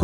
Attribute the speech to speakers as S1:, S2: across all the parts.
S1: ค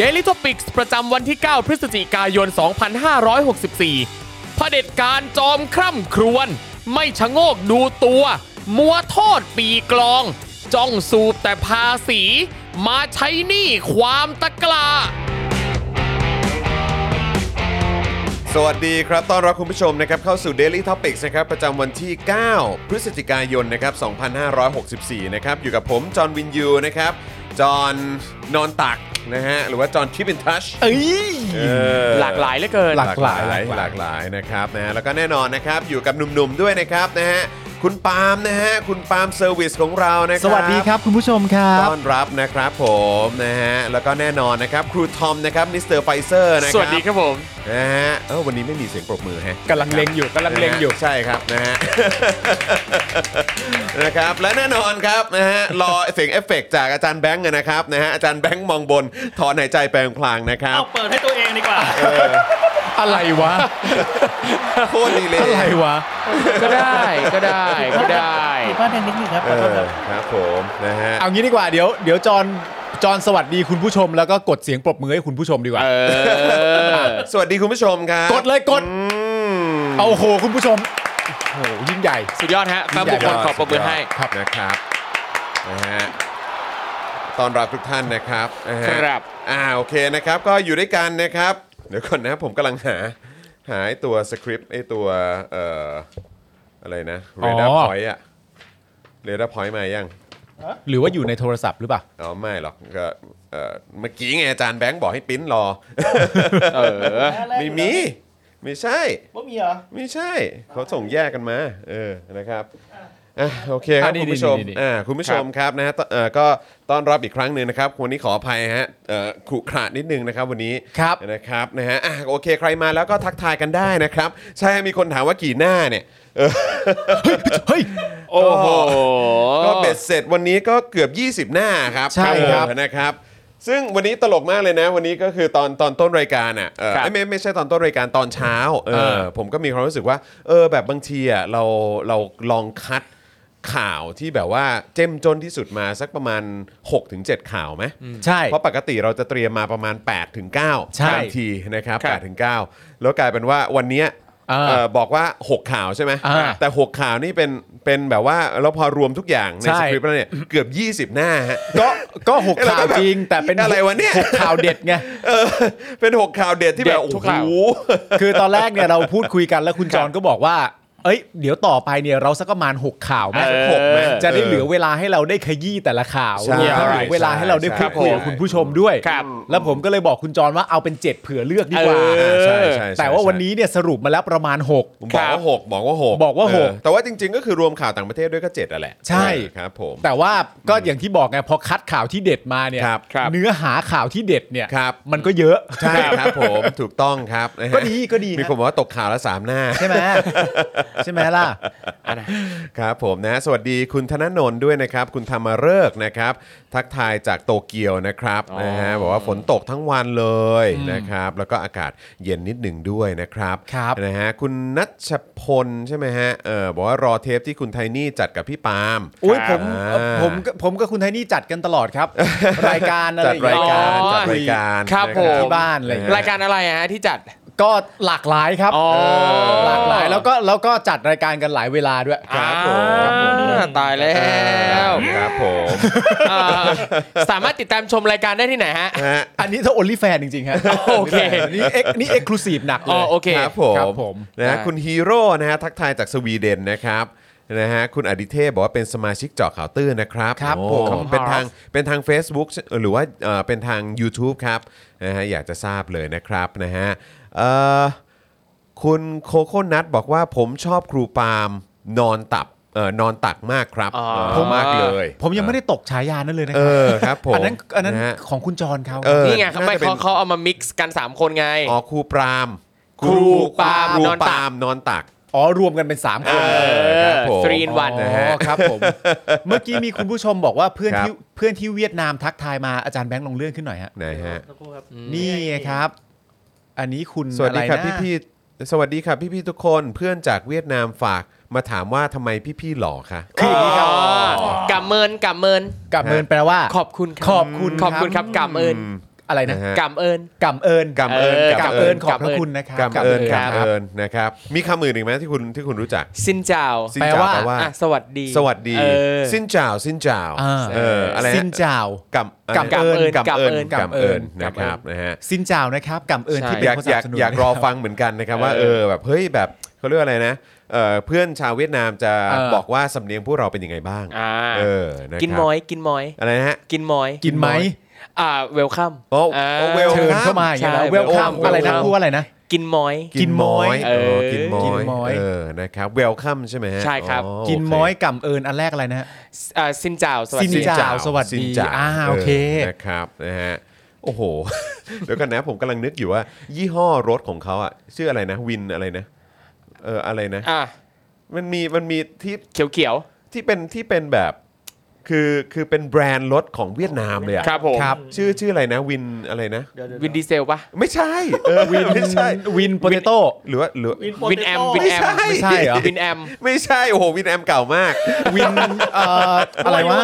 S2: Daily Topics ประจำวันที่ 9 พฤศจิกายน 2564เผด็จการจอมคร่ำครวญไม่ชะโงกดูตัว มัวโทษปีกลอง จ้องสูบแต่ภาษี มาใช้หนี้ความตะกละ
S1: สวัสดีครับต้อนรับคุณผู้ชมนะครับเข้าสู่ Daily Topics นะครับประจำวันที่ 9 พฤศจิกายนนะครับ2564 นะครับอยู่กับผมจอห์นวินยูนะครับจอห์นนอนตักนะฮะหรือว่าจอห์นคิปอินทัช
S2: เอ้ย
S1: เออ
S2: หลากหลายเหลือเกิน
S3: หลากหลาย
S1: หลากหลายนะครับนะฮะแล้วก็แน่นอนนะครับอยู่กับหนุ่มๆด้วยนะครับนะฮะคุณปาล์มนะฮะคุณปาล์มเซอร์วิสของเรานะครั
S3: สวัสดีครับคุณผู้ชมครับ
S1: ต้อนรับนะครับผมนะฮะแล้วก็แน่นอนนะครับครูทอมนะครับมิสเตอร์ไฟเซอร์นะครับ
S2: สวัสดีครับผม
S1: นะฮะเออวันนี้ไม่มีเสียงปรบมือฮะ
S4: กำลังเล็งอยู่กำลังเล็งอยู่
S1: นะฮะใช่ครับนะฮ ะ นะครับและแน่นอนครับนะฮะรอเสียงเอฟเฟกต์จากอาจารย์แบงค์กันนะครับนะฮะอาจารย์แบงค์มองบนถอนหายใจแปลงพลางๆนะครับ
S5: เอาเปิดให้ตัวเองดีกว่า
S3: อะไรวะ
S1: โคตรดีเลย
S3: อะไรวะ
S2: ก็ได้ก็ได้ก็ได้
S5: ผิดพลาดนิดนึงครับ
S1: เอ
S5: ขอโทษ
S1: อ
S5: ครับ
S1: ครับผมนะฮะ
S3: เอางี้ดีกว่าเดี๋ยวเดี๋ยวจอนจอนสวัสดีคุณผู้ชมแล้วก็กดเสียงปรบมือให้คุณผู้ชมดีกว่า
S2: เออ
S1: สวัสดีคุณผู้ชมครับ
S3: กดเลยกด
S1: อืม
S3: เอาโหคุณผู้ชมโอ้โหยิ่งใหญ่
S2: สุดยอด ฮะแฟนบุคคลขอปรบมือให้
S1: ครับนะครับนะฮะตอนรับทุกท่านนะครับนะฮะ
S2: ครับ
S1: อ่าโอเคนะครับ ก็อยู่ด้วยกันนะครับ เดี๋ยวก่อนนะผมกำลังหาหาไอ้ตัวสคริปต์ไอ้ตัวเอ่ออะไรนะเรดาร์
S3: อ๋อ
S1: พอยต์อะเรดาร์พอยต์มายัง
S3: หรือว่าอยู่ในโทรศัพท์หรือเปล่า
S1: อ๋อไม่หรอกก็เอ่อเมื่อกี้ไงอาจารย์แบงค์บอกให้ปริ้นรอ
S2: เออ
S1: ไม่มีไม่ใช่
S5: ว่ามีเหรอ
S1: ไม่ใช่เขาส่งแยกกันมา เออนะครับอ่ะโอเคครับ
S3: อ่ะนี่
S1: คุณผู้ชม
S3: นี่นี่นี่
S1: อ่าคุณผู้ชมครับนะฮะตเอ่อก็ต้อนรับอีกครั้งหนึ่งนะครับวันนี้ขออภัยฮะเอ่อขรุขระนิดนึงนะครับวันนี้
S3: ครับ
S1: นะครับนะฮะอ่ะโอเคใครมาแล้วก็ทักทายกันได้นะครับ ใช่มีคนถามว่ากี่หน้าเนี่ยเออ
S3: เฮ้ย
S2: โอ้โห
S1: ก็เบ็ดเสร็จวันนี้ก็เกือบ 20 หน้าครับ
S3: ใช่ครับ
S1: เออนะครับ ซึ่งวันนี้ตลกมากเลยนะ วันนี้ก็คือตอนตอนต้นรายการอ่ะเออ
S2: ครับ
S1: เอ้ยไม่ไม่ใช่ตอนต้นรายการตอนเช้าเอ
S3: เอ
S1: อ
S3: อ
S1: ผมก็มีความรู้สึกว่า เออ แบบบางทีอ่ะเราเราลองคัดข่าวที่แบบว่าเจ้มจนที่สุดมาสักประมาณ 6-7 ข่าวไหม
S3: ใช่
S1: เพราะปกติเราจะเตรียมมาประมาณ 8-9ถึง9
S3: ใช่
S1: บางทีนะครับ
S2: ครับ
S1: 8ถึง9แล้วกลายเป็นว่าวันเนี้ย
S3: อ่า
S1: เอ่อบอกว่า 6 ข่าวใช่ไหม
S3: อ่า
S1: แต่ 6 ข่าวนี่เป็นเป็นแบบว่าเราพอรวมทุกอย่างใน
S3: ใช่
S1: สคริปต์แล้วเนี่ยเกือบ 20 หน้าฮะ
S3: ก็ก็หก
S1: แล้ว
S3: ข่า
S1: ก็
S3: ว
S1: แบบ
S3: จริง แต่เป็น
S1: อะไรวะเนี่ย
S3: หกข่าวเด็ดไง
S1: เออเป็นหกข่าวเด็ดที่แบบ
S2: เด็ดทุ
S1: โอ้
S2: ก
S1: โห
S2: ข่าว
S3: คือตอนแรกเนี่ยเราพูดคุยกันแล้วคุณจอนก็บอกว่า เอ้ย เดี๋ยวต่อไปเนี่ยเราสักประมาณ 6 ข่าวไหม
S2: เออ
S3: หกไหมจะได้เหลือเวลาให้เราได้ขยี้แต่ละข่าว
S1: ใช่
S3: รวมทั้งเหลือเวลาให้เราได้พูดคุยกับ
S1: ใช่
S3: คุณผู้ชมด้วย
S2: ครับ
S3: แล้วผมก็เลยบอกคุณจอนว่าเอาเป็น 7 เผื่อเลือกดีกว่า
S2: เอ
S1: อ่าใช่ใช่ใช่
S3: แต่ว่าวันนี้เนี่ยสรุปมาแล้วประมาณ
S1: ผมบ
S3: 6
S1: อกว่าหกบอกว่าหก
S3: บอกว่าหก
S1: เแต่ว่าจริง ๆ ก็คือรวมข่าวต่างประเทศด้วยก็เจ็ดอ่ะแหละ
S3: ใช่
S1: เออครับผม
S3: แต่ว่าก็อย่างที่บอกไงพอคัดข่าวที่เด็ดมาเนี่ย
S1: ครับ
S2: ครับ
S3: เนื้อหาข่าวที่เด็ดเนี่ย
S1: ครับ
S3: มันก็เยอะ
S1: ใช่ครับผม ถูกต้องครับนะฮะ
S3: ก็ดีก็ดี
S1: มีคนบอกว่าตกข่าวละสามหน้า
S3: ใช่ไหม ใช่ไหมล่ะ
S2: อันนะ
S1: ครับผมนะสวัสดีคุณธนนนท์ด้วยนะครับ คุณธรรมฤกษ์นะครับ ทักทายจากโตเกียวนะครับ
S2: อ๋อ
S1: นะฮะบอกว่าฝนตกทั้งวันเลยนะครับ แล้วก็อากาศเย็นนิดหนึ่งด้วยนะครับ
S3: ครับ
S1: นะฮะคุณนัชพลใช่ไหมฮะเออบอกว่ารอเทปที่คุณไทนี่จัดกับพี่ปาล์ม
S3: อุ้ยผม
S1: อ่า
S3: ผมกับผมกับคุณไทนี่จัดกันตลอดครับ รายการอะไร
S1: จัด
S3: องเงี้
S1: รายการ
S2: อ๋อ
S1: จัดรายการ
S2: ครับ
S1: นะ
S2: ผม
S3: ที่บ้านอะไรอย่างเงี้ย
S2: รายการอะไรอะฮะที่จัด
S3: ก็หลากหลายครับ
S2: อ๋อ
S3: หลากหลายแล้วก็แล้วก็จัดรายการกันหลายเวลาด้วย
S1: ครับผม
S2: อ่าตายแล้ว
S1: ครับผม
S2: อ่าสามารถติดตามชมรายการได้ที่ไหนฮะ
S1: ฮะ
S3: อันนี้ถ้า only fan จริงๆฮะ
S2: โอเค
S3: นี่เอ็กนี่เอ็กซ์คลูซีฟหนักเล
S2: อ๋อย โอเค
S1: ครับผม
S3: ครับผม
S1: นะฮะ
S2: ได้
S1: คุณฮีโร่นะฮะทักทายจากสวีเดนนะครับนะฮะคุณอดิเทพบอกว่าเป็นสมาชิกเจาะข่าวตื้นนะครับ
S3: ครับ
S1: โอ้
S3: ผม
S1: เป็นทางเป็นทาง Facebook หรือว่าเอ่อเป็นทาง YouTube ครับนะฮะอยากจะทราบเลยนะครับนะฮะเอ่อคุณโคโคนัทบอกว่าผมชอบครูปาล์มนอนตับเอ่อนอนตักมากครับ
S2: อ๋อ
S1: เออผมมากเลย
S3: ผมยังไม่ได้ตกฉายานั้นเลยนะ
S1: เอ
S3: ค
S1: อค
S3: รับ
S1: รับผม
S3: อันนั้นอันนั้น
S1: นะฮะ
S3: ของคุณจรเขา
S1: เออ
S2: นี่ไงทำไม
S1: น่าจะเป็น
S2: เขาเขาเอามา mix กัน 3 คนไง
S1: อ๋อครูปาล์ม
S2: ครูปาล์ม
S1: ครู
S2: นอนตัก
S1: ปาล์มนอนตัก
S3: อ๋อ รวมกันเป็น 3 คน
S1: เออครับผม
S2: ทรีนวัน
S3: อ๋อครับผม เมื่อกี้มีคุณผู้ชมบอกว่าเพื่อน
S1: ครับ
S3: ที่เพื่อนที่เวียดนามทักทายมาอาจารย์แบงค์ลงเรื่องขึ้นหน่อยฮะ
S1: ไหนะฮะ
S5: สักครู่ครับ
S3: นี่ไงครับ อันนี้คุณ
S1: สวัสดีครับ
S3: อไน
S1: พี่พี่ๆสวัสดีครับพี่พี่ๆทุกคนเพื่อนจากเวียดนามฝากมาถามว่าทำไมพี่พี่ๆหล่อคะ
S3: คืออย่างนี้ครับ
S2: กำเมินกำเมิน
S3: กับเมินแปลว่า
S2: ขอบคุณครับ
S3: ขอบคุณ
S2: ขอบคุณค
S3: ครั
S2: รับบ กำเมิน
S3: อะไรนะ
S1: นะฮะ
S2: กำเอิน
S3: กับเอิญ
S1: กำเอิญ
S3: กำเอิญขอบพระคุณนะครับ
S1: กำเอิญ
S3: กำ
S1: กำ
S3: เอิญ
S1: เอิญนะครับ มีคำอื่นอีกไหมที่คุณที่คุณรู้จัก
S2: สินเจ้า
S1: ซินเจ่าแปล
S3: แปลว่า
S1: ว่า
S2: อ่ะสวัสดี
S1: สวัสดี
S2: เออ
S1: ซินเจ่าซินเจ่า
S3: อ่า
S1: เอออะไรนะ
S3: สินเจ้า
S1: กำ
S3: กำเอิญ
S1: กำเอิญกำ
S3: กำ
S1: เอิญ
S3: เอิญกำเอิญ
S1: นะครับนะฮะ
S3: สินเจ้านะครับกับเอิญ
S2: ใช่
S3: ที่เป็
S1: อน ยาก
S3: คน
S1: อ
S3: สนั
S1: ยา
S3: บ
S1: ก
S3: สนุน
S1: อยากรอ
S3: นะคบ
S1: ฟังเหมือนกันนะครับว่าเออแบบเฮ้ยแบบเขาเรียกว่าอะไรนะเอ่อเพื่อนชาวเวียดนามจะ
S3: เออ
S1: บอกว่าสำเนียงพวกเราเป็นยังไงบ้าง
S2: อ่า
S1: เออนะครับ
S2: กินหมอยกินหมอย
S1: อะไรนะฮะ
S2: กินหมอย
S3: กินไหม
S2: อ่าเวลคัม
S1: โอ้โอ้ welcome
S3: เชิญเข้ามาอย่างเงี้ย
S2: ใช่
S3: เวลคัม
S2: welcome
S3: อะไรนะพูดว่าอะไรนะ
S2: กินหมอย
S1: กินม้อย
S3: กินม้อย
S1: เออกินม้อ
S3: กิ
S1: ย
S3: นม้อย
S1: เออนะครับเวลคัมใช่ไหมฮะ
S2: ใช่ครับ
S1: อ๋อ
S3: กิน
S1: โเค
S3: ม้อยกับเอิญอันแรกอะไรนะฮะ
S2: อ่าสินเจ้าสวัส
S3: ซิน
S2: ดี
S3: เจ้า สวัสดี
S1: ซินจ่า
S3: อ่าโอเค
S1: นะครับนะฮะโอ้โห เดี๋ยวกันนะผมกำลังนึกอยู่ว่า ยี่ห้อรถของเขาอ่ะชื่ออะไรนะวินอะไรนะเอออะไรนะ
S2: อ่ะ
S1: มันมีมันมีที่
S2: เขียวเขียว
S1: ที่เป็นที่เป็นแบบคือคือเป็นแบรนด์รถของเวียดนามเลยอ่ะ
S2: ๆครับผม
S3: ครับ
S1: ชื่อชื่ออะไรนะวินอะไรนะ
S5: เดี๋ยวเดี๋ยว
S2: วินดีเซลปะ
S1: ไม่ใช่เออวินไม่ใช่
S3: วินโปเตโต้
S1: หรือว่าหรือ
S5: วิน
S2: วินแอมวิน
S1: ไม่
S2: แอ
S1: ใช่
S3: ไม่ใช่เหรอ
S2: วินแอม
S1: ไม่ใช่โอ้โหวินแอมเก่ามาก
S3: วินเอ่ ออะไรวะ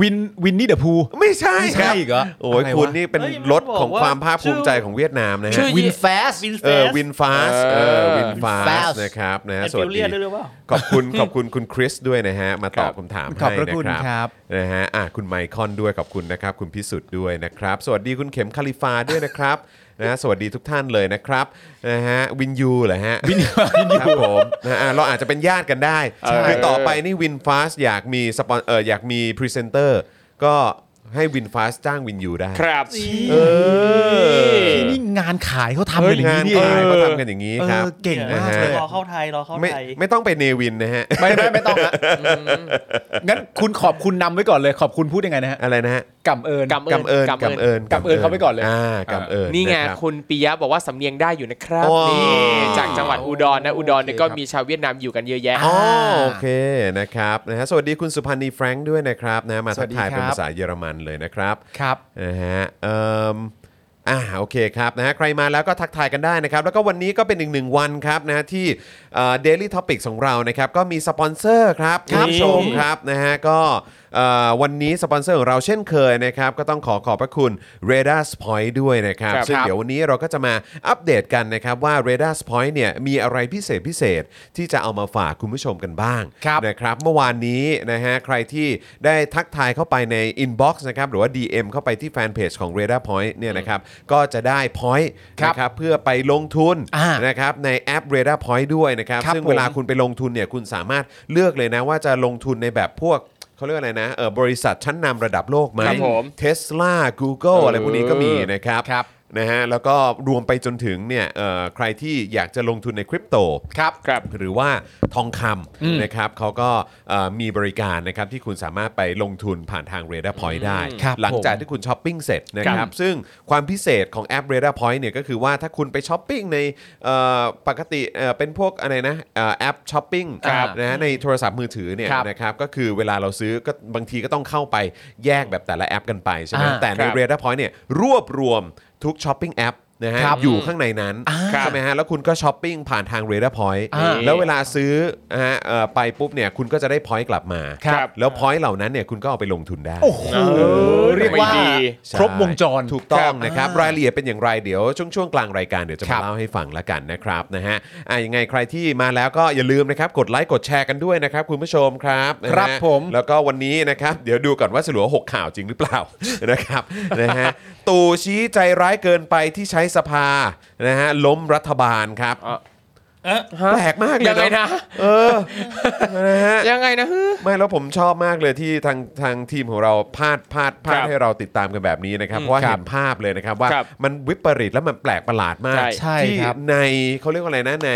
S3: วินวินนี่เดอะพู
S1: ไม่ใช่
S3: ไม่ใช่อีกเหรอ
S1: โอ้ย
S3: อะไรวะ
S1: คุณนี่เป็น
S5: เฮ้ยมัน
S1: รถของ
S5: บอกว่า
S1: ความภาคภูมิใจ
S5: ชื่อ
S1: ของเวียดนามนะ
S2: ชื่
S1: ฮะ
S2: อ
S3: วินแฟส
S5: วินเฟ
S1: เออ
S5: ส
S1: วินฟาสเอ
S2: เออ
S1: อวินฟาส
S3: Fast
S1: นะครับนะฮะ
S5: แอน
S1: สวั
S5: ฟิ
S1: ส
S5: ว
S1: ดี
S5: เลียนด้วยหรือเปล่า
S1: ขอบคุณขอบคุณคุณคริสด้วยนะฮะ มาตอบคำถาม
S3: ขอบ
S1: ให้นะ
S3: พระคุณ
S1: ค
S3: ค
S1: รั
S3: รั
S1: บบ นะฮะอ่ะคุณไมคอนด้วยขอบคุณนะครับ คุณพิสุทธิ์ด้วยนะครับ สวัสดีคุณเข็มคาลิฟาด้วยนะครับนะฮะสวัสดีทุกท่านเลยนะครับนะฮะวินยูเหรอฮะ วินยูครับผมนะฮะเราอาจจะเป็นญาติกันได้
S2: ใช่
S1: คือต่อไปนี่วินฟาสอยากมีสปอนเอออยากมีพรีเซนเตอร์ก็ให้วินฟาสจ้างวินยูได้
S2: ครับ
S1: เออ
S3: ที่นี่งานขายเขาทำกันอย่าง
S1: งาน
S3: นี้นี่เอ
S1: ขาย
S3: ง
S1: เขาทำกันอย่างนี้ครับ
S3: เออเก่งมาก
S1: นะฮะ
S5: รอเข้าไทยรอเข้า
S1: ไม่
S5: ไทย
S1: ไม่ต้องไปเนวินนะฮะ
S3: ไม่ไม่ไม่ ต้องละงั้นคุณขอบคุณนำไว้ก่อนเลยขอบคุณพูดยังไงนะฮะ
S1: อะไรนะฮะ
S3: กับเอิญ
S2: กำเอิญ
S1: กำเอิญ
S2: กำ
S1: กำ
S2: เอิ
S1: เอิ
S2: ญ
S1: ญ
S3: กำเอิญเขาไปก่อนเลย
S1: อ่ากำเอิญ
S2: นี่ไง
S1: ะรับ
S2: คุณปิยะบอกว่าสำเนียงได้อยู่นะครับ
S1: โอ้
S2: นี่จากจังหวัดอุดรนะอุดรเนี่ย
S1: โอเคครั
S2: ก็
S1: บ
S2: มีชาวเวียดนามอยู่กันเยอะแยะ
S1: อ๋อโอเคนะครับนะฮะสวัสดีคุณสุพันธ์นีแฟรงค์ด้วยนะครับนะมา
S3: สวั
S1: ทัก
S3: สดี
S1: ทายเป็น
S3: ครับ
S1: ภาษาเยอรมันเลยนะครับ
S3: ครับ
S1: นะฮะเอ่มอ่าโอเคครับนะฮะใครมาแล้วก็ทักทายกันได้นะครับ แล้วก็วันนี้ก็เป็นอีกหนึ่งวันครับนะฮะที่เดลี่ท็อปิกของเรานะครับ ก็มีสปอนเซอร์ครับ
S2: ค
S1: คุ
S2: รั
S1: ณ
S2: บ
S1: ผู้ชม
S2: ผม
S1: ครับนะฮะก็เอ่อวันนี้สปอนเซอร์ของเราเช่นเคยนะครับ ก็ต้องขอขอบพระคุณ r a d a r Point ด้วยนะครับ
S2: ครับ
S1: ซึ่ง
S2: ครับ
S1: เดี๋ยววันนี้เราก็จะมาอัปเดตกันนะครับ ว่า r a d a r Point เนี่ยมีอะไรพิเศษพิเศษที่จะเอามาฝากคุณผู้ชมกันบ้าง
S3: ครับ
S1: นะครับเมื่อวานนี้นะฮะใครที่ได้ทักทายเข้าไปใน Inbox นะครับหรือว่า DM เข้าไปที่แฟนเพจของ r a d a r Point เนี่ยนะครับก็จะได้ Point
S3: ครับ
S1: นะครับเพื่อไปลงทุน
S3: อ่า
S1: นะครับในแอป r a d a r Point ด้วยนะครับ
S3: ครับ
S1: ซึ่งเวลา
S3: ผม
S1: คุณไปลงทุนเนี่ยคุณสามารถเลือกเลยนะว่าจะลงทุนในแบบพวกเขาเรียกว่าอะไรนะเออบริษัทชั้นนำระดับโลกไหม
S2: ครับผม
S1: เทสลา Google
S2: เอออ
S1: อะไรพวกนี้ก็มีนะครับ
S3: ครับ
S1: นะฮะแล้วก็รวมไปจนถึงเนี่ยเอ่อใครที่อยากจะลงทุนในคริปโต
S2: ครับครับ
S1: หรือว่าทองคำนะครับเขาก็เอ่อมีบริการนะครับที่คุณสามารถไปลงทุนผ่านทาง r a d a r Point ได้
S3: ครับ
S1: หลังจาก
S3: ผม
S1: ที่คุณช้อปปิ้งเสร็จนะค
S2: ค
S1: รั
S2: รับ บ
S1: ซึ่งความพิเศษของแอป r a d a r Point เนี่ยก็คือว่าถ้าคุณไปช้อปปิ้งในเอ่อปกติเอ่อเป็นพวกอะไรนะเอ่อแอปช้อปปิ้ง
S2: ครับ
S1: นะฮะในโทรศัพท์มือถือเนี่ย
S3: ครับ
S1: นะครับก็คือเวลาเราซื้อก็บางทีก็ต้องเข้าไปแยกแบบแต่ละแอปกันไปใช่ไหม
S3: อ่า
S1: แต่ใน
S2: ครับ
S1: r a d a r Point เนี่ยรวบรวมทุกช้อปปิ้งแอปนะฮะ
S3: ครับ
S1: อยู่ข้างในนั้นใช่ไหมฮะแล้วคุณก็ช้อปปิ้งผ่านทาง r a d a r Point
S3: อ่า
S1: แล้วเวลาซื้อนะฮะเอ่อไปปุ๊บเนี่ยคุณก็จะได้พอยต์กลับมา
S2: ครับ
S1: แล้วพอยต์เหล่านั้นเนี่ยคุณก็เอาไปลงทุนได้
S3: โอ้โหเรียกว่า
S2: ไม่ดี
S1: ใช่
S3: ครบวงจร
S1: ถูกต้องนะครับ รายละเอียดเป็นอย่างไรเดี๋ยวช่วงช่วงกลางรายการเดี๋ยวจะ
S3: ครั
S1: มา
S3: บ
S1: เล่าให้ฟังละกันนะครับนะฮะอ่ะยังไงใครที่มาแล้วก็อย่าลืมนะครับ กดไลค์กดแชร์กันด้วยนะครับ คุณผู้ชมครับนะฮะ
S3: ครับผม
S1: แล้วก็วันนี้นะครับ เดี๋ยวดูก่อนว่าสรุปว่าหกข่าวจริงหรือเปล่า นะครับนะฮะตู่ชี้ใจร้ายเกินไปที่ใช้สภานะฮะล้มรัฐบาลครับ
S5: เอ๊ะ
S1: แปลกมากเลย
S2: ยังไง
S1: เอ
S2: นะ
S1: เออ นะฮะ
S2: ยังไงนะ
S1: ไม่แล้วผมชอบมากเลยที่ทางทางทีมของเราพาดพาดพาด
S2: ครับ
S1: ให้เราติดตามกันแบบนี้นะครับ เพราะว่า
S3: ครับ
S1: เห็นภาพเลยนะครับว่า
S2: ครับ
S1: มันวิปริตแล้วมันแปลกประหลาดมาก
S2: ใช่
S3: ใช่
S1: ที่
S3: ครับ
S1: ในเขาเรียกว่าอะไรนะใน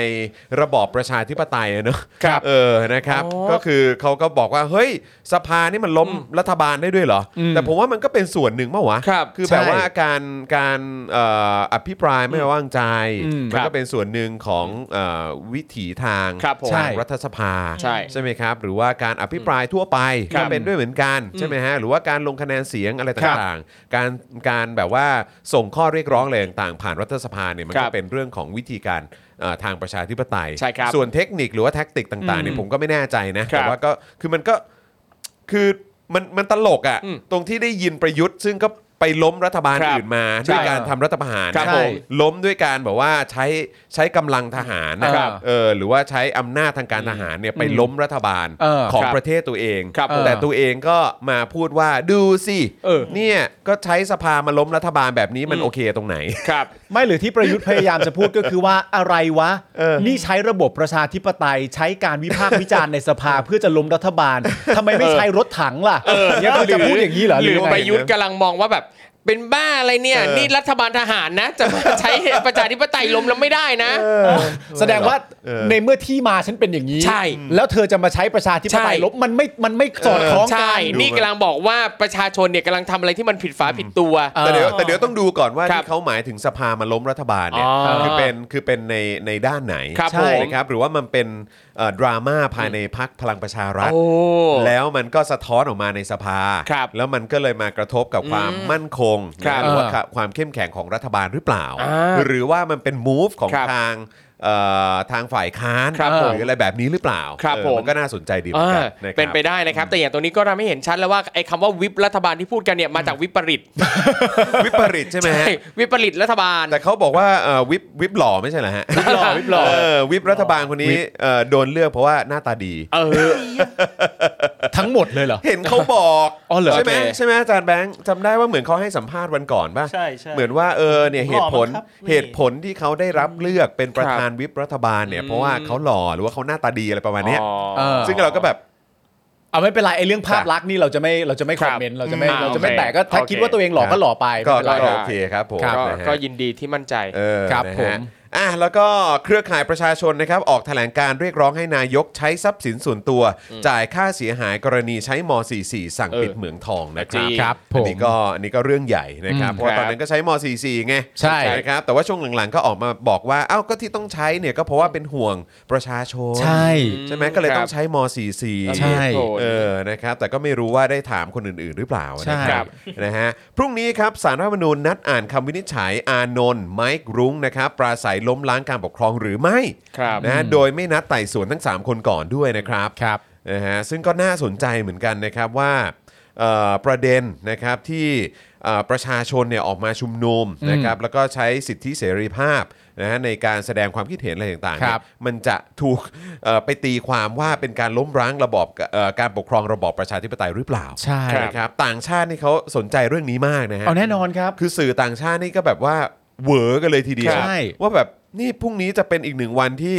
S1: ระบอบประชาธิปไตยอะเนอะ
S2: ครับ
S1: เออนะครับ
S2: โอ้
S1: ก็คือเขาก็บอกว่าเฮ้ยสภานี่มันล้มรัฐบาลได้ด้วยเหรออแต่ผมว่ามันก็เป็นส่วนหนึ่งมั้วะ
S2: ครับ
S1: คือแบบ
S3: ใช่
S1: ว่าการการเอ่ออภิปรายไม่ไว้วางใจ
S3: อืม
S1: มัน
S2: ครั
S1: ก็
S2: บ
S1: เป็นส่วนหนึ่งของเอ่อวิถีทาง
S2: ครับผม
S1: ทาง
S3: ใช่
S1: รัฐสภา
S2: ใช่
S1: ใช่ไหมครับหรือว่าการอภิปรายทั่วไป
S2: ครั
S1: ก็
S2: บ
S1: เป็นด้วยเหมือนกันใช่ไหมฮะหรือว่าการลงคะแนนเสียงอะไรต่างๆ การการแบบว่าส่งข้อเรียกร้องอะไรต่างๆ ผ่านรัฐสภาเนี่ยมัน
S2: ครั
S1: ก็
S2: บ
S1: เป็นเรื่องของวิธีการเอ่อทางประชาธิปไตย
S2: ใช่ครับ
S1: ส่วนเทคนิคหรือว่าแท็กติกต่างๆเนี่ยผมก็ไม่แน่ใจนะ
S2: ครั
S1: แต่
S2: บ
S1: ว่าก็คือมันก็คือมันมันตลกอะ่ะ
S2: อืม
S1: ตรงที่ได้ยินประยุทธ์ ซึ่งก็ไปล้มรัฐบาล
S2: ครับ
S1: อื่นมาด้วย
S3: ใช่
S1: การทำรัฐประหาร
S2: ครับ
S1: นะ
S2: ผม
S1: ล้มด้วยการแบบว่าใช้ใช้กำลังทหารนะครับ เออหรือว่าใช้อำนาจทางการทหารเนี่ยไปล้มรัฐบาล
S3: เออ
S1: ของ
S2: ครับ
S1: ประเทศตัวเอง
S2: ครับผม
S1: แต่ตัวเองก็มาพูดว่าดูสิ
S3: เออ
S1: เนี่ยก็ใช้สภามาล้มรัฐบาลแบบนี้มัน
S2: อืม
S1: โอเคตรงไหน
S2: ครับ
S3: ไม่หรือที่ประยุทธ์พยายามจะพูดก็คือว่าอะไรวะ
S1: เออ
S3: นี่ใช้ระบบประชาธิปไตย ใช้การวิพากษ์วิจารณ์ในส ภาเพื่อจะล้มรัฐบาลทำไมไม่ใช้รถถังล่ะเนี่ยคือจะพูดอย่างนี้เหรอ
S2: หรือ
S3: ว่าไง
S2: ประยุทธ์กำลังมองว่าแบบเป็นบ้าอะไรเนี่ย
S1: เออ
S2: นี่รัฐบาลทหารนะ จะมาใช้ ประชาธิปไตยล้มแล้วไม่ได้นะ
S3: แสดงว่า
S1: เออ
S3: ในเมื่อที่มาฉันเป็นอย่างนี้
S2: ใช่
S3: แล้วเธอจะมาใช้ประชาธิปไตย
S2: ใช่
S3: ลบมันไม่มันไม่สอดคล้องกั
S2: ใช่
S3: น
S2: นี่กำลังบอกว่าประชาชนเนี่ยกำลังทำอะไรที่มันผิดฝาผิดตัว
S3: เออ
S1: แต่เดี๋ยวแต่เดี๋ยวต้องดูก่อนว่า
S2: ครับ
S1: ที่เขาหมายถึงสภามาล้มรัฐบาลเนี่ย
S2: อ๋อ
S1: คือเป็นคือเป็นในในด้านไหน
S2: ครับ
S1: ใช่
S2: ผม
S1: นะครับหรือว่ามันเป็นเอ่อดราม่าภายในพักพลังประชารัฐ
S2: โอ้
S1: แล้วมันก็สะท้อนออกมาในสภา
S2: ครับ
S1: แล้วมันก็เลยมากระทบกับความมั่นคง
S2: ครับ
S1: หรือว่าความเข้มแข็งของรัฐบาลหรือเปล่า
S2: อ่า
S1: หรือว่ามันเป็นมูฟของ
S2: ครับ
S1: ทางเอ่อทางฝ่ายค้าน
S2: ครับ
S1: ห
S2: ผม
S1: รืออะไรแบบนี้หรือเปล่า
S2: ครับ
S1: เออ
S2: ผม
S1: นก็น่าสนใจดีเหมือนกัน
S2: เอ
S1: นะ
S2: อ
S1: ค
S2: เป็น
S1: รับ
S2: ไปได้นะครับ แต่อย่างตัวนี้ก็ทำให้เห็นชัดแล้วว่าไอ้คำว่าวิปรัฐบาลที่พูดกันเนี่ยมาจากวิปริต
S1: วิป ริตใช่ไหมฮะ
S2: ใช่วิปริตรัฐบาล
S1: แต่เขาบอกว่าเอ่อวิบวิบหล่อไม่ใช่เหรอฮะวิบหล่อวิบหล่อวิบรัฐบาลคนนี้เอ่อโดนเลือกเพราะว่าหน้าตาดี
S2: เออ
S3: ทั้งหมดเลยเหรอ
S1: เห็นเขาบอก
S3: อ๋อเหรอ
S1: ใช่ไหม
S2: โอเค
S1: ใช่ไหมอาจารย์แบงค์จำได้ว่าเหมือนเขาให้สัมภาษณ์วันก่อนป่ะ
S5: ใช่ใช่
S1: เหมือนว่าเออเนี่ย
S5: ห
S1: เห
S5: ล่อ
S1: ตุผล
S5: มั้งครับนี่
S1: เหตุผลที่เขาได้รับเลือกเป็นประธานวิบรัฐบาลเนี่ยเพราะว่าเขาหล่อหรือว่าเขาหน้าตาดีอะไรประมาณเนี้ย
S2: อ๋อ
S3: เออ
S1: ซึ่งเราก็แบบ
S3: เอาไม่เป็นไรไอ้เรื่องภาพลักษณ์นี่เราจะไม่เราจะไม่
S2: ค
S3: ครับ อมเมนต์เราจะไม่
S2: อ่า
S3: เราจะไม่
S2: โอเค
S3: แต่ก็ถ้า
S2: โอเค
S3: คิดว่าตัวเองหลอก
S1: ครั
S3: ก็
S1: บ
S3: หล่อไป
S1: ก็
S3: ไม่เป็นไร
S1: ก็
S2: ได้
S1: โอเคครับผม
S2: ก็
S1: นะฮะ
S2: ก็ยินดีที่มั่นใจ
S1: เออ
S3: ครับ
S1: นะฮะ
S3: ผม
S1: อ่ะแล้วก็เครือข่ายประชาชนนะครับออกแถลงการเรียกร้องให้นายกใช้ทรัพย์สินส่วนตัว จ่ายค่าเสียหายกรณีใช้ม .44 สั่ง
S2: เออ
S1: ปิดเหมืองทองนะครับ
S2: จริง
S3: ครับ
S1: อันนี้
S3: ผม
S1: ก็อันนี้ก็เรื่องใหญ่นะครับ
S3: อื
S1: เพ
S3: ม
S1: ราะว่า
S2: ค
S1: ต
S2: รับ
S1: อนนั้นก็ใช้ม .44 ไง
S3: ใช่
S1: นะครับแต่ว่าช่วงหลังๆก็ออกมาบอกว่าเอ้าก็ที่ต้องใช้เนี่ยก็เพราะว่าเป็นห่วงประชาชน
S3: ใช่
S1: ใช่ไหมก็เลย
S2: ครับ
S1: ต้องใช้ม .44
S3: ใช่
S1: เออ นะครับ แต่ก็ไม่รู้ว่าได้ถามคนอื่น ๆ หรือเปล่า
S3: ใช่
S1: นะครับ นะฮะ พรุ่งนี้ครับสารรัฐธรรมนูญนัดอ่านคำวินิจฉัยอานนท์ไมค์รุ้งนะครับ ปราศัยล้มล้างการปกครองหรือไม่
S2: ครับ
S1: นะฮะโดยไม่นัดไต่สวนทั้ง 3 คนก่อนด้วยนะครับ
S3: ครับ
S1: นะฮะซึ่งก็น่าสนใจเหมือนกันนะครับว่าเอ่อประเด็นนะครับที่เอ่อประชาชนเนี่ยออกมาชุมนุมนะครับแล้วก็ใช้สิทธิเสรีภาพนะฮะในการแสดงความคิดเห็นอะไรต่างๆ
S3: ค
S1: เนี่
S3: รั
S1: ย
S3: บ
S1: มันจะถูกเอ่อไปตีความว่าเป็นการล้มร้างระบอบเอ่อการปกครองระบอบประชาธิปไตยหรือเปล่า
S3: ใช่
S1: นะครับต่างชาตินี่เขาสนใจเรื่องนี้มากนะฮะ
S3: เอาแน่นอนครับ
S1: คือสื่อต่างชาตินี่ก็แบบว่าเหวอกันเลยทีเดียว
S3: ใช่
S1: ว่าแบบนี่พรุ่งนี้จะเป็นอีกหนึ่งวันที่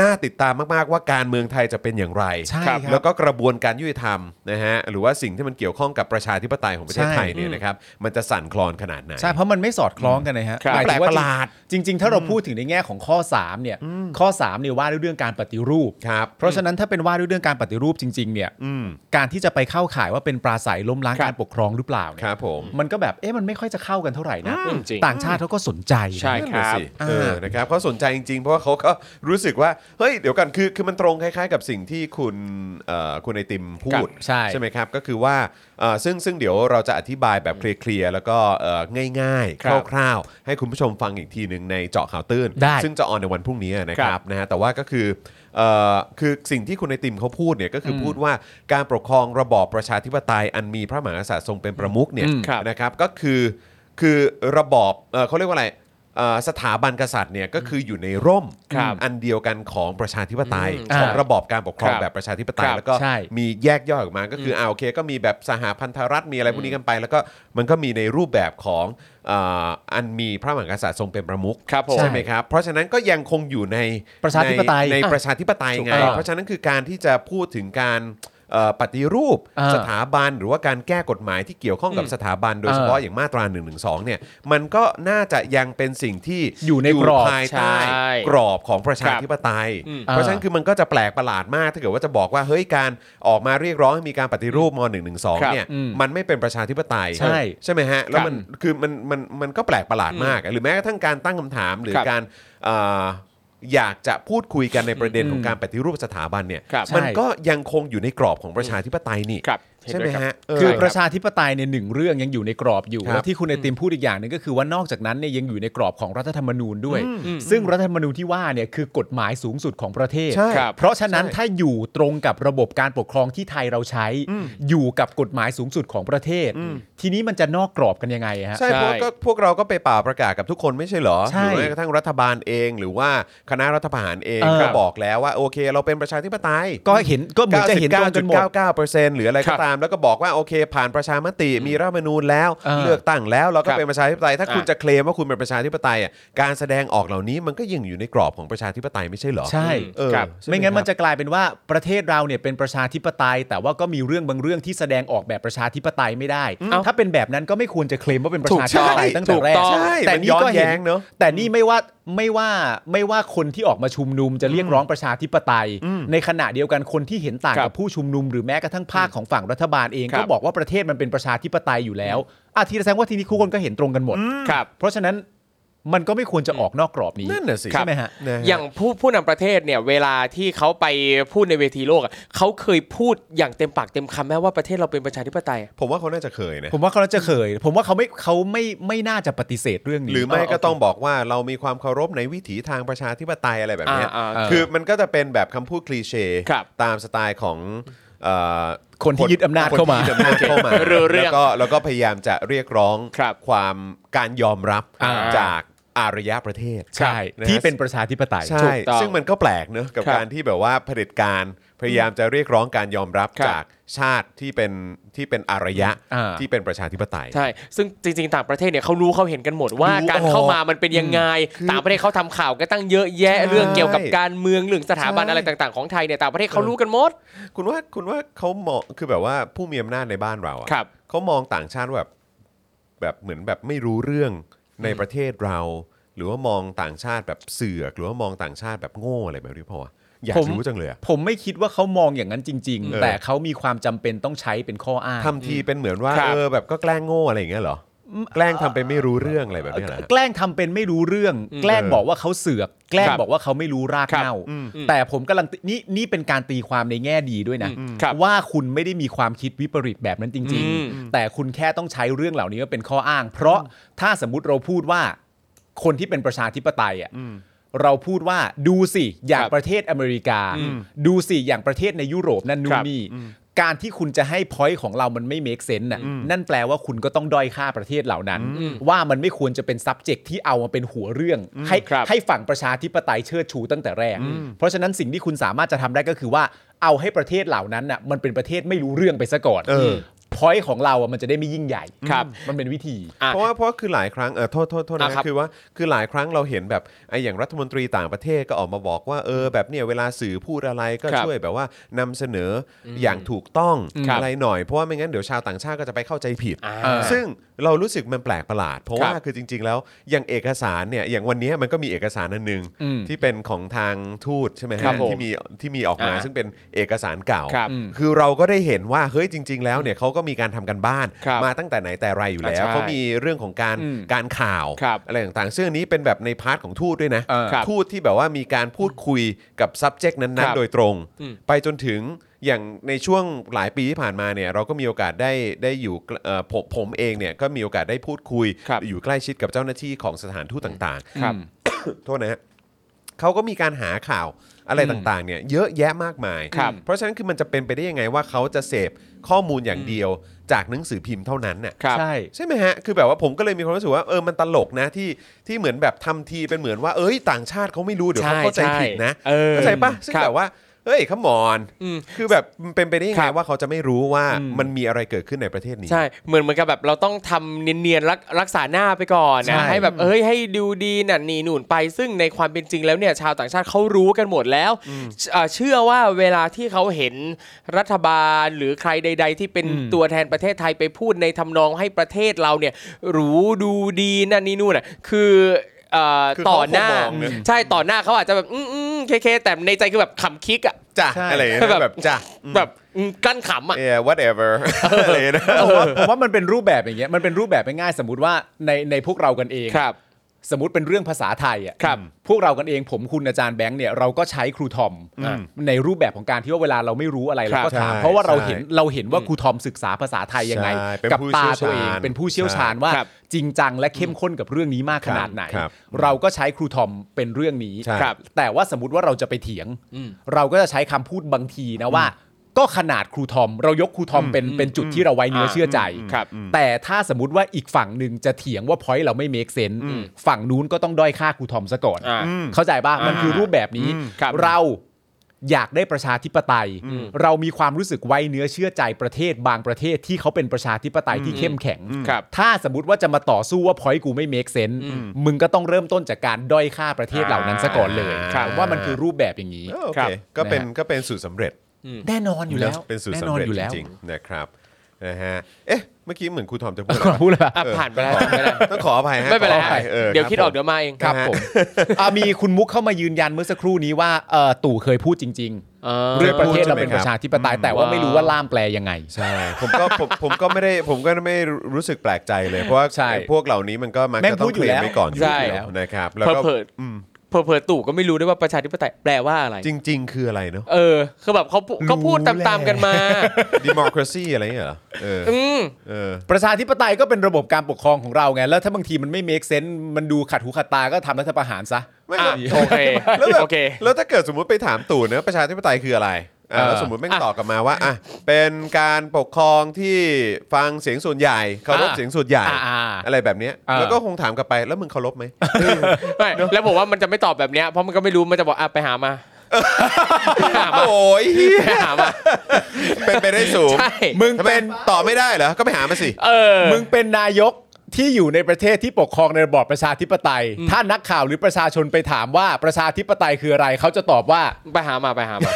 S1: น่าติดตามมากๆว่าการเมืองไทยจะเป็นอย่างไร
S3: ใช่ครับ
S1: แล้วก็กระบวนการยุติธรรมนะฮะหรือว่าสิ่งที่มันเกี่ยวข้องกับประชาธิปไตยของประเทศ
S3: ใช่
S1: ไทยเนี่ยนะครับมันจะสั่นคลอนขนาดไหน
S3: ใช่เพราะมันไม่สอดคล้องกันนะฮะ
S1: ครับ
S3: หมายถึงว่า
S1: แปลกประหลาด
S3: จริงๆ ถ้าเราพูดถึงในแง่ของข้อ 3 เนี่ย ข้อ 3 เนี่ยว่าด้วยเรื่องการปฏิรูป
S1: ครับ
S3: เพราะฉะนั้นถ้าเป็นว่าด้วยเรื่องการปฏิรูปจริง ๆ เนี่ย
S1: อืม
S3: การที่จะไปเข้าข่ายว่าเป็นปราศัยล้มล้างการปกครองหรือเปล่า
S1: ค
S3: เนี่ย
S1: รับผม
S3: มันก็แบบเอ๊ะมันไม่ค่อยจะเข้ากันเท่าไหร่นะ
S2: อืมจริง
S3: ต่างชาติเขาก็สนใจ
S2: ใช่ค
S1: นั่น
S2: รั
S1: น่ะ
S2: บ
S1: สิเออ
S3: อ่า
S1: นะครับเขาสนใจจริงๆ เพราะว่าเขาก็รู้สึกว่า เฮ้ย เดี๋ยวกันคือคือมันตรงคล้ายๆ กับสิ่งที่คุณเอ่อคุณไอติมพูด
S3: ครับใช่
S1: ไหมครับ ก็คือว่าเอ่อซึ่งซึ่งเดี๋ยวเราจะอธิบายแบบเคลียร์ๆ แล้วก็เอ่อง่าย
S2: ครับ
S1: ๆ คร่าวๆ ให้คุณผู้ชมฟังอีกทีหนึ่งในเจาะข่าวตื้น
S3: ได้
S1: ซึ่งจะออนในวันพรุ่งนี้นะครับนะฮะแต่ว่าก็คือเอ่อคือสิ่งที่คุณไอติมเขาพูดเนี่ยก็คืออพูดว่าการปกครองระบอบประชาธิปไตยอันมีพระมหากษัตริย์ทรงเป็นประมุขเนี่ย
S2: อืมครับ
S1: นะครับก็คือคือระบอบเอ่อเขาเรียกว่าอะไรเอ่อสถาบันกษัตริย์เนี่ยก็คืออยู่ในร่ม
S2: ครับ
S1: อันเดียวกันของประชาธิปไตยข
S2: อืม
S1: อง
S3: ใช่
S1: ระบอบการปกครอง
S2: ครับ
S1: แบบประชาธิปไตย
S2: ครับ
S1: แล้วก็
S3: ใช่
S1: มีแยกย่อยออกมาก็คืออ่าโอเคก็มีแบบสหพันธรัฐมีอะไรพวกนี้กันไป แล้วก็มันก็มีในรูปแบบของเอ่ออันมีพระมหากษัตริย์ทรงเป็นประมุข
S2: ครับผม
S1: ใช่ไหมครับ เพราะฉะนั้นก็ยังคงอยู่ใน
S3: ประชาธิปไตย
S1: ในในประชาธิปไตย
S3: ถูก
S1: ไง
S3: ต้อง
S1: เพราะฉะนั้นคือการที่จะพูดถึงการเอ่อปฏิรูป
S3: อ่า
S1: สถาบันหรือว่าการแก้กฎหมายที่เกี่ยวข้องกับ
S2: อืม
S1: สถาบันโดยเฉพาะ
S3: อ่า
S1: อย่างมาตรา1นึเนี่ยมันก็น่าจะยังเป็นสิ่งที่
S3: อยู่ในกรอบ
S1: ภายใต้
S2: ใช่
S1: กรอบของประชาธิปไตย
S2: อืม
S1: เพราะฉะนั้น
S3: อ่า
S1: คือมันก็จะแปลกประหลาดมากถ้าเกิดว่าจะบอกว่าเฮ้ยการออกมาเรียกร้องให้มีการปฏิรูปม .112 เนี่ย
S3: อืม
S1: มันไม่เป็นประชาธิปไตย
S3: ใช่
S1: ใช่ไหมฮะแล้วมัน
S2: ครับ
S1: คือมันมันมันก็แปลกประหลาดมากอะหรือแม้กระทั่งการตั้งคำถามหรือ
S2: ครับ
S1: การเอ่ออยากจะพูดคุยกันในประเด็นของการปฏิรูปสถาบันเนี่ย
S2: ครับ
S1: มันก็ยังคงอยู่ในกรอบของประชาธิปไตยนี่
S2: ครับเน
S1: ใช่ไหม
S2: ด้วยครับ
S1: ฮะเ
S3: คือ
S1: ใช่
S3: ป
S1: ค
S3: ระ
S1: บ
S3: ชาธิปไตยเนี่ยหนึ่งเรื่องยังอยู่ในกรอบอยู่
S1: ครับ
S3: แล้วที่คุณไอติมพูดอีกอย่างหนึงก็คือว่านอกจากนั้นเนี่ยยังอยู่ในกรอบของรัฐธรรมนูญด้วย ซึ่งรัฐธรรมนูญที่ว่าเนี่ยคือกฎหมายสูงสุดของประเทศ
S1: ใช่
S2: ครับ
S3: เพราะฉะนั้น
S1: ใช่
S3: ถ้าอยู่ตรงกับระบบการปกครองที่ไทยเราใช้ อยู่กับกฎหมายสูงสุดของประเทศ ทีนี้มันจะนอกกรอบกันยังไงฮะ
S1: ใช่
S2: ใช่
S1: เพราะก็พวกเราก็ไปเป่าประกาศกับทุกคนไม่ใช่เหรอ
S3: ใช่
S1: หรือแม้กระทั่งรัฐบาลเอง หรือว่าคณะรัฐประหารเอง
S3: เออ
S1: ก็บอกแล้วว่าโอเค เราเป็นประชาธิปไตย
S3: ก็เห็นก็เหมือนจะเห็นตรงกันหมด
S1: 99.99%หรืออะไร
S2: ครั
S1: ก็
S2: บ
S1: ตามแล้วก็บอกว่าโอเค ผ่านประชามติมีรัฐธรรมนูญแล้ว
S3: เออ
S1: เลือกตั้งแล้วเราก็เป็นประชาธิปไตย ถ้า
S2: อ่า
S1: คุณจะเคลมว่าคุณเป็นประชาธิปไตยอ่ะการแสดงออกเหล่านี้มันก็ยังอยู่ในกรอบของประชาธิปไตยไม่ใช่เหรอ
S3: ใช่
S1: เออ
S2: ครับ
S1: ใช่ห
S3: ไม่งั้นมัน
S1: ครับ
S3: จะกลายเป็นว่าประเทศเราเนี่ยเป็นประชาธิปไตย แต่ว่าก็มีเรื่องบางเรื่องที่แสดงออกแบบประชาธิปไตยไม่ได้ ถ้าเป็นแบบนั้นก็ไม่ควรจะเคลมว่าเป็นประชาธิปไตย
S1: ถูก
S3: ตั้งแต่แรก
S2: ถูกต้อง
S3: แต่
S1: มันย้อนแย้งเนอะ
S3: แต่นี่ไม่ว่าไม่ว่าไม่ว่าคนที่ออกมาชุมนุมจะเรียกร้องประชาธิปไตย ในขณะเดียวกันคนที่เห็นต่าง
S2: ครับ
S3: กับผู้ชุมนุม หรือแม้กระทั่งภาคของฝั่งรัฐบาลเอง
S2: ครั
S3: ก็
S2: บ
S3: บอกว่าประเทศมันเป็นประชาธิปไตยอยู่แล้วอาทีแสดงว่าทีนี้ทุกคนก็เห็นตรงกันหมด
S2: ครับ
S3: เพราะฉะนั้นมันก็ไม่ควรจะออกนอกกรอบนี้
S1: นั่นน่ะสิ
S3: ใช่ไหมฮะ
S1: นะฮะ
S2: อย่างผู้ผู้นำประเทศเนี่ยเวลาที่เขาไปพูดในเวทีโลกอะเขาเคยพูดอย่างเต็มปากเต็มคำแม้ว่าประเทศเราเป็นประชาธิปไตย
S1: ผมว่าเขาน่าจะเคยนะ
S3: ผมว่าเขาน่าจะเคย ผมว่าเขาไม่เขาไม่ไม่น่าจะปฏิเสธเรื่องนี้
S1: หรือไม่
S3: เโเค
S1: ก็ต้องบอกว่าเรามีความเคารพในวิถีทางประชาธิปไตยอะไรแบบเนี้ย
S2: อ่าอ่า
S1: คือมันก็จะเป็นแบบคำพูดคลีเช่
S2: ครับ
S1: ตามสไตล์ของเอ่อ
S3: คนที่ยึดอำนาจเข้ามา
S1: คนที่ยึดอำนาจเข้ามา
S2: เรื่องเรื่อง
S1: แล้วก็แล้วก็พยายามจะเรียกร้อง
S2: ครับ
S1: ความการยอมรับ
S2: อ่า
S1: จากอารยะประเทศ
S3: ใช่
S1: ะฮะ
S3: ที่เป็นประชาธิปไตย
S1: ใช่
S2: ถูกต้อง
S1: ซึ่งมันก็แปลกเนอะกับ
S2: ครับ
S1: การที่แบบว่าเผด็จการพยายามจะเรียกร้องการยอมรับ
S2: ครับ
S1: จากชาติที่เป็นที่เป็นอารยะ
S3: อ่า
S1: ที่เป็นประชาธิปไตย
S2: ใช่ ซึ่งจริง ๆ ต่างประเทศเนี่ยเขารู้เขาเห็นกันหมดว่า
S1: รู้
S2: การเข้ามามันเป็นยังไง ต่างประเทศเขาทำข่าวก็ตั้งเยอะแยะ
S1: ใช่
S2: เรื่องเกี่ยวกับการเมืองเรื่องสถาบัน
S1: ใช่
S2: อะไรต่าง ๆ ของไทยเนี่ยต่างประเทศเขารู้กันหมด
S1: คุณว่าคุณว่าเขาเหมาะคือแบบว่าผู้มีอำนาจในบ้านเราอะ
S2: ครับ
S1: เขามองต่างชาติว่าแบบแบบเหมือนแบบไม่รู้เรื่องในประเทศเรา หรือว่ามองต่างชาติแบบเสือกหรือว่ามองต่างชาติแบบโง่อะไรแบบนี้พอวะอยาก
S3: ผม
S1: รู้จังเลยอะ
S3: ผมไม่คิดว่าเขามองอย่างนั้นจริง
S1: เออ
S3: ๆ แต่เขามีความจำเป็นต้องใช้เป็นข้ออ้าง
S1: ทำทีเป็นเหมือนว่า
S2: ครับ
S1: เออแบบก็แกล้งโง่อะไรอย่างเงี้ยเหรอแกล้งทำเป็นไม่รู้เรื่องอะไรแบบเนี้ยเหรอฮะ
S3: แกล้งทำเป็นไม่รู้เรื่อง แกล้งบอกว่าเขาเสือก แกล้ง
S2: ครับ
S3: บอกว่าเขาไม่รู้ราก
S2: ครับ
S3: เน่าแต่ผมกำลังนี่นี่เป็นการตีความในแง่ดีด้วยนะ
S2: อืมครับ
S3: ว่าคุณไม่ได้มีความคิดวิปริตแบบนั้นจริง
S2: อืม
S3: ๆ แต่คุณแค่ต้องใช้เรื่องเหล่านี้ว่าเป็นข้ออ้าง เพราะถ้าสมมติเราพูดว่าคนที่เป็นประชาธิปไตยอ่ะ เราพูดว่าดูสิอย่าง
S2: ครับ
S3: ประเทศอเมริกา ดูสิอย่างประเทศในยุโรปนั่นนู่
S2: ครั
S3: น
S2: บ
S3: นี่ การที่คุณจะให้พอยต์ของเรามันไม่เมคเซนต์น่ะนั่นแปลว่าคุณก็ต้องด้อยค่าประเทศเหล่านั้น ว่ามันไม่ควรจะเป็น subject ที่เอามาเป็นหัวเรื่อง ให้
S2: ครับ
S3: ให้ฝั่งประชาธิปไตยเชิดชูตั้งแต่แรก เพราะฉะนั้นสิ่งที่คุณสามารถจะทำได้ก็คือว่าเอาให้ประเทศเหล่านั้นน่ะมันเป็นประเทศไม่รู้เรื่องไปซะก่อน
S1: เออ
S3: ผ พอยต์ของเราอะมันจะได้ไม่ยิ่งใหญ่
S2: ครับ
S3: มันเป็นวิธี
S2: อ่ะ
S1: เพราะว่าเพราะว่าคือหลายครั้งเออโทษโทษโทษ
S2: อ่ะครั
S1: นะ
S2: บ
S1: คือว่าคือหลายครั้งเราเห็นแบบไอ้อย่างรัฐมนตรีต่างประเทศก็ออกมาบอกว่าเออแบบเนี่ยเวลาสื่อพูดอะไรก็
S2: ครับ
S1: ช่วยแบบว่านำเสนอออย่างถูกต้อง
S2: ครับ
S1: อะไรหน่อยเพราะว่าไม่งั้นเดี๋ยวชาวต่างชาติก็จะไปเข้าใจผิด
S2: อ่า
S1: ซึ่งเรารู้สึกมันแปลกประหลาด เพราะ
S2: ครับ
S1: ว่าคือจริง ๆ แล้วอย่างเอกสารเนี่ยอย่างวันนี้มันก็มีเอกสารอันหนึ่ง
S3: อืม
S1: ที่เป็นของทางทูตใช่ไหม
S2: ค
S1: ฮะ
S2: รับผม
S1: ที่มีที่มีออกมา
S2: อ่า
S1: ซึ่งเป็นเอกสารเก่า
S2: ครับ
S1: อเราก็ได้เห็นว่าเฮ้ยจริง ๆ แล้วเนี่ยเขาก็มีการทำกันบ้าน
S2: ครับ
S1: มาตั้งแต่ไหนแต่ไรอยู่แล้ว
S2: อ่าใช่
S1: เขามี มีเรื่องของการ
S3: อืม
S1: การข่าว
S2: ครับ
S1: อะไรต่างๆ ซึ่งอันนี้เป็นแบบในพาร์ทของทูตด้วยนะ
S3: เออครับ
S1: ทูตที่แบบว่ามีการพูดคุยกับ subject
S2: ครั
S1: นั้น
S2: บ
S1: ๆ โดยตรง
S2: อืม
S1: ไปจนถึงอย่างในช่วงหลายปีที่ผ่านมาเนี่ยเราก็มีโอกาสได้ได้อยู่เอ่อผมผมเองเนี่ยก็มีโอกาสได้พูดคุย
S2: ครับ
S1: อยู่ใกล้ชิดกับเจ้าหน้าที่ของสถานทูตต่าง
S2: ครับ
S1: ๆ โทษนะฮะเขาก็มีการหาข่าวอะไรต่างๆเนี่ยเยอะแยะมากมาย
S2: ครับ
S1: เพราะฉะนั้นคือมันจะเป็นไปได้ยังไงว่าเขาจะเสพข้อมูลอย่างเดียวจากหนังสือพิมพ์เท่านั้นน่ะ
S2: ครับ
S3: ใช่
S1: ใช่ไหมฮะ คือแบบว่าผมก็เลยมีความรู้สึกว่าเออ มันตลกนะที่ที่เหมือนแบบทำทีเป็นเหมือนว่าเอ้ยต่างชาติเขาไม่รู้เดี๋ยวเขา
S2: ใช่
S1: เข้าใจผิดนะ
S2: ใช่เออ
S1: เข้าใจปะซึ่ง
S2: ครับ
S1: แบบว่าเฮ้ยขมอน
S2: อืม
S1: คือแบบมันเป็นไปได้ยัง
S2: ครั
S1: ไง
S2: บ
S1: ว่าเขาจะไม่รู้ว่ามันมีอะไรเกิดขึ้นในประเทศนี้
S2: ใช่ เหมือนเหมือนกับแบบเราต้องทำเนียนๆรักรักษาหน้าไปก่อนนะ
S1: ใช่
S2: ให้แบบเอ้ยให้ดูดีน่ะหนีหนุนไป ซึ่งในความเป็นจริงแล้วเนี่ยชาวต่างชาติเขารู้กันหมดแล้วเอ่อเชื่อว่าเวลาที่เขาเห็นรัฐบาลหรือใครใด ๆ ที่เป็นตัวแทนประเทศไทยไปพูดในทำนองให้ประเทศเราเนี่ยหรูดูดีนั่นนี่นู่นน่ะคือเอ่อ
S1: คือ
S2: ต่อ
S1: เขาก็
S2: หน้า
S1: มองนะ
S2: ใช่ต่อหน้าเขาอาจจะแบบอืมๆเคๆแต่ในใจคือแบบขำคิกอ่ะ
S1: จ้ะ
S3: ใช่
S1: อะไรอย่างเงี้ยนะ
S2: แบ
S1: แบบ บจ้ะ
S2: แบบอืมกลั้นขำอ่ะ
S1: เออ whatever อะไรอย่างเงี้ยนะ
S3: ผมว่าผมว่ามันเป็นรูปแบบอย่างเงี้ยมันเป็นรูปแบบง่ายๆสมมติว่าในในพวกเรากันเอง
S2: ครับ
S3: สมมติเป็นเรื่องภาษาไทยอ่ะ
S2: ครับ
S3: พวกเรากันเองผมคุณอาจารย์แบงค์เนี่ยเราก็ใช้ครูทอมอ่ะในรูปแบบของการที่ว่าเวลาเราไม่รู้อะไรเราก็ถาม
S1: ใช่
S3: เพราะว่าเราเห็น
S1: ใช่
S3: เราเห็นว่าครูทอมศึกษาภาษาไทยยังไง
S1: ใช่เป็น
S3: กับ
S1: ผู้
S3: ตา
S1: เชี่ยวชาญ
S3: ตัวเองเป็นผู้เชี่ยวชาญว่า
S2: ครับ
S3: จริงจังและเข้มข้นกับเรื่องนี้มากขนาดไหน
S1: ครับ
S3: เราก็ใช้ครูทอมเป็นเรื่องนี้
S1: ใช่
S2: ครับ
S3: แต่ว่าสมมติว่าเราจะไปเถียง เราก็จะใช้คำพูดบางทีนะว่า ก็ขนาดครูทอม เรายกครูทอมเป็นเป็นจุดที่เราไว้เนื้อเชื่อใจ
S2: อืมครับ
S3: แต่ถ้าสมมติว่าอีกฝั่งหนึ่งจะเถียงว่าพอยต์เราไม่เมคเซนต์ฝั่งนู้นก็ต้องด้อยค่าครูทอมซะก่อน
S2: อ่า
S3: เข้าใจป่ะ มันคือรูปแบบนี้
S2: ครับ
S3: เราอยากได้ประชาธิปไตย เรามีความรู้สึกไว้เนื้อเชื่อใจประเทศบางประเทศที่เขาเป็นประชาธิปไตยที่เข้มแข็ง
S2: ครับ
S3: ถ้าสมมติว่าจะมาต่อสู้ว่าพอยต์กูไม่เมคเซนต์มึงก็ต้องเริ่มต้นจากการด้อยค่าประเทศเหล่านั้นซะก่อนเลย
S1: ครับ
S3: ว่ามันคือรูปแบบอย่างนี้
S1: เออโอ
S2: ครั
S1: เค
S2: บ
S1: ก็เป็น
S3: นะฮะ
S1: ก็เป็นสูตรสำเร็จ
S3: แน่นอนอยู่แล้ว
S1: นะเป็นสูตร
S3: แน่
S1: สำ
S3: นอน
S1: เร็จ
S3: อยู่แล้ว
S1: จริงๆนะครับนะฮะเอ๊ะเมื่อกี้เหมือนครูทอมจะพูดอะไร
S3: ขอพูดเลยป่ะ
S2: อ่ะ
S1: เออ
S2: ผ่านไปแล้วผ่านไปแล้ว
S1: ต้องขออภัยฮะ
S2: ไม่เป็นไร
S1: ขออภัยออ
S2: เดี๋ยว
S1: รับ
S2: คิดออก
S1: ผม
S2: เดี๋ยวมาเอง
S3: ครับ
S1: นะฮะ
S3: ผมอ่ะมีคุณมุกเข้ามายืนยันเมื่อสักครู่นี้ว่าเอ่อตู่เคยพูดจริง
S2: อ่า
S3: ๆ เรื่องประเทศเราเป็นประชาธิปไตยแต่ว่าไม่รู้ว่าล่ามแปลยังไง
S1: ใช่ ผมก็ผมผมก็ไม่ได้ผมก็ไม่รู้สึกแปลกใจเลย เพราะว่า
S3: ใช่
S1: ไอ้พวกเหล่านี้มันก็มัก
S3: แม่ง
S1: จะต้อ
S3: พู
S1: ง
S3: ด
S1: เค
S3: อยู่
S1: ลียร์
S3: แล้ว
S1: ไว้ก่อนอยู่
S2: ใช่
S1: แล้วนะครับแล้ว
S2: เผล
S1: ก็
S2: อเผลอเผลอเผลอตู่ก็ไม่รู้ด้วยว่าประชาธิปไตยแปลว่าอะไร
S1: จริง ๆ คืออะไรเนาะ
S2: เออ คือแบบเขาพูก็พูดตามๆกันมา
S1: democracy อะไรอย่างเงี้ยเหรอเออ
S2: อืม
S1: เออ
S3: ประชาธิปไตยก็เป็นระบบการปกครองของเราไง แล้วถ้าบางทีมันไม่ make sense มันดูขัดหูขัดตาก็ทำรัฐประหารซะ
S1: ไม่
S2: อ่ะ
S1: ไม่
S2: โอเค
S1: แล้วแบบ
S2: โอเค
S1: แล้วถ้าเกิดสมมุติไปถามตู่เนะประชาธิปไตยคืออะไรอ่ะ
S3: เออ
S1: แล้วสมมติแม่ง
S2: อ่ะ
S1: ตอบกลับมาว่าอ่ะเป็นการปกครองที่ฟังเสียงส่วนใหญ่เคารพ
S2: อ่ะ
S1: เสียงส่วนใหญ่
S2: อ่ะอ่ะ
S1: อะไรแบบเนี้ย
S3: เออ
S1: แล้วก็คงถามกลับไปแล้วมึงเคารพไหม
S2: ไม่แล้วผมว่ามันจะไม่ตอบแบบเนี้ยเพราะมันก็ไม่รู้มันจะบอกอ่ะไปหามาไปหามา
S1: โอ้ยเหี้ย
S2: ไปหามา
S1: เป็นไปได้สูง
S2: ใช่
S3: มึง
S1: ทำไม
S3: เป็น
S1: ตอบไม่ได้เหรอก็ไปหามาสิ
S2: เออ
S3: มึงเป็นนายกที่อยู่ในประเทศที่ปกครองในระบอบประชาธิปไตย ถ้านักข่าวหรือประชาชนไปถามว่าประชาธิปไตยคืออะไรเขาจะตอบว่า
S2: ไปหามาไปหามา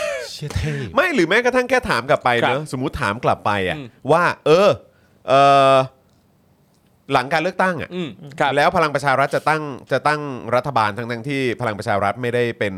S1: ไม่หรือแม้กระทั่งแค่ถามกลับไป
S2: ครับ
S1: เนอะสมมติถามกลับไปอ่ะว่า เออเออหลังการเลือกตั้งอ่ะ
S2: อืมครับ
S1: แล้วพลังประชารัฐจะตั้งจะตั้งรัฐบาลทั้งทั้งที่พลังประชารัฐไม่ได้เป็น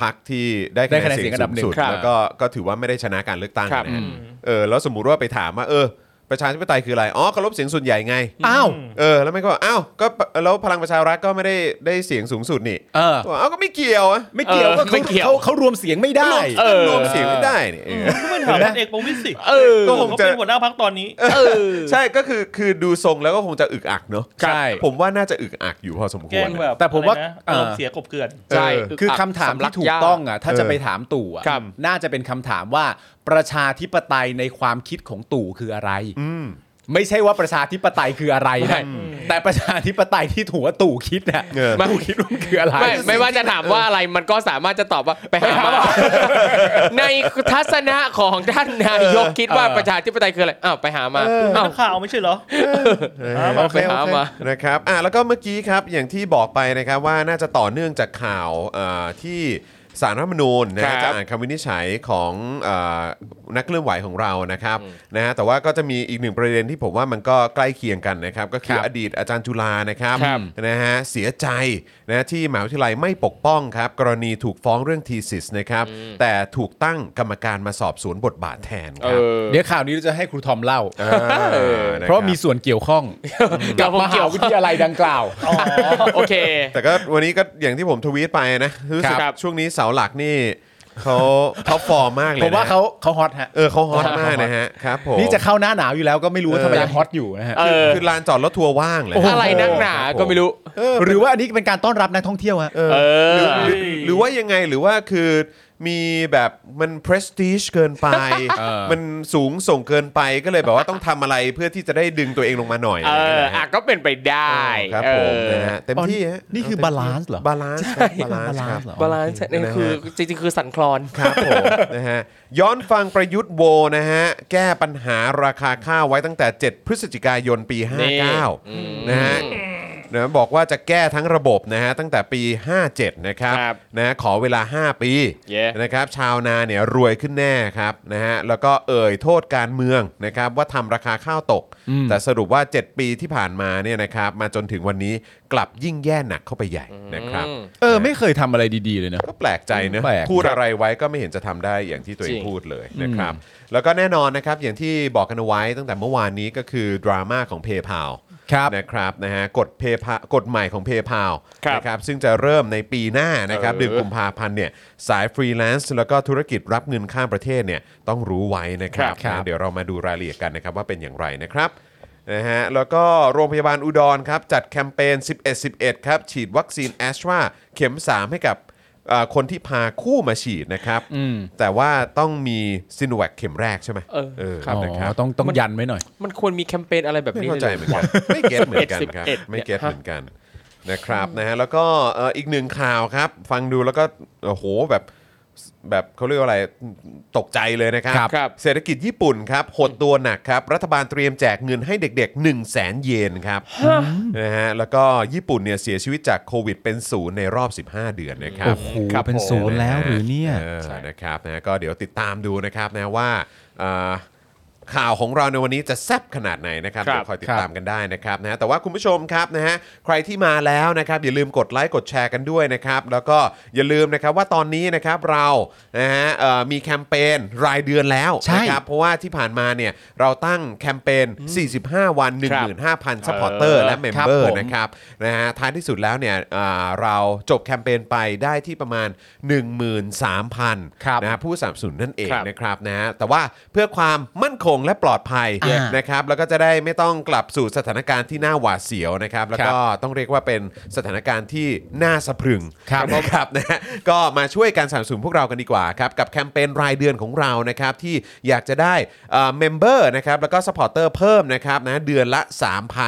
S1: พรรคที่ได้คะ
S3: ได้คะ
S1: แนน
S3: แนน
S1: เสียง
S3: เสียงอันดั
S1: สู
S3: บ
S1: ง
S3: หนึ่ง
S1: สุด
S2: ครับ
S1: แล้วก็ก็ถือว่าไม่ได้ชนะการเลือกตั้ง
S2: ครับ
S1: นะฮะ
S2: อืม
S1: เออแล้วสมมติว่าไปถามว่าเออ ประชาธิปไตยคืออะไรอ๋อเคารพเสียงส่วนใหญ่ไง
S3: อ้าว
S1: เออแล้วไม่งก็บอกอ้าวก็แล้วพลังประชารัฐก็ไม่ได้ได้เสียงสูงสุดนี่
S3: เออ
S1: บอกเอ้าก็ไม่เกี่ยวอะ
S3: ไม่เกี่ยว
S2: เออ
S3: ก็
S2: ไม่
S3: เขา
S2: เกี่ยว
S3: เขาเขารวมเสียงไม่ได้
S2: เออ
S1: รวมเสียงไม่ได้นี่เออ
S5: ก็เป็นถามพลเอกประวิตรสิ
S2: เออ
S5: ก็คงจะเป็นหัวหน้าพักตอนนี้
S2: เออ
S1: ใช่ก็คือคือดูทรงแล้วก็คงจะอึกอักเนอะ
S3: ใช่
S1: ผมว่าน่าจะอึกอักอยู่พอสมค
S5: แกล้ว
S1: ร
S5: งแบบ
S3: แต่ผมว่า
S5: อะ
S3: เอออ
S5: ไรนะอารมณ์เสียกบเกลื่อน
S2: ใช่
S1: เออ
S3: คือคำถามที่ถูกต้องอ่ะถ้า
S1: เออ
S3: จะไปถามตู่อ่ะ
S2: ครับ
S3: น่าจะเป็นคำถามว่าประชาธิปไตยในความคิดของตู่คืออะไร ไม่ใช่ว่าประชาธิปไตยคืออะไร
S2: ใช่
S3: นะแต่ประชาธิปไตยที่ถูกว่าตู่คิดน่ะ
S1: เออ
S3: ตู่คิดว่ามันคืออะไร
S2: ไม่ไม่ว่าจะถามว่าอะไรมันก็สามารถจะตอบว่าไปหามาในทัศนะของท่านนายกคิดว่า
S3: เออ
S2: ประชาธิปไตยคืออะไรอ้าวไปหามาอ้าว
S5: นักข่าวไม่ใช่เหรอ
S1: เออ
S2: โอเค
S1: โอ
S2: หา
S1: เค
S2: มา
S1: นะครับอ่ะแล้วก็เมื่อกี้ครับอย่างที่บอกไปนะครับว่าน่าจะต่อเนื่องจากข่าวเอ่อที่สารรัฐธรรมนูญนะฮะ
S2: ครั
S1: จะ
S2: บ
S1: อ่านคำวินิจฉัยของเอ่อนักเคลื่อนไหวของเรานะครับนะฮะแต่ว่าก็จะมีอีกหนึ่งประเด็นที่ผมว่ามันก็ใกล้เคียงกันนะครับ ก็คือ
S3: ครับ
S1: อดีตอาจารย์จุลานะครับ
S2: ครับ
S1: นะฮะเสียใจนะที่หมหาวิทยาลัยไม่ปกป้องครับ กรณีถูกฟ้องเรื่องทีสิสนะครับ แต่ถูกตั้งกรรมการมาสอบสวนบทบาทแทนค
S2: เอ
S1: รับ
S2: อ
S3: เดี๋ยวข่าวนี้เราจะให้ครูทอมเล่า
S1: เออคบ
S3: เพราะมีส่วนเกี่ยวข้อง
S2: กั
S3: กั
S2: บบ ผม
S3: ม
S2: เกี่ย
S3: หา
S2: วข้อง
S3: วิทยาลัยดังกล่าว
S2: โอเค
S1: แต่ก็วันนี้ก็อย่างที่ผมทวีตไปนะรู้สึก
S2: ครับ
S1: ช่วงนี้เสาหลักนี่เขาท็อปฟอร์มมากเลย
S3: ผ
S1: นะ
S3: มว่าเขาเขาฮอตฮะ
S1: เออเขาฮอตมากนะฮะครับผม
S3: นี่จะเข้าหน้าหนาวอยู่แล้วก็ไม่รู้ว่าทำไม
S2: เออ
S3: ยังฮอตอยู่นะฮะ
S2: เออ
S1: คือลานจอดรถทัวร์ว่างเลยฮ
S2: อะไรนักหนา
S1: ครับ
S2: ก็ไม่รู้
S1: เออ
S3: หรือว่าอันนี้เป็นการต้อนรับนักท่องเที่ยวฮะ
S2: เออ
S1: หรือหรือว่ายังไงหรือว่าคือมีแบบมัน prestige เกินไป
S3: เออ
S1: มันสูงส่งเกินไปก็เลยแบบว่าต้องทำอะไรเพื่อที่จะได้ดึงตัวเองลงมาหน่อย
S2: เอออ่ะก็เป็นไปได้
S1: ครับผมนะฮะเต็มที่ฮะ
S3: นี่คือบาลานซ์เหรอบ
S1: าลานซ์บาลานซ์ครับ
S3: เหรอ
S2: บาลานซ์นี่คือจริงๆ คือสันคลอน
S1: ครับผม นะฮะย้อนฟังประยุทธ์โวนะฮะแก้ปัญหาราคาข้าวไว้ตั้งแต่ 7 พฤศจิกายนปี
S2: นี่อืม
S1: 59 นะฮะนะบอกว่าจะแก้ทั้งระบบนะฮะตั้งแต่ปี 57 นะครับ
S2: ครับ
S1: นะฮะขอเวลา 5 ปี
S2: เย้
S1: นะครับชาวนาเนี่ยรวยขึ้นแน่ครับนะฮะแล้วก็เอ่ยโทษการเมืองนะครับว่าทำราคาข้าวตก แต่สรุปว่า 7 ปีที่ผ่านมาเนี่ยนะครับมาจนถึงวันนี้กลับยิ่งแย่หนักเข้าไปใหญ่นะครับ
S3: เออไม่เคยทำอะไรดี ๆ เลยนะ
S1: ก็แปลกใจเนอะ
S3: แปลก
S1: พูดอะไรไว้ก็ไม่เห็นจะทำได้อย่างที่ตัวเอง
S2: จริง
S1: พูดเลยนะครับ แล้วก็แน่นอนนะครับอย่างที่บอกกันเอาไว้ตั้งแต่เมื่อวานนี้ก็คือดราม่าของเพย์พา
S3: ครับ
S1: นะครับนะฮะกฎเพย์พากฎใหม่ของเพย์พา
S2: ครับ
S1: นะครับซึ่งจะเริ่มในปีหน้านะครับ
S2: เออ
S1: เดือนกุมภาพันธ์เนี่ยสายฟรีแลนซ์แล้วก็ธุรกิจรับเงินข้ามประเทศเนี่ยต้องรู้ไว้นะครับ
S3: ครับ
S1: นะเดี๋ยวเรามาดูรายละเอียดกันนะครับว่าเป็นอย่างไรนะครับนะฮะแล้วก็โรงพยาบาลอุดรครับจัดแคมเปญ 11 11 ครับ ฉีดวัคซีนแอสตราเข็ม 3 ให้กับเอ่อคนที่พาคู่มาฉีดนะครับแต่ว่าต้องมีซิโนแวคเข็มแรกใช่ไหม
S2: เออ
S1: ครับนะครับ
S3: ต้องต้องยันไว้หน่อย
S2: มันควรมีแคมเปญอะไรแบบ
S1: ไม่
S2: นี้
S1: เข้าใจเหมือนกัน นไม่เก็ตเหมือนกันครับ
S2: 11 11
S1: ไม่เก็ตเหมือนกันนะครับนะฮะแล้วก็เอ่ออีกหนึ่งข่าวครับ ฟังดูแล้วก็โอ้โหแบบแบบเขาเรียกว่าอะไรตกใจเลยนะครับ
S2: ครับครับ
S1: เศรษฐกิจญี่ปุ่นครับหดตัวหนักครับ รัฐบาลเตรียมแจกเงินให้เด็ก ๆ 1 0 0 0 0แสนเยนครับนะฮะแล้วก็ญี่ปุ่นเนี่ยเสียชีวิตจากโควิดเป็นศูนย์ในรอบ 15 เดือนนะครับ
S3: โอ้โห เป็นศูนย์แล้วหรือเนี่ย
S1: ออนะครับนะก็เดี๋ยวติดตามดูนะครับนะว่าเอ่อข่าวของเราในวันนี้จะแซ่บขนาดไหนนะครับ
S2: ครับ
S1: เดี๋ยวคอยติดตามกันได้นะครับนะแต่ว่าคุณผู้ชมครับนะฮะใครที่มาแล้วนะครับอย่าลืมกดไลค์กดแชร์กันด้วยนะครับแล้วก็อย่าลืมนะครับว่าตอนนี้นะครับเรานะฮะเอ่อมีแคมเปญรายเดือนแล้ว
S3: ใช่
S1: นะครับเพราะว่าที่ผ่านมาเนี่ยเราตั้งแคมเปญ 45 วัน 15,000ซัพพอร์เตอร์และเมมเบอร์นะครับ ครับนะฮะท้ายที่สุดแล้วเนี่ยอ่าเราจบแคมเปญไปได้ที่ประมาณ 13,000
S3: ครับ
S1: นะฮะผู้สนับสนุนนั่นเอง
S2: ครับ
S1: นะครับนะฮะแต่ว่าเพื่อความมั่นคงและปลอดภัย
S3: อ่าน
S1: นะครับแล้วก็จะได้ไม่ต้องกลับสู่สถานการณ์ที่น่าหวาดเสียวนะครับแล้วก็ต้องเรียกว่าเป็นสถานการณ์ที่น่าสะพรึง
S3: ครับ
S1: นะครับ นะฮะก็มาช่วยการสนับสนุนพวกเรากันดีกว่าครับกับแคมเปญรายเดือนของเรานะครับที่อยากจะได้เมมเบอร์นะครับแล้วก็สปอร์เตอร์เพิ่มนะครับนะเดือนละ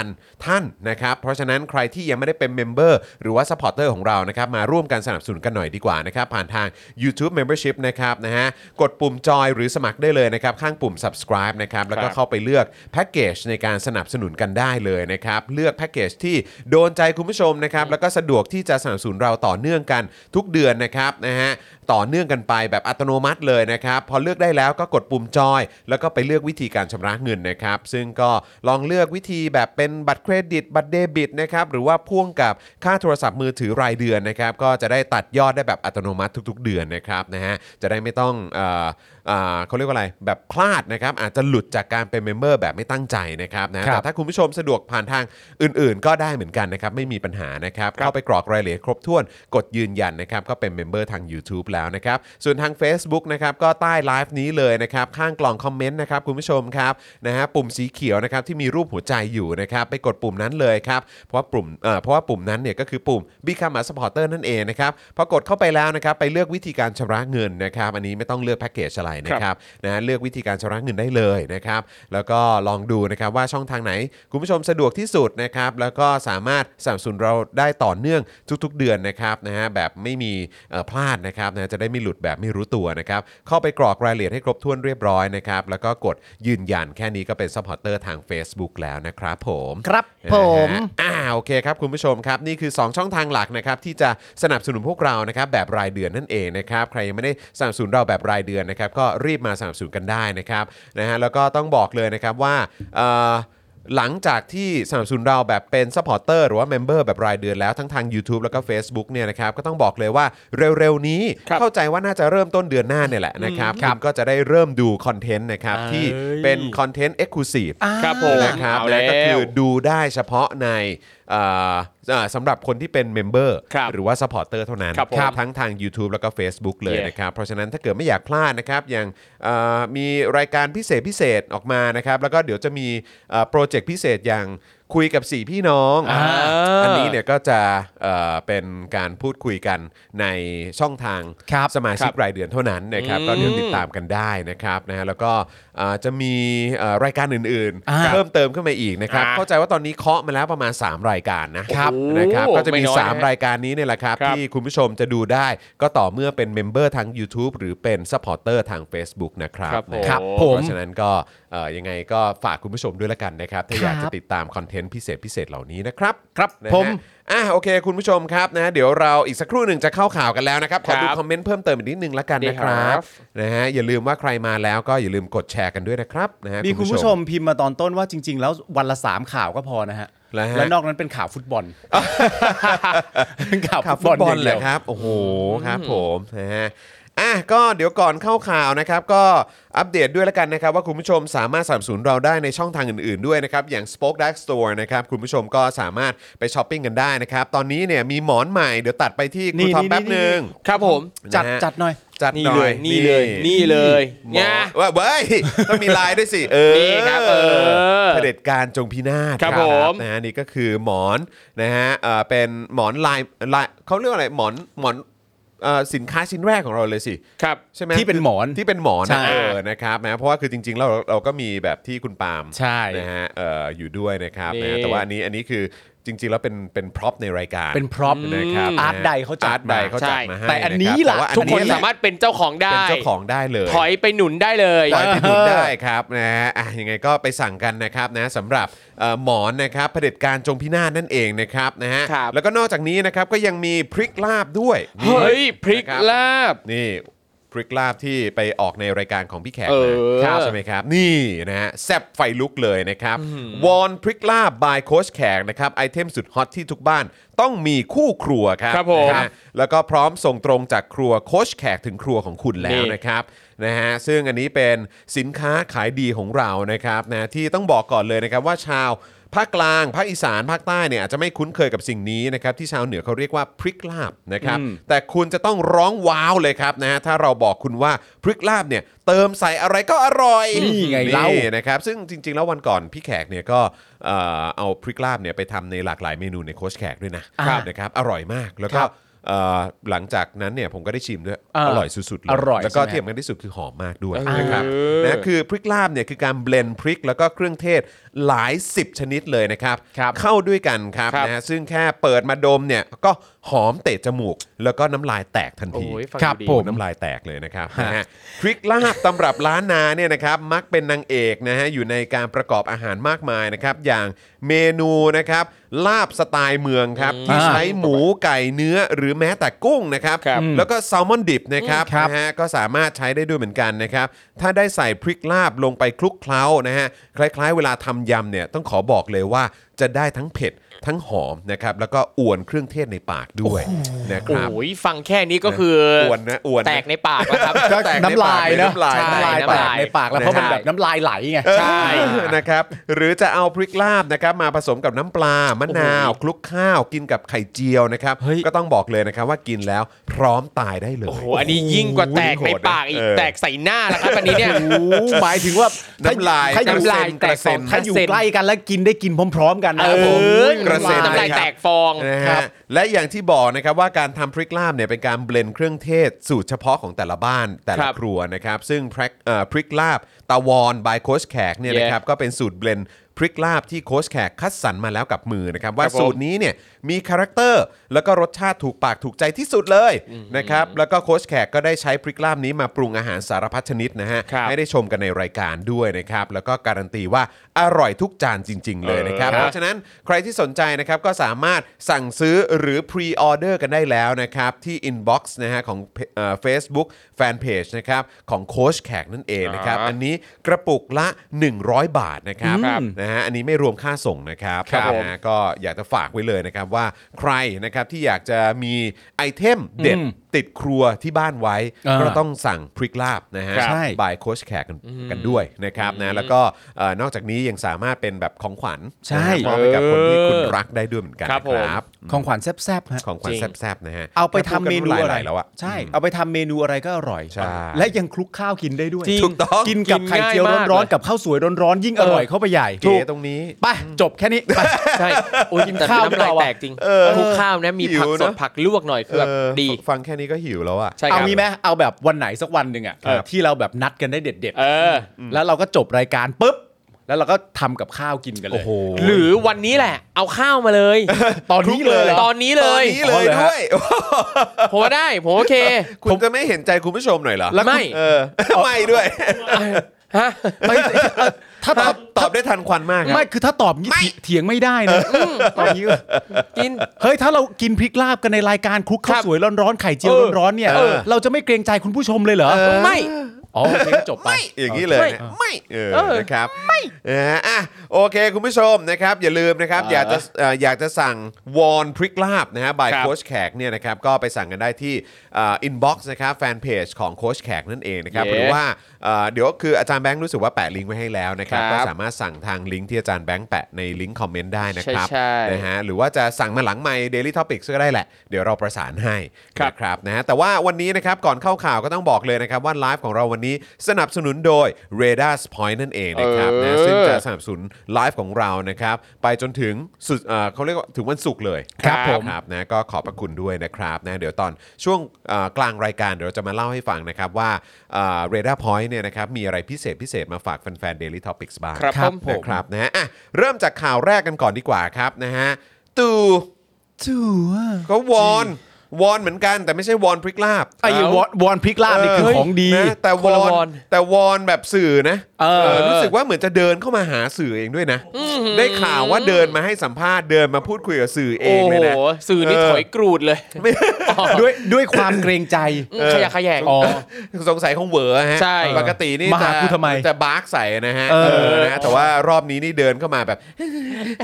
S1: 3,000 ท่านนะครับเพราะฉะนั้นใครที่ยังไม่ได้เป็นเมมเบอร์หรือว่าสปอร์เตอร์ของเรานะครับมาร่วมกันสนับสนุนกันหน่อยดีกว่านะครับผ่านทาง YouTube Membership นะครับนะฮะกดปุ่มจอยหรือสมัครได้เลยนะครับข้างปุ่ม subscribe นะครับแล้วก็
S2: ครับ
S1: เข้าไปเลือกแพ็กเกจในการสนับสนุนกันได้เลยนะครับเลือกแพ็กเกจที่โดนใจคุณผู้ชมนะครับแล้วก็สะดวกที่จะสนับสนุนเราต่อเนื่องกันทุกเดือนนะครับนะฮะต่อเนื่องกันไปแบบอัตโนมัติเลยนะครับพอเลือกได้แล้วก็กดปุ่มจอย แล้วก็ไปเลือกวิธีการชำระเงินนะครับซึ่งก็ลองเลือกวิธีแบบเป็นบัตรเครดิต บัตรเดบิตนะครับหรือว่าพ่วงกับค่าโทรศัพท์มือถือรายเดือนนะครับก็จะได้ตัดยอดได้แบบอัตโนมัติทุก ๆ เดือนนะครับนะฮะจะได้ไม่ต้องเอ่อ อ่าเขาเรียกว่าอะไรแบบพลาดนะครับอาจจะหลุดจากการเป็นเมมเบอร์แบบไม่ตั้งใจนะครับนะแต่ถ้าคุณผู้ชมสะดวกผ่านทางอื่นๆ ก็ได้เหมือนกันนะครับไม่มีปัญหานะครับเข้าไปกรอกรายละเอียดครบถ้วนกดยืนยันนะครับก็เป็นเมมเบอร์ทาง YouTube แล้วนะครับส่วนทาง Facebook นะครับก็ใต้ไลฟ์นี้เลยนะครับข้างกล่องคอมเมนต์นะครับคุณผู้ชมครับนะฮะปุ่มสีเขียวนะครับที่มีรูปหัวใจอยู่นะครับไปกดปุ่มนั้นเลยครับเพราะว่าปุ่มเอ่อเพราะว่าปุ่มนั้นเนี่ยก็คือปุ่ม Become a supporter นั่นเองนะครับพอกดเข้าไปแล้วนะครับไปเลือกวิธีการชำระเงินนะครับอันนี้ไม่ต้องเลือกแพ็กเกจอะไร นะค
S2: ครั
S1: รับบนะฮะเลือกวิธีการชำระเงินได้เลย เลยนะครับ แล้วก็ลองดูนะครับว่าช่องทางไหน คุณผู้ชมสะดวกที่สุดนะครับ แล้วก็สามารถสนับสนุนเราได้ต่อเนื่องทุกๆ เดือนนะครับนะฮะแบบไม่มีเอ่อพลาดนะครับนะจะได้ไม่หลุดแบบไม่รู้ตัวนะครับ เข้าไปกรอกรายละเอียดให้ครบถ้วนเรียบร้อยนะครับ แล้วก็กดยืนยันแค่นี้ก็เป็นซัพพอร์เตอร์ทาง Facebook แล้วนะครับผม
S3: ครับ
S1: นะฮะอ่าโอเคครับคุณผู้ชมครับ นี่คือ 2 ช่องทางหลักนะครับที่จะสนับสนุนพวกเรานะครับแบบรายเดือนนั่นเองนะครับใครยังไม่ได้สนับสนุนเราแบบรายเดือนนะครับก็รีบมาสนับสนุนกันได้นะครับนะฮะแล้วก็ต้องบอกเลยนะครับว่าเอ่อหลังจากที่สนับสนุนเราแบบเป็นซัพพอร์เตอร์หรือว่าเมมเบอร์แบบรายเดือนแล้วทั้งทาง YouTube แล้วก็ Facebook เนี่ยนะครับก็ต้องบอกเลยว่าเร็วๆนี้
S2: ครับ
S1: เข้าใจว่าน่าจะเริ่มต้นเดือนหน้าเนี่ยแหละนะครับคุณก็จะได้เริ่มดูคอนเทนต์นะครับที่เป็นคอนเทนต์เอ็กซ์คลูซีฟ
S2: ครับผม
S1: นะครับ
S2: เอา
S1: นะ
S2: แล้ว
S1: ก็คือดูได้เฉพาะในเอ่อเอ่อสำหรับคนที่เป็นเมมเบอร์
S2: ครับ
S1: หรือว่าสปอร์เตอร์เท่านั้น
S2: ครับผม
S1: ทั้งทาง YouTube แล้วก็ Facebook เลย
S2: Yeah
S1: นะครับ เพราะฉะนั้นถ้าเกิดไม่อยากพลาดนะครับอย่างเอ่อมีรายการพิเศษพิเศษออกมานะครับ แล้วก็เดี๋ยวจะมีเอ่อโปรเจกต์พิเศษอย่างคุยกับสี่พี่น้อง
S2: อ่า
S1: อันนี้เนี่ยก็จะเอ่อเป็นการพูดคุยกันในช่องทาง
S3: ครับ
S1: สมาชิกรายเดือนเท่านั้นนะครับ
S2: อืม
S1: ก็เดี๋ยวติดตามกันได้นะครับนะฮะแล้วก็อ่าจะมีเอ่อรายการอื่น
S3: อ่า
S1: ๆ เพิ่มเติมขึ้นมาอีกนะครับ
S2: อ่า
S1: เข้าใจว่าตอนนี้เคาะมาแล้วประมาณ 3 รายการนะครับ นะครับ
S2: โอ้โห
S1: ก็จะมี
S2: ไม่น้อยนะ
S1: 3 รายการนี้เนี่ยแหละครับ
S2: ครับ
S1: ที่คุณผู้ชมจะดูได้ก็ต่อเมื่อเป็นเมมเบอร์ทาง YouTube หรือเป็นซัพพอร์เตอร์ทาง Facebook นะครับนะ
S3: ครับ
S1: เพ
S3: ผม
S1: ราะฉะนั้นก็เอ่อยังไงก็ฝากคุณผู้ชมด้วยละกันนะครับ ถ้า
S3: ครับ
S1: อยากจะติดตามคอนเทนต์พิเศษพิเศษเหล่านี้นะครับ
S3: ครับ
S1: นะฮะ
S3: ผม
S1: อ่ะโอเค คุณผู้ชมครับนะเดี๋ยวเราอีกสักครู่หนึ่งจะเข้าข่าวกันแล้วนะครับ ขอดู
S2: ครับ
S1: คอมเมนต์เพิ่มเติมอีกนิดนึงละกันนะครั
S2: ดีครับ บ
S1: นะฮะอย่าลืมว่าใครมาแล้วก็อย่าลืมกดแชร์กันด้วยนะครับนะฮะ
S3: ีคุณผู้ชมพิมพ์มาตอนต้นว่าจริง ๆ แล้ววันละสามข่าวก็พอนะฮะ
S1: แล้วฮะ
S3: และนอกนั้นเป็นข่าวฟุต บอลข่าว
S1: ข่าวฟุ
S3: ฟุ
S1: ตบ
S3: ต
S1: บ อ
S3: อ
S1: ล
S3: ล
S1: เห
S3: เล
S1: ร
S3: ย
S1: อ
S3: ค
S1: ครับ รับ โอ้โหครับผมนะฮะอ่ะก็เดี๋ยวก่อนเข้าข่าวนะครับ ก็อัปเดตด้วยแล้วกันนะครับ ว่าคุณผู้ชมสามารถสนับสนุนเราได้ในช่องทางอื่นๆด้วยนะครับ อย่าง Spoke Dark Store นะครับ คุณผู้ชมก็สามารถไปช้อปปิ้งกันได้นะครับ ตอนนี้เนี่ยมีหมอนใหม่เดี๋ยวตัดไปที่ครู
S3: นี่
S1: ทอม
S3: นี่
S1: แป๊บ
S3: นี่
S1: หนึ่ง
S2: ครับผม
S3: จัด
S1: นะฮะ
S3: จัดหน่อย
S1: จัด
S2: นี่
S1: หน่
S2: เล
S1: อย
S2: ยนี่เลยนี่เลย
S1: หมอ
S2: เนี่ย
S1: ว่าเว้ย ต้องมีไลน์ด้วยสิเออ
S2: นี่ครับเออ
S1: เผด็จการจงพินาศ
S2: ครับผม
S1: นะฮะนี่ก็คือหมอนนะฮะเอ่อเป็นหมอนลายลายเขาเรียกว่าอะไรหมอนหมอนเอ่อสินค้าชิ้นแรกของเราเลยสิ
S2: ครับ
S1: ใช่ไหม
S3: ที่เป็นหมอน
S1: ที่เป็นหมอน
S3: ใช่
S1: นะเออนะครับนะเพราะว่าคือจริงๆแล้วเราเราก็มีแบบที่คุณปาล์ม
S3: ใช่
S1: นะฮะเอ่ออยู่ด้วยนะครับ
S2: นี่
S1: นะแต่ว่าอันนี้อันนี้คือจริง ๆ แล้วเป็นเป็นพร็อพในรายการ
S3: เป็น prop
S1: นะครับ
S3: อาร์ตใดเขาจัด
S1: อาร์ตใดเขาจัด
S2: ใช่
S1: มาให้
S3: แต่อันนี้ล่ะ
S1: รับแต่ว่อั
S2: ทุกคน
S1: แหละ
S2: สามารถเป็นเจ้าของได้
S1: เป็นเจ้าของได้เลย
S2: ถอยไปหนุนได้เลย
S1: ถอยไปดูได้ครับนะฮะอ่ะยังไงก็ไปสั่งกันนะครับนะสำหรับเอ่อหมอนนะครับเผด็จการจงพินาศนั่นเองนะครับนะฮะ
S2: ครับ
S1: แล้วก็นอกจากนี้นะครับก็ยังมีพริกลาบด้วย
S2: เฮ้ยพริก
S1: นะครับ
S2: ลาบ
S1: นี่พริกลาบที่ไปออกในรายการของพี่แขก
S2: เอ
S1: มา
S2: อ
S1: ครับใช่ไหมครับ นี่นะฮะแซบไฟลุกเลยนะครับ วอนพริกลาบบายโค้ชแขกนะครับ ไอเทมสุดฮอตที่ทุกบ้านต้องมีคู่ครัวครับ
S2: ครับผม
S1: นะฮะแล้วก็พร้อมส่งตรงจากครัวโค้ชแขกถึงครัวของคุณแล้วนะครับนะฮะซึ่งอันนี้เป็นสินค้าขายดีของเรานะครับนะที่ต้องบอกก่อนเลยนะครับว่าชาวภาคกลางภาคอีสานภาคใต้เนี่ยอาจจะไม่คุ้นเคยกับสิ่งนี้นะครับที่ชาวเหนือเขาเรียกว่าพริกลาบนะครับ
S3: อืม
S1: แต่คุณจะต้องร้องว้าวเลยครับนะฮะถ้าเราบอกคุณว่าพริกลาบเนี่ยเติมใส่อะไรก็อร่อย
S3: นี่ไงเล่า
S1: นะครับซึ่งจริง ๆ แล้ววันก่อนพี่แขกเนี่ยก็เอ่อเอาพริกลาบเนี่ยไปทำในหลากหลายเมนูในโค้ชแขกด้วยนะครับ นะครับอร่อยมากแล้วก็
S3: ครับ
S1: เอ่อหลังจากนั้นเนี่ยผมก็ได้ชิมด้วย
S3: เอออ
S1: ร่อยสุดๆเลย
S3: อร่อย
S1: แล้วก็
S3: ใช่ไหม
S1: ที่สำคัญที่สุดคือหอมมากด้วย
S2: เออ
S1: นะครับนะคือพริกลาบเนี่ยคือการเบลนด์พริกแล้วก็เครื่องเทศหลาย 10 ชนิดเลยนะครับ
S3: ครับ
S1: เข้าด้วยกันครับ
S2: ครับ
S1: นะฮะซึ่งแค่เปิดมาดมเนี่ยก็หอมเตะจมูก แล้วก็น้ำลายแตกทัน
S2: โอ้
S1: ที
S2: ยฟัง
S3: ครับ
S2: ดี
S3: ผม
S1: น้ำลายแตกเลยนะครับนะฮะพริกลาบตำรับล้านนาเนี่ยนะครับมักเป็นนางเอกนะฮะอยู่ในการประกอบอาหารมากมายนะครับอย่างเมนูนะครับลาบสไตล์เมืองครับที่ใช้หมูไก่เนื้อหรือแม้แต่กุ้งนะครับ
S2: ครับ
S1: แล้วก็แซลมอนดิบนะครับ
S3: ครับ
S1: นะฮะก็สามารถใช้ได้ด้วยเหมือนกันนะครับถ้าได้ใส่พริกลาบลงไปคลุกเคล้านะฮะคล้ายๆ เวลาทำยำเนี่ยต้องขอบอกเลยว่า จะได้ทั้งเผ็ดทั้งหอมนะครับแล้วก็อวนเครื่องเทศในปากด้วยนะครับ
S2: โอ้ยฟังแค่นี้ก็คือ
S1: อวนนะอวน
S2: แต
S1: นะ
S2: กในปากนะครับ
S1: แตกใน
S3: น้ำลายนะ
S1: ปากเลยน้ำลาย
S2: น้ำลาย
S3: น้ำลายแตกในปากแล้วเพราะมัน
S2: ใช่
S3: แบบน้ำลายไหลไง
S1: เออ
S2: ใช่
S1: นะครับหรือจะเอาพริกลาบนะครับมาผสมกับน้ำปลามะนาวคลุกข้าวกินกับไข่เจียวนะครับ
S3: เฮ้ย
S1: ก็ต้องบอกเลยนะครับว่ากินแล้วพร้อมตายได้เลย
S2: โอ้โหอันนี้ยิ่งกว่าแตกในปากอีก
S1: เออ
S2: แตกใส่หน้าแล้วครับอันนี้เนี่ย
S3: หมายถึงว่าถ้
S1: น้ำลาย
S3: ถ้าอยู่
S2: น้ำลาย
S1: กระเซ็นกระเซ็น
S2: แตกสอง
S3: ถ้าอยู่ใกล้กันแล้วกินได้กินพร้อม ๆ กันนะ
S2: เอ
S3: ครับผม
S2: อ
S1: ก ระเซ็น
S2: น้ำลาย
S1: นะครับ
S2: แตกฟอง
S1: นะฮะและอย่างที่บอกนะครับว่าการทำพริกลาบเนี่ยเป็นการเบลนด์เครื่องเทศสูตรเฉพาะของแต่ละบ้านแต่
S2: ค
S1: ละ
S2: รับ
S1: ครัวนะครับ ซึ่งพริกเอ่อพริกลาบตาวอนบายโคชแขกเนี่ย
S2: Yeah
S1: นะครับก็เป็นสูตรเบลนด์พริกลาบที่โคชแขกคัดสรรมาแล้วกับมือนะครับ ว่า
S2: ครับผม
S1: สูตรนี้เนี่ยมีคาแรคเตอร์แล้วก็รสชาติถูกปากถูกใจที่สุดเลยนะครับแล้วก็โคชแขกก็ได้ใช้พริกลาบนี้มาปรุงอาหารสารพัดชนิดนะฮะ
S2: ครับ
S1: ให้ได้ชมกันในรายการด้วยนะครับแล้วก็การันตีว่าอร่อยทุกจานจริง ๆ เลยนะครับ
S2: เออ
S1: เพราะฉะนั้นใครที่สนใจนะครับก็สามารถสั่งซื้อหรือพรีออเดอร์กันได้แล้วนะครับที่ inbox นะฮะของเฟซบุ๊กแฟนเพจนะครับของโคชแขกนั่นเองนะครับ
S2: ครับ
S1: อันนี้กระปุกละ 100 บาทนะครับ
S2: ครับ
S1: นะฮะอันนี้ไม่รวมค่าส่งนะครับ
S2: ครับผม
S1: นะฮะ นะก็อยากจะฝากไว้เลยนะครับว่าใครนะครับที่อยากจะมีไอเทมเด็ดติดครัวที่บ้านไว้
S3: อ่า
S1: ก็ต้องสั่งพริกลาบนะฮะ
S3: ครับใช่
S1: บายโคชแขกกันกันด้วยนะครับนะแล้วก็เอ่อนอกจากนี้ยังสามารถเป็นแบบของขวัญ
S3: ใช่
S1: มอบให้กับคนที่
S2: เออ
S1: คุณรักได้ด้วยเหมือนกัน
S2: ครับผม
S1: นะครับ
S3: ของขวัญแซบๆฮะ
S1: ของขวัญ
S2: จริง
S1: แซ่บๆนะฮะ
S3: เอาไปทำเมนู
S1: พูดกั
S3: อะไร
S1: หลายๆแล้วอะ
S3: ใช่ เอาไปทำเมนูอะไรก็อร่อย
S1: ใช่
S3: และยังคลุกข้าวกินได้ด้วย
S2: จริง
S1: ถูกต้อง
S3: กินกับ
S2: กิน
S3: ไข่เจียว
S2: ง่ายมาก
S3: ร้อน
S2: เลย
S3: ๆกับข้าวสวยร้อนๆยิ่งอร่อย
S2: เออ
S3: เข้าไปใหญ่
S1: เก๋ตรงนี้
S3: ไปจบแค่นี้ไป
S2: ใช่โอ้ยกิน
S3: แต่
S2: ข้าว
S3: เป็น
S2: น้ำลาย
S3: น้ำลาย
S2: แตกจริงคลุกข้าวนะมีผัก
S1: หิว
S2: ส
S1: นะ
S2: ดผักลวกหน่อยคือแบบ
S1: เออ
S2: ดี
S1: ฟังแค่นี้ก็หิวแล้วอะ
S2: ใช่ค
S3: เอา
S2: รับ
S3: งี้ไหมเอาแบบวันไหนสักวันหนึ่งอ่ะ
S1: ครับ
S3: ที่เราแบบนัดกันได้เด็ด
S2: เออ
S3: ๆ แล้วเราก็จบรายการปุ๊บ แล้วเราก็ทำกับข้าวกินกันเลย
S1: โอ้โห
S2: หรือวันนี้แหละ เอาข้าวมาเลย
S3: ตอนนี้เลยเหรอ
S2: ตอนนี้เล
S1: ตอน
S2: ย
S1: นี้เลยด้วย
S2: ผมว่าได้ผมโอเค
S1: คุณจะไม่เห็นใจคุณผู้ชมหน่อยเหรอ
S2: แล้วไม่
S1: เออไม่ด้วย
S2: ฮะ
S3: ไม่เอ่อถ้า
S1: ต
S3: ต
S1: อ
S3: อ
S1: บบ ตอบได้ทันควันมากครับ
S3: ไม่คือถ้าตอบงี้เถียงไม่ได้นะตอนนี้ก็
S2: กิน
S3: เฮ้ยถ้าเรากินพริกลาบกันในรายการคลุกข้าวสวยร้อนๆไข่เจียว
S2: เออ
S3: ร้อนๆเนี่ย
S1: เออ
S3: เราจะไม่เกรงใจคุณผู้ชมเลยเหรอ
S2: ไม่
S3: อ๋อโอเคจบไป
S1: ไม่อย่างนี้เลย
S2: ไม่
S1: นะไม่เออ
S2: เออ
S1: นะครับไม่อ่ะโอเค คุณผู้ชมนะครับอย่าลืมนะครับอ
S3: อ่า
S1: ยากจะเอ่ออยากจะสั่งวอนพริกลาบนะฮะบาย
S2: ครับ
S1: โคชแขกเนี่ยนะครับก็ไปสั่งกันได้ที่อินบ็อกซ์นะครับแฟนเพจของโคชแขกนั่นเองนะครับ
S2: เย้
S1: หรือว่าเอ่อเดี๋ยวคืออาจารย์แบงค์รู้สึกว่าแปะลิงก์ไว้ให้แล้วนะครับ
S2: ครับ
S1: ก็สามารถสั่งทางลิงก์ที่อาจารย์แบงค์แปะในลิงก์คอมเมนต์ได้นะครับ
S2: ใช่ใช่
S1: นะฮะหรือว่าจะสั่งมาหลังไมค์ Daily Topics ก็ได้แหละ เดี๋ยวเราประสานให้
S2: ครับ
S1: นะ ครับนะฮะแต่ว่าวันนี้นะครับก่อนเข้าข่าวก็ต้องบอกเลยนะครับว่าไลฟ์ของเราวันนี้สนับสนุนโดย r a d a r Point นั่นเองนะครับ
S2: เออ
S1: นะซึ่งจะสนับสนุนไลฟ์ของเรานะครับไปจนถึงสุดเอ่อเขาเรียกว่าถึงวันศุกร์เลย
S2: ครับผม
S1: ครับนะก็ขอบพระคุณด้วยนะครับนะเดี๋ยวตอนช่วงเอ่อกลางรายการเดี๋ยวเราจะมาเล่าให้ฟังนะครับว่าเรดาร์พอยต์เนี่ยนะครับมีอะไรพิเศษพิเศษมาฝากแฟนๆ Daily Topics บ้าง
S2: ครับผม
S1: นะครับนะฮะอ่ะเริ่มจากข่าวแรกกันก่อนดีกว่าครับนะฮะตู่ตู่ก็วอนวอนเหมือนกัน แต่ไม่ใช่วอนพริกลาบ
S3: ไอ้วอนวอนพริกลาบนี่คือ
S1: เฮ้ย
S3: ของดี
S1: นะแต่ว
S2: คนละ
S1: อน
S2: วอน
S1: แต่วอนแบบสื่อนะ
S3: เออ
S1: เออรู้สึกว่าเหมือนจะเดินเข้ามาหาสื่อเองด้วยนะ ได้ข่าวว่าเดินมาให้สัมภาษณ์เดินมาพูดคุยกับสื่อเอ
S2: โอ้
S1: งเลย
S2: โห
S1: นะ
S2: สื่อนี่
S1: เออ
S2: ถอยกรูดเลย
S3: ด้วยด้วยความเกรงใจ
S2: ขยะแขยง
S3: อ๋อ
S1: สงสัยคงเหวอฮะ
S2: ใช่
S1: ปกตินี่
S3: มาหา
S1: จะ
S3: กูทำไม
S1: จะบาร์กใส่นะฮะ
S3: เออ
S1: เออนะฮะแต่ว่ารอบนี้นี่เดินเข้ามาแบบ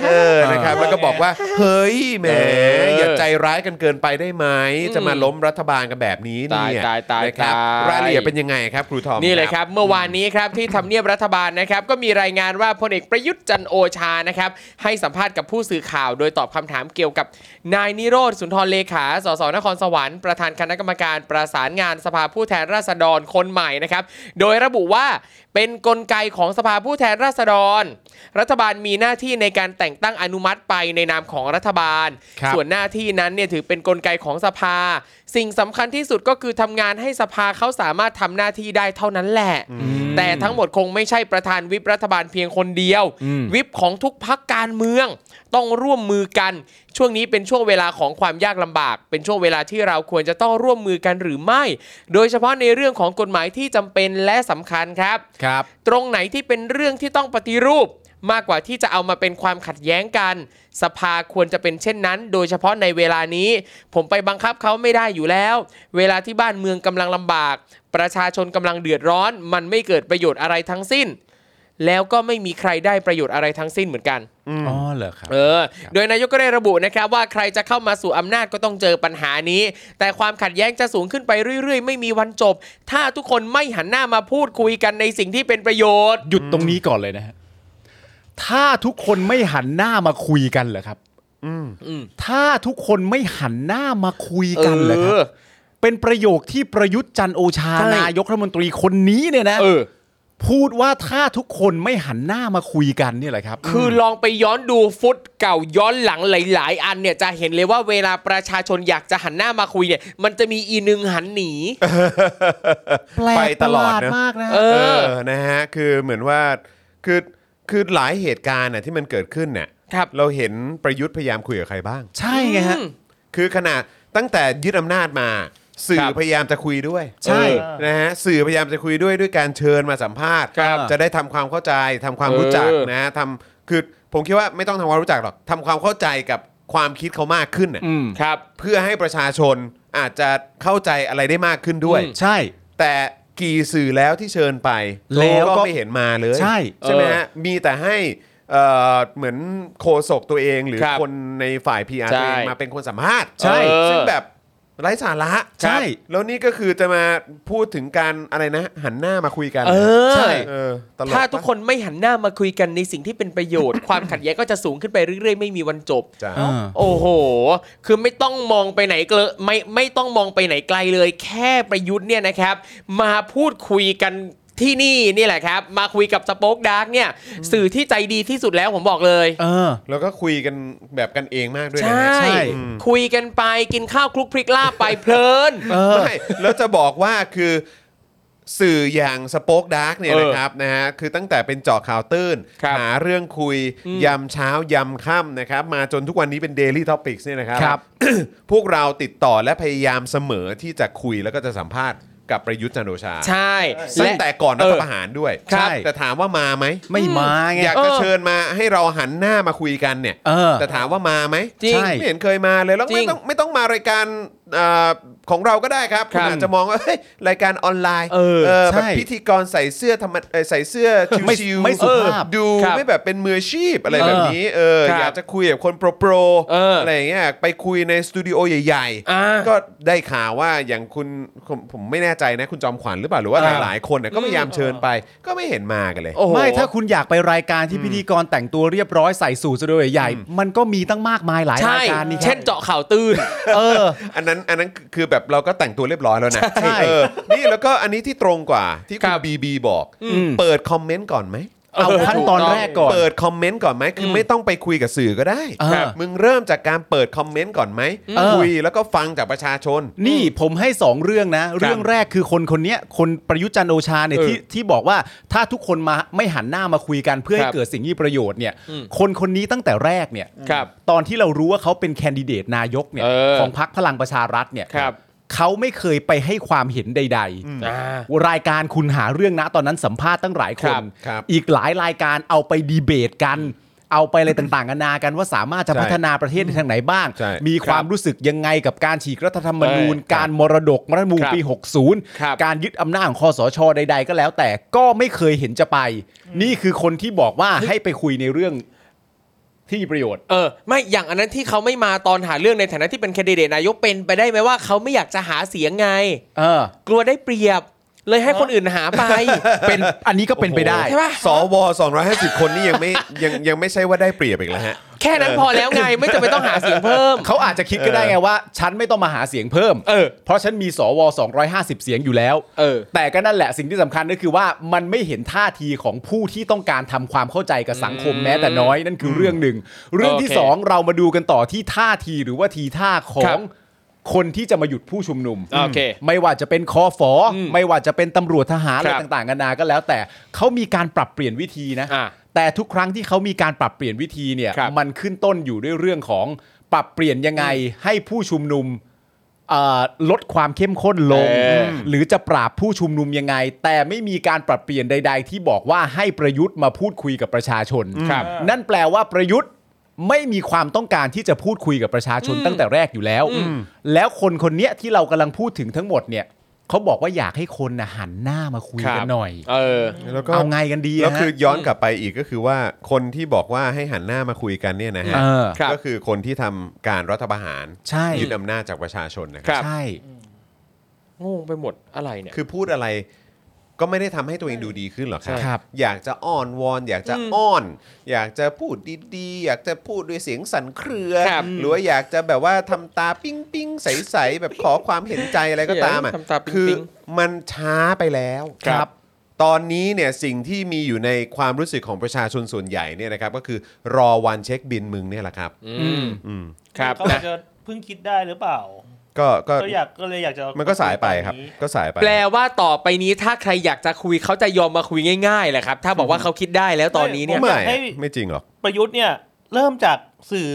S1: เออนะครับ แล้วก็บอกว่า เฮ้ยแหม
S2: เอออย่
S1: อาใจร้ายกันเกินไปได้ไหมจะมาล้มรัฐบาลกันแบบนี้เนี่ย
S2: ตายตายตาย
S1: นะครับ
S2: ตาย
S1: รายละเอียดเป็นยังไงครับครูทอม
S2: นี่เลยครับ เมื่อวานนี้ครับที่ทำเนียบรัฐบาลนะครับ ก็มีรายงานว่าพลเอกประยุทธ์จันทร์โอชานะครับ ให้สัมภาษณ์กับผู้สื่อข่าว โดยตอบคำถามเกี่ยวกับนายนิโรธสุนทรเลขาสสนครสวรรค์ประธานคณะกรรมการประสานงานสภาผู้แทนราษฎรคนใหม่นะครับ โดยระบุว่าเป็นกลไกของสภาผู้แทนราษฎร รัฐบาลมีหน้าที่ในการแต่งตั้งอนุมัติไปในนามของรัฐบาล
S1: ครับ
S2: ส่วนหน้าที่นั้นเนี่ยถือเป็นกลไกของสภา สิ่งสำคัญที่สุดก็คือทำงานให้สภาเขาสามารถทำหน้าที่ได้เท่านั้นแหละ แต่ทั้งหมดคงไม่ใช่ประธานวิปรัฐบาลเพียงคนเดียว
S3: อืม
S2: วิปของทุกพักการเมือง ต้องร่วมมือกัน ช่วงนี้เป็นช่วงเวลาของความยากลำบาก เป็นช่วงเวลาที่เราควรจะต้องร่วมมือกันหรือไม่ โดยเฉพาะในเรื่องของกฎหมายที่จำเป็นและสำคัญครับ
S3: ครับ
S2: ตรงไหนที่เป็นเรื่องที่ต้องปฏิรูป มากกว่าที่จะเอามาเป็นความขัดแย้งกัน สภาควรจะเป็นเช่นนั้น โดยเฉพาะในเวลานี้ ผมไปบังคับเขาไม่ได้อยู่แล้ว เวลาที่บ้านเมืองกำลังลำบาก ประชาชนกำลังเดือดร้อน มันไม่เกิดประโยชน์อะไรทั้งสิ้น แล้วก็ไม่มีใครได้ประโยชน์อะไรทั้งสิ้นเหมือนกัน
S3: อ๋อเหรอครับ
S2: เออ โดยนายกก็ได้ระบุนะครับว่าใครจะเข้ามาสู่อำนาจก็ต้องเจอปัญหานี้ แต่ความขัดแย้งจะสูงขึ้นไปเรื่อย ๆ ไม่มีวันจบ ถ้าทุกคนไม่หันหน้ามาพูดคุยกันในสิ่งที่เป็นประโยชน์
S3: หยุดตรงนี้ก่อนเลยนะฮะ ถ้าทุกคนไม่หันหน้ามาคุยกันเหรอครับ
S2: อืม
S3: ถ้าทุกคนไม่หันหน้ามาคุยกันเหรอครับ เป็นประโยคที่ประยุทธ์จันทร์โอชา
S2: ใช่
S3: นายกรัฐมนตรีคนนี้เนี่ยนะ
S2: เออ
S3: พูดว่าถ้าทุกคนไม่หันหน้ามาคุยกันเนี่ยแหละครับ
S2: คือลองไปย้อนดูฟุตเก่าย้อนหลังหลาย ๆ อันเนี่ยจะเห็นเลยว่าเวลาประชาชนอยากจะหันหน้ามาคุยเนี่ย มันจะมีอีนึงหันหนี
S3: แปลก
S1: ไปตลอด
S3: ประหา
S1: นะ
S3: มากนะ
S2: เอ
S1: เอ
S2: อ
S1: อ นะฮะ คือเหมือนว่า คือ คือหลายเหตุการณ์น่ะที่มันเกิดขึ้นเนี่ย
S2: ครับ
S1: เราเห็นประยุทธ์พยายามคุยกับใครบ้าง
S3: ใช่ไงฮะ
S2: อืม
S1: คือขนาดตั้งแต่ยึดอำนาจมา สื่
S3: ค
S1: อ
S3: รับ
S1: พยายามจะคุยด้วย
S3: ใช่
S1: เออนะฮะสื่อพยายามจะคุยด้วยด้วยการเชิญมาสัมภาษณ์
S3: ครับ
S1: จะได้ทำความเข้าใจทำความรู้จัก
S2: เออ
S1: นะฮะทำคือผมคิดว่าไม่ต้องทำความรู้จักหรอกทำความเข้าใจกับความคิดเขามากขึ้นน่ะ
S3: อืม
S2: ครับ
S1: เพื่อให้ประชาชนอาจจะเข้าใจอะไรได้มากขึ้นด้วย
S2: อืม
S3: ใช่
S1: แต่กี่สื่อแล้วที่เชิญไป
S3: แล้วก็
S1: ก็ไม่เห็นมาเลย
S3: ใช่
S1: ใช่ไหมฮะมีแต่ให้เอ่อเหมือนโคศกตัวเองหรือ
S2: ครับ
S1: คนในฝ่าย PR
S2: ใช่
S1: ตัวเองมาเป็นคนสัมภาษณ์
S2: ใช่
S1: เออซึ่งแบบไร้สาระ
S3: ใช่
S1: ครับแล้วนี่ก็คือจะมาพูดถึงการอะไรนะ หันหน้ามาคุยกัน
S2: เออ
S1: ใช่เออตลก
S2: ถ้าทุกค
S1: ปะ
S2: นไม่หันหน้ามาคุยกันในสิ่งที่เป็นประโยชน์ ความขัดแย้งก็จะสูงขึ้นไปเรื่อย ๆ ไม่มีวันจบ
S1: จ้ะ
S3: อ่า
S2: โอ้โห คือไม่ต้องมองไปไหนเกลไม่ไม่ต้องมองไปไหนไกลเลย แค่ประยุทธ์เนี่ยนะครับ มาพูดคุยกันที่นี่นี่แหละครับ มาคุยกับสป็อคดาร์กเนี่ย สื่อที่ใจดีที่สุดแล้วผมบอกเลย
S3: เออ
S1: แล้วก็คุยกันแบบกันเองมากด้วย
S2: ใช
S1: นะฮะ
S2: ่
S3: ใช่
S2: คุยกันไปกินข้าวคลุกพริกลา บไปเพลิน
S3: เออ
S1: ไม่แล้วจะบอกว่าคือสื่ออย่างสป็อกดาร์กเนี่ย
S2: เออ
S1: นะครับนะฮะคือตั้งแต่เป็นเจาะข่าวตื้น
S2: ครับ
S1: หาเรื่องคุยยำเช้ายำค่ำนะครับ มาจนทุกวันนี้เป็น Daily Topics เนี่ยนะครับ
S3: ครับ
S1: พวกเราติดต่อและพยายามเสมอที่จะคุยแล้วก็จะสัมภาษณ์กับประยุทธ์จันทร์โอชา
S2: ใช่
S1: ตั้งแต่ก่อนรั
S2: เอ
S1: ฐ
S2: อ
S1: ประหารด้วย
S3: ครับ
S1: แต่ถามว่ามาไหม
S3: ไม่มาไง
S1: อยากจะเชิญมาให้เราหันหน้ามาคุยกันเนี่ย
S3: เออ
S1: แต่ถามว่ามาไหม
S2: จริง
S3: ใช่
S1: ไม่เห็นเคยมาเลยแล้ว
S2: จริ
S1: ไม่
S2: ง
S1: ต้องไม่ต้องมารายการเอ่อของเราก็ได้ครับ
S2: ค
S1: คุณ
S2: รับ
S1: อาจจะมองว่าเฮ้ยรายการออนไลน์
S2: เออ
S1: แบบ
S3: ใช่
S1: พิธีกรใส่เสื้อธรรมเอ่อใส่เสื้อ
S3: ไม่
S1: ชิวๆ
S3: ไม่สุภาพ
S1: เออดู
S2: ครับ
S1: ไม่แบบเป็นมืออาชีพอะไร
S3: เออ
S1: แบบนี้เออ
S2: ครับ
S1: อยากจะคุยกับคนโปรโปร
S2: เอออ
S1: อะไรอย่างเงี้ยไปคุยในสตูดิโอใหญ่
S2: อ่า
S1: ก็ได้ข่าวว่าอย่างคุณผมผมไม่แน่ใจนะคุณจอมขวัญหรือเปล่าหรือว่า
S3: ครับ
S1: หลายๆคนน่ะก็พยายามเชิญไปก็ไม่เห็นมากันเลย
S2: โอ้ ห
S3: ไม่ถ้าคุณอยากไปรายการที่พิธีกรแต่งตัวเรียบร้อยใส่สูทสะดวยใหญ่ มันก็มีตั้งมากมายหลาย
S2: ใช่
S3: รายการนี่ครับ
S2: เช่นเจาะข่าว ตื้น
S3: เออ
S1: อันนั้นอันนั้นคือแบบเราก็แต่งตัวเรียบร้อยแล้วนะ
S3: ใช่
S1: เออนี่แล้วก็อันนี้ที่ตรงกว่าที่คุณบีบีบอก
S3: ม
S1: เปิดคอมเมนต์ก่อนไหม
S3: เอาขั้นตอนแรกก่อน
S1: เปิดคอมเมนต์ก่อนไหมคือไม่ต้องไปคุยกับสื่อก็ได้
S3: อ่า
S1: ครับมึงเริ่มจากการเปิดคอมเมนต์ก่อนไหม
S3: เออ
S1: คุยแล้วก็ฟังจากประชาชน
S3: นี่ผมให้ 2 เรื่องนะ เรื่องแรกคือคนคนเนี้ยคนประยุทธ์จันทร์โอชาเนี่ย
S2: เออ
S3: ที่ที่บอกว่าถ้าทุกคนมาไม่หันหน้ามาคุยกันเพื่อให้
S2: ครับ
S3: เกิดสิ่งที่ประโยชน์เนี่ย คนคนนี้ตั้งแต่แรกเนี่ย
S2: ครับ
S3: ตอนที่เรารู้ว่าเขาเป็นแคนดิเดตนายกเนี่ย
S2: เออ
S3: ของพรรคพลังประชารัฐเนี่ย
S2: ครับ
S3: เขาไม่เคยไปให้ความเห็นใด ๆ
S2: อ่า
S3: รายการคุณหาเรื่องนะตอนนั้นสัมภาษณ์ตั้งหลายค
S2: ค
S3: น
S2: รับ
S1: ครับ
S3: อีกหลายรายการเอาไปดีเบตกัน เอาไปอะไรต่างๆนานากันว่าสามารถจะ
S1: ใช่
S3: พัฒนาประเทศในทางไหนบ้าง
S1: ใช่
S3: มี
S2: ครับ
S3: ความรู้สึกยังไงกับการฉีกรัฐธรรมนูญ
S2: เออ
S3: การมรดกรัฐธรรมนูญ
S2: ครับ
S3: ปี
S2: ครับ
S3: 60 การยึดอำนาจของคอสชใด ๆ ก็แล้วแต่ก็ไม่เคยเห็นจะไป นี่คือคนที่บอกว่าให้ไปคุยในเรื่องที่มีประโยชน์
S2: เออไม่อย่างอันนั้นที่เขาไม่มาตอนหาเรื่องในฐานะที่เป็นแคนดิเดตนายกเป็นไปได้ไหมว่าเขาไม่อยากจะหาเสียงไง
S3: เออ
S2: กลัวได้เปรียบ เลยให้คนอื่นหาไป
S3: เป็นอันนี้ก็เป็นไปได้
S2: ใช่ปะ
S1: สว250 คนนี่ยังไม่ยังยังไม่ใช่ว่าได้เปรียบอีกแล้วฮะ
S2: แค่นั้นพอแล้วไงไม่จำเป็นต้องหาเสียงเพิ่ม
S3: เขาอาจจะคิดก็ได้ไงว่า ฉันไม่ต้องมาหาเสียงเพิ่ม
S2: เออ
S3: เพราะฉันมีสว 250 เสียงอยู่แล้ว
S2: เออ
S3: แต่ก็นั่นแหละสิ่งที่สำคัญก็คือว่ามันไม่เห็นท่าทีของผู้ที่ต้องการทำความเข้าใจกับสังคมแม้แต่น้อยนั่นคือเรื่องหนึ่ง เรื่องที่
S2: โอเค
S3: สองเรามาดูกันต่อที่ท่าทีหรือว่าทีท่าขอ
S2: ครั
S3: ง
S2: บ
S3: คนที่จะมาหยุดผู้ชุมนุม
S2: โอเค
S3: ไม่ว่าจะเป็นคอฟออไม่ว่าจะเป็นตำรวจทหารอะไร
S2: ครับ
S3: ต่างๆกันานาก็แล้ว แต่เขามีการปรับเปลี่ยนวิธีนะ
S2: อ่ะ
S3: แต่ทุกครั้งที่เขามีการปรับเปลี่ยนวิธีเนี่ย
S2: ครับ
S3: มันขึ้นต้นอยู่ด้วยเรื่องของปรับเปลี่ยนยังไงให้ผู้ชุมนุม เอ่อลดความเข้มข้นลง
S2: เออ
S3: หรือจะปราบผู้ชุมนุมยังไง แต่ไม่มีการปรับเปลี่ยนใด ๆ ที่บอกว่าให้ประยุทธ์มาพูดคุยกับประชาชน
S2: ครับ
S3: นั่นแปลว่าประยุทธ์ไม่มีความต้องการที่จะพูดคุยกับประชาชนตั้งแต่แรกอยู่แล้ว แล้วคนคนเนี้ยที่เรากำลังพูดถึงทั้งหมดเนี่ยเขาบอกว่าอยากให้คนนะหันหน้ามาคุยกั
S2: ครั
S3: น
S2: บ
S3: หน่อย
S2: เออ
S1: แล้วก็
S3: เอาไงกันดีะ
S1: แล้วคือ
S3: ฮะ
S1: ย้อนกลับไปอีกก็คือว่าคนที่บอกว่าให้หันหน้ามาคุยกันเนี่ยนะฮะ
S3: เออ
S2: ครับ
S1: ก็คือคนที่ทำการรัฐประหาร
S3: ใช่
S1: ยึดอำนาจจากประชาชนนะครับ
S2: ครับ
S3: ใช่
S2: งงไปหมดอะไรเนี่ย
S1: คือพูดอะไรก็ไม่ได้ทำให้ตัวเองดูดีขึ้นหรอกครั
S3: ใช่ครับ
S1: อยากจะอ้อนวอน อยากจะ
S2: อืม
S1: อ้อน อยากจะพูดดีๆ อยากจะพูดด้วยเสียงสั่นเครือ
S2: ครับ
S1: หรือว่าอยากจะแบบว่าทำตาปิ้งปิ้งๆใสๆแบบขอความเห็นใจอะไรก็ตามอ่ะ
S2: อยากให้ทำตาปิ๊งๆ
S1: คือมันช้าไปแล้ว
S2: ครับ
S1: ตอนนี้เนี่ยสิ่งที่มีอยู่ในความรู้สึกของประชาชนส่วนใหญ่เนี่ยนะครับก็คือรอวันเช็คบินมึงเนี่ยแหละครับ
S2: อืม
S1: อืม
S2: ครับ
S5: เขา
S2: นะ
S5: อาจจะเพิ่งคิดได้หรือเปล่า
S1: ก็ก็
S5: ก็อยากก็เลยอยากจะ
S1: มันก็สายไปครับ ก็สายไป
S2: แปลว่าต่อไปนี้ถ้าใครอยากจะคุยเขาจะยอมมาคุยง่ายๆแหละครับ ถ้าบอกว่าเขาคิดได้แล้วตอนนี้เนี่ย
S1: ไม่ ไม่จริงหรอก
S5: ประยุทธ์เนี่ย เริ่มจากสื่อ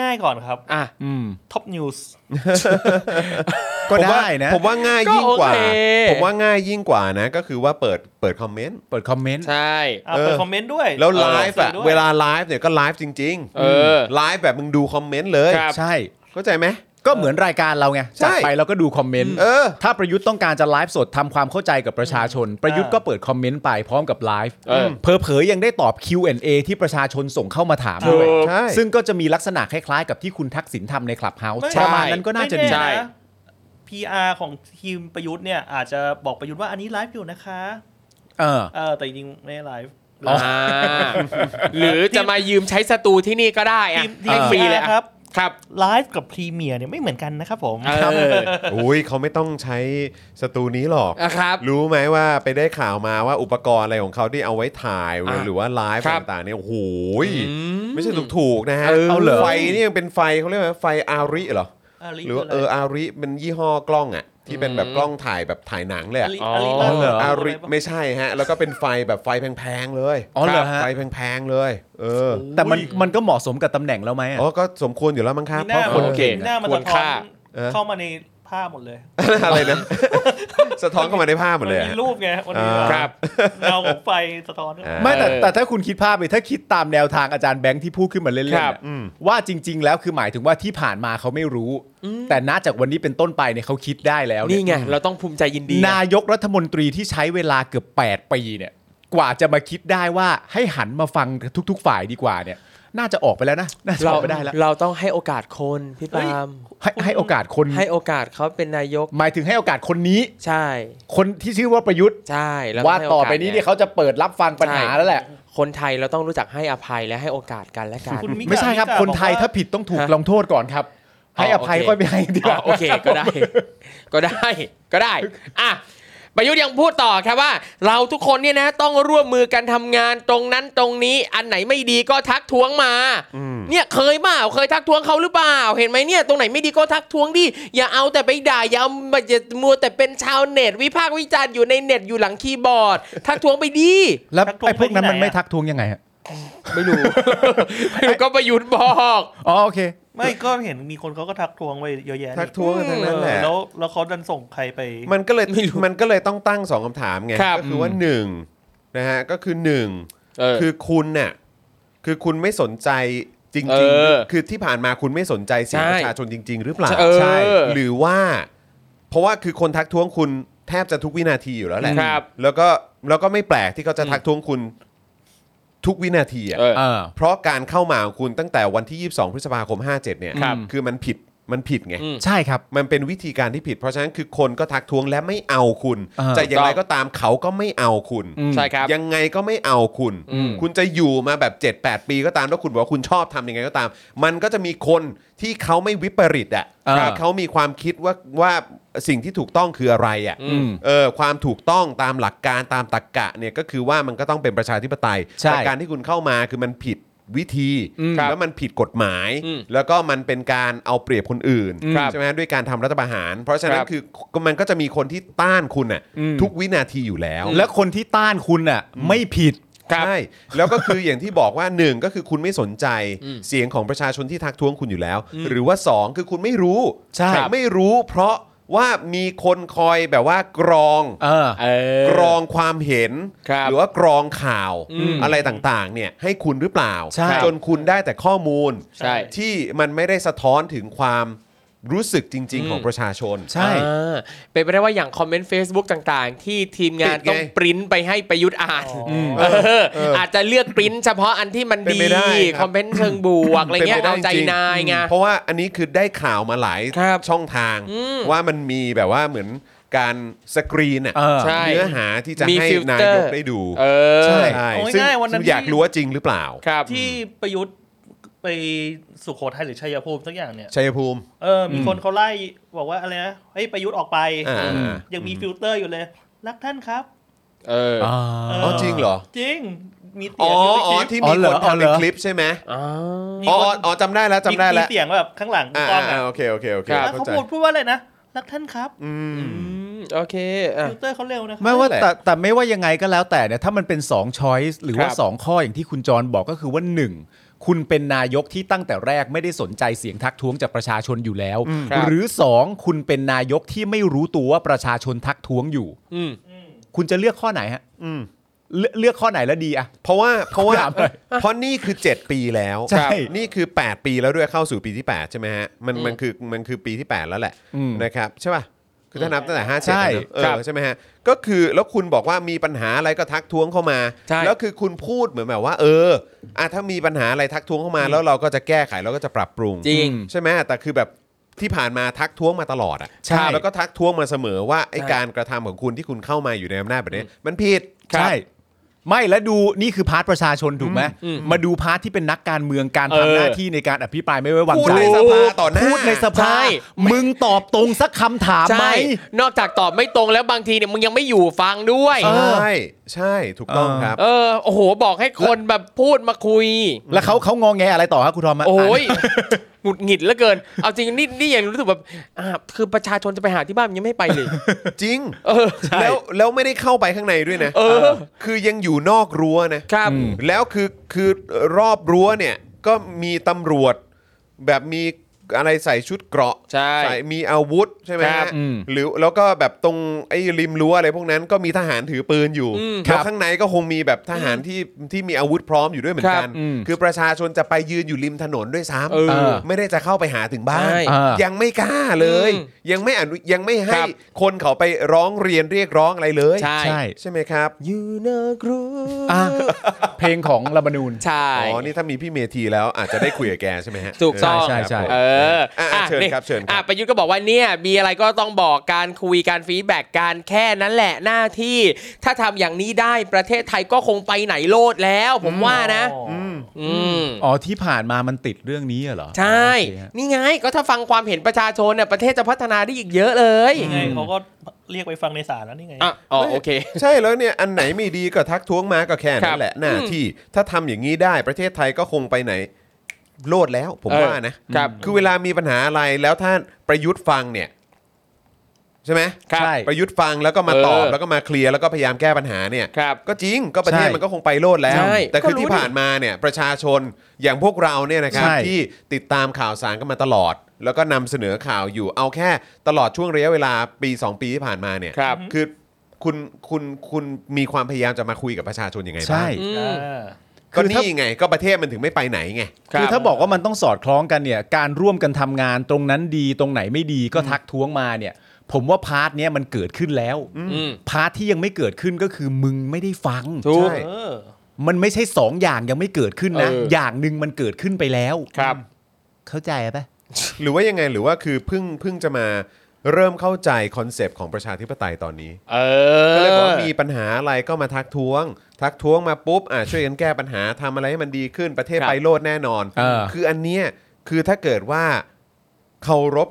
S5: ง่ายๆก่อนครับ
S2: อ่ะ
S3: อืม
S5: ท็อปนิวส์
S1: ผ
S3: ก็
S1: มว่า
S3: ได้นะ
S1: ผมว่าง่ายยิ่งกว่า
S2: ก็โอเค
S1: ผมว่าง่ายยิ่งกว่านะ ก็คือว่าเปิดเปิดคอมเมนต์
S3: เปิดคอมเมนต์
S2: ใช่
S5: เปิด
S1: เออ
S5: คอมเมนต์ด้วย
S1: แล้วไล
S5: ปิด
S1: ฟ์
S5: สื่
S1: อะ
S5: ด้ย
S1: เวลาไลฟ์เนี่ยก็ไลฟ์จริง
S2: เออ
S1: ไลฟ์แบบมึงดูคอมเมนต์เลย
S2: ครับ
S3: ใช่
S1: เข้าใจไหม
S3: ก็เหมือนรายการเราไง
S1: ใช่
S3: จัดไปเราก็ดูคอมเมนต์
S1: เออ
S3: ถ้าประยุทธ์ต้องการจะไลฟ์สดทำความเข้าใจกับประชาชน ประยุทธ์ก็เปิดคอมเมนต์ไปพร้อมกับไลฟ์
S2: เออ
S3: เผลอๆยังได้ตอบ Q&A ที่ประชาชนส่งเข้ามาถาม
S5: ถูก
S3: ด้วย
S1: ใช่
S3: ซึ่งก็จะมีลักษณะคล้ายๆ กับที่คุณทักษิณทำในคลับเฮาส์
S5: ไ
S3: ประมาณนั้นก็น่าจะดี
S5: ไม่แ
S2: ใช่
S5: นะ PR ของทีมประยุทธ์เนี่ยอาจจะบอกประยุทธ์ว่าอันนี้ไลฟ์อยู่นะคะ
S3: เออ
S5: เออแต่จริงๆไม่ได้ไลฟ์
S3: อ๋ออ่
S2: าหรือจะมายืมใช้สตูที่นี่ก็ได้
S5: ที
S2: อะ
S5: ม
S2: เรียกฟรี
S5: ทีม
S2: เลย
S5: PR
S2: อะ
S5: ครับ
S2: ครับ
S5: ไลฟ์กับพรีเมียร์เนี่ยไม่เหมือนกันนะครับผม
S2: เออ
S1: อุ้ยเขาไม่ต้องใช้สตูนี้หรอก
S2: นะครับ
S1: รู้ไหมว่าไปได้ข่าวมาว่าอุปกรณ์อะไรของเขาที่เอาไว้ถ่าย
S2: อ่ะ
S1: หรือว่าไลฟ์
S2: ครับ
S1: ต่างๆเนี่ยโอ้โหไม่ใช่ถูกๆนะฮะ
S2: เออเอาเหรอ
S1: ไฟนี่ยังเป็นไฟเขาเรียกว่าไฟอาริเหรอ
S5: อาริ
S1: หรือว่า
S5: คืะ
S1: เอ
S5: ไ
S1: ออาริเป็นยี่ห้อกล้องอ่ะที่เป็นแบบกล้องถ่ายแบบถ่ายหนังเลย
S5: อา
S1: อะ
S5: ริ
S2: อ๋อ
S5: อาริ
S2: อ๋อเหร
S1: อาริ
S5: ะปะ
S1: ไม่ใช่ฮะ แล้วก็เป็นไฟแบบไฟแพงๆเลย
S3: อ๋อเหรอฮะ
S1: ไฟแพงๆเลย เออ
S3: แต่มันมันก็เหมาะสมกับตำแหน่งแล้วไหมอะ
S1: อ๋อก็สมควรอยู่แล้วมั้งครับ
S5: มีห
S1: เพราะค
S5: น้า
S1: น
S5: มัน
S1: เก่ง
S5: มีหน้ามัน
S2: ควร
S5: สะท้อ
S2: ค่า
S5: น
S1: เออ
S5: เข้ามาในภาพหมดเลย
S1: อะไร นะ สะท้อนเข้ามาในภาพหมดเลย
S5: น
S1: อะ
S5: มีรูปไงวันนี้
S1: อ่า
S2: ครับ
S5: เงาของไฟสะท้อน
S1: อ่า
S3: ไม่แต่
S2: เออ
S3: แต่ถ้าคุณคิดภาพไปถ้าคิดตามแนวทางอาจารย์แบงค์ที่พูดขึ้นมาเล่นๆ
S2: ครับ
S3: อะว่าจริง ๆ แล้วคือหมายถึงว่าที่ผ่านมาเขาไม่รู้ แต่น่าจากวันนี้เป็นต้นไปเนี่ยเขาคิดได้แล้วเย
S2: นี่ไง เราต้องภูมิใจยินดี
S3: นายกรัฐมนตรีที่ใช้เวลาเกือบ 8 ปีเนี่ย กว่าจะมาคิดได้ว่าให้หันมาฟังทุก ๆ ฝ่ายดีกว่าเนี่ย น่าจะออกไปแล้วนะ น่าจะอ
S2: เรา
S3: อกไปได้แล้ว
S2: เราต้องให้โอกาสคนพี่ปาล์ม
S3: ให้ให้โอกาสคน
S2: ให้โอกาสเขาเป็นนายก
S3: หมายถึงให้โอกาสคนนี้
S2: ใช่
S3: คนที่ชื่อว่าประยุทธ์
S2: ใช่แล้ว
S3: ว่าต่อไป
S2: ให้โกส
S3: นี้เนี่ยเขาจะเปิดรับฟังปัญหาแล้วแหละ
S2: คนไทยเราต้องรู้จักให้อภัยและให้โอกาสกันและกัน
S5: คุณกา
S3: ไม่ใช่ครับ
S5: กา
S3: คนไทย
S5: บอกว่
S3: ถ้าผิดต้องถูก
S2: ฮะ
S3: ลงโทษก่อนครับ ให้อภัยค่อยไปให้ดีก
S2: อ๋อ
S3: ว่า
S2: โอเคก็ได้ ก็ได้ก็ได้อ่ะประยุทธ์ยังพูดต่อครับว่า เราทุกคนเนี่ยนะต้องร่วมมือกันทำงานตรงนั้นตรงนี้ อันไหนไม่ดีก็ทักท้วงมา เนี่ยเคยเปล่าเคยทักท้วงเขาหรือเปล่า เห็นไหมเนี่ยตรงไหนไม่ดีก็ทักท้วงดิอย่าเอาแต่ไปด่าอย่าเอามาอย่ามัวแต่เป็นชาวเน็ต วิพากษ์วิจารณ์อยู่ในเน็ตอยู่หลังคีย์บอร์ด ทักท้วงไปดี
S3: แล้วไอ้พวกนั้นมันไม่ทักท้วงยังไงฮะ
S2: ไม่รู้ ไม่รู้ก็ประยุทธ์บอก
S3: อ๋อโอเค
S5: ไม่ก็เห็นมีคนเขาก็ทักทวงไว้เยอะแยะ
S1: ทักท้วงกันทั้งนั้นแหละ
S5: แล้วแล้วเขาดันส่งใครไป
S1: มันก็เลย
S2: ไม่รู้
S1: มันก็เลยต้องตั้งสองคำถามไง
S2: ครับ
S1: ก็คือว่าหนึ่งนะฮะก็คือหนึ่ง
S2: เออ
S1: คือคุณเนี่ยคือคุณไม่สนใจจ
S2: เอ
S1: ริง
S2: อ
S1: ๆ คือที่ผ่านมาคุณไม่สนใจเสียง
S2: ใช่
S1: ประชาชนจริง ๆ หรือเปล่า
S2: เออ
S1: หรือว่า เพราะว่าคือคนทักท้วงคุณแทบจะทุกวินาทีอยู่แล้วแหละ
S2: ครับ
S1: แล้วก็แล้วก็ไม่แปลกที่เขาจะทักท้วงคุณทุกวินาทีอ่ะ
S2: เออ
S3: เออ
S1: เพราะการเข้ามาของคุณตั้งแต่วันที่ 22 พฤษภาคม 57 เนี่ย
S3: ครับ
S1: คือมันผิดมันผิดไง
S3: ใช่ครับ
S1: มันเป็นวิธีการที่ผิด เพราะฉะนั้นคือคนก็ทักท้วงและไม่เอาคุณ
S3: อ่า
S1: จะอย่างไรก็ตามเขาก็ไม่เอาคุณ
S3: อืม
S2: ใช่ครับ
S1: ยังไงก็ไม่เอาคุณ
S2: อืม
S1: คุณจะอยู่มาแบบ 7-8 ปีก็ตามแล้วคุณบอกว่าคุณชอบทำยังไงก็ตาม มันก็จะมีคนที่เขาไม่วิปริตอ่ะ
S3: อ่า
S1: ที่เขามีความคิดว่าว่าสิ่งที่ถูกต้องคืออะไรอ่ะ
S3: อืม
S1: เออความถูกต้องตามหลักการตามตรรกกะเนี่ยก็คือว่ามันก็ต้องเป็นประชาธิปไตย
S3: ใช่
S1: แต่การที่คุณเข้ามาคือมันผิดวิธี
S3: อืม
S1: แล้วมันผิดกฎหมาย
S2: อืม
S1: แล้วก็มันเป็นการเอาเปรียบคนอื่น
S2: ครับ
S1: ใช่ไหมด้วยการทำรัฐประหาร เพราะฉะนั้น
S2: ครับ
S1: คือมันก็จะมีคนที่ต้านคุณน่ะ
S3: อืม
S1: ทุกวินาทีอยู่แล้ว
S3: และคนที่ต้านคุณน่ะไม่ผิด
S2: ครับ
S1: ใช่ แล้วก็คืออย่างที่บอกว่า หนึ่งก็คือคุณไม่สนใจ
S2: อืม
S1: เสียงของประชาชนที่ทักท้วงคุณอยู่แล้ว หรือว่าสองคือคุณไม่รู้
S3: ใช่
S1: ครับไม่รู้ เพราะว่ามีคนคอยแบบว่ากรอง
S3: เออ
S1: กรองความเห็น
S2: ครับ
S1: หรือว่ากรองข่าว
S2: อืม
S1: อะไรต่างๆเนี่ยให้คุณหรือเปล่า
S3: ใช่
S1: จนคุณได้แต่ข้อมูล
S2: ใช่
S1: ที่มันไม่ได้สะท้อนถึงความรู้สึกจริง ๆ ของประชาชน
S3: ใช่
S2: อ่าเป็นไปได้ว่าอย่างคอมเมนต์ Facebook ต่างๆ ที่ทีมงาน
S1: ติดไง
S2: ต้องปริ้นไปให้ประยุทธ์อ่าน
S5: อืม
S2: เอออาจจะเลือกปริ้นเฉพาะอันที่มัน
S1: เป็น
S2: ดี
S1: ไปได้ครับ
S2: คอมเมนต์เชิงบวกอะไรเงี้ย
S1: ป็ปด้
S2: เอาใจ
S1: ริงๆ
S2: นายไง
S1: เพราะว่าอันนี้คือได้ข่าวมาหลาย
S2: ครับ
S1: ช่องทางว่ามันมีแบบว่าเหมือนการสกรีนอะ
S3: เออ
S2: ใช่
S1: เนื้อหาที่จะ
S2: มี
S1: ให้
S2: ฟิล
S1: นา
S2: เตอ
S1: ย
S2: ร์
S1: กได้ดู
S2: เออ
S1: ใช่
S5: เอา
S1: ซึ่ง
S5: ง่ายๆวันนั้น
S1: อยากรู้ว่าจริงหรือเปล่า
S2: ครับ
S5: ที่ประยุทธ์ไปสุโขทัยหรือชัยภูมิสักอย่างเนี่ย
S1: ชัยภูมิ
S5: เออ มีคนเขาไล่บอกว่าอะไรนะ เฮ้ยประยุทธ์ออกไป
S1: อ่า
S5: ยังมีฟิลเตอร์อยู่เลย รักท่านครับ
S2: เออ
S3: อ๋อ
S1: อ๋อจริงเหรอ
S5: จริง มีเสี
S1: อ๋
S5: ย
S1: อง
S5: ยู่ในค
S1: อ๋อ
S5: ลิป
S1: ที่
S3: อ๋
S1: มี
S3: อ
S1: ค
S3: เหร
S1: น
S3: ออ๋อ
S1: ทำ
S3: เหรอ
S1: เป็นคลิปใช่ไหม
S2: อ๋อ
S5: มี
S1: อ๋อ
S5: ค
S1: อ๋อนอ๋อจำได้แล้วจำได้
S5: มี
S1: แล้ว
S5: เสียงแบบข้างหลัง
S1: อ่าก
S5: ล้อง
S1: อ่า
S5: อะ
S1: โอเคโอเคโอเค
S2: ครับ
S5: แล้ว
S1: เข้า
S5: เขา
S1: ใจ
S5: พูดพูดว่าอะไรนะ รักท่านครับ
S1: อืม
S2: อืมโอเคอ่ะ
S5: ฟิลเตอร์เขาเร็วนะครับ
S3: ไม่ว่า
S1: นั่นแหละ
S3: แต่แต่ไม่ว่ายังไงก็แล้วแต่เนี่ยถ้ามันเป็น2ช้อยส์หรือว่า
S2: ครับ
S3: 2 ข้ออย่างที่คุณจรบอกก็คือว่า 1 คุณเป็นนายกที่ตั้งแต่แรกไม่ได้สนใจเสียงทักท้วงจากประชาชนอยู่แล้ว
S2: ครับ
S3: หรือ 2 คุณเป็นนายกที่ไม่รู้ตัวว่าประชาชนทักท้วงอยู่
S2: อืม
S3: คุณจะเลือกข้อไหนฮะ
S1: อืม
S3: เลือกเลือกข้อไหนแล้วดีอะ
S1: เพราะว่าเพราะว่า
S3: ถามหน่อย
S1: เพราะนี่คือ 7 ปีแล้ว
S3: ใช่
S1: นี่คือ 8 ปีแล้วด้วยเข้าสู่ปีที่ 8 ใช่ไหมฮะมันมันคือมันคือปีที่ 8 แล้วแหละ
S3: อืม
S1: นะครับใช่ป่ะคือถ้านับตั้งแต่ห้า
S3: ใช่
S1: เจ็ดเออใช่ไหมฮะก็คือแล้วคุณบอกว่ามีปัญหาอะไรก็ทักท้วงเข้ามา
S2: ใช่
S1: แล้วคือคุณพูดเหมือนแบบว่า เอออ่ะถ้ามีปัญหาอะไรทักท้วงเข้ามา แล้วเราก็จะแก้ไขแล้วก็จะปรับปรุง
S2: จริง
S1: ใช่ไหมแต่คือแบบที่ผ่านมาทักท้วงมาตลอดอ่ะ
S3: ใช่
S1: แล้วก็ทักท้วงมาเสมอว่าไอ้
S2: ใช่
S1: การกระทำของคุณที่คุณเข้ามาอยู่ในอำนาจแบบนี้มันผิด
S3: ใช่ ไม่แล้วดูนี่คือพาร์ทประชาชนถูกไหม
S2: อืม
S3: มาดูพาร์ทที่เป็นนักการเมืองการ
S2: เออ
S3: ทำหน้าที่ในการอภิปรายไม่ไว้วาง
S1: พูด
S3: ใจ
S1: ในสภาต่อหน้า
S3: พูดในสภา
S2: ใช่
S3: มึงตอบตรงสักคำถามไหม
S2: ใช่ นอกจากตอบไม่ตรงแล้วบางทีเนี่ยมึงยังไม่อยู่ฟังด้วย
S1: ใช่ใช่ถูกต้อง
S3: เออ
S1: ครับ
S2: เออโอ้โหบอกให้คนแบบพูดมาคุย
S3: แล้วเขาเขางอแงอะไรต่อครับคุณทอมะ
S2: โอ้ย
S3: อ่ะ
S2: หงุดหงิดเหลือเกิน เอาจริงนี่นี่ยังรู้สึกแบบอ่าคือประชาชนจะไปหาที่บ้านยังไม่ไปเลย
S1: จริง
S2: เออ
S1: แล้วแล้วไม่ได้เข้าไปข้างในด้วยนะ
S2: เออ
S1: คือยังอยู่นอกรั้วนะครับ แล้วคือคือรอบรั้วเนี่ยก็มีตำรวจแบบมีอะไรใส่ชุดเกราะ
S2: ใช่
S1: ส่มีอาวุธใช่ไหม
S2: ครั
S1: ฮะ
S2: บ
S3: อืม
S1: หรือแล้วก็แบบตรงไอ้ริมรั้วอะไรพวกนั้นก็มีทหารถือปืนอยู่
S2: อืม
S1: แล้ว
S3: ครับ
S1: ข้างในก็คงมีแบบทหารที่ที่มีอาวุธพร้อมอยู่ด้วยเหมือนกัน
S2: ครับ
S3: อืม
S1: คือประชาชนจะไปยืนอยู่ริมถนนด้วยซ้
S2: เอ
S3: อ
S1: ำไม่ได้จะเข้าไปหาถึงบ้าน
S2: ใช่
S1: ยังไม่กล้าเลย
S2: อืม
S1: ยังไม่อนุยังไม่ให้
S2: ครับ
S1: คนเขาไปร้องเรียนเรียกร้องอะไรเลย
S2: ใช่
S3: ใช่
S1: ใช่ไหมครับ
S2: ยูนากรู
S3: อ่ะเพลงของรัฐธรรมนูญ
S2: ใช่
S1: อ๋อนี่ถ้ามีพี่เมทีแล้วอาจจะได้คุยกับแกใช่ไหมฮะ
S2: ถูกต้อง
S3: ใช่ใช่
S1: ครับผม
S2: เออ
S1: อ่ะอ่ะเชิญ
S2: นี่
S1: ครับเชิญครับ
S2: อ่ะประยุทธ์ก็บอกว่าเนี่ยมีอะไรก็ต้องบอกการคุยการฟีดแบ็กการแค่นั้นแหละหน้าที่ ถ้าทำอย่างนี้ได้ประเทศไทยก็คงไปไหนโลดแล้ว ผมว่านะ อืม
S3: อ๋อที่ผ่านมามันติดเรื่องนี้เหรอ
S2: ใช่
S3: โอเคฮะ
S2: นี่ไงก็ถ้าฟังความเห็นประชาชนเนี่ยประเทศจะพัฒนาได้อีกเยอะเลย
S5: ยังไงเขาก็เรียกไปฟังในศาลแล้วนี่ไง
S2: อ่ะอ๋อ
S1: เฮ้ย
S2: โอเค
S1: ใช่แล้วเนี่ยอันไหนไม่ดีก็ทักท้วงมาก็แค่
S2: ครั
S1: นั้น
S2: บ
S1: แหละหน้าที่ถ้าทำอย่างนี้ได้ประเทศไทยก็คงไปไหนโลดแล้ว ผม
S2: เออ
S1: ว่านะครับ คือเวลามีปัญหาอะไรแล้วท่านประยุทธ์ฟังเนี่ยใช่ไหม
S2: ครับใช่
S1: ประยุทธ์ฟังแล้วก็มาตอบ
S2: เออ
S1: แล้วก็มาเคลียร์แล้วก็พยายามแก้ปัญหาเนี่ย
S2: ครับ
S1: ก็จริงก็ประเทศ
S3: ใช่
S1: มันก็คงไปโลดแล้ว
S2: ใช่
S1: แต่คือ
S2: ก็รู้
S1: ที่ผ่านมาเนี่ยประชาชนอย่างพวกเราเนี่ยนะครับ
S3: ใช่
S1: ที่ติดตามข่าวสารกันมาตลอด แล้วก็นำเสนอข่าวอยู่เอาแค่ตลอดช่วงระยะเวลาปี 2 ปีที่ผ่านมาเนี่ย
S2: ครับ
S1: อคุณคุณคุณมีความพยายามจะมาคุยกับประชาชนยังไงบ้า
S3: ใช่
S1: ง
S2: อืม
S5: อ่า
S1: ก็
S3: คือถ้า
S1: นี่ไงก็ประเทศมันถึงไม่ไปไหนไง
S2: ครับ
S3: คือถ้าบอกว่ามันต้องสอดคล้องกันเนี่ย การร่วมกันทำงานตรงนั้นดีตรงไหนไม่ดีก็ทักท้วงมาเนี่ย ผมว่าพาร์ทเนี้ยมันเกิดขึ้นแล้ว
S2: อืม
S3: พาร์ทที่ยังไม่เกิดขึ้นก็คือมึงไม่ได้ฟัง
S2: ถูก
S1: ใช่
S5: เออ
S3: มันไม่ใช่สองอย่างยังไม่เกิดขึ้นนะ
S2: เออ
S3: อ
S2: อ
S3: ย่างหนึ่งมันเกิดขึ้นไปแล้ว
S2: ครับ
S3: เข้าใจปะ
S1: หรือว่ายังไงหรือว่าคือเพิ่งเพิ่งจะมาเริ่มเข้าใจคอนเซปต์ของประชาธิปไตยตอนนี้
S2: เออ
S1: ก็เลยบอกว่ามีปัญหาอะไรก็มาทักท้วง ทักท้วงมาปุ๊บอ่ะช่วยกันแก้ปัญหาทำอะไรให้มันดีขึ้นประเทศ
S2: ครับ
S1: ไปโลดแน่นอน
S3: เออ
S1: คืออันเนี้ยคือถ้าเกิดว่าเคารพ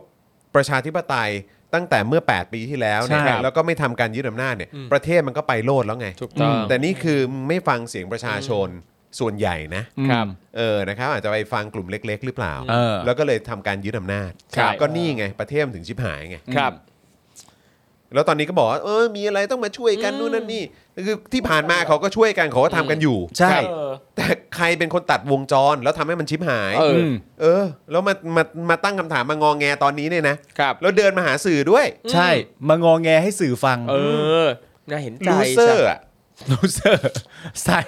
S1: ประชาธิปไตยตั้งแต่เมื่อ 8 ปีที่แล้วเนี่ย
S2: ใช่ครับ
S1: แล้วก็ไม่ทำการยึดอำนาจเนี่ย
S2: อืม
S1: ประเทศมันก็ไปโลดแล้วไง
S2: ถูกต้อง
S1: แต่นี่คือไม่ฟังเสียงประชาชนส่วนใหญ่นะครับ เออนะครับอาจจะไปฟังกลุ่มเล็ก ๆ หรือเปล่า
S3: เออ
S1: แล้วก็เลยทำการยึดอำนาจ
S2: ครับ
S1: ก็นี่ไงประเทศมันถึงชิบหายไง
S2: ครับ
S1: แล้วตอนนี้ก็บอกว่าเออมีอะไรต้องมาช่วยกันนู่นนั่นนี่คือที่ผ่านมาเขาก็ช่วยกันเขาก็ทำกันอยู่
S3: ใช่
S2: ครับ
S5: เออ
S1: แต่ใครเป็นคนตัดวงจรแล้วทำให้มันชิบหาย
S2: เออ
S3: ม
S1: เออ แล้วมามามาตั้งคำถามมางองแงตอนนี้เนี่ยนะครับ แล้วเดินมาหาสื่อด้วย
S3: ใช่ มางอแงให้สื่อฟัง
S2: เออ น่าเห็นใจ
S1: ลูเซอร์อะ
S3: ลูเซอร์ ใส่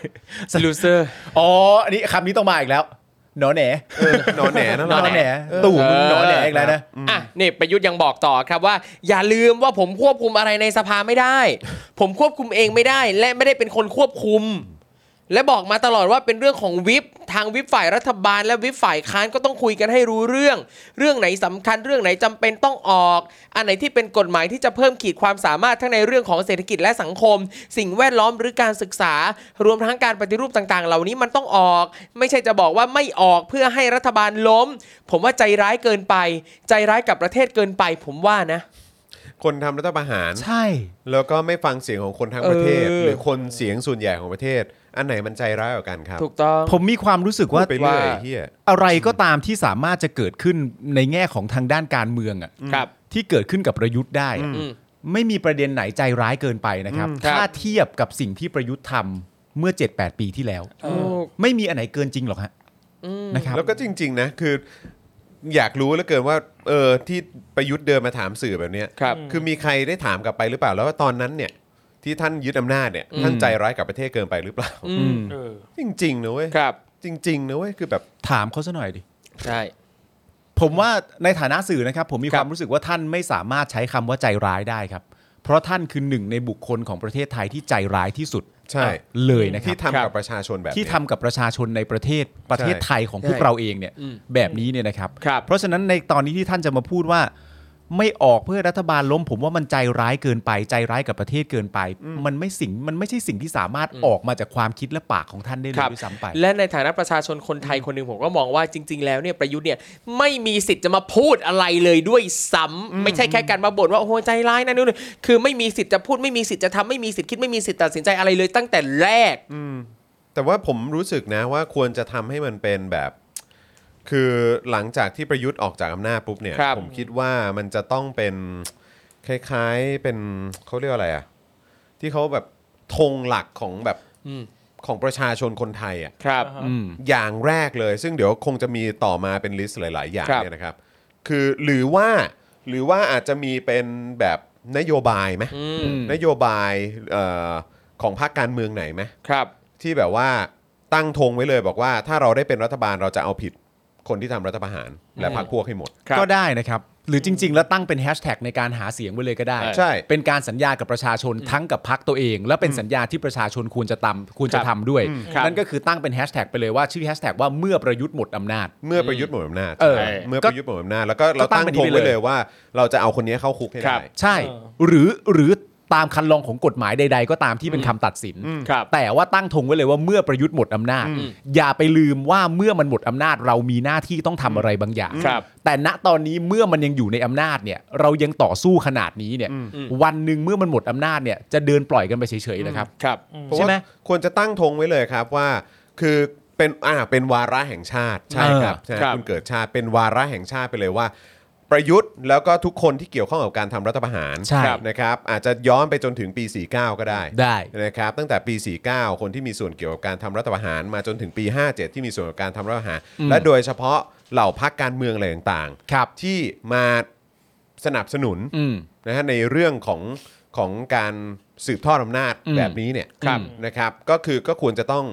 S3: ใส่
S2: ลูเซอร์
S3: อ๋อ อันนี้คำนี้ต้องมาอีกแล้ว หนอแหน
S1: เออหนอนแหนนั่น
S3: หน
S1: หรอ
S3: อแหนตู่มึง
S2: เออ
S3: หนอแหนอีกแล้วนะ
S2: อ่ะนี่ประยุทธ์ยังบอกต่อครับว่า อย่าลืมว่าผมควบคุมอะไรในสภาไม่ได้ ผมควบคุมเองไม่ได้ และไม่ได้เป็นคนควบคุม และบอกมาตลอดว่าเป็นเรื่องของวิปทางวิปฝ่ายรัฐบาล และวิปฝ่ายค้านก็ต้องคุยกันให้รู้เรื่อง เรื่องไหนสำคัญเรื่องไหนจำเป็นต้องออก อันไหนที่เป็นกฎหมายที่จะเพิ่มขีดความสามารถทั้งในเรื่องของเศรษฐกิจและสังคม สิ่งแวดล้อมหรือการศึกษา รวมทั้งการปฏิรูปต่างๆ เหล่านี้มันต้องออก ไม่ใช่จะบอกว่าไม่ออกเพื่อให้รัฐบาลล้ม ผมว่าใจร้ายเกินไป ใจร้ายกับประเทศเกินไป ผมว่านะ
S1: คนทำรัฐประหาร
S3: ใช่
S1: แล้วก็ไม่ฟังเสียงของคนทั้งประเทศ
S2: เออ
S1: หรือคนเสียงส่วนใหญ่ของประเทศ อันไหนมันใจร้ายกว่ากันครับ
S2: ถูกต้อง
S3: ผมมีความรู้สึกว่า
S1: พูดไปเรื่อย
S2: ว่า
S1: เฮีย
S3: อะไรก็ตามที่สามารถจะเกิดขึ้นในแง่ของทางด้านการเมืองอะ
S2: ครับ
S3: ที่เกิดขึ้นกับประยุทธ์ได้อะ
S2: อืม
S3: ไม่มีประเด็นไหนใจร้ายเกินไปนะครับ
S2: ครับ
S3: ถ้าเทียบกับสิ่งที่ประยุทธ์ทำเมื่อ 7-8 ปีที่แล้ว ไม่มีอันไหนเกินจริงหรอกฮะนะครับ
S1: แล้วก็จริง ๆ นะ คือ อยากรู้เหลือเกินว่าเออที่ประยุทธ์เดินมาถามสื่อแบบเนี้ย
S2: ครับ
S1: คือมีใครได้ถามกลับไปหรือเปล่าแล้วว่าตอนนั้นเนี่ยที่ท่านยึดอำนาจเนี่ยท่านใจร้ายกับประเทศเกินไปหรือเปล่า
S2: อืม
S5: เออ
S1: จริงๆนะเว้ย
S2: ครับ
S1: จริงๆนะเว้ยคือแบบ
S3: ถามเขาซะหน่อยดิ
S2: ใช่
S3: ผมว่าในฐานะสื่อนะครับ ผมมี
S2: ครั
S3: ค
S2: บ
S3: วามรู้สึกว่าท่านไม่สามารถใช้คำว่าใจร้ายได้ครับ เพราะท่านคือหนึ่งในบุคคลของประเทศไทยที่ใจร้ายที่สุด
S1: ใช่
S3: เลยนะครั
S1: ที่
S3: บ
S1: ทำกับประชาชนแบบ
S3: ที่
S1: เนี้ย
S3: ทำกับประชาชนในประเทศประเทศ
S1: ใช่
S3: ไทยของพวก
S2: ใช่
S3: เราเองเนี่ย
S2: อืม
S3: แบบนี้เนี่ยนะครับ
S2: ครับ
S3: เพราะฉะนั้นในตอนนี้ที่ท่านจะมาพูดว่า ไม่ออกเพื่อรัฐบาลล้ม ผมว่ามันใจร้ายเกินไป ใจร้ายกับประเทศเกินไป มันไม่สิ่งมันไม่ใช่สิ่งที่สามารถออกมาจากความคิดและปากของท่านได้เลยด้วยซ้ำไป
S2: และในฐานะประชาชนคนไทยคนหนึ่งผมก็มองว่าจริง ๆ แล้วเนี่ยประยุทธ์เนี่ยไม่มีสิทธิ์จะมาพูดอะไรเลยด้วยซ้ำไม่ใช่แค่การมาบ่นว่าโอ้โหใจร้ายนะนู่นนี่คือไม่มีสิทธิ์จะพูดไม่มีสิทธิ์จะทำไม่มีสิทธิ์คิดไม่มีสิทธิ์ตัดสินใจอะไรเลยตั้งแต่แรก
S1: แต่ว่าผมรู้สึกนะว่าควรจะทำให้มันเป็นแบบ คือหลังจากที่ประยุทธ์ออกจากอำนาจปุ๊บเนี่ย
S2: ครับ
S1: ผมคิดว่ามันจะต้องเป็นคล้ายๆเป็นเขาเรียกว่าอะไรอะที่เขาแบบธงหลักของแบบของประชาชนคนไทยอะ
S2: ครับ
S3: อืม
S1: อย่างแรกเลย ซึ่งเดี๋ยวคงจะมีต่อมาเป็นลิสต์หลาย ๆ อย่าง
S2: ครับ
S1: เนี่ยนะครับ คือหรือว่าหรือว่าอาจจะมีเป็นแบบนโยบายไหมนโยบายเอ่อของพรรคการเมืองไหนไหม
S2: ครับ
S1: ที่แบบว่าตั้งธงไว้เลยบอกว่าถ้าเราได้เป็นรัฐบาลเราจะเอาผิดคนที่ทำรัฐประหาร และพรรคพวกให้หมด
S2: ครับ
S3: ก็ได้นะครับ หรือจริง ๆ แล้วตั้งเป็นแฮชแท็กในการหาเสียงไว้เลยก็ได้
S1: ใช่
S3: เป็นการสัญญากับประชาชนทั้งกับพักตัวเอง และเป็นสัญญาที่ประชาชนควรจะตามควรจะทำด้วย
S2: ครับ
S3: นั่นก็คือตั้งเป็นแฮชแท็กไปเลยว่าชื่อแฮชแท็กว่าเมื่อประยุทธ์หมดอำนาจ
S1: เมื่อประยุทธ์หมดอำนาจ
S3: เออ
S1: ใช่เมื่อประยุทธ์หมดอำนาจแล้วก็เรา
S3: ก็ตั้
S1: ตั้ง
S3: งเป็น
S1: ธง
S3: นี้ไป
S1: ไว้
S3: เล
S1: เลย ยว่า เราจะเอาคนนี้เข้าคุกให้
S2: ครั
S1: ได้
S2: บ
S3: ใช่
S5: เออ
S3: หรือหรือตามคันลองของกฎหมายใด ๆ ก็ตามที่เป็นคำตัดสิน
S2: ครับ
S3: แต่ว่าตั้งธงไว้เลยว่าเมื่อประยุทธ์หมดอำนาจ อย่าไปลืมว่าเมื่อมันหมดอำนาจ เรามีหน้าที่ต้องทำอะไรบางอย่าง
S2: ครับ
S3: แต่ณตอนนี้เมื่อมันยังอยู่ในอำนาจเนี่ยเรายังต่อสู้ขนาดนี้เนี่ยวันหนึ่งเมื่อมันหมดอำนาจเนี่ยจะเดินปล่อยกันไปเฉยๆนะครับ
S2: ครับ
S1: เพราะ
S3: ใช่ไหม
S1: ว่าควรจะตั้งธงไว้เลยครับว่า คือเป็นอ่าเป็นวาระแห่งชาติใช่ครับ
S3: เออ
S1: ใช่
S2: ครับ
S1: คุณเกิดชาติเป็นวาระแห่งชาติไปเลยว่า ประยุทธ์แล้วก็ทุกคนที่เกี่ยวข้องกับการทำรัฐประหาร
S3: ใช่
S2: ครับ
S1: นะครับ อาจจะย้อนไปจนถึงปี 49 ก็ได้
S3: ได้
S1: นะครับตั้งแต่ปี 49 คนที่มีส่วนเกี่ยวกับการทำรัฐประหารมาจนถึงปี 57 ที่มีส่วนกับการทำรัฐประหาร และโดยเฉพาะเหล่าพักการเมืองอะไรต่าง
S3: ครับ
S1: ๆ ที่มาสนับสนุน
S3: อืม
S1: นะฮะในเรื่องของของการสืบทอดอำนาจ
S3: อืม
S1: แบบนี้เนี่ย
S3: ครับ
S1: นะครับก็คือก็ควรจะต้อง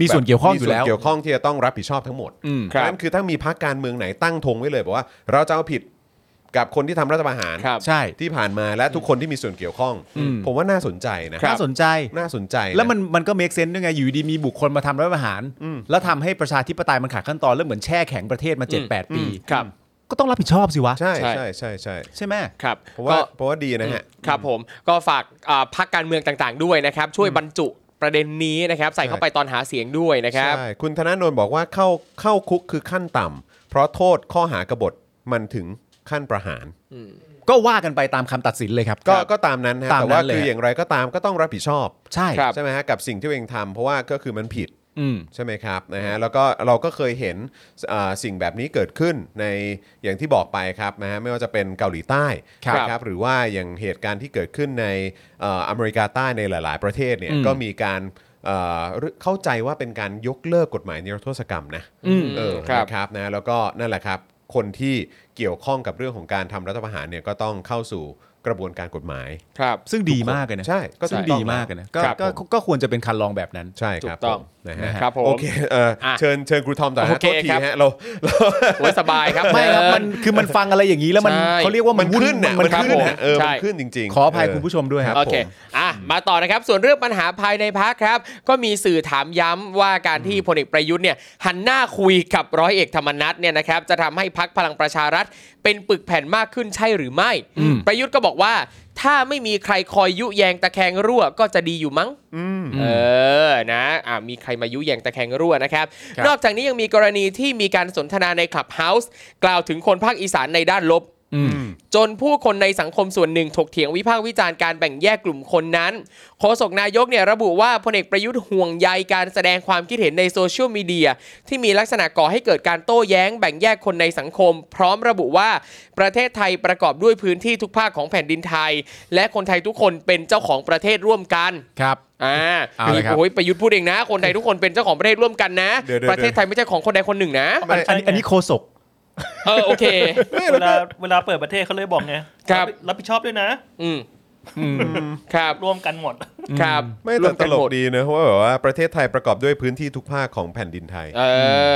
S3: มีส่วนเกี่ยวข้องอยู่แล้ว
S1: มีส่นเกี่ยวข้องที่จะต้องรับผิดชอบทั้งหมด
S3: อืม
S2: ครับ
S1: นั่นคือถ้ามีพักการเมืองไหนตั้งธงไว้เลยบอกว่าเราจะเอาผิดกับคนที่ทำรัฐประหาร
S2: ครับ
S3: ใช่
S1: ที่ผ่านมาและทุกคนที่มีส่วนเกี่ยวข้อง
S3: อืม
S1: ผมว่าน่าสนใจนะ
S3: น่าสนใจ
S1: น่าสนใจะ
S3: แล้วมันมันก็เมคเซนต์ด้วยไง อยู่ดีมีบุคคลมาทำรัฐประหาร แล้วทำให้ประชาธิปไตยมันขาดขั้นตอน แล้วเหมือนแช่แข็งประเทศมา 7 8 ปี
S2: ครับ
S3: ก็ต้องรับผิดชอบสิวะ
S1: ใช่
S2: ใช่
S1: ใช่ใช่ใช่
S3: ใช่ไหม
S2: ครับ
S1: เพราะว่า
S2: ก็
S1: เพราะว่าดีนะฮะ
S2: ครับผมก็ฝากอ่าพักการเมืองต่างๆด้วยนะครับ ช่วยบรรจุประเด็นนี้นะครับ ใส่เข้าไปตอนหาเสียงด้วยนะครับ
S1: ใช่ คุณธนาโนนบอกว่าเข้าเข้าคุกคือขั้นต่ำเพราะโทษข้อหากบฏมันถึงขั้นประหาร
S3: ก็ว่ากันไปตามคำตัดสินเลยครับ
S1: ก็ก็ตามนั้นนะฮะ
S3: ตามนั้
S1: แต่
S3: น
S1: ว่า
S3: เลย
S1: คืออย่างไรก็ตามก็ต้องรับผิดชอบ
S3: ใช่
S2: ครับ
S1: ใช่ไหมฮะกับสิ่งที่ตัวเองทำเพราะว่าก็คือมันผิด
S3: อืม
S1: ใช่ไหมครับนะฮะแล้วก็เราก็เคยเห็นอ่าสิ่งแบบนี้เกิดขึ้นในอย่างที่บอกไปครับนะฮะไม่ว่าจะเป็นเกาหลีใต้
S2: ครับ
S1: นะหรือว่าอย่างเหตุการณ์ที่เกิดขึ้นในเอ่ออเมริกาใต้ในหลาย ๆ ประเทศเนี่ย
S3: อืม
S1: ก็มีการเอ่อเข้าใจว่าเป็นการยกเลิกกฎหมายนิรโทษกรรมนะ
S3: อืม
S1: เออ
S2: ครับ
S1: นะครับนะแล้วก็นั่นแหละครับ คนที่เกี่ยวข้องกับเรื่องของการทำรัฐประหารเนี่ยก็ต้องเข้าสู่กระบวนการกฎหมาย
S2: ครับ
S3: ซึ่งดีมากเลยนะ
S1: ใช่ก็
S3: ซึ่ง
S1: ถูต้
S3: ดี
S1: อ
S3: มากเลยนะก็
S1: ครับ
S3: ก็
S1: ผม
S3: ก็ควรจะเป็นคันลองแบบนั้น
S1: ใช่ครับ
S2: ถูกต้อง
S1: ผมนะฮะ
S2: ครับผม
S1: โอเคเอออะ เชิญเชิญครูทอมต่อฮะ
S2: โอเค
S1: โทษที
S2: ครับ
S1: ฮะเราเรา
S2: โอ้ยสบายครับ
S3: ไม่ครับมันคือมันฟังอะไรอย่างนี้แล้วมัน
S2: ใช่
S3: เขาเรียกว่ามั
S1: มัน น
S3: วุ่
S1: ขึ้นน่ะ
S3: มั
S1: มัน น
S3: ขึ้
S1: ขึ้
S3: น
S1: น
S3: น่ะ
S1: น่ะเออ
S2: ใช่
S1: มันขึ้นจริงๆ
S3: ขออภัย
S1: เ
S3: คุณผู้ชมด้วยครับ
S2: โอเค อ่ะ มาต่อนะครับ ส่วนเรื่องปัญหาภายในพักครับ ก็มีสื่อถามย้ำว่าการที่พลเอกประยุทธ์เนี่ยหันหน้าคุยกับร้อยเอกธรรมนัฐเนี่ยนะครับ จะทำให้พักพลังประชารัฐเป็นปึกแผ่นมากขึ้นใช่หรือไม่
S3: อืม
S2: ประยุทธ์ก็บอกว่า ถ้าไม่มีใครคอยยุแยงตะแคงรั่วก็จะดีอยู่มั้ง เออ นะอ่ะมีใครมายุแยงตะแคงรั่วนะครับ
S3: ครับ
S2: นอกจากนี้ยังมีกรณีที่มีการสนทนาในคลับเฮาส์กล่าวถึงคนภาคอีสานในด้านลบ
S3: อืม
S2: จนผู้คนในสังคมส่วนหนึ่งถกเถียงวิพากษ์วิจารณ์การแบ่งแยกกลุ่มคนนั้นโฆษกนายกเนี่ยระบุว่าพลเอกประยุทธ์ห่วงใยการแสดงความคิดเห็นในโซเชียลมีเดียที่มีลักษณะก่อให้เกิดการโต้แย้งแบ่งแยกคนในสังคม พร้อมระบุว่าประเทศไทยประกอบด้วยพื้นที่ทุกภาคของแผ่นดินไทย และคนไทยทุกคนเป็นเจ้าของประเทศร่วมกัน
S3: ครับ
S2: อ่า
S3: เอาเลยครับ
S2: โอ้ยประยุทธ์พูดเองนะ คนไทยทุกคนเป็นเจ้าของประเทศร่วมกันนะ
S1: เดี๋ยวๆๆ
S2: ประเทศไทยไม่ใช่ของคนใดคนหนึ่งนะ
S3: อันอันอันนี้โคศก
S2: เออโอเค
S5: เวลาเวลาเปิดประเทศเขาเลยบอกไง
S2: ครับ
S5: รับผิดชอบด้วยนะ
S2: อืมครับ
S5: ร่วมกันหมด
S2: ครับ
S1: ไม่
S2: ร่
S1: แต่ต
S2: วกัน
S1: ล
S2: ห
S1: ก
S2: มด
S1: ดีนะเพราะว่าแบบว่าประเทศไทยประกอบด้วยพื้นที่ทุกภาคของแผ่นดินไทย
S2: เอ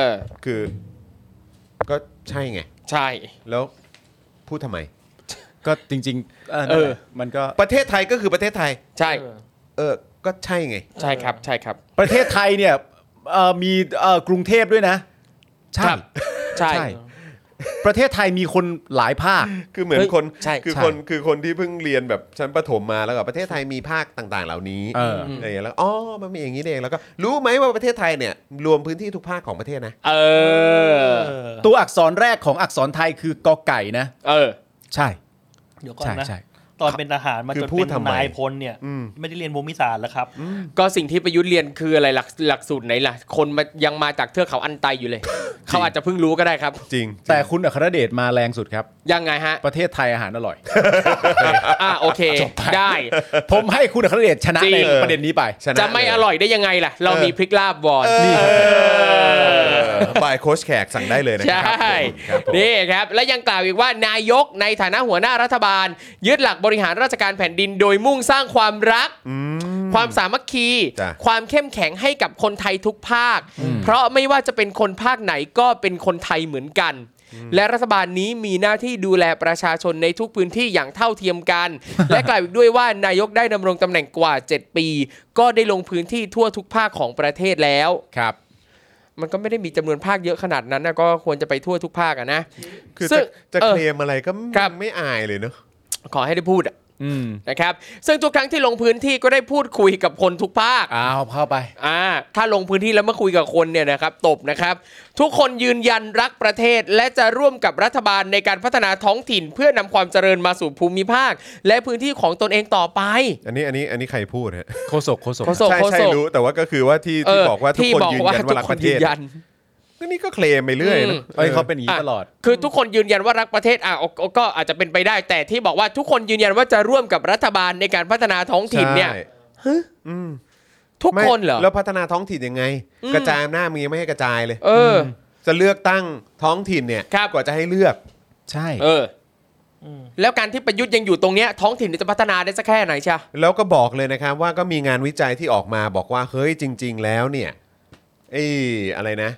S2: อ
S1: คือ ก็ใช่ไง
S2: ใช่
S1: แล้วพูดทำไม
S3: ก็จริงๆเออ
S2: เอ
S3: นั่น
S2: อ
S3: แหละมันก็
S1: ประเทศไทยก็คือประเทศไทย
S2: ใช่
S5: เออ
S1: เออ ก็ใช่ไง
S2: ใช่ครับใช่ครับ
S3: ประเทศไทยเนี่ยเอ่อมีเอ่อกรุงเทพด้วยนะ ใช่
S2: ครับ ใช่
S3: ใช่ ประเทศไทยมีคนหลายภาค
S1: คือเหมือน
S2: เฮ้ย
S1: คน
S2: ใช่
S1: คือ
S3: ใช่
S1: คนคือคนที่เพิ่งเรียนแบบชั้นประถมมาแล้วก็ประเทศไทยมีภาคต่าง ๆ เหล่านี้
S3: เอออ
S1: อะไรอย่างเงี้ยแล้วอ๋อมันมีอย่างนี้เองแล้วก็รู้ไหมว่าประเทศไทยเนี่ย รวมพื้นที่ทุกภาคของประเทศนะ
S2: เออ
S3: ตัวอักษรแรกของอักษรไทยคือกอไก่นะ
S2: เออ
S3: ใช่
S5: เดี๋ยวก่อน
S3: ใช่
S5: นะ
S3: ใช่
S5: ตอนเป็นทหารมา
S1: คื
S5: จ
S1: อน พู
S5: เป็
S1: ด
S5: น
S1: ทำไม
S5: นายพลเนี่ย ไม่ได้เรียนภูมิศาสตร์แล้วครับ
S2: ก็สิ่งที่ประยุทธ์เรียนคืออะไรหลักหลักสูตรไหนล่ะ คนมายังมาจากเทือกเขาอันไตอยู่เลย เขาอาจจะเพิ่งรู้ก็ได้ครับ
S1: จริง
S3: แต่คุณอัครเดชมาแรงสุดครับ
S2: ยังไงฮะ
S3: ประเทศไทยอาหารอร่อย
S2: อ่าโอเค ได้
S3: ผมให้คุณอัครเดชชนะ
S2: จริง
S3: ในประเด็นนี้ไป
S1: ชน
S2: จะไม่
S1: เลย
S2: อร่อยได้ยังไงล่ะ เรามีพริกลาบบอน
S1: เออบายโค้ชแขกสั่งได้เลยนะค
S2: ใช
S1: รับ่ ครับผม
S2: นี่ครับ และยังกล่าวอีกว่านายกในฐานะหัวหน้ารัฐบาล ยึดหลักบริหารราชการแผ่นดิน โดยมุ่งสร้างความรัก ความสามัคคี
S1: จ้ะ
S2: ความเข้มแข็งให้กับคนไทยทุกภาค เพราะไม่ว่าจะเป็นคนภาคไหนก็เป็นคนไทยเหมือนกัน และรัฐบาลนี้มีหน้าที่ดูแลประชาชนในทุกพื้นที่อย่างเท่าเทียมกัน และกล่าวอีกด้วยว่านายกได้ดำรงตำแหน่งกว่า 7 ปี ก็ได้ลงพื้นที่ทั่วทุกภาคของประเทศแล้ว
S3: ครับ
S2: มันก็ไม่ได้มีจำนวนภาคเยอะขนาดนั้นนะก็ควรจะไปทั่วทุกภาคอะนะ
S1: คือ
S2: ซึ่
S1: จะ
S2: ง
S1: จะ
S2: เอ
S1: เค
S2: อ
S1: ลมอะไรก็
S2: ครับ
S1: ไม่อายเลยเนอะ
S2: ขอให้ได้พูดอะ
S3: อืม
S2: นะครับ ซึ่งทุกครั้งที่ลงพื้นที่ก็ได้พูดคุยกับคนทุกภาค
S3: อ้าวเข้าไป
S2: อ่าถ้าลงพื้นที่แล้วมาคุยกับคนเนี่ยนะครับตบนะครับ ทุกคนยืนยันรักประเทศ และจะร่วมกับรัฐบาลในการพัฒนาท้องถิ่น เพื่อนำความเจริญมาสู่ภูมิภาค และพื้นที่ของตนเองต่อไป
S1: อันนี้อันนี้อันนี้ใครพูดฮะ
S3: โคศกโคศก
S2: โฆษก
S1: ใช่
S2: โฆ
S1: ใช่
S2: ษก
S1: รู้แต่ว่าก็คือว่าที่
S2: เอ
S1: ที่
S2: อ
S1: บอกว่าทุก
S2: ที่
S1: คน
S2: บอก
S1: ยืน
S2: ว่า
S1: ยัน
S2: ทุ
S1: ว่าก รัก
S2: ค
S1: ป
S2: น
S1: ระเท
S2: ยื
S1: ศ
S2: นยัน
S1: ก็นี่ก็เคลมไปเรื่อยเนอะ
S3: เอ้ยเขาเป็นอย่างนี้
S2: อ่ะ
S3: ตลอด
S2: คือทุกคนยืนยันว่ารักประเทศอ่ะก็ก็ก็อาจจะเป็นไปได้ แต่ที่บอกว่าทุกคนยืนยันว่าจะร่วมกับรัฐบาลในการพัฒนาท้องถิ่นเนี่ย
S1: ใช่
S2: ทุก
S1: ไม่
S2: คนเหรอ
S1: แล้วพัฒนาท้องถิ่นยังไง กระจายอำนาจมึงยังไม่ให้กระจายเลย
S2: เออ
S1: จะเลือกตั้งท้องถิ่นเนี่ย
S2: ครับ
S1: กว่าจะให้เลือก
S3: ใช่
S2: เอออ
S5: ม
S2: แล้วการที่ประยุทธ์ยังอยู่ตรงเนี้ยท้องถิ่นจะพัฒนาได้สักแค่ไหนเชีย
S1: แล้วก็บอกเลยนะครับว่าก็มีงานวิจัยที่ออกมาบอกว่าเฮ้ยจริง ๆ แล้วเนี่ยไอ้อะไรนะ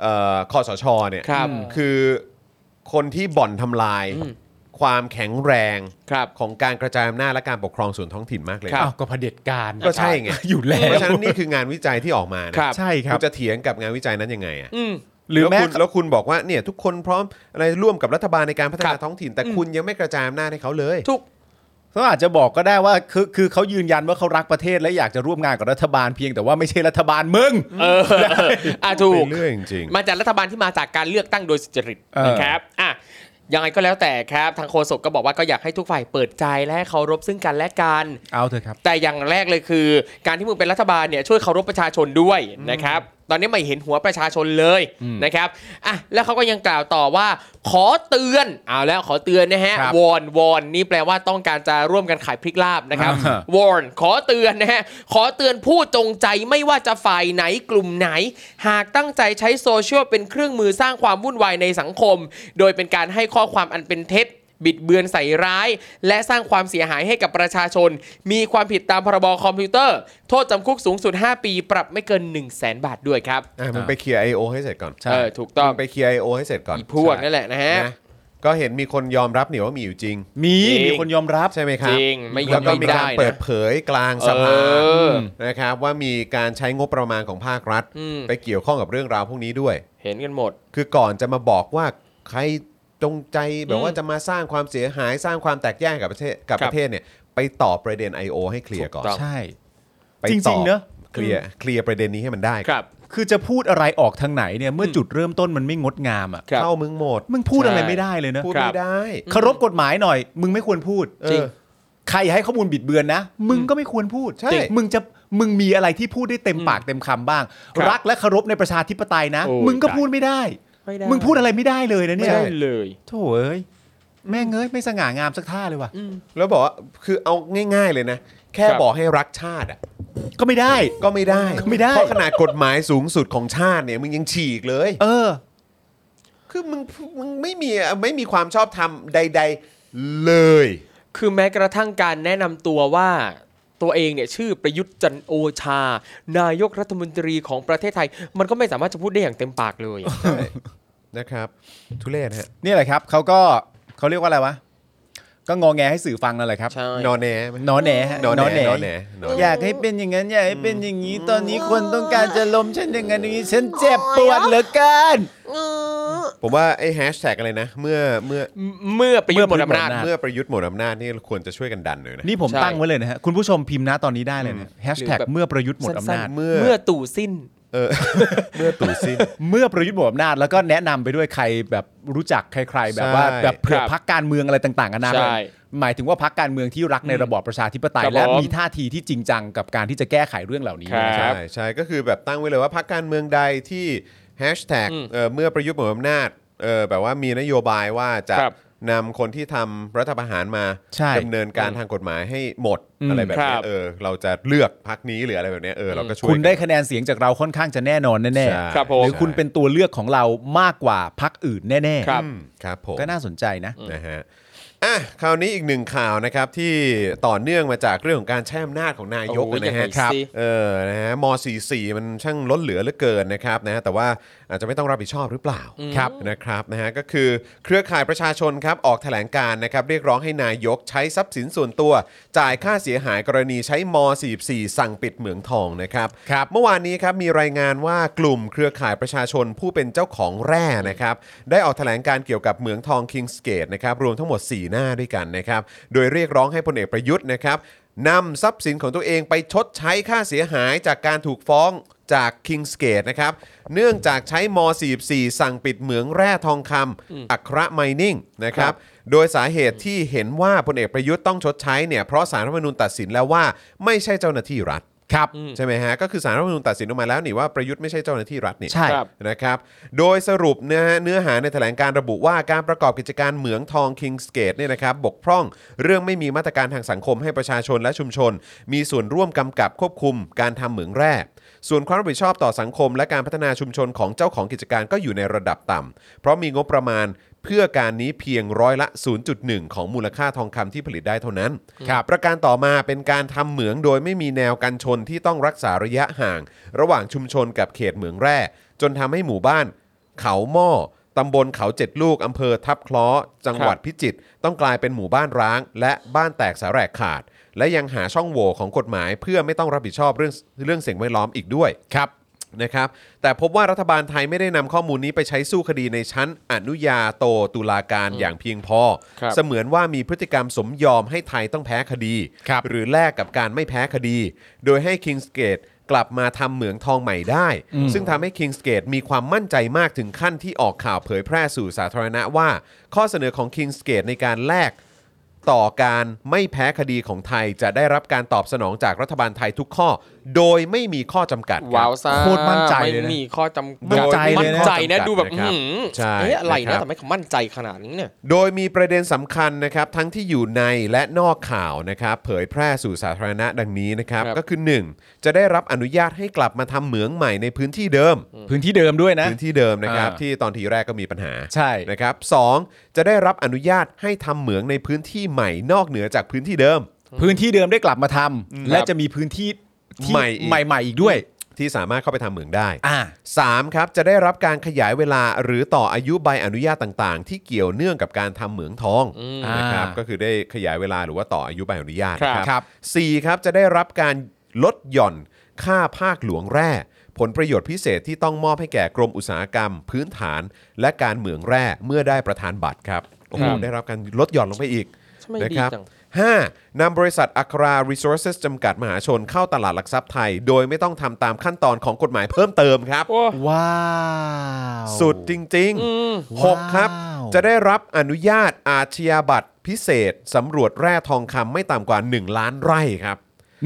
S1: เอ่อคอสชเนี่ย
S2: ครับ
S1: คือคนที่บ่อนทำลาย
S2: อืม
S1: ความแข็งแรง
S2: ครับ
S1: ของการกระจายอำนาจและการปกครองส่วนท้องถิ่นมากเลย
S2: ครับ
S3: อ้าวก็เผด็จการ
S1: ก็ใช่ไง
S3: อยู่แล้
S1: เพ
S3: ว
S1: ราะฉะนั้นนี่คืองานวิจัยที่ออกมานะครับ
S3: ใช่ครั
S1: คุ
S3: บ
S1: ณจะเถียงกับงานวิจัยนั้นยังไงอ่ะ
S2: อืม
S3: หรือ
S1: แล้ว
S3: แม้
S1: คุณแล้วคุณบอกว่าเนี่ยทุกคนพร้อมอะไรร่วมกับรัฐบาลในการพัฒ
S2: ครั
S1: นา
S2: บ
S1: ท้องถิ่น แต่คุณยังไม่กระจายอำนาจให้เขาเลย
S2: ทุก
S3: เขาอาจจะบอกก็ได้ว่าคือคือเขายืนยันว่าเขารักประเทศและอยากจะร่วมงานกับรัฐบาลเพียงแต่ว่าไม่ใช่รัฐบาลมึง
S2: เอออ่ะถูก
S1: ไปเรื่อยจริงๆ
S2: มาจากรัฐบาลที่มาจากการเลือกตั้งโดยสุจริต
S3: เออ
S2: นะครับ อ่ะ ยังไงก็แล้วแต่ครับ ทางโฆษกก็บอกว่าก็อยากให้ทุกฝ่ายเปิดใจและเคารพซึ่งกันและกัน
S3: เอาเถอะครับ
S2: แต่อย่างแรกเลยคือ การที่มึงเป็นรัฐบาลเนี่ยช่วยเคารพประชาชนด้วยนะครับ ตอนนี้ไม่เห็นหัวประชาชนเลยนะครับอ่ะแล้วเขาก็ยังกล่าวต่อว่า ขอเตือนเอาแล้วขอเตือนนะฮะ
S3: ครับ
S2: วอนวอนนี่แปลว่าต้องการจะร่วมกันขายพริกลาบนะครับ
S3: อ่าว
S2: อนขอเตือนนะฮะขอเตือนผู้จงใจไม่ว่าจะฝ่ายไหนกลุ่มไหน หากตั้งใจใช้โซเชียลเป็นเครื่องมือสร้างความวุ่นวายในสังคม โดยเป็นการให้ข้อความอันเป็นเท็จ บิดเบือนใส่ร้าย และสร้างความเสียหายให้กับประชาชน มีความผิดตามพรบคอมพิวเตอร์ โทษจำคุกสูงสุด 5 ปี ปรับไม่เกิน 1 0 0 0 0แบาทด้วยครับ
S1: อ่ะมึงไปเคลียร์ IO ให้เสร็จก่อน
S3: ใช่
S2: เออ ถูกต้อง
S1: มึงไปเคลียร์ IO ให้เสร็จก่อน
S2: อีพวกนั่นแหละนะฮะ
S1: นะก็เห็นมีคนยอมรับเนี่ยว่ามีอยู่จริง
S3: มี
S2: จริง
S3: มีคนยอมรับ
S1: ใช่ไหมครับ
S2: จริงไม่ยอม
S1: แล้วก็มีการ
S2: ไม่ได้นะ
S1: เปิดเผยกลางสภา
S2: เออ
S1: นะครับว่ามีการใช้งบประมาณของภาครัฐ
S2: อืม
S1: ไปเกี่ยวข้องกับเรื่องราวพวกนี้ด้วย
S2: เห็นกันหมด
S1: คือก่อนจะมาบอกว่าใครจงใจแบบ
S2: อืม
S1: ว่าจะมาสร้างความเสียหายสร้างความแตกแยกกับประเทศกับ
S2: ค
S1: ป
S2: รับ
S1: ระเทศเนี่ยไปตอบประเด็น I.O. ให้เคลียร์ก่อน
S2: ถูกต้อง
S3: ใช่
S1: ไป
S3: จริงๆ
S1: ตอบ
S3: เนอะ
S1: เคลียร์เคลียร์ประเด็นนี้ให้มันได้
S2: ครับ
S3: คือจะพูดอะไรออกทางไหนเนี่ยเมื่อจุดเริ่มต้นมันไม่งดงามอ่ะ
S2: ครับ
S1: เข้ามึงหมด
S3: มึงพูดอะไร
S2: ใช่
S3: ไม่ได้เลยเนอะ
S1: พูด
S2: ครับ
S1: ไม่ได้
S3: เคารพกฎหมายหน่อย มึงไม่ควรพูด
S1: เออ
S2: จริง
S3: ใครให้ข้อมูลบิดเบือนนะ มึงก็ไม่ควรพูด
S1: ใช่
S3: จริงมึงจะมึงมีอะไรที่พูดได้เต็มปากเต็มคำบ้าง
S2: ครับ
S3: รักและเคารพในประชาธิปไตยนะ
S2: โอ้ย
S3: มึงก็
S2: ตาย
S3: พูดไม่ได้
S2: ไม่ได้
S3: มึงพูดอะไรไม่ได้เลยนะ
S2: ไม่
S3: เนี่ย
S2: ได้เลย
S3: โถ่เอ้ยแม่งเอ้ยไม่สง่างามสักท่าเลยว่ะ
S2: อืม
S1: แล้วบอกว่าคือเอาง่าย ๆเลยนะ แค่
S2: ครับ
S1: บอกให้รักชาติอ่ะ
S3: ก็ไม่ได้
S1: ก็ไม่ได้
S3: ก็ไม่ได้
S1: เพราะขนาดกฎหมายสูงสุดของชาติเนี่ยมึงยังฉีกเลย
S3: เออ
S1: คือมึงมึงไม่มีไม่มีความชอบธรรมใด ๆเลย
S2: คือแม้กระทั่งการแนะนำตัวว่าตัวเองเนี่ยชื่อประยุทธ์จันทร์โอชา นายกรัฐมนตรีของประเทศไทย มันก็ไม่สามารถจะพูดได้อย่างเต็มปากเลย
S1: นะครับ ทุเรศฮะ
S3: เนี่ยแหละครับเขาก็เขาเรียกว่าอะไรวะ ก็งอแงให้สื่อฟังนั่นแหละครับ
S2: ใช่
S1: นอนแหน
S3: หนอแหนฮะ
S1: นอนแหนนอนแหนนอนแห
S3: อน ยากให้เป็นอย่างนั้นอยากให้เป็นอย่างนี้ ตอนนี้คนต้องการจะล้มฉันอย่างนั้นอย่างนี้ฉันเจ็บปวดเหลือเกิน
S1: ผมว่าไอ้แฮชแท็กอะไรนะ เมื่อเมื่อ
S2: เมื่อเมื่อประยุทธ์หมดอำนาจ
S3: ะ
S1: เมื่อประยุทธ์หมดอำนาจนี่ควรจะช่วยกันดันหน่อยนะ
S3: นี่ผม
S2: ใช่
S3: ตั้งไว้เลยนะฮะ คุณผู้ชมพิมพ์นะตอนนี้ได้เลยนะแฮชแท็ก
S2: หรือแบบ
S3: เมื่อประยุทธ์หมดอำ
S2: สั้น
S3: นาจ
S2: ๆ
S1: เมื่อ
S2: เมื่อตู่สิ้น
S1: เออ เมื่อตู่สิ้น
S3: เมื่อประยุทธ์หมดอำนาจแล้วก็แนะนำไปด้วยใครแบบรู้จักใคร ๆ แบบว่า
S1: ใช่
S3: แบบเผื่
S2: ค
S3: อ
S2: รับ
S3: พักการเมืองอะไรต่างๆกันานา
S2: ใช่
S3: หมายถึงว่าพักการเมืองที่รักในระบอบประชาธิปไตย
S2: ครับ
S3: และ
S2: ผม
S3: มีท่าทีที่จริงจังกับการที่จะแก้ไขเรื่องเหล่านี้
S2: ครับ
S3: นะค
S1: ใช่
S3: รับ
S1: ใช่ก็คือแบบตั้งไว้เลยว่าพรรคการเมืองใดที่แฮชแท็ก
S2: อืม
S1: เมื่อประยุทธ์หมดอำนาจเออแบบว่ามีนโยบายว่าจะ
S2: ครับ
S1: นำคนที่ทำรัฐประหารมา
S3: ใช่
S1: ดำเนินการทางกฎหมายให้หมด
S3: อืม
S1: อะไรแบบเนี้
S2: ครั
S1: ย
S2: บ
S1: เออเราจะเลือกพรรคนี้หรืออะไรแบบเนี้ยเออเราก็ช่วย
S3: คุณได้
S1: กัน
S3: คะแนนเสียงจากเราค่อนข้างจะแน่นอนแน่
S1: ใช่
S2: ครับผ
S3: ห
S2: ม
S3: รือคุณเป็นตัวเลือกของเรามากกว่าพักอื่นแน่
S2: ครับ
S1: อืมครับผม
S3: ๆ ก็น่าสนใจนะ
S1: นะฮะ อ่ะ คราวนี้อีกหนึ่งข่าวนะครับ ที่ต่อเนื่องมาจากเรื่องของการแช่อำนาจของนายก
S2: โอ้ย
S1: นะฮะ
S2: ยังไงสิ
S1: เออ นะฮะม .44 มันช่างล้นเหลือเหลือเกินนะครับนะฮะแต่ว่าอาจจะไม่ต้องรับผิดชอบหรือเปล่าครับนะครับนะฮะก็คือเครือข่ายประชาชนครับออกแถลงการนะครับ เรียกร้องให้นายกใช้ทรัพย์สินส่วนตัว จ่ายค่าเสียหายกรณีใช้ม .44 สั่งปิดเหมืองทองนะครับ
S3: ครับ
S1: เมื่อวานนี้ครับมีรายงานว่ากลุ่มเครือข่ายประชาชนผู้เป็นเจ้าของแร่นะครับได้ออกแถลงการเกี่ยวกับเหมืองทองคิงสเกตนะครับรวมทั้งหมด 4 หน้าด้วยกันนะครับโดยเรียกร้องให้พลเอกประยุทธ์นะครับนำทรัพย์สินของตัวเองไปชดใช้ค่าเสียหายจากการถูกฟ้องจาก King s g a t e นะครับเนื่องจากใช้ม .44 สั่งปิดเหมืองแร่ทองคำอัครไมนิ่งนะครั
S2: ครับ บ
S1: โดยสาเหตุที่เห็นว่าพลเอกประยุทธ์ต้องชดใช้เนี่ยเพราะสารรัฐธรรมนูญตัดสินแล้วว่าไม่ใช่เจ้าหน้าที่รัฐ
S3: ครับ
S1: ใช่ไหมฮะ ก็คือสารรัฐธรรมนูญตัดสินออกมาแล้วนี่ว่าประยุทธ์ไม่ใช่เจ้าหน้าที่รัฐนี่
S3: ใช่
S2: ครับ
S1: นะครับ โดยสรุปเนื้อเนื้อหาในแถลงการระบุว่าการประกอบกิจการเหมืองทองคิงสเกตเนี่ยนะครับบกพร่องเรื่องไม่มีมาตรการทางสังคมให้ประชาชนและชุมชน มีส่วนร่วมกำกับควบคุมการทำเหมืองแร่ ส่วนความรับผิดชอบต่อสังคม และการพัฒนาชุมชนของเจ้าของกิจการก็อยู่ในระดับต่ำเพราะมีงบประมาณเพื่อการนี้เพียงร้อยละ 0.1 ของมูลค่าทองคำที่ผลิตได้เท่านั้น
S3: ครับ
S1: ประการต่อมาเป็นการทำเหมืองโดยไม่มีแนวกันชนที่ต้องรักษาระยะห่าง ระหว่างชุมชนกับเขตเหมืองแร่ จนทำให้หมู่บ้าน เขาหม้อตำบลเขาเจ็ดลูกอำเภอทับคล้อ จังหวัดพิจิตรต้องกลายเป็นหมู่บ้านร้าง และบ้านแตกสาแหรกขาด และยังหาช่องโหว่ของกฎหมายเพื่อไม่ต้องรับผิดชอบเรื่องเรื่องสิ่งแวดล้อมอีกด้วย
S3: ครับ
S1: นะครับแต่พบว่ารัฐบาลไทยไม่ได้นำข้อมูลนี้ไปใช้สู้คดีในชั้นอนุญาโตตุลาการอย่างเพียงพอ
S2: ครับ
S1: เสมือนว่ามีพฤติกรรมสมยอมให้ไทยต้องแพ้คดี
S3: ครับ
S1: หรือแลกกับการไม่แพ้คดี โดยให้ Kings Gate กลับมาทำเหมืองทองใหม่ได้ ซึ่งทำให้ Kings Gate มีความมั่นใจมากถึงขั้นที่ออกข่าวเผยแพร่สู่สาธารณะว่า ข้อเสนอของ Kings Gate ในการแลก ต่อการไม่แพ้คดีของไทยจะได้รับการตอบสนองจากรัฐบาลไทยทุกข้อ โดยไม่มีข้อจำกัดครับ
S2: ว้าวซ่า
S3: โคตรมั่นใจเลยนะ
S2: ไม่มีข้อจำ
S3: มั่
S2: กัด
S3: นใจเลยนะ
S2: มั่นใจนะดูแบบ
S1: ครับ
S2: อื้อหือ
S1: ใช่
S2: เอ๊ะอะไร
S1: นะครั
S2: นะ
S1: บ
S2: ทำไมเขามั่นใจขนาดนี้เนี่ย
S1: โดยมีประเด็นสำคัญนะครับทั้งที่อยู่ในและนอกข่าวนะครับเผยแพร่สู่สาธารณะดังนี้นะครับ
S2: ครับ
S1: ก็คือ 1 จะได้รับอนุญาตให้กลับมาทำเหมืองใหม่ในพื้นที่เดิม
S3: พื้นที่เดิมด้วยนะ
S1: พื้นที่เดิมนะครับ
S3: อ่า
S1: ที่ตอนทีแรกก็มีปัญหา
S3: ใช่
S1: นะครับสองจะได้รับอนุญาตให้ทำเหมืองในพื้นที่ใหม่นอกเหนือจากพื้นที่เดิม
S3: พื้นที่เดิมได้กลับมาทำและจะมีพื้นที่ที่
S1: ใหม่อีก
S3: ใหม่ๆอีกด้วย
S1: ที่สามารถเข้าไปทำเหมืองได้
S3: อ่า
S1: 3ครับจะได้รับการขยายเวลาหรือต่ออายุใบอนุญาตต่างๆ ที่เกี่ยวเนื่องกับการทำเหมืองทองนะครับ
S3: อ่า
S1: ก็คือได้ขยายเวลาหรือว่าต่ออายุใบอนุญาต
S2: ครับ
S1: นะครับ สี่ครับจะได้รับการลดหย่อนค่าภาคหลวงแร่ ผลประโยชน์พิเศษที่ต้องมอบให้แก่กรมอุตสาหกรรม พื้นฐาน และการเหมืองแร่เมื่อได้ประธานบัตรครับโอ้โห
S2: ครับ
S1: ได้รับการลดหย่อนลงไปอีก
S2: ทำไม
S1: นะ
S2: ดี
S1: ครับ
S2: จัง
S1: 5. นำบริษัทอัครา Resources จำกัดมหาชนเข้าตลาดหลักทรัพย์ไทย โดยไม่ต้องทำตามขั้นตอนของกฎหมายเพิ่มเติมครับ
S2: โอ้
S3: ว้าว
S1: สุดจริง
S2: ม
S1: ๆ 6 ครับ จะได้รับอนุญาตอาชญาบัตรพิเศษสำรวจแร่ทองคำไม่ต่ำกว่า 1 ล้านไร่ครับ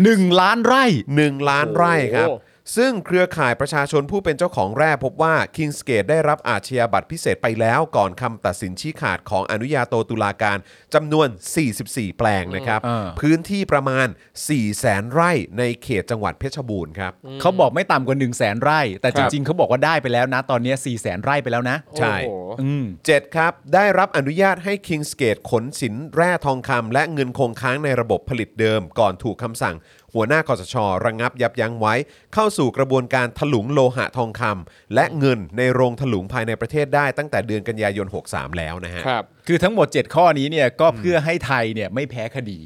S3: หนึ่งล้านไร่
S1: 1 ล้านไร่ครับ
S2: โอ้
S1: ซึ่งเครือข่ายประชาชนผู้เป็นเจ้าของแร่พบว่า Kings g a t e ได้รับอาชญาบัตรพิเศษไปแล้วก่อนคำตัดสินชี้ขาดของอนุญาโตตุลาการจำนวน 44 แปลงนะครับ
S3: อืมเออ
S1: พื้นที่ประมาณ 4 0 0แสนไร่ในเขตจังหวัดเพชรบูรณ์ครับ
S3: เขาบอกไม่ต่ำกว่า1นึ่งแสนไร่ แต่
S1: ค
S3: จ
S1: รับ
S3: ริง ๆเขาบอกว่าได้ไปแล้วนะ ตอนเนี้4ี่แสนไร่ไปแล้วนะ
S1: ใช่
S2: โอ้โห
S3: อืม
S1: 7 ครับ ได้รับอนุญาตให้ Kings g a t e ขนสินแร่ทองคำและเงินคงค้างในระบบผลิตเดิม ก่อนถูกคำสั่ง หัวหน้าคอสช ระงับยับยั้งไว้ เข้าสู่กระบวนการถลุงโลหะทองคำและเงินในโรงถลุงภายในประเทศได้ตั้งแต่เดือนกันยายน 63 แล้วนะฮะ
S2: ครับ
S3: คือทั้งหมด 7 ข้อนี้เนี่ยก็เพื่อให้ไทยเนี่ยไม่แพ้คดี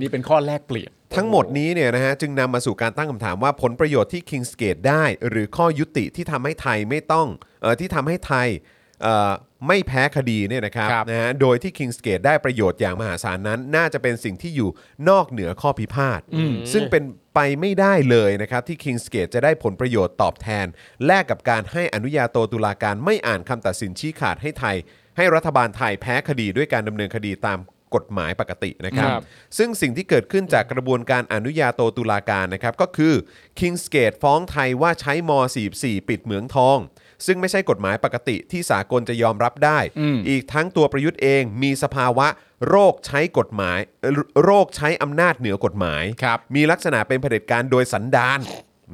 S3: นี่เป็นข้อแรกเปลี่ยน
S1: ทั้งหมดนี้เนี่ยนะฮะจึงนำมาสู่การตั้งคำถามว่าผลประโยชน์ที่ Kings g a t e ได้ หรือข้อยุติที่ทำให้ไทยไม่ต้องเอ่อที่ทำให้ไทยเอ่อไม่แพ้คดีเนี่ยนะครับ
S3: ครับ
S1: นะฮะโดยที่ Kings g a t e ได้ประโยชน์อย่างมหาศาลนั้น น่าจะเป็นสิ่งที่อยู่นอกเหนือข้อพิพาทซึ่งเป็นไปไม่ได้เลยนะครับที่ Kings g a t e จะได้ผลประโยชน์ตอบแทน แลกกับการให้อนุญาโตตุลาการไม่อ่านคำตัดสินชี้ขาดให้ไทย ให้รัฐบาลไทยแพ้คดีด้วยการดำเนินคดีตามกฎหมายปกตินะครับ
S2: ครับ
S1: ซึ่งสิ่งที่เกิดขึ้นจากกระบวนการอนุญาโตตุลาการนะครับ ก็คือ Kings g a t e ฟ้องไทยว่าใช้ม .44 ปิดเหมืองทอง ซึ่งไม่ใช่กฎหมายปกติที่สากลจะยอมรับได้ อีกทั้งตัวประยุทธ์เองมีสภาวะโรคใช้กฎหมายเอ่อโรคใช้อำนาจเหนือกฎหมาย
S3: ครับ
S1: มีลักษณะเป็นเผด็จการโดยสันดาน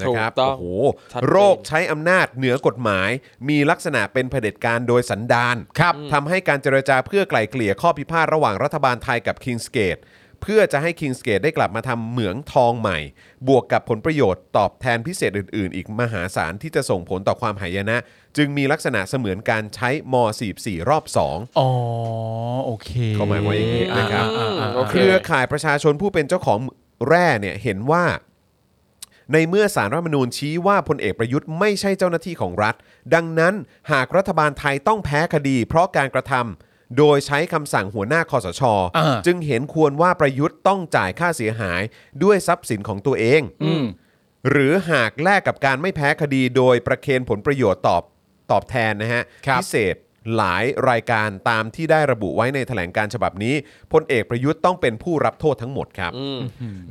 S1: นะครับ
S2: ถูกต้อง
S1: โอ้โห
S2: ชัดเจน
S1: โรคใช้อำนาจเหนือกฎหมาย มีลักษณะเป็นเผด็จการโดยสันดาน
S3: ครับ
S1: ทำให้การเจรจาเพื่อไกล่เกลี่ยข้อพิพาทระหว่างรัฐบาลไทยกับ Kings g a t e เพื่อจะให้ Kings g a t e ได้กลับมาทำเหมืองทองใหม่ บวกกับผลประโยชน์ตอบแทนพิเศษอื่น ๆ อีกมหาศาลที่จะส่งผลต่อความหายนะ จึงมีลักษณะเสมือนการใช้ม .44 รอบ 2
S3: อ๋อ โอเค
S1: เขาหมายความว่าอย่างนี้นะครับ
S2: อืมโอเค
S1: เครือข่ายประชาชนผู้เป็นเจ้าของแร่เนี่ยเห็นว่า ในเมื่อสารรัฐธรรมนูญชี้ว่าพลเอกประยุทธ์ไม่ใช่เจ้าหน้าที่ของรัฐ ดังนั้นหากรัฐบาลไทยต้องแพ้คดี เพราะการกระทำโดยใช้คำสั่งหัวหน้าคอสช จึงเห็นควรว่าประยุทธ์ต้องจ่ายค่าเสียหายด้วยทรัพย์สินของตัวเอง
S3: อืม
S1: หรือหากแลกกับการไม่แพ้คดีโดยประเคนผลประโยชน์ตอบตอบแทนนะฮะ
S3: ครับ
S1: พิเศษหลายรายการตามที่ได้ระบุไว้ในแถลงการฉบับนี้พลเอกประยุทธ์ต้องเป็นผู้รับโทษทั้งหมดครับ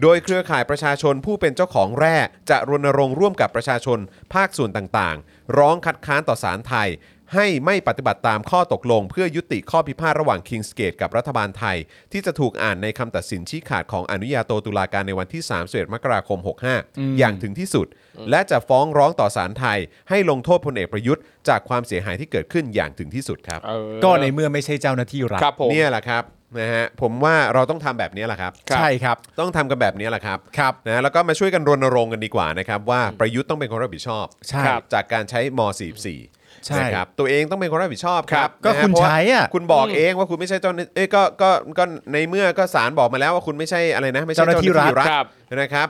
S1: โดยเครือข่ายประชาชนผู้เป็นเจ้าของแร่จะรณรงค์ร่วมกับประชาชนภาคส่วนต่างๆ ร้องคัดค้านต่อศาลไทย ให้ไม่ปฏิบัติตามข้อตกลง เพื่อยุติข้อพิพาทระหว่าง Kings g a t e กับรัฐบาลไทย ที่จะถูกอ่านในคำตัดสินชี้ขาดของอนุญาโตตุลาการในวันที่31มกราคม 65 อย่างถึงที่สุด และจะฟ้องร้องต่อศาลไทย ให้ลงโทษพลเอกประยุทธ์จากความเสียหายที่เกิดขึ้นอย่างถึงที่สุดครับ
S2: เออ
S3: ก็ในเมื่อไม่ใช่เจ้าหน้าที่รัฐ
S2: ครับผม
S1: เนี่ยแหละครับนะฮะผมว่าเราต้องทำแบบนี้แหละครับ
S3: ใช่ครับ
S1: ต้องทำกันแบบนี้แหละครับ
S3: ครับ
S1: นะแล้วก็มาช่วยกันรณรงค์กันดีกว่านะครับ ว่าประยุทธ์ต้องเป็นคนรับผิดชอบ
S3: ใช่
S1: ครับจากการใช้ม .44
S3: ใช่
S1: นะครับตัวเองต้องเป็นคนรับผิดชอบครับ
S3: ครับก็
S1: นะฮะ
S3: คุณ
S1: เพราว่า
S3: ใช้อะ
S1: คุณบอกเองว่าคุณไม่ใช่เจ้าหน้าเอ้ยก็ก็ก็ในเมื่อก็ศาลบอกมาแล้วว่าคุณไม่ใช่อะไรนะ ไม่ใช่เจ้าหน้าที่รัฐ
S2: ครับ
S1: นะครับ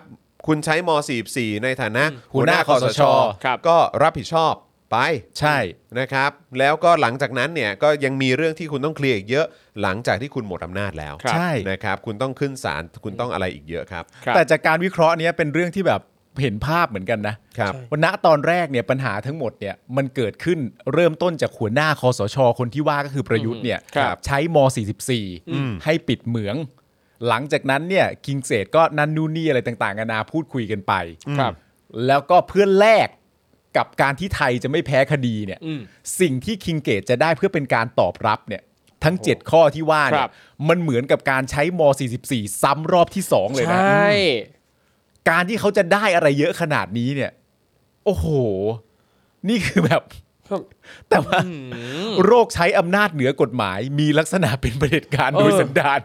S1: คุณใช้ม .44 ในฐานะ
S3: หัวหน้าคอสช
S2: ครับ
S1: ก็รับผิดชอบไป
S3: ใช่
S1: นะครับแล้วก็หลังจากนั้นเนี่ยก็ยังมีเรื่องที่คุณต้องเคลียร์อีกเยอะหลังจากที่คุณหมดอำนาจแล้ว
S3: ครับใช่
S1: นะครับคุณต้องขึ้นศาลคุณต้องอะไรอีกเยอะครับ
S2: ครับ
S3: แต่จากการวิเคราะห์เนี้ยเป็นเรื่องที่แบบเห็นภาพเหมือนกันนะครับ วันณตอนแรกเนี่ยปัญหาทั้งหมดเนี่ยมันเกิดขึ้นเริ่มต้นจากหัวหน้าคอสช คนที่ว่าก็คือประยุทธ์เนี่ย
S2: ครับ
S3: ใช้ม 44 ให้ปิดเหมือง หลังจากนั้นเนี่ยคิงเศษก็นั่นนู่นนี่อะไรต่างๆนานาพูดคุยกันไป
S2: ครับ
S3: แล้วก็เพื่อแลกกับการที่ไทยจะไม่แพ้คดีเนี่ย
S2: อืม
S3: สิ่งที่คิงเกตจะได้เพื่อเป็นการตอบรับเนี่ยทั้ง 7 ข้อที่ว่า
S2: ค
S3: เนี่
S2: รั
S3: ย
S2: บ
S3: มันเหมือนกับการใช้ม 44 ซ้ำรอบที่ 2 เลย
S2: ใช
S3: นะ
S2: ่
S3: การที่เขาจะได้อะไรเยอะขนาดนี้เนี่ย โอ้โห นี่คือแบบ
S2: ครับ
S3: แต่ว่าโรคใช้อำนาจเหนือกฎหมาย มีลักษณะเป็นประเผด็จการโดย
S2: เออ
S3: สันดาน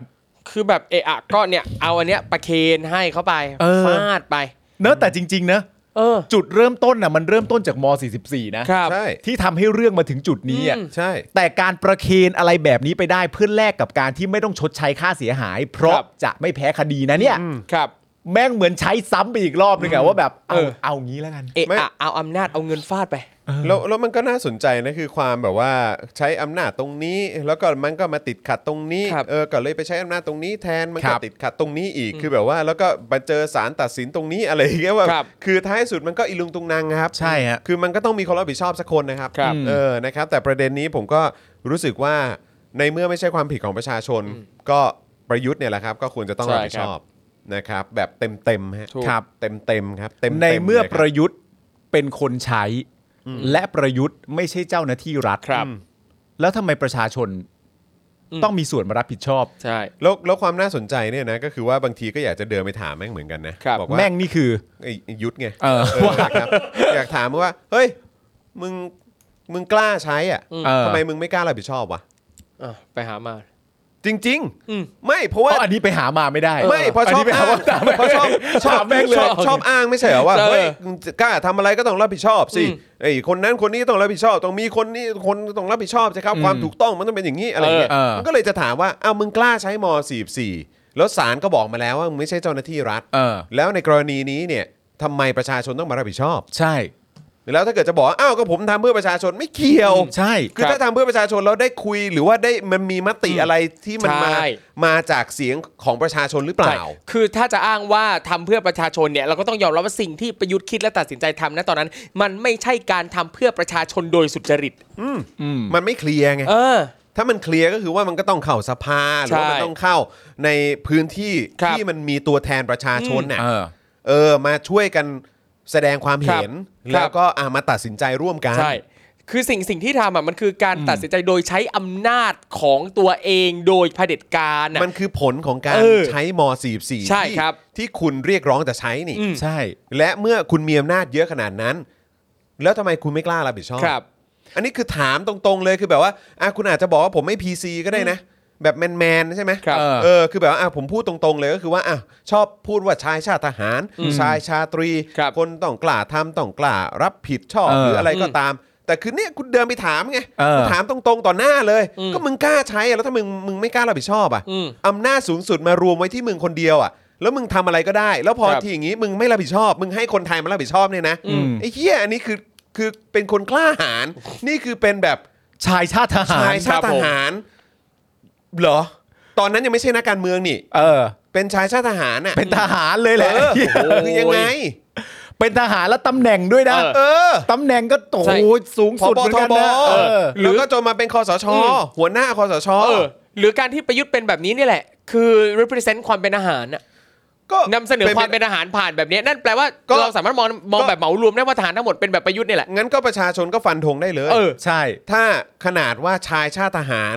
S2: คือแบบเอะอะก็เนี่ยเอาอันเนี้ยประเคนให้เข้าไป
S3: เออ
S2: ฟาดไป
S3: เนอะแต่จริง ๆ นะ
S2: เออ
S3: จุดเริ่มต้นน่ะมันเริ่มต้นจากม 44 นะครับ
S1: ใช่
S3: ที่ทำให้เรื่องมาถึงจุดนี้อ่ะ
S1: ใช่
S3: แต่การประเคนอะไรแบบนี้ไปได้เพื่อแลกกับการที่ไม่ต้องชดใช้ค่าเสียหาย เพราะ
S2: ครับ
S3: จะไม่แพ้คดีนะเนี่ย
S2: ครับ
S3: แม่งเหมือนใช้ซ้ำไปอีกรอบนึงอะว่าแบบ
S2: เอ
S3: เอา
S2: อ
S3: เอางี้แล้วกัน
S2: เอะ
S1: ไม่
S2: อะเอาอำนาจเอาเงินฟาดไป
S3: เ
S1: แล้วแล้วมันก็น่าสนใจนะคือความแบบว่าใช้อำนาจตรงนี้ แล้วก็มันก็มาติดขัดตรงนี้
S2: ครับ
S1: เออก็เลยไปใช้อำนาจตรงนี้แทนมัน
S3: ค
S1: ก็
S3: รับ
S1: ติดขัดตรงนี้อีกคือแบบว่าแล้วก็มาเจอสารตัดสินตรงนี้อะไรอย่างเงี้ยว่า
S2: ครับ
S1: คือท้ายสุดมันก็อิลุงตุงนางครับ
S3: ใช่ฮะ
S1: คือมันก็ต้องมีคนรับผิดชอบสักคนนะครับ
S2: ครับ
S1: เออนะครับ แต่ประเด็นนี้ผมก็รู้สึกว่าในเมื่อไม่ใช่ความผิดของประชาชน ก็ประยุทธ์เนี่ยแหละครับ ก็ควรจะต้องรับผิดชอบนะครับ แบบเต็มเต็มๆฮะ
S2: ถูก
S3: ครับ
S1: เต็มเต็มๆครับเต็มๆ
S3: ในเมื่อ
S1: ลยค
S3: ป
S1: รับ
S3: ระยุทธ์เป็นคนใช้ และประยุทธ์ไม่ใช่เจ้าหน้าที่รัฐ
S2: ครับ
S3: แล้วทำไมประชาชน
S2: อืม
S3: ต้องมีส่วนมารับผิดชอบ
S2: ใช่
S1: แล้วแล้วความน่าสนใจเนี่ยนะก็คือว่าบางทีก็อยากจะเดินไปถามแม่งเหมือนกันนะครับ บอกว่า
S3: แม่งนี่คือ
S1: ไอ้ไอ้ยุทธไง
S3: เออ
S1: เอออยากถามอยากถามว่าเฮ้ยมึงมึงกล้าใช้อ่ะ
S3: เออ
S1: ทำไมมึงไม่กล้ารับผิดชอบวะ
S2: อ่ะไปหามา
S1: จริง
S2: อืม
S1: ๆ ไม่เพราะ
S3: เพ
S1: ว่า
S3: ราะอันนี้ไปหามาไม่ได้
S1: ไม่เพอชอบ
S3: นนี้ไปหา
S1: อ้าง
S3: ว่าตาม
S1: เพราะชอบชอบ
S3: ถามแม่งเลย
S1: ชอบชอบอ้างไม่ใช่เหรอว่า
S2: เออ
S1: เฮ้ยมึงจะกล้าทำอะไรก็ต้องรับผิดชอบสิ
S2: อืม
S1: ไอ้คนนั้นคนนี้ต้องรับผิดชอบต้องมีคนนี้คนต้องรับผิดชอบใช่ครับ
S3: อืม
S1: ความถูกต้องมันต้องเป็นอย่างนี้อะไรเงี้ย
S3: เออ
S1: มันก็เลยจะถามว่าอ้าวมึงกล้าใช้ม .44 แล้วศาลก็บอกมาแล้วว่ามึงไม่ใช่เจ้าหน้าที่รัฐ
S3: เออ
S1: แล้วในกรณีนี้เนี่ยทำไมประชาชนต้องมารับผิดชอบ
S3: ใช่
S1: แล้วถ้าเกิดจะบอกว่าอ้าวก็ผมทำเพื่อประชาชนไม่เกี่ยว
S3: ใช่
S1: คือ
S2: ครับ
S1: ถ้าทำเพื่อประชาชนเราได้คุยหรือว่าได้มันมีมติอะไรที่มันมา
S2: ใช่
S1: มาจากเสียงของประชาชนหรือเปล่า
S2: ใช่คือถ้าจะอ้างว่าทำเพื่อประชาชนเนี่ยเราก็ต้องยอมรับว่าสิ่งที่ประยุทธ์คิดและตัดสินใจทำนะตอนนั้น มันไม่ใช่การทำเพื่อประชาชนโดยสุจริต
S1: มันไม่เคลียร์ไง
S2: เออ
S1: ถ้ามันเคลียร์ก็คือว่ามันก็ต้องเข้าสภาหรือว่ามันต้องเข้าในพื้นที่
S2: ครับ
S1: ที่มันมีตัวแทนประชาชนน่ะ
S3: เออ
S1: เออมาช่วยกันแสดงความเห็น
S2: ครับ
S1: แล้วก็อ่ะมาตัดสินใจร่วมกัน
S2: ใช่ คือสิ่งสิ่งที่ทำอ่ะมันคือการตัดสินใจโดยใช้อำนาจของตัวเองโดยเผด็จการอ่ะ
S1: มันคือผลของการ
S2: เออ
S1: ใช้ม .44
S2: ใช่
S1: ที่
S2: ครับ
S1: ที่คุณเรียกร้องจะใช้นี่
S3: ใช่
S1: และเมื่อคุณมีอำนาจเยอะขนาดนั้น แล้วทำไมคุณไม่กล้ารับผิดชอบ
S2: ครับ
S1: อันนี้คือถามตรงๆเลยคือแบบว่าอ่ะคุณอาจจะบอกว่าผมไม่ PC ก็ได้นะ แบบแมนๆใช่ไหม
S2: ครับ
S1: เออเออคือแบบว่าอ่ะผมพูดตรงๆเลยก็คือว่าอ่ะชอบพูดว่าชายชาติทหาร ชายชาตรี
S2: ครับ
S1: นต้องกล้าทำต้องกล้ารับผิดชอบ
S3: เออ
S1: หรืออะไรก็ตาม แต่คือเนี่ยคุณเดินไปถามไง
S3: เออ
S1: คุณถามตรงๆต่อหน้าเลย
S2: อืม
S1: ก็มึงกล้าใช้อ่ะแล้วถ้ามึงมึงไม่กล้ารับผิดชอบอ่ะ
S2: อืม
S1: อำนาจสูงสุดมารวมไว้ที่มึงคนเดียวอ่ะ แล้วมึงทำอะไรก็ได้ แล้วพอ
S2: ครับ
S1: ทีอย่างงี้มึงไม่รับผิดชอบ มึงให้คนไทยมารับผิดชอบเนี่ยนะ
S3: อืม
S1: ไอ้เหี้ยอันนี้คือคือเป็นคนกล้าหาญนี่คือเป็นแบบ
S3: ชายชาติทหาร
S1: ชายชาติ
S3: ค
S1: ท
S3: รับผม
S1: หารเหรอ ตอนนั้นยังไม่ใช่นักการเมืองนี่
S3: เออ
S1: เป็นชายชาติทหารน่ะ
S3: เป็นทหารเลยแหละ
S1: เออคือยังไง
S3: เป็นทหารแล้วตำแหน่งด้วยนะ
S2: เออ
S1: เออ
S3: ตำแหน่งก็โอ้
S2: ใช่
S3: โหสูง
S1: พ
S3: สุด
S1: บ
S3: เหมือน
S1: ท
S3: กัน
S1: บ
S3: นะเออ
S1: หรือก็จนมาเป็นคอสช หัวหน้าคอสช
S2: เออ หรือการที่ประยุทธ์เป็นแบบนี้นี่แหละ คือ represent ความเป็นอาหารน่ะ
S1: ก็
S2: นำเสนอความ
S1: ไป
S2: เป็นอาหารผ่านแบบเนี้ยนั่นแปลว่า
S1: ก็
S2: เราสามารถมองมอง
S1: ก็
S2: แบบเหมารวมได้ว่าทหารทั้งหมดเป็นแบบประยุทธ์นี่แหละ
S1: งั้นก็ประชาชนก็ฟันธงได้เลย
S2: เออ
S3: ใช่
S1: ถ้าขนาดว่าชายชาติทหาร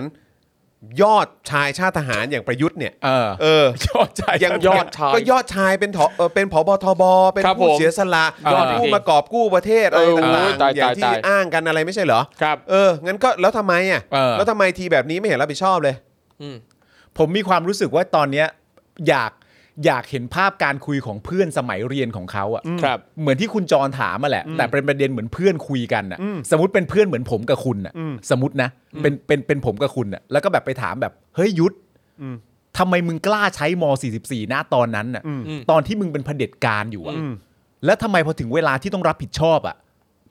S1: ยอดชายชาติทหารอย่างประยุทธ์เนี่ย
S3: เออ
S1: เออ
S3: ยอดชาย
S1: ยัง
S2: ยอดชาย
S1: ก็ยอดชายเป็นถอเอ่อเป็นผบทบเป็น
S2: ครับ
S1: ผู้
S2: ผม
S1: เสียสละ
S2: ยอด
S1: ผู้
S2: จริงๆ
S1: มากอบกู้ประเทศอะไร
S2: เออ
S1: ต่าง
S2: ตาย
S1: ๆอย่างที่
S2: ตาย
S1: อ้างกันอะไรไม่ใช่เหรอ
S2: ครับ
S1: เอองั้นก็แล้วทำไมอ่ะ
S3: เออ
S1: แล้วทำไมทีแบบนี้ไม่เห็นรับผิดชอบเลย
S2: อืม
S3: ผมมีความรู้สึกว่าตอนเนี้ยอยากอยากเห็นภาพการคุยของเพื่อนสมัยเรียนของเขาอะ
S2: ครับ
S3: เหมือนที่คุณจรถามมาแหละ แต่เป็นประเด็นเหมือนเพื่อนคุยกันอะสมมติเป็นเพื่อนเหมือนผมกับคุณอะสมมตินะเป็นเป็นเป็นผมกับคุณอะแล้วก็แบบไปถามแบบเฮ้ยยุทธทำไมมึงกล้าใช้ม 44 หน้าตอนนั้นอะตอนที่มึงเป็นเผด็จการอยู่อะแล้วทำไมพอถึงเวลาที่ต้องรับผิดชอบอะ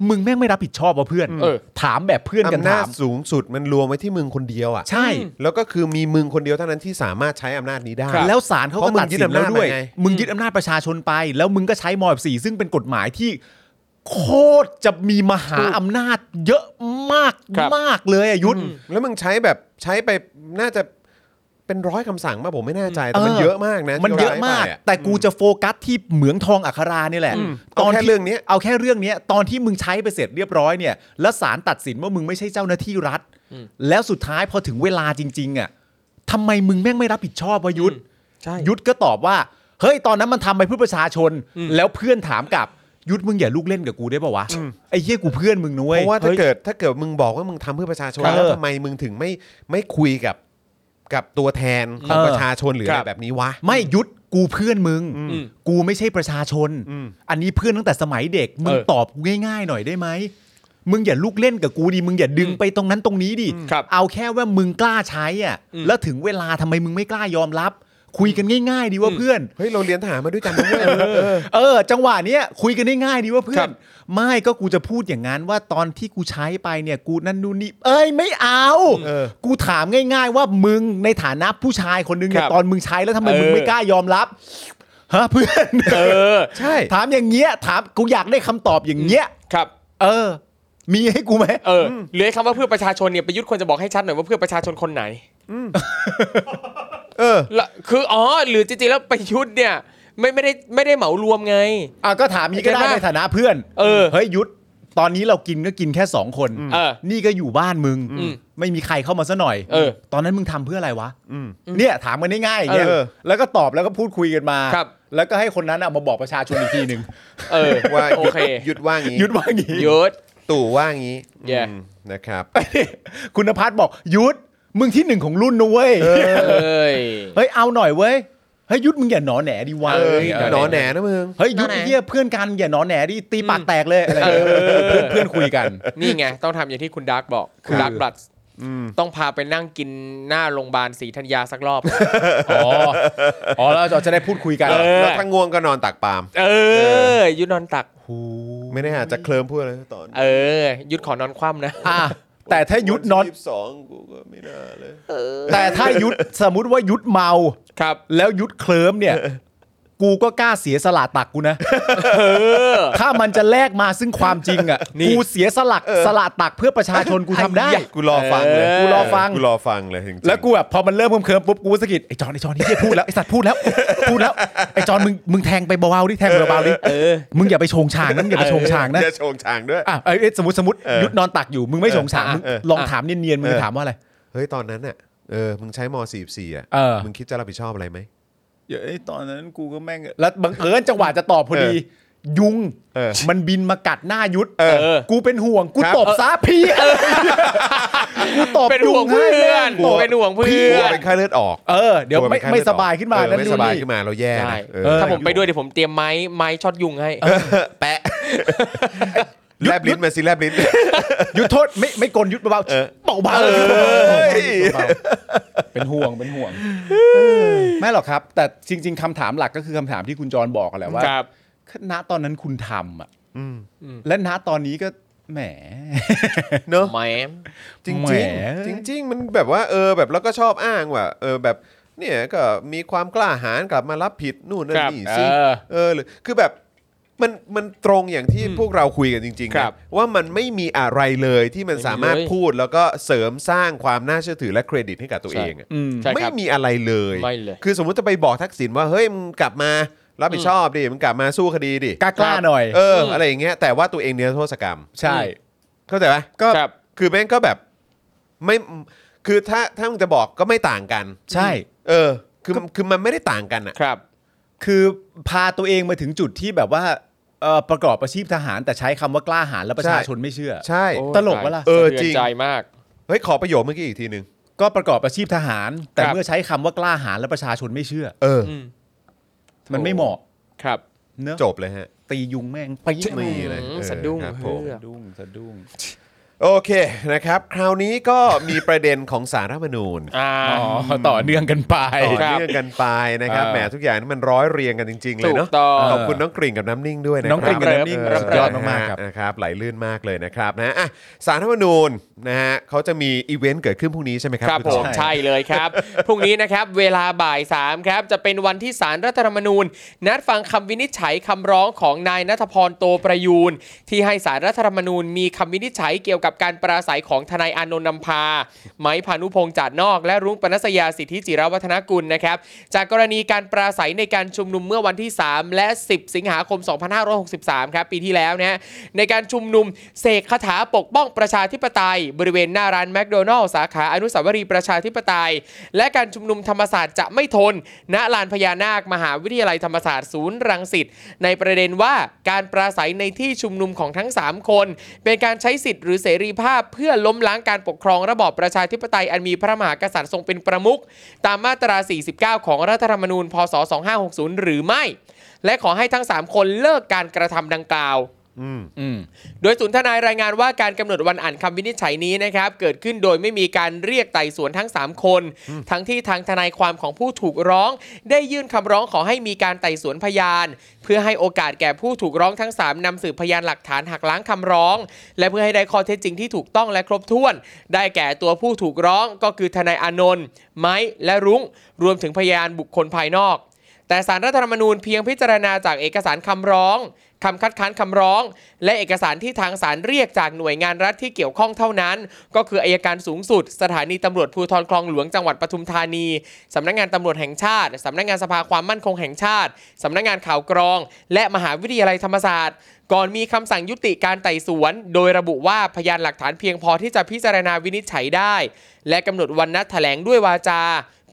S3: มึงแม่งไม่รับผิดชอบวะเพื่อน
S2: เออ
S3: ถามแบบเพื่อนกัน
S1: อำนา
S3: ถา
S1: จ
S3: ม
S1: สูงสุดมันรวมไว้ที่มึงคนเดียวอ่ะ
S3: ใช่
S1: แล้วก็คือมีมึงคนเดียวเท่านั้นที่สามารถใช้อำนาจนี้ได้
S3: แล้วศาลเขา
S1: เพ
S3: ก็
S1: ราะมึง
S3: ตัดสินแล้วด้วย
S1: ยึดอำนาจไปไง
S3: มึงยึดอำนาจประชาชนไป แล้วมึงก็ใช้มอบสี่ซึ่งเป็นกฎหมายที่ โคตรจะมีมหาอำนาจเยอะมาก
S2: ครับ
S3: มากเลยอะยุทธ
S1: แล้วมึงใช้แบบใช้ไปน่าจะเป็นร้อยคำสั่งมาผมไม่แน่ใจแต่มัน
S3: เออ
S1: เยอะมากนะ
S3: มันเยอะมาก
S1: ที่ร
S3: แต่กูจะโฟกัสที่เหมืองทองอัคราเนี่ยแหละ
S1: เอาแค่
S3: ที่
S1: เรื่องนี้
S3: เอาแค่เรื่องเนี้ยตอนที่มึงใช้ไปเสร็จเรียบร้อยเนี่ยแล้วศาลตัดสินว่ามึงไม่ใช่เจ้าหน้าที่รัฐ แล้วสุดท้ายพอถึงเวลาจริง ๆอะทำไมมึงแม่งไม่รับผิดชอบวะยุทธ
S2: ใช่
S3: ยุทธก็ตอบว่า เฮ้ย ตอนนั้นมันทำไปเพื่อประชาชน แล้วเพื่อนถามกลับ ยุทธมึงอย่าลูกเล่นกับกูได้ป่าวะ ไอ้เหี้ยกูเพื่อนมึงนุ้
S1: เพ
S3: ย
S1: ราะว่าถ้าเกิดถ้าเกิดมึงบอกว่ามึงทำเพื่อประชาชน
S3: ครับ
S1: แล้วทำไมมึงถึงไม่ไม่คุยกับกับตัวแทนของประชาชนหรืออะ
S2: ครั
S1: ไร
S2: บ
S1: แบบนี้วะ
S3: ไม่ยุทธกูเพื่อนมึง
S2: อืม
S3: กูไม่ใช่ประชาชน อันนี้เพื่อนตั้งแต่สมัยเด็ก มึง
S2: เออ
S3: ตอบกูง่ายๆหน่อยได้ไหม มึงอย่าลูกเล่นกับกูดิ มึงอย่าดึงไปตรงนั้นตรงนี้ดิ
S2: ครับ
S3: เอาแค่ว่ามึงกล้าใช้อ่ะ
S2: อืม
S3: แล้วถึงเวลาทำไมมึงไม่กล้ายอมรับ คุยกันง่ายๆดีว่าเพื่อน
S1: เฮ้ยเราเรียนทหารมาด้วยกันนะเว้ย
S3: เออ จังหวะเนี้ยคุยกันได้ง่ายดีว่าเพื่อ
S1: ครั
S3: น
S1: บ
S3: ไม่ก็กูจะพูดอย่างนั้นว่าตอนที่กูใช้ไปเนี่ย กูนั่นนู่นนี่เอ้ยไม่เอา
S1: เออ
S3: กูถามง่าย ๆ ว่ามึงในฐานะผู้ชายคนนึงเนี่
S2: ค
S3: ย
S2: รับ
S3: ตอนมึงใช้แล้วทำไมมึง
S2: เออ
S3: ไม่กล้ายอมรับฮะเพื่อน
S2: เออ
S1: ใช่
S3: ถามอย่างเงี้ยถามกูอยากได้คำตอบอย่างเงี้ย
S2: ครับ
S3: เออ มีให้กูไหม
S2: เออเหลือคำว่าเพื่อประชาชนเนี่ยประยุทธ์ควรจะบอกให้ชัดหน่อยว่าเพื่อประชาชนคนไหน
S1: เออ
S2: ละคืออ๋อหรือจริงๆแล้วประยุทธ์เนี่ยไม่ไม่ได้ไม่ได้เหมารวมไง
S3: อ่ะก็ถามอย่างนี้ก็ได้
S2: ใช่ไหม
S3: ในฐานะเพื่อน
S2: เออ
S3: เฮ้ยยุทธตอนนี้เรากินก็กินแค่สองคน
S2: เออ
S3: นี่ก็อยู่บ้านมึง
S2: อืม
S3: ไม่มีใครเข้ามาซะหน่อย
S2: เออ
S3: ตอนนั้นมึงทำเพื่ออะไรวะเนี่ยถามกันง่ายๆอย่างเงี้ย
S1: เออ
S3: แล้วก็ตอบแล้วก็พูดคุยกันมา
S2: ครับ
S3: แล้วก็ให้คนนั้นอ่ะมาบอกประชาชนอีกทีหนึ่ง
S2: เออ
S1: ว่า
S2: โอเค
S1: หยุดว่างี้
S3: ยุทธว่าอย่างงี้
S2: ยุทธ
S1: ตู่ว่างี้
S2: แย่
S1: อืมนะครับ
S3: คุณพัฒน์บอกยุทธมึงที่หนึ่งของรุ่นนะเว้ย
S2: เอ้ย
S3: เฮ้ยเอาหน่อยเว้ยเฮ้ยยุทธมึงอย่าหนอแหนดีวะ
S2: เอ
S1: เอ้ย
S3: เออ
S1: หนอแหนนะมึง
S3: เฮ้ยยุทธไอ้เหี้ยเพื่อนกันอย่าหนอแหนดิตีปากแตกเลยอะไรอย่างเงี้ยเพื่อนเพื่อนคุยกัน
S2: นี่ไง ต้องทำอย่างที่คุณดาร์กบอก คุณดาร์กบลัดต้องพาไปนั่งกินหน้าโรงพยาบาลศรีธัญญาสักรอบ
S3: อ๋อ อ๋อแล้วเราจะได้พูดคุยกัน
S2: เออ
S1: แล้วถ้าง่วงก็นอนตักปาล์ม
S2: เออ ยุทธนอนตัก
S1: ไม่แน่อาจจะเคลิ้มพูดอะไรตอน
S2: เออ ยุทธขอนอนคว่ำนะ
S3: อ่ะแต่ถ้ายุทธนอน
S1: ยี่สิบสองกูก็ไม่น่าเลย
S3: แต่ถ้ายุทธสมมติว่ายุทธเมา
S2: ครับ
S3: แล้วยุทธเคลิ้มเนี่ย กูก็กล้าเสียสละตักกูนะ ถ้ามันจะแลกมาซึ่งความจริงอ่ะกูเสียสลักสละตักเพื่อประชาชนกูทำได้
S2: ไอ้ยะ
S1: กูรอฟังเลย
S2: เออ
S3: กูรอฟัง
S1: กูรอฟังเลยจริงๆ
S3: แล้วกูแบบพอมันเริ่มเคิมๆปุ๊บกูก็สะกิดไอ้จอนไอ้จอนนี่เหี้ยพูดแล้วไอ้สัตว์พูดแล้วพูดแล้วไอ้จอนมึงมึงแทงไปเบาๆดิแทงไปเบาๆดิ
S2: เออ
S3: มึงอย่าไปโชงฉางนะมึงอย่าไปโชงฉางนะ
S1: จะโชงชางด้วย
S3: อ่ะเอ้ยเอ้ยสมมติสมมติยุดนอนตักอยู่มึงไม่สงสาร
S2: เออ
S3: มึง
S1: เออ
S3: ลองถามเนียนๆมึง
S1: เออ
S3: จะถามว่าอะไร
S1: เฮ้ยตอนนั้นน่ะเออมึงใช้ม .44 อ่ะ
S3: เออ
S1: มึงคิดจะรับผิดชอบอะไรไหม
S3: ไอ้ตอนนั้นกูก็แม่งแล้วบังเอิญจังหวะจะตอบพอดี ยุง
S1: เออ
S3: มันบินมากัดหน้ายุด
S2: เออ
S3: กูเป็นห่วงกู
S1: ครับ
S3: ตบซะพี่เออกูตบ
S2: เป็นห่วง
S3: ยุให้
S2: เพื่อน
S3: แม่งตบ
S2: เป็นห่วงเพื่อน
S1: พี่กลัวเป็นไข้เลือดออก
S3: เออเดี๋ยว
S1: กลั
S3: ไม่
S1: ป็นข้
S3: ไม่
S1: เลือดอ
S3: ส
S1: อก
S3: บายขึ้นมา
S1: เออ
S3: นั่น
S1: ไม่
S3: นู่
S1: ส
S3: น
S1: บาย
S3: นี่
S1: ขึ้นมาเราแย่
S2: ใช่
S1: นะเออ
S2: ถ้าผมไปด้วยเดี๋ยวผมเตรียมไม้ไม้ช็อตยุงให้
S1: แปะแลบลิ้นมาสิแลบลิ้น
S3: ยุดโทษไม่ไม่กลยุดเบา
S1: เออ
S3: ๆเบาๆยุทธเบาๆเบาๆเป็นห่วงเป็นห่วงไม่หรอกครับ แต่จริง ๆคำถามหลักก็คือคำถามที่คุณจรบอกกันแหละว่า
S2: ครับ
S3: ณตอนนั้นคุณทำอ่ะและณตอนนี้ก็แหม
S1: เนอะ
S2: แหม
S1: จริง
S3: แหม
S1: ๆจริง ๆ มันแบบว่าเออแบบแล้วก็ชอบอ้างว่าเออแบบเนี่ยก็มีความกล้าหาญกลับมารับผิดนู่นนั่น
S2: ครับ
S1: นี่สิ
S2: เออ
S1: เออหรือคือแบบมันมันตรงอย่างที่พวกเราคุยกันจริงๆ
S2: ค
S1: นะ
S2: รับ
S1: ว่ามันไม่มีอะไรเลยที่มันสามารถ
S2: เลย
S1: พูดแล้วก็เสริมสร้างความน่าเชื่อถือและเครดิตให้กับตัว
S2: ใช่
S1: เองอะ
S2: ใช่
S1: ไม่
S2: ครับ
S1: มีอะไรเลย
S2: ไม่เลย
S1: คือสมมุติจะไปบอกทักษิณว่าเฮ้ยมึงกลับมารับผิดชอบดิมึงกลับมาสู้คดีดิ
S3: กล้ากล้าหน่อย
S1: เอออะไรอย่างเงี้ยแต่ว่าตัวเองเนื้อโทษกรรม
S3: ใช่
S1: เข้าใจไหมก็
S2: ครับ
S1: คือแม่งก็แบบไม่คือถ้าถ้ามึงจะบอกก็ไม่ต่างกัน
S3: ใช่
S1: เออ คือคือมันไม่ได้ต่างกันอ่ะ
S2: ครับ
S3: คือพาตัวเองมาถึงจุดที่แบบว่าเอ่อประกอบอาชีพทหาร แต่ใช้คำว่ากล้าหาญและประชาชนไม่เชื่อ
S1: ใช่
S2: โอ้
S3: ตลกวะล่ะ
S2: เออ
S1: จ
S2: จ
S1: ริ
S2: ริ
S1: ง
S2: งใจมาก
S1: เฮ้ยขอประโยคเมื่อกี้อีกทีหนึ่ง
S3: ก็ประกอบอาชีพทหาร แต่
S2: ครับ
S3: เมื่อใช้คำว่ากล้าหาญและประชาชนไม่เชื่อ
S1: เออ
S2: อืม
S3: มันไม่เหมาะ
S2: ครับ
S3: เนอะ
S1: จบเลยฮะ
S3: ตียุงแม่งไป
S1: ไม่มีเลย
S2: อื
S1: เออ
S2: สะดุ้ง
S1: ครับผม
S2: เฮือก
S3: ดุ้งสะดุ้ง
S1: โอเคนะครับ คราวนี้ก็มีประเด็นของสารรัฐธรรมนูญ
S2: อ่า
S3: อ๋อต่อเนื่องกันไป
S1: ต่อ
S2: ครับ
S1: เนื่องกันไปนะครับ
S3: เออ
S1: แหมทุกอย่างนี่มันร้อยเรียงกันจริง ๆ เลย
S2: ถู
S1: เนาะ
S2: กต้อง
S1: ขอบคุณน้องกริ่งกับน้ำนิ่งด้วยนะครับ
S3: น้องกริ่งกับน้ำนิ่ง
S1: เ
S3: สุดยอดมากๆครับ
S1: นะครับไหลลื่นมากเลยนะครับนะอ่ะสารรัฐธรรมนูญนะฮะเขาจะมีอีเวนต์เกิดขึ้นพรุ่งนี้ใช่ไหมครับ
S2: ครับ
S1: ณ
S2: ผ
S1: จอ
S2: ม
S1: ห์น
S2: ใช่เลย ครับ พรุ่งนี้นะครับ เวลาบ่าย3ครับ จะเป็นวันที่สารรัฐธรรมนูญ นัดฟังคำวินิจฉัยคำร้องของนายนัทพรโตประยูน ที่ให้สารรัฐธรรมนูญมีคำวินิจฉัยเกี่ยวกับการปราศัยของทนายอานนท์นำพา ไม้พานุพงษ์จัดนอก และรุ้งปนัสยาสิทธิจิรวัฒนกุลนะครับ จากกรณีการปราศัยในการชุมนุมเมื่อวันที่ 3 และ 10 สิงหาคม 2563 ครับปีที่แล้วนะฮะในการชุมนุมเสกคาถาปกป้องประชาธิปไตย บริเวณหน้าร้านแมคโดนัลล์สาขาอนุสาวรีย์ประชาธิปไตย และการชุมนุมธรรมศาสตร์จะไม่ทน ณลานพญานาค มหาวิทยาลัยธรรมศาสตร์ศูนย์รังสิตในประเด็นว่าการปราศัยในที่ชุมนุมของทั้ง 3 คน เป็นการใช้สิทธิ์หรือเสรีภาพเพื่อล้มล้างการปกครองระบอบประชาธิปไตยอันมีพระมหากษัตริย์ทรงเป็นประมุขตามมาตรา 49 ของรัฐธรรมนูญ พศ 2560 หรือไม่ และขอให้ทั้ง 3 คนเลิกการกระทำดังกล่าว
S1: อืม
S3: อืม
S2: โดยศูนย์ทนายรายงานว่าการกำหนดวันอ่านคำวินิจฉัยนี้นะครับ เกิดขึ้นโดยไม่มีการเรียกไต่สวนทั้ง 3 คน ทั้งที่ทางทนายความของผู้ถูกร้อง ได้ยื่นคำร้องขอให้มีการไต่สวนพยาน เพื่อให้โอกาสแก่ผู้ถูกร้องทั้ง 3นำสืบพยานหลักฐานหักล้างคำร้อง และเพื่อให้ได้ข้อเท็จจริงที่ถูกต้องและครบถ้วน ได้แก่ตัวผู้ถูกร้องก็คือทนายอานนท์ไม้และรุ้งรวมถึงพยานบุคคลภายนอก แต่สารรัฐธรรมนูญเพียงพิจารณาจากเอกสารคำร้องคำคัดค้านคำร้อง และเอกสารที่ทางสารเรียกจากหน่วยงานรัฐที่เกี่ยวข้องเท่านั้น ก็คืออายการสูงสุด สถานีตำรวจภูธรคลองหลวงจังหวัดปทุมธานีสำนักงานตำรวจแห่งชาติสำนักงานสภาความมั่นคงแห่งชาติสำนักงานข่าวกรอง และมหาวิทยาลัยธรรมศาสตร์ ก่อนมีคำสั่งยุติการไต่สวน โดยระบุว่าพยานหลักฐานเพียงพอที่จะพิจารณาวินิจฉัยได้ และกำหนดวันนัดแถลงด้วยวาจา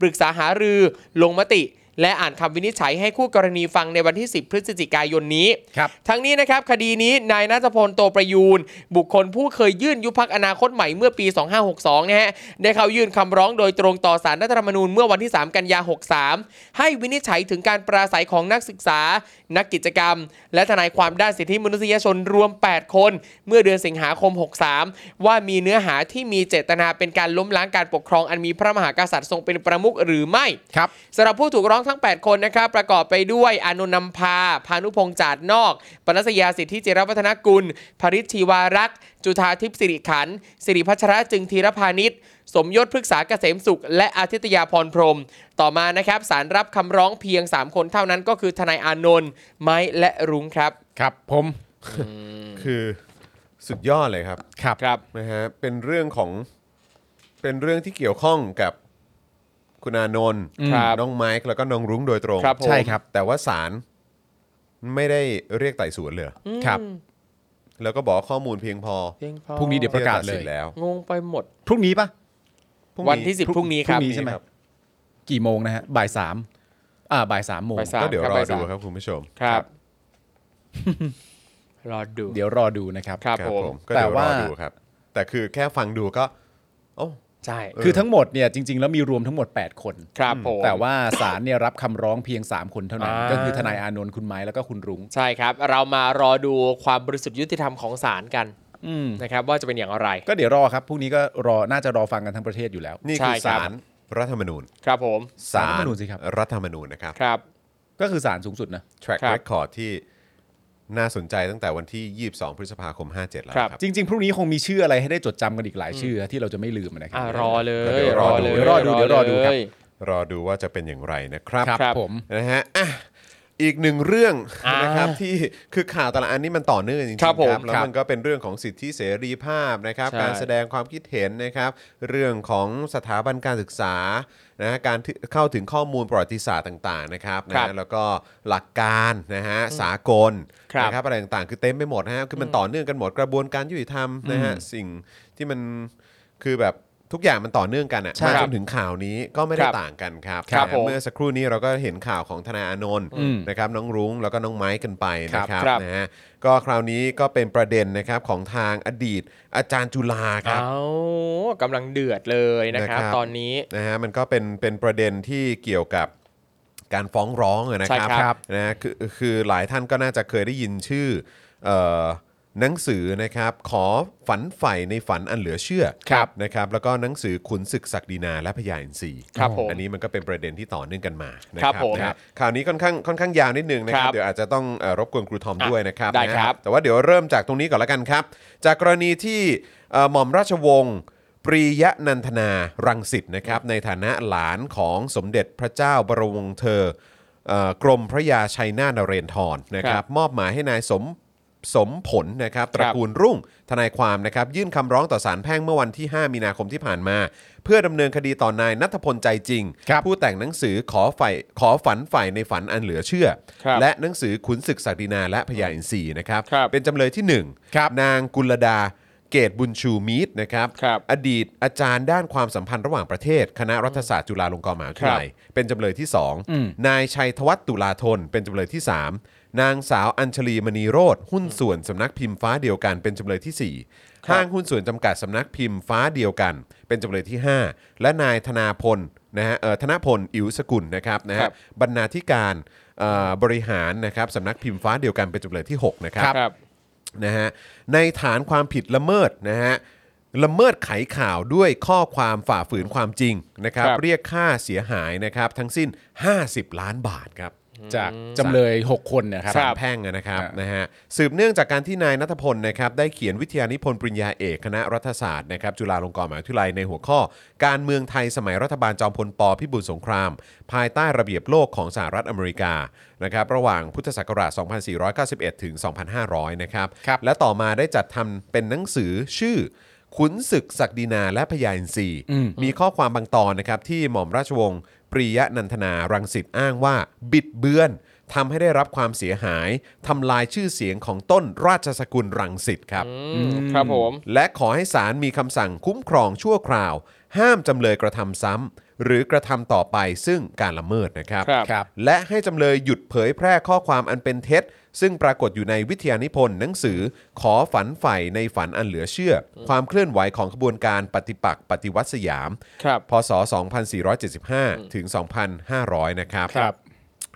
S2: ปรึกษาหารือ ลงมติ และอ่านคำวินิจฉัยให้คู่กรณีฟังในวันที่ 10 พฤศจิกายนนี้
S3: ครับ
S2: ทั้งนี้นะครับคดีนี้นายนัทพลโตประยูน บุคคลผู้เคยยื่นยุบพักอนาคตใหม่เมื่อปี 2562นะฮะได้เข้ายื่นคำร้องโดยตรงต่อสารรัฐธรรมนูญเมื่อวันที่ 3 กันยา 63 ให้วินิจฉัยถึงการปราศัยของนักศึกษา นักกิจกรรม และทนายความด้านสิทธิมนุษยชนรวม 8 คน เมื่อเดือนสิงหาคม 63 ว่ามีเนื้อหาที่มีเจตนาเป็นการล้มล้างการปกครองอันมีพระมหากษัตริย์ทรงเป็นประมุขหรือไม่
S3: ครับ
S2: สำหรับผู้ถูกร้องทั้ง 8 คนนะครับ ประกอบไปด้วยอานนท์นำพา พานุพงษ์จาดนอก ปนัสยาสิทธิจิรวัฒนกุล ภริชชีวารักษ์ จุธาทิพย์สิริขันธ์สิริพัชระจึงธีรพานิชสมยศพฤกษาเกษมสุข และอาทิตยาพรพรหมต่อมานะครับสารรับคำร้องเพียง 3 คนเท่านั้นก็คือทนายอานนท์ไม้และรุ้งครับ
S3: ครับผม
S1: คือสุดยอดเลยครับ
S3: ครับ
S2: ครับ
S1: นะฮะเป็นเรื่องของเป็นเรื่องที่เกี่ยวข้องกับคุณอานนท์
S2: ครับ
S1: น้องไมค์แล้วก็น้องรุ้งโดยตรง
S2: ครับผม
S3: ใช่ครับ
S1: แต่ว่าศาลไม่ได้เรียกไต่สวนเลยเหรอ
S3: ครับ
S1: แล้วก็บอกว่าข้อมูลเพียงพอ
S2: เพียงพอ
S3: พรุ่งนี้เดี๋ยว ประกาศล
S1: ที่จตัสินแล้ว
S2: งงไปหมด
S3: พรุ่งนี้ปะ
S1: พรุ่ง
S2: วันที่ 10 พรุ่งนี้ครับ
S3: พรุ่งนี้ใช่ไหมกี่โมงนะฮะบ่ายสามอ่าบ่ายสามโมง
S2: บ่ายสาม
S1: ก็เดี๋ยว
S2: ครับ
S1: รอดู
S2: บ่ายสาม
S1: ครับคุณผู้ชม
S2: ครับ รอดู
S3: เดี๋ยวรอดูนะครับ
S2: ครับ
S1: ครับ
S2: ผ
S1: ผม มก็เดี๋ยว
S3: แต่
S1: รอ
S3: ว่า
S1: ดูครับ แต่คือแค่ฟังดูก็โอ้า
S2: ใช่
S1: เออ
S3: คือทั้งหมดเนี่ยจริง ๆ แล้วมีรวมทั้งหมด 8 คน
S2: ครับผม
S3: แต่ว่าศาลเนี่ยรับคำร้องเพียง 3 คนเท่านั้น
S2: อ่า
S3: ก็คือทนายอานนท์คุณไม้แล้วก็คุณรุง้ง
S2: ใช่ครับ เรามารอดูความบริสุทธิ์ยุติธรรมของศาลกัน
S3: อืม
S2: นะครับว่าจะเป็นอย่างไร
S3: ก็เดี๋ยวรอครับพรุ่งนี้ก็รอน่าจะรอฟังกันทั้งประเทศอยู่แล้ว
S1: นี่คือ
S2: ใช่ครับ
S1: ศาลรัฐธรรมนูญ
S2: ครับผม
S1: ศา
S3: ศาลรัฐธรร
S1: ล
S3: มนูญสิครับ
S1: รัฐธรรมนูญนะครับ
S2: ครับ
S3: ก็คือศาลสูงสุดนะ
S1: track
S2: ครับ
S1: record ที่น่าสนใจตั้งแต่วันที่ 22 พฤษภาคม 57 แล้ว
S2: ครับ
S1: นะครับ
S3: จริง ๆ พรุ่งนี้คงมีชื่ออะไรให้ได้จดจำกันอีกหลายชื่อที่เราจะไม่ลืมนะครับ
S2: อ่ะรอเลย
S1: เดี๋ยวรอดู
S2: เลย
S3: เดี๋ยวรอดูเดี๋ยวรอดูครับ
S2: เลย
S1: รอดูว่าจะเป็นอย่างไรนะครับ
S3: ครับ
S2: ครับ
S3: ผม
S1: นะฮะอ่ะอีกหนึ่งเรื่อง
S2: อ่าน
S1: นะครับที่คือข่าวแต่ละอันนี้มันต่อเนื่องจริงๆ
S2: ครับผม
S1: แล้วมันก็เป็นเรื่องของสิทธิเสรีภาพนะครับ
S2: ใช่
S1: การแสดงความคิดเห็นนะครับ เรื่องของสถาบันการศึกษานะฮะการที่เข้าถึงข้อมูลประวัติศาสตร์ต่างๆนะครับ
S2: ครั
S1: นะ
S2: บ
S1: แล้วก็หลักการนะฮะสากล
S2: ครับ
S1: นะครับอะไรต่างๆ คือเต็มไปหมดนะฮะคือมันต่อเนื่องกันหมดกระบวนการยุติธรรมนะฮะสิ่งที่มันคือแบบทุกอย่างมันต่อเนื่องกันอะ
S3: ใช่
S1: มา
S3: ค
S1: จ
S3: รับ
S1: นถึงข่าวนี้ก็ไม่ได้
S2: ครับ
S1: ต่างกันครับ
S2: ครับ
S1: นะฮะ
S2: ผม
S1: เมื่อ สักครู่นี้เราก็เห็นข่าวของทนายอานนท์
S3: อืม
S1: นะครับน้องรุ้งแล้วก็น้องไม้กันไปนะค
S2: ครั
S1: รับบ
S2: ครับ
S1: นะฮะก็คราวนี้ก็เป็นประเด็นนะครับของทางอดีตอาจารย์จุฬาครับ
S2: เอากำลังเดือดเลยนะครับ
S1: นะครับ
S2: ตอนนี้
S1: นะฮะมันก็เป็นเป็นประเด็นที่เกี่ยวกับการฟ้องร้องอะนะ
S2: ใช่
S1: ครับ
S2: ครับ
S1: นะฮะคือคือหลายท่านก็น่าจะเคยได้ยินชื่อเอ่อหนังสือนะครับขอฝันใฝ่ในฝันอันเหลือเชื่อ
S2: ครับ
S1: นะครับแล้วก็หนังสือขุนศึกศักดินาและพยาอินทรีย์
S2: ครับผม
S1: อันนี้มันก็เป็นประเด็นที่ต่อเนื่องกันมานะค
S2: ครั
S1: รับบ
S2: ผม
S1: นะฮะข่าวนี้ค่อนข้างค่อนข้างยาวนิดนึงนะครั
S2: ครับ บ
S1: เดี๋ยวอาจจะต้องเอ่อรบกวนครูทอม
S2: อ่ะ
S1: ด้วยนะครับ
S2: ได้
S1: นะฮะ
S2: ครับ
S1: แต่ว่าเดี๋ยวเริ่มจากตรงนี้ก่อนละกันครับ จากกรณีที่เอ่อหม่อมราชวงศ์ปรียะนันทนารังสิตนะครับในฐานะหลานของสมเด็จพระเจ้าบรมวงศ์เธอเอ่อกรมพระยาชัยนาทนเรนทรนะค
S2: ครั
S1: รับบ มอบหมายให้นายสมสมผลนะครับตระกูลรุ่งทนายความนะครับยื่นคำร้องต่อศาลแพ่งเมื่อวันที่ 5 มีนาคมที่ผ่านมา เพื่อดำเนินคดีต่อนายนัทพลใจจริง
S3: ครับ
S1: ผู้แต่งหนังสือขอฝ่ายขอฝันฝ่ายในฝันอันเหลือเชื่อ
S2: ครับ
S1: และหนังสือขุนศึกศักดินาและพยาอินทรีย์นะครับ
S2: ครับ
S1: เป็นจำเลยที่ 1
S3: ครับ
S1: นางกุลดาเกตบุญชูมีตนะครับ
S2: ครับ
S1: อดีตอาจารย์ด้านความสัมพันธ์ระหว่างประเทศ คณะรัฐศาสตร์จุฬาลงกรณ์มหาวิทยาลัย เป็นจำเลยที่
S3: อืม
S1: 2 นายชัยธวัฒน์ตุลาธน เป็นจำเลยที่ 3 นางสาวอัญชลีมณีโรธหุ้นส่วนสำนักพิมพ์ฟ้าเดียวกัน เป็นจำเลยที่ 4
S2: ครับ
S1: ห้างหุ้นส่วนจำกัดสำนักพิมพ์ฟ้าเดียวกัน เป็นจำเลยที่ 5 และนายธนาพลนะฮะเอ่อธนพลอิ๋วสกุลนะครับนะ
S2: ค
S1: ฮะ
S2: รับบ
S1: รรณาธิการเอ่อบริหารนะครับสำนักพิมพ์ฟ้าเดียวกันเป็นจำเลยที่หกนะครั
S2: ครับ
S1: นะฮะในฐานความผิดละเมิดนะฮะละเมิดไขข่าวด้วยข้อความฝ่าฝืนความจริงนะครับ
S2: ครับ
S1: เรียกค่าเสียหายนะครับทั้งสิ้น 50 ล้านบาทครับ
S3: จากจำเลย 6 คนนะครั
S1: สามแพ่งนะครับ
S3: ครับ
S1: นะฮะสืบเนื่องจากการที่นายนัทพลนะครับได้เขียนวิทยานิพนธ์ปริญญาเอกคณะรัฐศาสตร์นะครับจุฬาลงกรณ์มหาวิทยาลัยในหัวข้อ การเมืองไทยสมัยรัฐบาลจอมพลปพิบูลสงคราม ภายใต้ระเบียบโลกของสหรัฐอเมริกานะครับระหว่างพุทธศักราช 2491 ถึง 2500 นะครับ
S3: ครับ
S1: และต่อมาได้จัดทำเป็นหนังสือชื่อ ขุนศึกศักดินาและพญาอินทรีย์มีข้อความบางตอนนะครับที่หม่อมราชวงศ์ปรียะนันทนารังสิตอ้างว่า บิดเบือนทำให้ได้รับความเสียหายทำลายชื่อเสียงของต้นราชสกุลรังสิตครับ
S2: อืมครับผม
S1: และขอให้ศาลมีคำสั่งคุ้มครองชั่วคราว ห้ามจำเลยกระทำซ้ำหรือกระทำต่อไปซึ่งการละเมิดนะครับ
S2: ครับ
S3: ครับ
S1: และให้จำเลยหยุดเผยแพร่ข้อความอันเป็นเท็จ ซึ่งปรากฏอยู่ในวิทยานิพนธ์หนังสือ ขอฝันใฝ่ในฝันอันเหลือเชื่อ ความเคลื่อนไหวของขบวนการปฏิปักษ์ปฏิวัติสยาม
S2: ครับ
S1: พศ 2475 ถึง 2500 นะครับ
S3: ครับ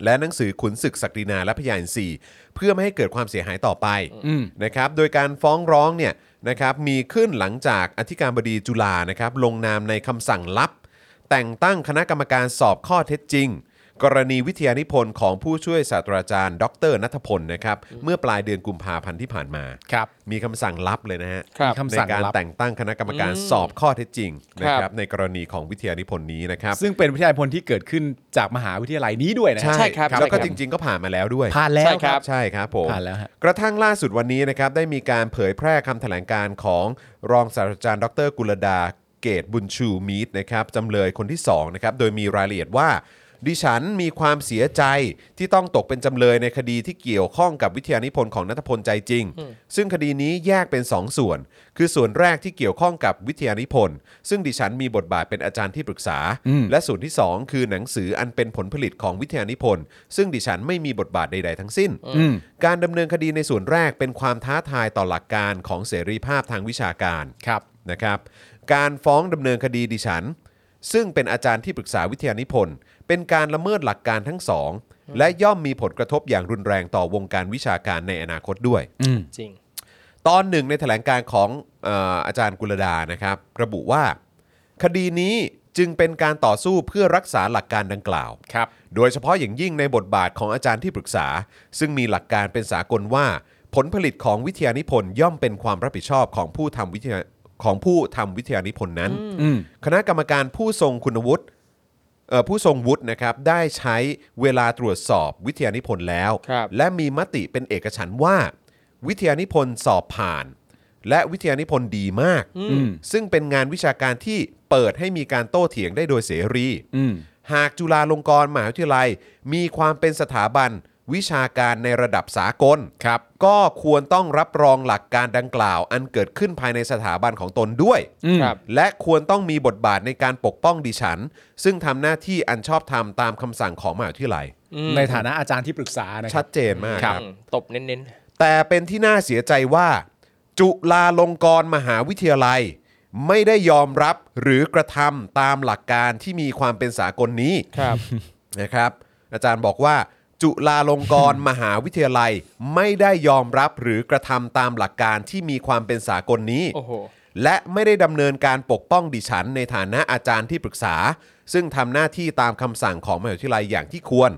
S1: และหนังสือขุนศึกศักดินาและพยานสี่เพื่อไม่ให้เกิดความเสียหายต่อไปนะครับโดยการฟ้องร้องเนี่ยนะครับมีขึ้นหลังจากอธิการบดีจุฬานะครับลงนามในคำสั่งลับ แต่งตั้งคณะกรรมการสอบข้อเท็จจริง กรณีวิทยานิพนธ์ของผู้ช่วยศาสตราจารย์ ดรนัทพลนะครับเมื่อปลายเดือนกุมภาพันธ์ที่ผ่านมา
S3: ครับ
S1: มีคำสั่งลับเลยนะฮะ
S2: ครับ
S1: มีใน
S3: มีคำสั่ง
S1: การ
S3: ลับ
S1: แต่งตั้งคณะกรรมการสอบข้อเท็จจริงนะค
S2: ครั
S1: รับบ ในกรณีของวิทยานิพนธ์นี้นะครับ
S3: ซึ่งเป็นวิทยาพลที่เกิดขึ้นจากมหาวิทยาลัยนี้ด้วยนะฮะ
S2: ใช่ครับ
S1: แล้วก็
S2: ใช่ครับ
S1: จริง ๆ ก็ผ่านมาแล้วด้วย
S3: ผ่านแล้ว
S2: ใช่ครับ
S1: ใช่ครับผม
S3: ผ่านแล้วฮะ
S1: กระทั่งล่าสุดวันนี้นะครับได้มีการเผยแพร่คำแถลงการของรองศาสตราจารย์ดรกุลดาเกตบุญชูมีตนะครับจำเลยคนที่สองนะครับโดยมีรายละเอียดว่า ดิฉันมีความเสียใจที่ต้องตกเป็นจำเลยในคดีที่เกี่ยวข้องกับวิทยานิพนธ์ของนัทพลใจจริง ซึ่งคดีนี้แยกเป็นสองส่วน คือส่วนแรกที่เกี่ยวข้องกับวิทยานิพนธ์ซึ่งดิฉันมีบทบาทเป็นอาจารย์ที่ปรึกษา และส่วนที่สองคือหนังสืออันเป็นผลผลิตของวิทยานิพนธ์ซึ่งดิฉันไม่มีบทบาทใด ๆ ทั้งสิ้น การดำเนินคดีในส่วนแรกเป็นความท้าทายต่อหลักการของเสรีภาพทางวิชาการ
S3: ครับ
S1: นะครับ การฟ้องดำเนินคดีดิฉัน ซึ่งเป็นอาจารย์ที่ปรึกษาวิทยานิพนธ์เป็นการละเมิดหลักการทั้งสอง และย่อมมีผลกระทบอย่างรุนแรงต่อวงการวิชาการในอนาคตด้วย
S2: จริง
S1: ตอนหนึ่งในแถลงการของเอ่ออาจารย์กุลดานะครับ ระบุว่า คดีนี้จึงเป็นการต่อสู้เพื่อรักษาหลักการดังกล่าว
S3: ครับ
S1: โดยเฉพาะอย่างยิ่งในบทบาทของอาจารย์ที่ปรึกษา ซึ่งมีหลักการเป็นสากลว่า ผลผลิตของวิทยานิพนธ์ย่อมเป็นความรับผิดชอบของผู้ทำวิทยาของผู้ทำวิทยานิพนธ์นั้น
S3: อืม
S1: คณะกรรมการผู้ทรงคุณวุฒิเอ่อผู้ทรงวุฒินะครับได้ใช้เวลาตรวจสอบวิทยานิพนธ์แล้ว
S2: ครับ
S1: และมีมติเป็นเอกฉันท์ว่า วิทยานิพนธ์สอบผ่าน และวิทยานิพนธ์ดีมาก ซึ่งเป็นงานวิชาการที่เปิดให้มีการโต้เถียงได้โดยเสรี
S3: อืม
S1: หากจุฬาลงกรณ์มหาวิทยาลัย มีความเป็นสถาบัน วิชาการในระดับสากล
S3: ครับ
S1: ก็ควรต้องรับรองหลักการดังกล่าว อันเกิดขึ้นภายในสถาบันของตนด้วย
S3: อืม
S2: ครับ
S1: และควรต้องมีบทบาทในการปกป้องดิฉัน ซึ่งทำหน้าที่อันชอบธรรมตามคำสั่งของมหาวิทยาลัย
S3: ในฐานะอาจารย์ที่ปรึกษานะค
S1: ชั
S3: รั
S1: ด
S3: บ
S1: เจนมาก
S3: ค
S1: ค
S3: รั
S1: รับ บ
S2: อืมตบเน้น
S1: แต่เป็นที่น่าเสียใจว่า จุฬาลงกรณ์มหาวิทยาลัย ไม่ได้ยอมรับหรือกระทำตามหลักการที่มีความเป็นสากลนี้
S2: ๆ ครับ
S1: นะครับอาจารย์บอกว่า จุฬาลงกรณ์ มหาวิทยาลัย ไม่ได้ยอมรับหรือกระทำตามหลักการที่มีความเป็นสากลนี้
S2: โอ้โห
S1: และไม่ได้ดำเนินการปกป้องดิฉันในฐานะอาจารย์ที่ปรึกษา ซึ่งทำหน้าที่ตามคำสั่งของมหาวิทยาลัยอย่างที่ควร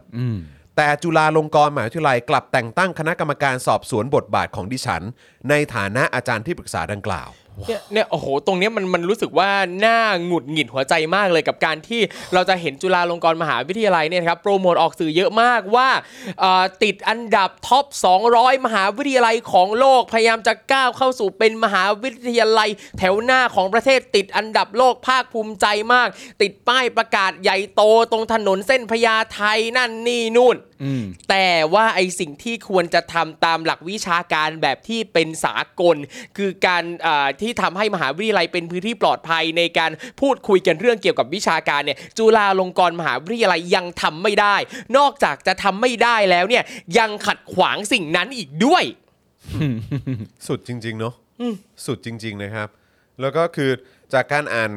S1: แต่จุฬาลงกรณ์มหาวิทยาลัยกลับแต่งตั้งคณะกรรมการสอบสวนบทบาทของดิฉัน ในฐานะอาจารย์ที่ปรึกษาดังกล่าว
S2: เนี่ยเนี่ยโอ้โห ตรงเนี้ยมันมันรู้สึกว่าน่าหงุดหงิดหัวใจมากเลยกับการที่เราจะเห็นจุฬาลงกรณ์มหาวิทยาลัยเนี่ยนะครับโปรโมทออกสื่อเยอะมากว่าเอ่อติดอันดับท็อป 200 มหาวิทยาลัยของโลก พยายามจะก้าวเข้าสู่เป็นมหาวิทยาลัย แถวหน้าของประเทศติดอันดับโลกภาคภูมิใจมาก ติดป้ายประกาศใหญ่โตตรงถนนเส้นพญาไทนั่นนี่นู่น
S3: อืม
S2: แต่ว่าไอสิ่งที่ควรจะทำตามหลักวิชาการแบบที่เป็นสากล คือการอ่าที่ทำให้มหาวิทยาลัยเป็นพื้นที่ปลอดภัยในการพูดคุยกันเรื่องเกี่ยวกับวิชาการเนี่ยจุฬาลงกรณ์มหาวิทยาลัยยังทำไม่ได้ นอกจากจะทำไม่ได้แล้วเนี่ยยังขัดขวางสิ่งนั้นอีกด้วย
S1: สุดจริงๆเนาะสุดจริง ๆนะครับ แล้วก็คือจากการอ่าน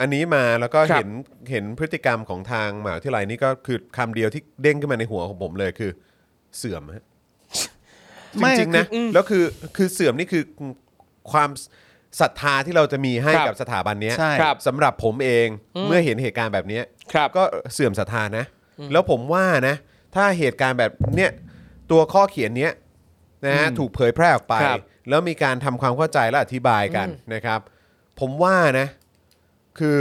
S1: อันนี้มาแล้วก็
S2: ครับ
S1: เห็นเห็นพฤติกรรมของทางหมหาวิทยาลัยนี่ก็คือคำเดียวที่เด้งขึ้นมาในหัวของผมเลยคือ เสื่อมฮะ จริงๆนะ
S2: อืม
S1: แล้วคือคือเสื่อมนี่คือความศรัทธาที่เราจะมีให้
S2: ครับ
S1: กับสถาบันเนี้ย
S3: ใช่
S2: ครับ
S1: สำหรับผมเอง
S2: อืม
S1: เมื่อเห็นเหตุการณ์แบบเนี้ย
S2: ครับ
S1: ก็เสื่อมศรัทธานะ แล้วผมว่านะ ถ้าเหตุการณ์แบบเนี้ยตัวข้อเขียนเนี้ยนะฮะ
S3: อืม
S1: ถูกเผยแพร่ออกไป
S2: ครับ
S1: แล้วมีการทำความเข้าใจและอธิบายกัน
S2: อืม
S1: นะครับ ผมว่านะ คือ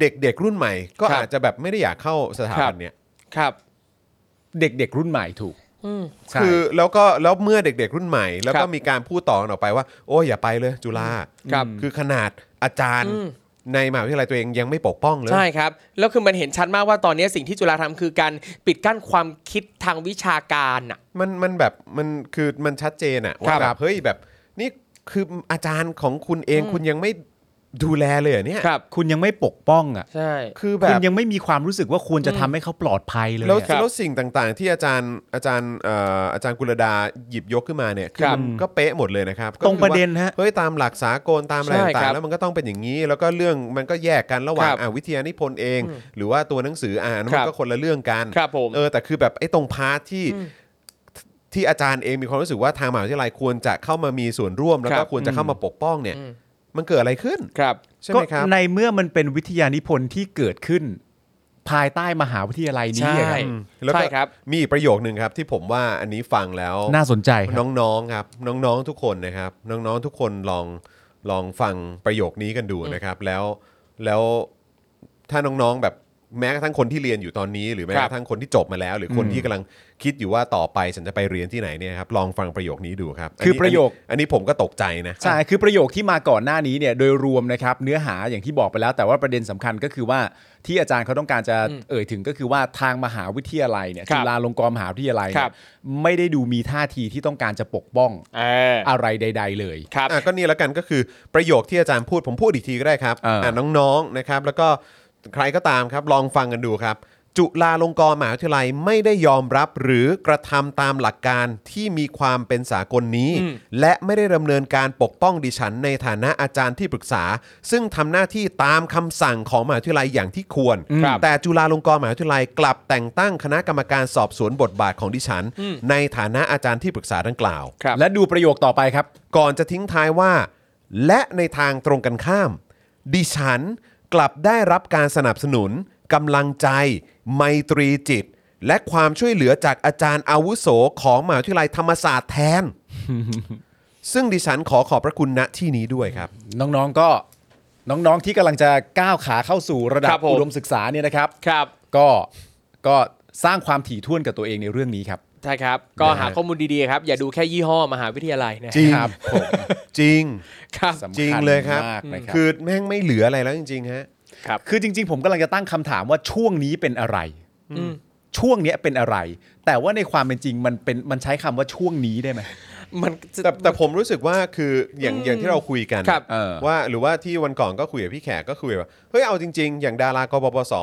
S1: เด็กๆรุ่นใหม่ ก็อาจจะแบบไม่ได้อยากเข้าสถาบันเนี้ย
S2: ครับ
S3: เด็กๆรุ่นใหม่ถูก
S2: อืม
S3: ใช่
S1: คือแล้วก็แล้วเมื่อเด็ก ๆ รุ่นใหม่ แล้ว
S2: ครั
S1: ก็
S2: บ
S1: มีการพูดต่อกันออกไปว่า โอ้ยอย่าไปเลย จุฬา
S2: ครับ
S1: คือขนาดอาจารย์
S2: อืม
S1: ในมหาวิทยาลัยตัวเองยังไม่ปกป้องเลย
S2: ใช่ครับ แล้วคือมันเห็นชัดมากว่าตอนนี้สิ่งที่จุฬาทำคือการปิดกั้นความคิดทางวิชาการอ่ะ
S1: มันมันแบบมันคือมันชัดเจนอะว่า
S2: ครับ
S1: แบบเฮ้ยแบบนี่คืออาจารย์ของคุณเอง
S2: อืม
S1: คุณยังไม่ดูแลเลยเหรอเนี่ย
S2: ครับ
S3: คุณยังไม่ปกป้องอ่ะ
S2: ใช่
S1: คือแบ
S3: คุ
S1: บ
S3: ณยังไม่มีความรู้สึกว่าควรจะทำให้เขาปลอดภัยเลย
S1: แล้ว
S3: อะ
S2: ครับ
S1: แล้วสิ่งต่างๆ ที่อาจารย์อาจารย์เอ่ออาจารย์กุลดาหยิบยกขึ้นมาเนี่ย
S2: ครับ
S1: มันก็เป๊ะหมดเลยนะครับ
S3: ตรงประเด็นฮะ
S1: ก็คือว่าเฮ้ยตามหลักสากลตามอะไร
S2: ใช่
S1: ต่า
S2: ครั
S1: งๆ
S2: บ
S1: แล้วมันก็ต้องเป็นอย่างนี้ แล้วก็เรื่องมันก็แยกกันระหว่าง
S2: ครับ
S1: อ่ะวิทยานิพนธ์เอง หรือว่าตัวหนังสืออ่านน
S2: ค
S1: มั
S2: รับ
S1: นก็คนละเรื่องกัน
S2: ครับผม
S1: เออแต่คือแบบไอ้ตรงพาร์ทที่ที่อาจารย์เองมีความรู้สึกว่าทางมหาวิทยาลัยควรจะเข้ามามีส่วนร่วม แล้ว
S2: ครั
S1: ก็
S2: บ
S1: ควรจะเข้ามาปกป้องเนี่ย
S2: อืม
S1: มันเกิดอะไรขึ้น
S2: ครับ
S1: ใช่ไห
S3: ก็
S1: มครับ
S3: ในเมื่อมันเป็นวิทยานิพนธ์ที่เกิดขึ้น ภายใต้มหาวิทยาลัยนี้อะครับ
S2: ใช่
S1: แล้วก็
S2: ใช่ครับ
S1: มีอีกประโยคนึงครับ ที่ผมว่าอันนี้ฟังแล้ว
S3: น่าสนใจครับ
S1: น้องๆครับ น้องๆทุกคนนะครับ น้องๆทุกคนลองลองฟังประโยคนี้กันดูนะครับ แล้วแล้วถ้าน้องๆแบบแม้กระทั่งคนที่เรียนอยู่ตอนนี้ หรือแม้
S2: ค
S1: ก
S2: รับ
S1: ระทั่งคนที่จบมาแล้ว หรือคนที่กำลังคิดอยู่ว่าต่อไปฉันจะไปเรียนที่ไหนเนี่ยครับลองฟังประโยคนี้ดูครับนนี้
S3: คือประโยค
S1: อันนี้อันนี้ผมก็ตกใจนะ
S3: ใช่ คือประโยคที่มาก่อนหน้านี้เนี่ยโดยรวมนะครับเนื้อหาอย่างที่บอกไปแล้ว แต่ว่าประเด็นสำคัญก็คือว่าที่อาจารย์เขาต้องการจะเอ่ยถึงก็คือว่าทางมหาวิทยาลัยเนี่
S2: ค
S3: ย
S2: รับ
S3: จุฬาลงกรณ์มหาวิทยาลัย
S2: ค
S3: เนี่
S2: รั
S3: ย
S2: บ
S3: ไม่ได้ดูมีท่าทีที่ต้องการจะปกป้อง
S2: เออ
S3: อะไรใด ๆ เลย
S2: ครับ
S1: อ่ะก็นี่แล้วกันก็คือประโยคที่อาจารย์พูดผมพูดอีกทีก็ได้ครับ
S3: อ่า
S1: ะน้องๆนะครับ แล้วก็ใครก็ตามครับ ลองฟังกันดูครับ จุฬาลงกรณ์มหาวิทยาลัยไม่ได้ยอมรับหรือกระทำตามหลักการที่มีความเป็นสากลนี้
S2: อืม
S1: และไม่ได้ดำเนินการปกป้องดิฉันในฐานะอาจารย์ที่ปรึกษา ซึ่งทำหน้าที่ตามคำสั่งของมหาวิทยาลัยอย่างที่ควร
S2: ครับ
S1: แต่จุฬาลงกรณ์มหาวิทยาลัยกลับแต่งตั้งคณะกรรมการสอบสวนบทบาทของดิฉัน ในฐานะอาจารย์ที่ปรึกษาดังกล่าว
S2: ครับ
S3: และดูประโยคต่อไปครับ
S1: ก่อนจะทิ้งท้ายว่า และในทางตรงกันข้าม ดิฉันกลับได้รับการสนับสนุนกำลังใจ ไมตรีจิต และความช่วยเหลือจากอาจารย์อาวุโสของมหาวิทยาลัยธรรมศาสตร์แท น ซึ่งดิฉันขอขอบพระคุณณที่นี้ด้วยครับ
S3: น้องๆก็น้องๆที่กำลังจะก้าวขาเข้าสู่ระดั
S2: ครับบผม
S3: อุดมศึกษาเนี่ยนะครับ
S2: ครับ
S3: ก็ก็สร้างความถี่ถ้วนกับตัวเองในเรื่องนี้ครับ
S2: ใช่ครับ ก็
S1: นะฮะ
S2: หาข้อมูลดีๆครับ อย่าดูแค่ยี่ห้อมหาวิทยาลัยนะ
S1: จริง
S3: ครับผม
S1: จริง
S2: ครับ
S3: สำ
S1: จริง
S3: คัญ
S1: เลยครับ
S3: มากนะครับ
S1: คือแม่งไม่เหลืออะไรแล้วจริงๆฮะ
S3: คือจริงๆ ผมกำลังจะตั้งคำถามว่าช่วงนี้เป็นอะไร
S2: อืม
S3: ช่วงเนี้ยเป็นอะไร แต่ว่าในความเป็นจริงมันเป็นมันใช้คำว่าช่วงนี้ได้ไหม
S2: มันจะ
S1: แต่แต่ผมรู้สึกว่าคืออย่างอย่างที่เราคุยกัน
S2: ครับ
S3: เออ
S1: ว่าหรือว่าที่วันก่อนก็คุยกับพี่แขกก็คุยว่าเฮ้ยเอาจริง ๆ อย่างดารากบปส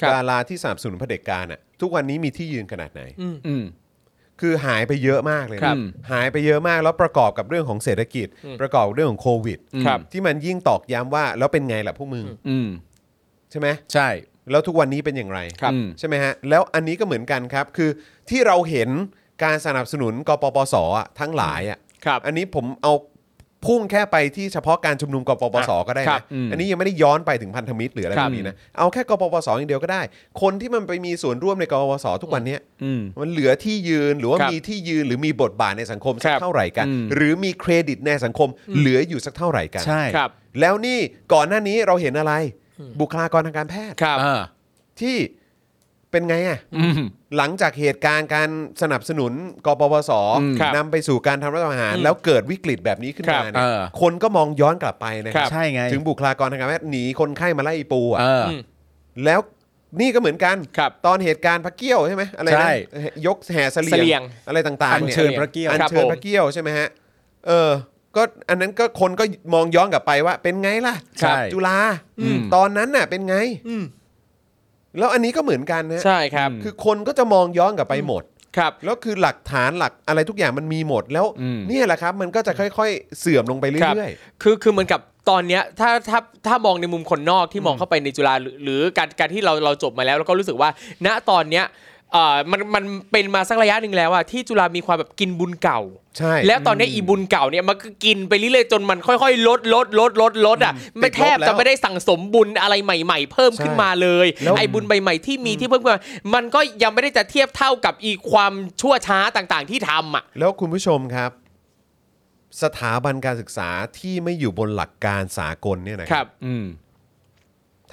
S2: ครับ
S1: ดาราที่สนับสนุนเผด็จการอ่ะทุกวันนี้มีที่ยืนขนาดไหน
S3: อืม
S1: คือหายไปเยอะมากเลยนะครับ หายไปเยอะมากแล้วประกอบกับเรื่องของเศรษฐกิจ
S2: อืม
S1: ประกอบเรื่องของโควิด
S2: ครับ
S1: ที่มันยิ่งตอกย้ำว่าแล้วเป็นไงล่ะพวกมึง
S2: อืม
S3: อืม
S1: ใช่ไหม
S3: ใช่
S1: แล้วทุกวันนี้เป็นอย่างไร
S2: ครับ
S3: อืม
S1: ใช่ไหมฮะแล้วอันนี้ก็เหมือนกันครับคือที่เราเห็นการสนับสนุนกปปสอะทั้งหลายอ่ะ
S2: ครับ
S1: อันนี้ผมเอาพุ่งแค่ไปที่เฉพาะการชุมนุมกปปสก็ได้
S2: ครั
S1: นะ
S2: บ
S3: อืม
S1: อันนี้ยังไม่ได้ย้อนไปถึงพันธมิตรหรืออะไร
S3: ค
S1: แบ
S3: รับ
S1: บนี้นะเอาแค่กปปสอย่างเดียวก็ได้ คนที่มันไปมีส่วนร่วมในกปปสทุกวันเนี้ย
S3: อืม
S1: มันเหลือที่ยืนหรือว่า
S2: ครับ
S1: มีที่ยืนหรือมีบทบาทในสังคมสัก
S2: ครับ
S1: เท่าไหร่กัน
S3: อืม
S1: หรือมีเครดิตในสังคมเหลืออยู่สักเท่าไหร่กัน
S3: ใช่
S2: ครับ
S1: แล้วนี่ก่อนหน้านี้เราเห็นอะไร บุคลากรทางการแพทย์
S2: ครับ
S3: อ่า
S1: ที่เป็นไงอ่ะ
S3: อืม
S1: หลังจากเหตุการณ์การสนับสนุนกปปส
S3: อืม
S2: ครับ
S1: นำไปสู่การทำรัฐประหาร
S2: อืม
S1: แล้วเกิดวิกฤตแบบนี้ขึ้นมา
S2: ครับ
S1: เนี่ย
S3: เออ
S1: คนก็มองย้อนกลับไปนะค
S2: ค
S1: รั
S2: รั
S1: บ บ
S3: ใช่ไง
S1: ถึงบุคลากรทางการแพทย์หนีคนไข้มาไล่อีปูอ่ะ
S3: เออ
S2: อืม
S1: แล้วนี่ก็เหมือนกัน
S2: ครับ
S1: ตอนเหตุการณ์พระเกี้ยวใช่ไหมอะไร
S3: ใช่
S1: นะยกแห่เส
S2: เสลี่
S1: ลีย
S2: ย
S1: ง
S2: ง
S1: อะไรต่างๆ
S3: อัญ
S1: เนี่ย
S3: เชิญพระเกี้ยว
S1: อัญเชิญพระเกี้ยวใช่ไหมฮะเออก็อันนั้นก็คนก็มองย้อนกลับไปว่า เป็นไงล่ะ
S3: ใช่
S1: จุฬา
S3: อืม
S1: ตอนนั้นน่ะเป็นไง
S2: อืม
S1: แล้วอันนี้ก็เหมือนกันนะ
S2: ใช่ครับ
S1: คือคนก็จะมองย้อนกลับไปหมด
S2: ครับ
S1: แล้วคือหลักฐานหลักอะไรทุกอย่างมันมีหมดแล้ว
S3: อืม
S1: เนี่ยแหละครับ มันก็จะค่อยๆ เสื่อมลงไป
S2: ครับ
S1: เรื่อย
S2: คือคือเหมือนกับตอนเนี้ยถ้าถ้าถ้ามองในมุมคนนอกที่มองเข้าไปในจุฬาหรือหรือการการที่เราเราจบมาแล้ว แล้วก็รู้สึกว่า ณตอนเนี้ย เอ่อมันมันเป็นมาสักระยะหนึ่งแล้วอะที่จุฬามีความแบบกินบุญเก่า
S1: ใช่
S2: แล้วตอนนี้อีบุญเก่าเนี่ยมันก็กินไปเรื่อยๆจนมันค่อยๆ ลดลดลดลดลดอ่ะไม่แทบ
S1: ติดลบแล้
S2: จะ
S1: ว
S2: ไม่ได้สั่งสมบุญอะไรใหม่ๆ เพิ่มขึ้นมาเลย
S1: แล้ว
S2: ไอ้บุญใหม่ๆที่มีที่เพิ่มขึ้นมามันก็ยังไม่ได้จะเทียบเท่ากับอีความชั่วช้าต่างๆที่ทำอ่ะ
S1: แล้วคุณผู้ชมครับ สถาบันการศึกษาที่ไม่อยู่บนหลักการสากลเนี่ยนะ
S2: ค
S1: ค
S2: รั
S1: รับ บ
S3: อืม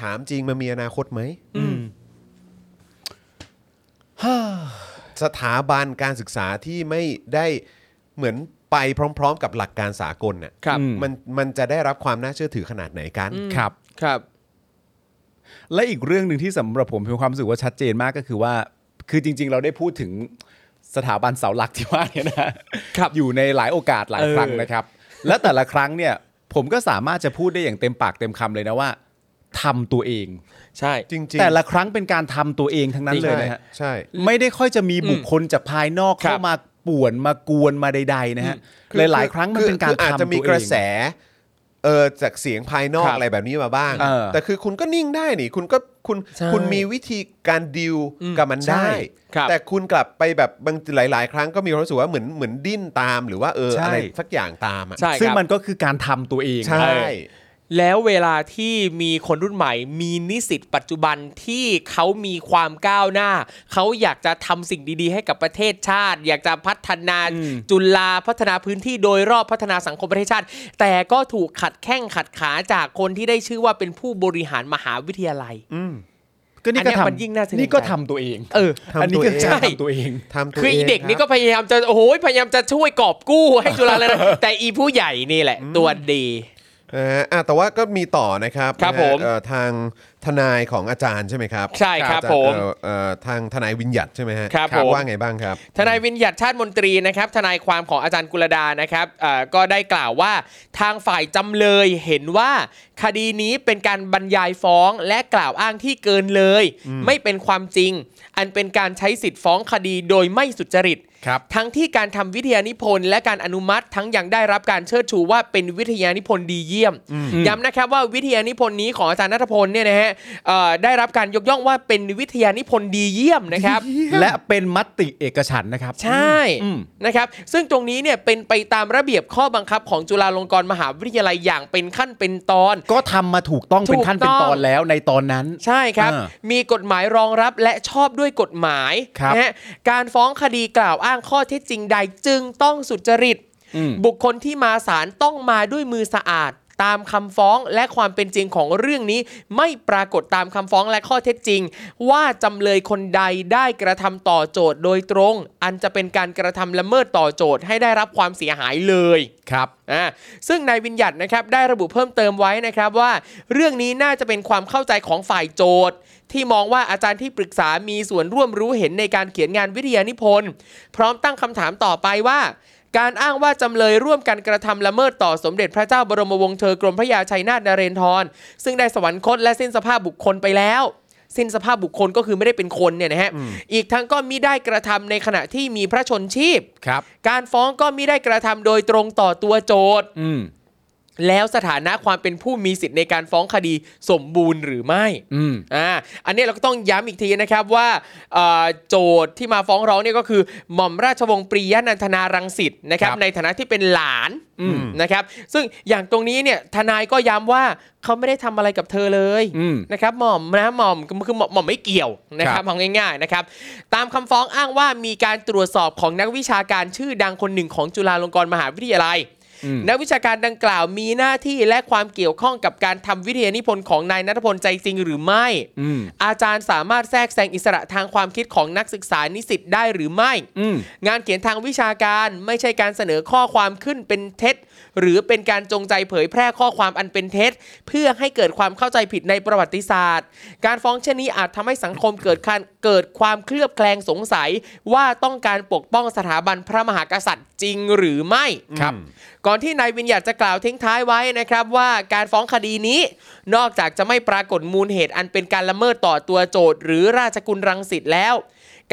S1: ถามจริงมันมีอนาคตไหมสถาบันการศึกษาที่ไม่ได้เหมือนไปพร้อม ๆ กับหลักการสากลเนี่ย
S2: ครับ
S3: อืม
S1: มันมันจะได้รับความน่าเชื่อถือขนาดไหนกัน
S3: ครับ
S2: ครับ
S3: และอีกเรื่องหนึ่งที่สำหรับผมมีความรู้สึกว่าชัดเจนมากก็คือว่า คือจริง ๆ เราได้พูดถึงสถาบันเสาหลักที่ว่าเนี่ยนะครับ อยู่ในหลายโอกาสหลาย
S2: เออ
S3: ครั้งนะครับ และแต่ละครั้งเนี่ย ผมก็สามารถจะพูดได้อย่างเต็มปากเต็มคำเลยนะว่าทำตัวเอง
S2: ใช่
S1: จริงๆ
S3: แต่ละครั้งเป็นการทำตัวเองทั้งนั้นเลยนะฮะ
S1: ใช่
S3: ไม่ได้ค่อยจะมีบุคคลจากภายนอก
S2: ครับ
S3: เข้ามาป่วนมากวนมาใดๆนะฮะ
S1: คือ
S3: หลายๆครั้งมัน
S1: อ
S3: เป็นการ
S1: คืออาจ
S3: ทำ
S1: จะมี
S3: ตัวเอง
S1: กระแสเออจากเสียงภายนอก
S2: ครับ
S1: อะไรแบบนี้มาบ้าง
S3: เออ
S1: แต่คือคุณก็นิ่งได้นี่ คุณก็คุณ
S2: ใช่
S1: คุณมีวิธีการดิว
S2: อืม
S1: กับมันได้
S2: ใช่ครับ
S1: แต่คุณกลับไปแบบบางหลาย ๆ ครั้งก็มีความรู้สึกว่าเหมือนเหมือนดิ้นตามหรือว่าเออ
S3: ใช่
S1: อะไรสักอย่างตามอ่ะ
S2: ใช่
S3: ซึ่ง
S2: ครับ
S3: มันก็คือการทำตัวเอง
S1: ใช่
S2: แล้วเวลาที่มีคนรุ่นใหม่ มีนิสิตปัจจุบันที่เขามีความก้าวหน้า เขาอยากจะทำสิ่งดีๆ ให้กับประเทศชาติ อยากจะพัฒนาจุฬาพัฒนาพื้นที่โดยรอบพัฒนาสังคมประเทศชาติ แต่ก็ถูกขัดแข้งขัดขาจากคนที่ได้ชื่อว่าเป็นผู้บริหารมหาวิทยาลัย
S3: ก็นี่ก็
S2: อันเนี้ยมัน
S3: ทำ
S2: ยิ่งน่าสนใจ
S3: นี่ก็ทำตัวเอง
S2: เออ
S1: ทำตัวเอง
S3: อันนี้ก็การทำตัวเอง
S1: ทำตัว
S2: คือ
S1: เง
S2: ไอีเด็ก
S1: ครับ
S2: นี่ก็พยายามจะโอ้โหพยายามจะช่วยกอบกู้ให้จุฬาเลยนะ แต่อีผู้ใหญ่นี่แหละ ตัวดี
S1: เอออ่ะแต่ว่าก็มีต่อนะครับ
S2: ครับ
S1: นะฮะ
S2: ผม
S1: เอ่อทางทนายของอาจารย์ใช่ไหมครับ
S2: ใช่ครับ
S1: อาจาย์
S2: ผม
S1: เอ่อเอ่อทางทนายวิญญัตใช่ไหมฮะ
S2: ครับผม
S1: ว่าไงบ้างครับ
S2: ทนายวินยัตชาติมนตรีนะครับทนายความของอาจารย์กุลดานะครับเอ่อก็ได้กล่าวว่าทางฝ่ายจำเลยเห็นว่า คดีนี้เป็นการบรรยายฟ้องและกล่าวอ้างที่เกินเลย ไม่เป็นความจริง อันเป็นการใช้สิทธิ์ฟ้องคดีโดยไม่สุจริต
S3: ครับ
S2: ทั้งที่การทำวิทยานิพนธ์และการอนุมัติทั้งยังได้รับการเชิดชูว่าเป็นวิทยานิพนธ์ดีเยี่ยม ย้ำนะครับว่าวิทยานิพนธ์นี้ของอาจารย์นัทพลเนี่ยนะฮะเอ่อได้รับการยกย่องว่าเป็นวิทยานิพนธ์ดีเยี่ยมนะครับ
S3: และเป็นมติเอกฉันท์นะครับ
S2: ใช่
S3: อืม
S2: นะครับ ซึ่งตรงนี้เนี่ยเป็นไปตามระเบียบข้อบังคับของจุฬาลงกรณ์มหาวิทยาลัยอย่างเป็นขั้นเป็นตอน
S3: ก็ทำมาถูกต้องเป็นขั้นเป็นต
S2: ถูกต้
S3: อ
S2: อน ง
S3: แล้วในตอนนั้น
S2: ใช่ครับ
S3: อ่า
S2: มีกฎหมายรองรับและชอบด้วยกฎหมาย
S3: ครับ
S2: นะฮะการฟ้องคดีกล่าวอ้างข้อเท็จจริงใดจึงต้องสุจริต
S3: อืม
S2: บุคคลที่มาศาลต้องมาด้วยมือสะอาด ตามคำฟ้องและความเป็นจริงของเรื่องนี้ ไม่ปรากฏตามคำฟ้องและข้อเท็จจริง ว่าจำเลยคนใดได้กระทำต่อโจทย์โดยตรง อันจะเป็นการกระทำละเมิดต่อโจทย์ให้ได้รับความเสียหายเลย
S3: ครับ
S2: อ่าซึ่งนายวินยัตนะครับได้ระบุเพิ่มเติมไว้นะครับว่า เรื่องนี้น่าจะเป็นความเข้าใจของฝ่ายโจทย์ ที่มองว่าอาจารย์ที่ปรึกษามีส่วนร่วมรู้เห็นในการเขียนงานวิทยานิพนธ์ พร้อมตั้งคำถามต่อไปว่า การอ้างว่าจำเลยร่วมกันกระทำละเมิดต่อสมเด็จพระเจ้าบรมวงศ์เธอกรมพระยาชัยนาทนเรนทร ซึ่งได้สวรรคตและสิ้นสภาพบุคคลไปแล้ว สิ้นสภาพบุคคลก็คือไม่ได้เป็นคนเนี่ยนะฮะอีกทั้งก็มิได้กระทำในขณะที่มีพระชนชีพ
S3: ครับ
S2: การฟ้องก็มิได้กระทำโดยตรงต่อตัวโจทย์
S3: อืม
S2: แล้วสถานะความเป็นผู้มีสิทธิ์ในการฟ้องคดีสมบูรณ์หรือไม่
S3: อืม
S2: อ่า อันนี้เราก็ต้องย้ำอีกทีนะครับว่าเอ่อโจทย์ที่มาฟ้องร้องเนี่ยก็คือ หม่อมราชวงศ์ปรียนันทนารังสิตนะครับ
S3: ครับ
S2: ในฐานะที่เป็นหลานนะครับ ซึ่งอย่างตรงนี้เนี่ยทนายก็ย้ำว่าเขาไม่ได้ทำอะไรกับเธอเลย
S3: อืม
S2: นะครับหม่อมนะหม่อมคือหม่อมหม่อมไม่เกี่ยวนะค
S3: ครั
S2: รับบ เอาง่ายๆนะครับ ตามคำฟ้องอ้างว่ามีการตรวจสอบของนักวิชาการชื่อดังคนหนึ่งของจุฬาลงกรณ์มหาวิทยาลัย นักวิชาการดังกล่าวมีหน้าที่และความเกี่ยวข้องกับการทำวิทยานิพนธ์ของนายนัทพลใจจริงหรือไม่
S3: อืม
S2: อาจารย์สามารถแทรกแซงอิสระทางความคิดของนักศึกษานิสิตได้หรือไม่
S3: อืม
S2: งานเขียนทางวิชาการไม่ใช่การเสนอข้อความขึ้นเป็นเท็จ หรือเป็นการจงใจเผยแพร่ข้อความอันเป็นเท็จ เพื่อให้เกิดความเข้าใจผิดในประวัติศาสตร์ การฟ้องเช่นนี้อาจทำให้สังคมเกิดการเกิดความเคลือบแคลงสงสัย ว่าต้องการปกป้องสถาบันพระมหากษัตริย์จริงหรือไม่
S3: ครับ
S2: ก่อนที่นายวินยัตจะกล่าวทิ้งท้ายไว้นะครับว่าการฟ้องคดีนี้ นอกจากจะไม่ปรากฏมูลเหตุอันเป็นการละเมิดต่อตัวโจทย์ หรือราชกุลรังสิตแล้ว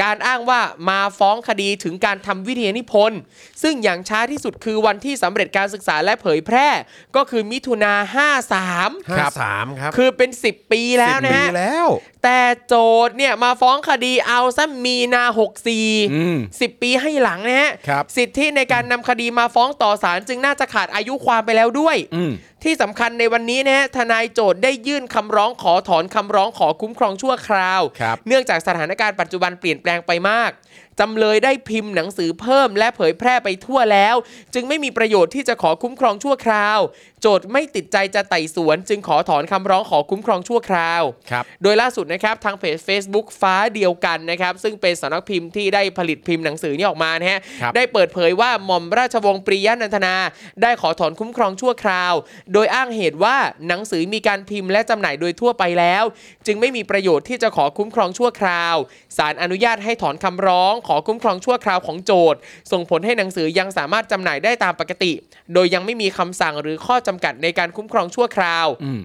S2: การอ้างว่ามาฟ้องคดีถึงการทำวิทยานิพนธ์ซึ่งอย่างช้าที่สุดคือวันที่สำเร็จการศึกษาและเผยแพร่ ก็คือมิถุนา53
S1: ห้าสามครับ
S2: คือเป็น 10 ปีแล้วนะ
S1: สิ
S2: ฮะ
S1: บปีแล้ว
S2: แต่โจทย์เนี่ยมาฟ้องคดีเอาซะมีนา
S3: อืม
S2: 64 10 ปีให้หลังนะฮะ
S3: ครับ
S2: สิทธิในการนำคดีมาฟ้องต่อศาลจึงน่าจะขาดอายุความไปแล้วด้วย
S3: อืม
S2: ที่สำคัญในวันนี้นะฮะทนายโจทย์ได้ยื่นคำร้องขอถอนคำร้องขอคุ้มครองชั่วคราว
S3: ครับ
S2: เนื่องจากสถานการณ์ปัจจุบันเปลี่ยนแปลงไปมากจำเลยได้พิมพ์หนังสือเพิ่มและเผยแพร่ไปทั่วแล้ว จึงไม่มีประโยชน์ที่จะขอคุ้มครองชั่วคราว โจทย์ไม่ติดใจจะไต่สวน จึงขอถอนคำร้องขอคุ้มครองชั่วคราว
S3: ครับ
S2: โดยล่าสุดนะครับทางเพจ Facebook ฟ้าเดียวกันนะครับ ซึ่งเป็นสำนักพิมพ์ที่ได้ผลิตพิมพ์หนังสือนี้ออกมานะฮะ
S3: ครับ
S2: ได้เปิดเผยว่าหม่อมราชวงศ์ปรียนันทนา ได้ขอถอนคุ้มครองชั่วคราว โดยอ้างเหตุว่าหนังสือมีการพิมพ์และจำหน่ายโดยทั่วไปแล้ว จึงไม่มีประโยชน์ที่จะขอคุ้มครองชั่วคราวศาลอนุญาตให้ถอนคำร้อง ขอคุ้มครองชั่วคราวของโจทย์ ส่งผลให้หนังสือยังสามารถจำหน่ายได้ตามปกติ โดยยังไม่มีคำสั่งหรือข้อจำกัดในการคุ้มครองชั่วคราว
S3: อืม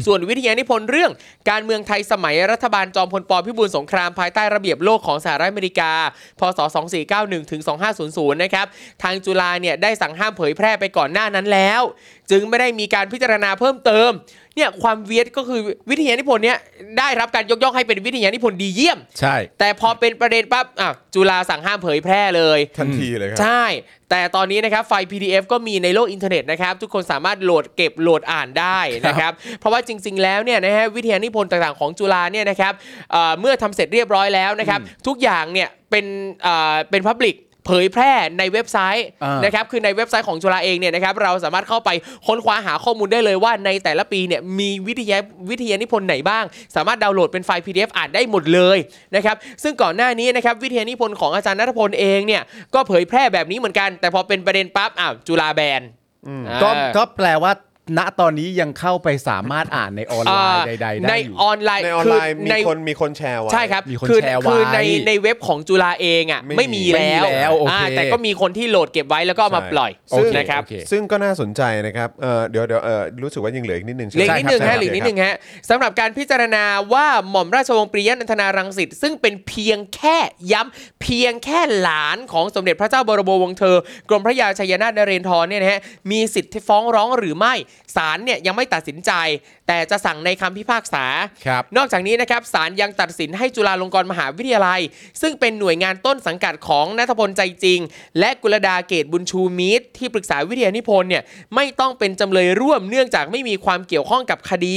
S2: ส่วนวิทยานิพนธ์เรื่องการเมืองไทยสมัยรัฐบาลจอมพลปพิบูลสงครามภายใต้ระเบียบโลกของสหรัฐอเมริกา พศ 2491 ถึง 2500 นะครับ ทางจุฬาเนี่ยได้สั่งห้ามเผยแพร่ไปก่อนหน้านั้นแล้ว จึงไม่ได้มีการพิจารณาเพิ่มเติม เนี่ยความเวียดก็คือวิทยานิพนธ์เนี่ยได้รับการยกย่องให้เป็นวิทยานิพนธ์ดีเยี่ยม
S3: ใช่
S2: แต่พอเป็นประเด็นปั๊บอ่ะจุฬาสั่งห้ามเผยแพร่เลย
S1: ทันทีเลยครั
S2: ใช่ แต่ตอนนี้นะครับไฟล์ PDF ก็มีในโลกอินเทอร์เน็ตนะครับ ทุกคนสามารถโหลดเก็บโหลดอ่านได้นะครับ เพราะว่าจริง ๆ แล้วเนี่ยนะฮะวิทยานิพนธ์ต่างๆของจุฬาเนี่ยนะครับเอ่อเมื่อทำเสร็จเรียบร้อยแล้วนะครับ ทุกอย่างเนี่ยเป็นเอ่อเป็นพับลิกเผยแพร่ในเว็บไซต์
S3: อ่าน
S2: นะครับคือในเว็บไซต์ของจุฬาเองเนี่ยนะครับเราสามารถเข้าไปค้นคว้าหาข้อมูลได้เลยว่าในแต่ละปีเนี่ยมีวิทยาวิทยานิพนธ์ไหนบ้าง สามารถดาวน์โหลดเป็นไฟล์ PDF อ่านได้หมดเลยนะครับซึ่งก่อนหน้านี้นะครับวิทยานิพนธ์ของอาจารย์นัทพลเองเนี่ยก็เผยแพร่แบบนี้เหมือนกัน แต่พอเป็นประเด็นปั๊บอ้าวจุฬาแบนอ่า
S3: ก็ก็แปลว่าณตอนนี้ยังเข้าไปสามารถอ่านในออนไลน์ใด ๆ
S2: ใน
S3: ได้อยู่
S2: ออนไลน์
S1: ในออน
S2: คือ
S1: ไลน์มี
S2: ใน
S1: คนมีคนแชร์ไว้
S2: ใช่ครับ
S3: มีคน
S2: อ
S3: แชร์ไว้
S2: คือในในเว็บของจุฬาเองอ่ะ
S1: ไม่
S2: ไม่มี
S1: มี
S2: แล้ว
S3: ไม่มีแล้วโอเค
S2: อ่าแต่ก็มีคนที่โหลดเก็บไว้แล้วก็เอามาปล่อย
S3: โอเค
S2: นะครับ
S3: โอเค
S1: ซึ่งก็น่าสนใจนะครับเอ่อเดี๋ยวเดี๋ยวเอ่อรู้สึกว่ายังเหลืออีกนิดนึงใช่
S2: เหลือ
S1: ไม
S2: อีกนิดนึง
S1: ใช่
S2: ฮะ
S1: ครับ
S2: เหลืออกนิดนึงฮะสำหรับการพิจารณาว่าหม่อมราชวงศ์ปรียนันทนารังสิตซึ่งเป็นเพียงแค่ย้ำเพียงแค่หลานของสมเด็จพระเจ้าบรมวงศ์เธอ กรมพระยาชัยนาทนเรนทรเนี่ยนะฮะมีสิทธิ์ฟ้องร้องหรือไม่ศาลเนี่ยยังไม่ตัดสินใจ แต่จะสั่งในคำพิพากษา
S3: ครับ
S2: นอกจากนี้นะครับศาลยังตัดสินให้จุฬาลงกรณ์มหาวิทยาลัย ซึ่งเป็นหน่วยงานต้นสังกัดของนัทพลใจจริง และกุลดาเกตบุญชูมิตร ที่ปรึกษาวิทยานิพนธ์เนี่ยไม่ต้องเป็นจำเลยร่วมเนื่องจากไม่มีความเกี่ยวข้องกับคดี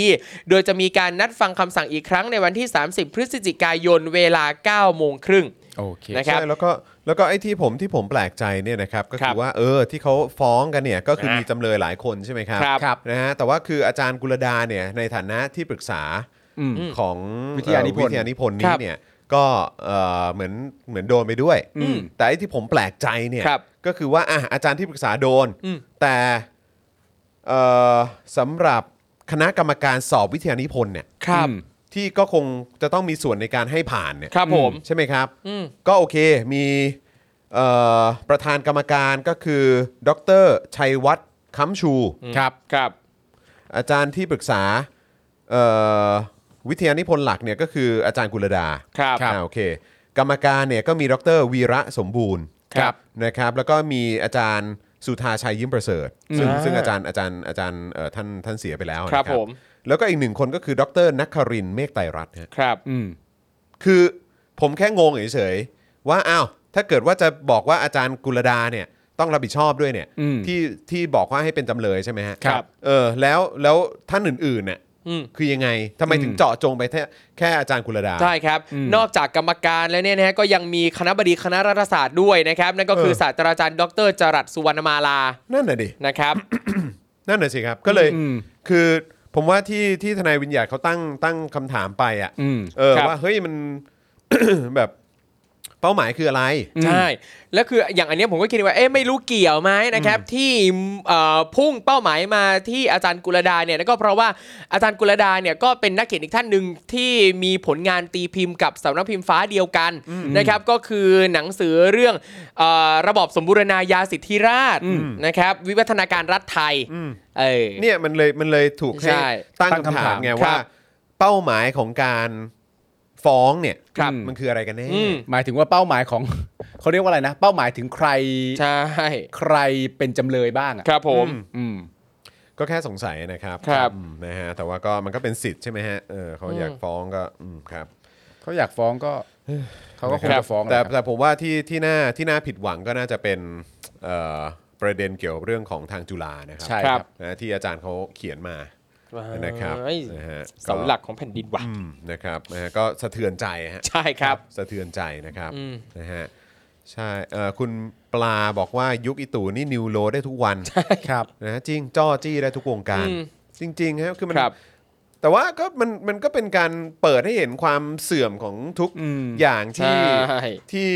S2: โดยจะมีการนัดฟังคำสั่งอีกครั้งในวันที่ 30 พฤศจิกายนเวลา 9 โมงครึ่ง
S3: โอเค
S2: นะครับ
S1: ใช่แล้วก็แล้วก็ไอ้ที่ผมที่ผมแปลกใจเนี่ยนะครับก็
S2: ครั
S1: คือบ ว่าเออที่เขาฟ้องกันเนี่ยก็คือ
S2: นะ
S1: มีจำเลยหลายคนใช่ไหมครับ
S2: ครับ
S3: ครับ
S1: นะฮะแต่ว่าคืออาจารย์กุลดาเนี่ยในฐานะที่ปรึกษา
S3: อืม
S1: ของ
S3: วิทยานิพน
S1: เอ่อ
S3: ธ์
S1: วิทยานิพนธ์
S2: ค
S1: นี้
S2: รับ
S1: เนี่ยก็เอ่อเหมือนเหมือนโดนไปด้วย
S3: อืม
S1: แต่ไอ้ที่ผมแปลกใจเนี่ย
S2: ครับ
S1: ก็คือว่าอ่ะอาจารย์ที่ปรึกษาโดน
S2: อืม
S1: แต่เอ่อสำหรับคณะกรรมการสอบวิทยานิพนธ์เนี่ย
S2: ครับ
S3: อืม
S1: ที่ก็คงจะต้องมีส่วนในการให้ผ่านเนี่ย
S2: ครับผม
S1: ใช่ไหมครับ
S2: อืม
S1: ก็โอเค มีเอ่อประธานกรรมการก็คือดรชัยวัฒน์ค้ำชู
S3: ครับ
S2: ครับ
S1: อาจารย์ที่ปรึกษาเอ่อวิทยานิพนธ์หลักเนี่ยก็คืออาจารย์กุลดา
S2: ครับ
S1: อ่าโอเค กรรมการเนี่ยก็มีดรวีระสมบูรณ์
S2: ครับ
S1: นะครับ แล้วก็มีอาจารย์สุธาชัยยิ้มประเสริฐ ซึ่งซึ่งอาจารย์อาจารย์อาจารย์เอ่อท่านท่านเสียไปแล้วนะครับ
S2: ผม
S1: แล้วก็อีกหนึ่งคนก็คือดรนักครินทร์เมฆไตรรัตน์ฮะ
S2: ครับ
S3: อืม
S1: คือผมแค่งงเฉยๆว่าอ้าวถ้าเกิดว่าจะบอกว่าอาจารย์กุลดาเนี่ยต้องรับผิดชอบด้วยเนี่ย
S3: อืม
S1: ที่ที่บอกว่าให้เป็นจำเลยใช่ไหมฮะ
S3: ครับ
S1: เออแล้วแล้วท่านอื่นๆเนี่ย
S2: อืม
S1: คือยังไงทำไมถึงเจาะจงไปแค่แค่อาจารย์กุลดา
S2: ใช่ครับ
S3: อืม
S2: นอกจากกรรมการแล้วเนี่ยนะฮะก็ยังมีคณะบดีคณะรัฐศาสตร์ด้วยนะครับ นั่นก็คือ
S1: เออ
S2: ศาสตราจารย์ดรจรัสสุวรรณมาลา
S1: นั่นน่ะดิ
S2: นะครับ
S1: นั่นน่ะสิครับ ก็เลย
S3: อืม
S1: คือผมว่าที่ที่ทนายวิญญาณเขาตั้งตั้งคำถามไปอ่ะ
S3: อืม
S1: เออ
S2: ครับ
S1: ว่าเฮ้ยมัน แบบเป้าหมายคืออะไร
S2: ใช่ แล้วคืออย่างอันเนี้ยผมก็คิดว่าเอ๊ะไม่รู้เกี่ยวไหมนะครับ ที่เอ่อพุ่งเป้าหมายมาที่อาจารย์กุลดาเนี่ยนั่นก็เพราะว่าอาจารย์กุลดาเนี่ยก็เป็นนักเขียนอีกท่านหนึ่งที่มีผลงานตีพิมพ์กับสำนักพิมพ์ฟ้าเดียวกันนะครับ ก็คือหนังสือเรื่องเอ่อระบอบสมบูรณาญาสิทธิราชนะครับ วิวัฒนาการรัฐไทยเออ
S1: เนี่ยมันเลยมันเลยถูกให้
S2: ใช่
S1: ตั้ง
S3: ตั้ง
S1: คำ
S3: คำ
S1: ถา
S3: ถาม ม
S1: ไง
S2: ครับ
S1: ว่า เป้าหมายของการ ฟ้องเนี่ย
S2: ครับ
S1: มันคืออะไรกันแน่
S2: อืม
S3: หมายถึงว่าเป้าหมายของ เขาเรียกว่าอะไรนะ เป้าหมายถึงใคร
S2: ใช่
S3: ใครเป็นจำเลยบ้างอะ
S2: ครับผม
S3: อืม
S1: ก็แค่สงสัยนะครับ
S2: ครับ
S1: อืมนะฮะแต่ว่าก็มันก็เป็นสิทธิ์ใช่ไหมฮะเออเขาอยาก
S2: อืม
S1: ฟ้องก็อืมครับ
S3: เขาอยากฟ้องก็ เขาก็คงจะฟ้อง
S1: แต่
S3: หละครับ
S1: แต่ผมว่าที่ที่น่าที่น่าผิดหวังก็น่าจะเป็นเอ่อประเด็นเกี่ยวกับเรื่องของทางจุฬานะครั
S3: ใช่ครับ
S1: นะที่อาจารย์เขาเขียนมานะครับ
S2: เอ้ย
S1: นะฮะ
S2: เสาหลักของแผ่นดินว่ะ
S1: อืมนะครับนะฮะก็สะเทือนใจฮะ
S2: ใช่ครับ
S1: สะเทือนใจนะครับ
S2: อืม
S1: นะฮะใช่เอ่อคุณปลาบอกว่ายุคอีตู่นี่นิวโลได้ทุกวัน
S3: ครับ
S1: นะฮะจริงจ้อจี้ได้ทุกวงการ
S2: อืม
S1: จริงๆฮะคือมัน
S2: ครับ
S1: แต่ว่าก็มันมันก็เป็นการเปิดให้เห็นความเสื่อมของทุก
S3: อืม
S1: อย่างที่
S2: ใช่
S1: ที่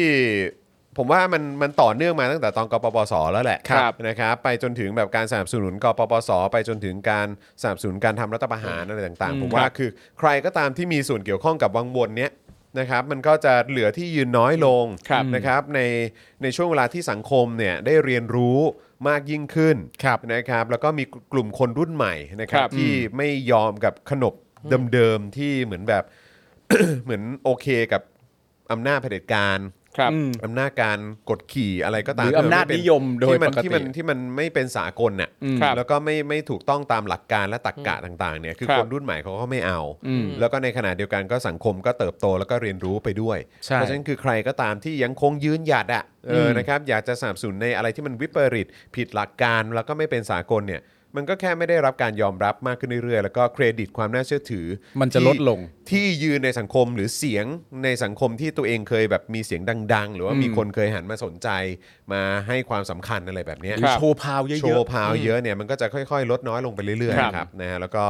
S1: ผมว่ามันมันต่อเนื่องมาตั้งแต่ตอนกปปสแล้วแหละ
S2: ครับ
S1: นะครับ ไปจนถึงแบบการสนับสนุนกปปส ไปจนถึงการสนับสนุนการทำรัฐประหารอะไรต่างๆ ผมว่าคือใครก็ตามที่มีส่วนเกี่ยวข้องกับวังวนเนี้ยนะครับ มันก็จะเหลือที่ยืนน้อยลง
S2: ครับ
S1: นะครับในในช่วงเวลาที่สังคมเนี่ยได้เรียนรู้มากยิ่งขึ้น
S3: ครับ
S1: นะครับแล้วก็มีกลุ่มคนรุ่นใหม่นะครับ
S2: ครับ
S1: ที่ไม่ยอมกับขนบเดิมๆที่เหมือนแบบ เหมือนโอเคกับอำนาจเผด็จการ
S2: ครับ
S3: อืม
S1: อำนาจการกดขี่อะไรก็ตาม
S3: หรืออำนาจนิยมโดย
S1: ที่น
S3: ปกติ
S1: ที่มันที่มันไม่เป็นสากลน่ะ
S3: อืม
S2: ครับ
S1: แล้วก็ไม่ไม่ถูกต้องตามหลักการและตรรกะต่างๆเนี่ยคือ
S2: ครั
S1: ค
S2: บ
S1: นรุ่นใหม่เขาก็ไม่เอา
S3: อืม
S1: แล้วก็ในขณะเดียวกันก็สังคมก็เติบโตแล้วก็เรียนรู้ไปด้วย
S3: ใช่
S1: เพราะฉะนั้นคือใครก็ตามที่ยังคงยืนหยัดอ่ะเอออนะครับ อยากจะสนับสนุนในอะไรที่มันวิปริต ผิดหลักการแล้วก็ไม่เป็นสากลเนี่ย มันก็แค่ไม่ได้รับการยอมรับมากขึ้นเรื่อยๆ แล้วก็เครดิตความน่าเชื่อถือ
S3: มันจะ
S1: ที่
S3: ลดลง
S1: ที่ยืนในสังคมหรือเสียงในสังคมที่ตัวเองเคยแบบมีเสียงดัง ๆ หรือว่า
S3: อืม
S1: มีคนเคยหันมาสนใจมาให้ความสำคัญอะไรแบบเนี้ย
S3: หรือโชว์พาวเยอะ
S1: โช
S3: ๆ
S1: ว์พาวเยอะเนี่ยมันก็จะค่อยๆ ลดน้อยลงไปเรื่อย
S2: ครับ
S1: ๆครับนะฮะแล้วก็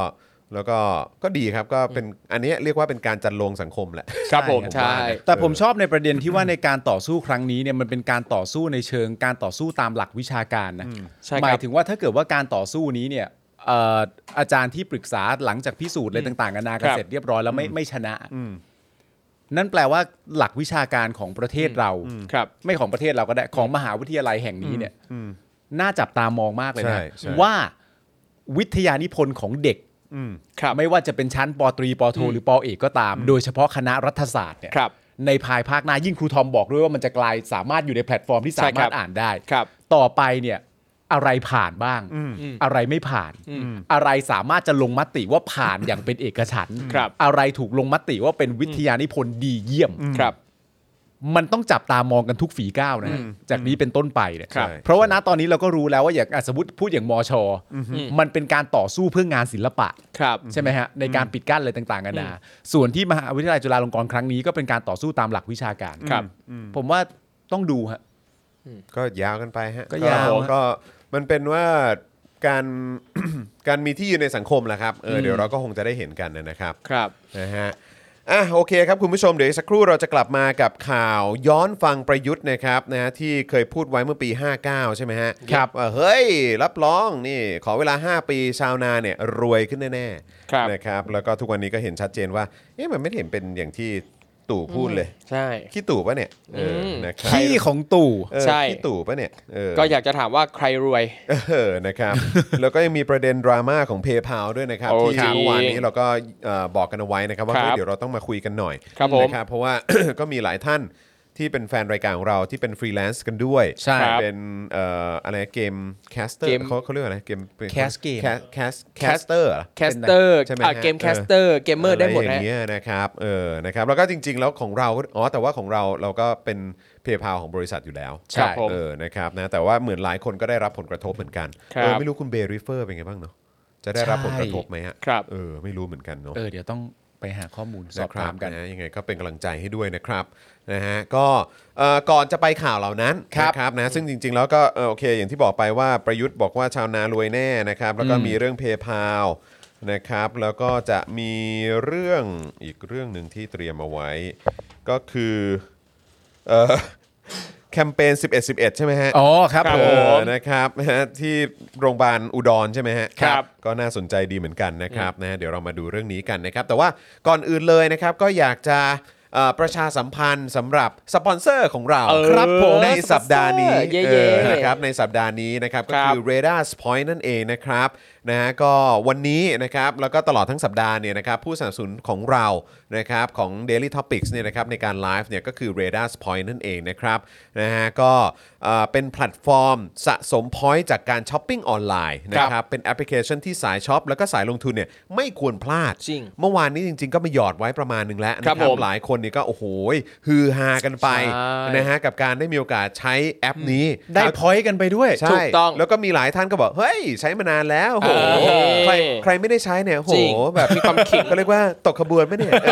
S1: แล้วก็ก็ดีครับก็เป็นอันเนี้ยเรียกว่าเป็นการจัดลงสังคมแหละ
S2: ครับผม
S1: ผมว่านะ
S2: ใช่
S3: แต่ผมชอบในประเด็นที่ว่าใน การต่อสู้ครั้งนี้เนี่ยมันเป็นการต่อสู้ในเชิงการต่อสู้ตามหลักวิชาการนะ
S2: ใช่ครับ
S3: หมายถึงว่าถ้าเกิดว่าการต่อสู้นี้เนี่ยเอ่ออาจารย์ที่ปรึกษาหลังจากพิสูจน์อะไรต่างๆกันานากัน
S2: ครับ
S3: เสร็จเรียบร้อยแล้วไม่ไม่ชนะ นั่นแปลว่าหลักวิชาการของประเทศเรา
S2: ครับ
S3: ไม่ของประเทศเราก็ได้ของมหาวิทยาลัยแห่งนี้เนี่ย
S1: อืม
S3: น่าจับตามองมากเลยนะ
S1: ใช่ใช่
S3: ว่าวิทยานิพนธ์ของเด็ก
S1: อืม
S2: ครับ
S3: ไม่ว่าจะเป็นชั้นปตรีปโทหรือปเอกก็ตาม โดยเฉพาะคณะรัฐศาสตร์เนี่ย
S2: ครับ
S3: ในภายภาคหน้ายิ่งครูทอมบอกด้วยว่ามันจะกลายสามารถอยู่ในแพลตฟอร์มที่สา
S2: ใช่ค
S3: มา
S2: รั
S3: ร
S2: บ
S3: ถอ่านได้
S2: ครับ
S3: ต่อไปเนี่ยอะไรผ่านบ้าง
S1: อืม
S3: อะไรไม่ผ่าน อะไรสามารถจะลงมติว่าผ่านอย่างเป็นเอกฉันท์
S2: ครับ
S3: อะไรถูกลงมติว่าเป็นวิทยานิพนธ์ดีเยี่ยม
S2: ครับ
S3: มันต้องจับตามองกันทุกฝีก้าวนะฮะจากนี้เป็นต้นไปเนี่ย
S1: ครับ
S3: เพราะว่าณตอนนี้เราก็รู้แล้วว่าอย่างอ่ะสมมติพูดอย่างมอชอมันเป็นการต่อสู้เพื่องานศิลปะ
S2: ครับ
S3: ใช่ไหมฮะในการปิดกั้นอะไรต่างๆกันานาส่วนที่มหาวิทยาลัยจุฬาลงกรณ์ครั้งนี้ก็เป็นการต่อสู้ตามหลักวิชาการ
S2: ครับ
S3: ผมว่าต้องดูฮะ
S1: ก็ยาวกันไปฮะ
S3: ก็ยาว
S1: ก็มันเป็นว่าการ การมีที่ยืนในสังคมแหละครับเอออ
S2: ม
S1: เดี๋ยวเราก็คงจะได้เห็นกันนะครับ
S2: ครับ
S1: นะฮะ อ่ะโอเคครับคุณผู้ชมเดี๋ยวอีกสักครู่เราจะกลับมากับข่าวย้อนฟังประยุทธ์นะครับนะฮะที่เคยพูดไว้เมื่อปี 59 ใช่ไหมฮะ
S3: ครับ
S1: ว่าเฮ้ย รับรองนี่ขอเวลา 5 ปีชาวนาเนี่ยรวยขึ้นแน่
S2: ครับ
S1: ๆนะครับแล้วก็ทุกวันนี้ก็เห็นชัดเจนว่าเอ๊ะมันไม่เห็นเป็นอย่างที่ตู่พูดเลย
S2: ใช่
S1: ขี้ตู่ปะเนี่ยเออ
S2: ม
S1: นะครับี่
S3: ของตู่
S1: เออ
S2: ใช่
S1: ขี้ตู่ปะเนี่ยเออ
S2: ก็อยากจะถามว่าใครรวย
S1: เออ นะครับ แล้วก็ยังมีประเด็นดราม่าของเพย์พาด้วยนะครับ
S2: โอ้
S1: ที่
S2: จริง
S1: เมื่อวานนี้เราก็เอ่อบอกกันเอาไว้นะครับ ว่า
S2: ครับ
S1: เฮ้ยเดี๋ยวเราต้องมาคุยกันหน่อย
S2: ครับผม
S1: นะครับเพราะว่า ก็มีหลายท่านที่เป็นแฟนรายการของเราที่เป็นฟรีแลนซ์กันด้วย
S3: ใช่
S2: ครับ
S1: เป็นเอ่ออะไรเกมแคสเตอร์
S2: เกม
S1: เขาเขาเรียกว่าอะไรเกม
S3: Cast Game
S1: แคสแคสแคสเตอร์
S2: แคสเตอร์
S1: ใช่ไหม
S2: อ่ะ
S1: ฮะ
S2: เกม
S1: เออ
S2: แคสเตอร์เกมเมอร์ได้หมด
S1: ย่า
S2: นะ
S1: งเงี้ยนะครับเออนะครับแล้วก็จริง ๆ แล้วของเราก็อ๋อแต่ว่าของเราเราก็เป็นเพย์พาของบริษัทอยู่แล้ว
S3: ใช่
S2: ครับผม
S1: เออนะครับนะแต่ว่าเหมือนหลายคนก็ได้รับผลกระทบเหมือนกัน
S2: ครับ
S1: เออไม่รู้คุณเบริเฟอร์เป็นไงบ้างเนาะจะได้รับผลกระทบไหมฮะ
S2: ครับ
S1: เออไม่รู้เหมือนกันเนาะ
S3: เออเดี๋ยวต้องไปหาข้อมูลสอบ
S1: นะครั
S3: ถา
S1: บ
S3: มกัน
S1: นะยังไงก็เป็นกำลังใจให้ด้วยนะครับนะฮะก็เอ่อก่อนจะไปข่าวเหล่านั้น
S3: ครับ
S1: นะครับนะซึ่งจริง ๆ แล้วก็เออโอเค อย่างที่บอกไปว่าประยุทธ์บอกว่าชาวนารวยแน่นะครับแล้วก็
S3: อืม
S1: มีเรื่องเพย์พานะครับแล้วก็จะมีเรื่องอีกเรื่องหนึ่งที่เตรียมเอาไว้ ก็คือเอ่อแคมเปญ11 11 ใช่ไหมฮะ
S3: อ๋อครับ
S2: ครับ
S3: ผ
S1: เอ
S3: ม
S1: อนะครับ นะฮะที่โรงพยาบาลอุดรใช่ไหมฮะ
S2: ครับ
S1: ก็น่าสนใจดีเหมือนกันนะครับนะฮะเดี๋ยวเรามาดูเรื่องนี้กันนะครับ แต่ว่าก่อนอื่นเลยนะครับก็อยากจะ เอ่อประชาสัมพันธ์สำหรับสปอนเซอร์ของเรา
S2: เออ
S1: ครับผมในสัปดาห์นี้
S2: เย้ๆ
S1: เออนะครับในสัปดาห์นี้นะครับก็
S2: ครับ
S1: คือ r a d a r s Point นั่นเองนะครับนะฮะก็วันนี้นะครับแล้วก็ตลอดทั้งสัปดาห์เนี่ยนะครับผู้สนับสนุนของเรานะครับของ Daily Topics เนี่ยนะครับในการไลฟ์เนี่ยก็คือ r a d a r s Point นั่นเองนะครับนะฮะก็เอ่อเป็นแพลตฟอร์มสะสม point จากการช้อปปิ้งออนไลน์นะ
S2: ครั
S1: ค
S2: บ
S1: รับ เป็นแอปพลิเคชันที่สายช็อปแล้วก็สายลงทุนเนี่ยไม่ควรพลาด
S2: จริง
S1: เมื่อวานนี้จริง ๆ ก็มาหยอดไว้ประมาณหนึ่งแล้วนะค
S2: ครั
S1: รับบ
S2: ผม
S1: หลายคนเนี่ยก็โอ้โหฮือฮากันไป
S2: ใช่
S1: นะฮะกับการได้มีโอกาสใช้แอปนี้
S3: ได้พอยต์กันไปด้วย
S1: ใช่
S2: ถูกต้อง
S1: แล้วก็มีหลายท่านก็บอก เฮ้ย ใช้มานานแล้วโอ้โห
S2: เออ
S1: ใครใครไม่ได้ใช้เนี่ยโอ้โห
S2: จริง
S1: แบบ
S2: มีความขิง
S1: ก็เรียกว่าตกขบวนไหมเนี่ยเอ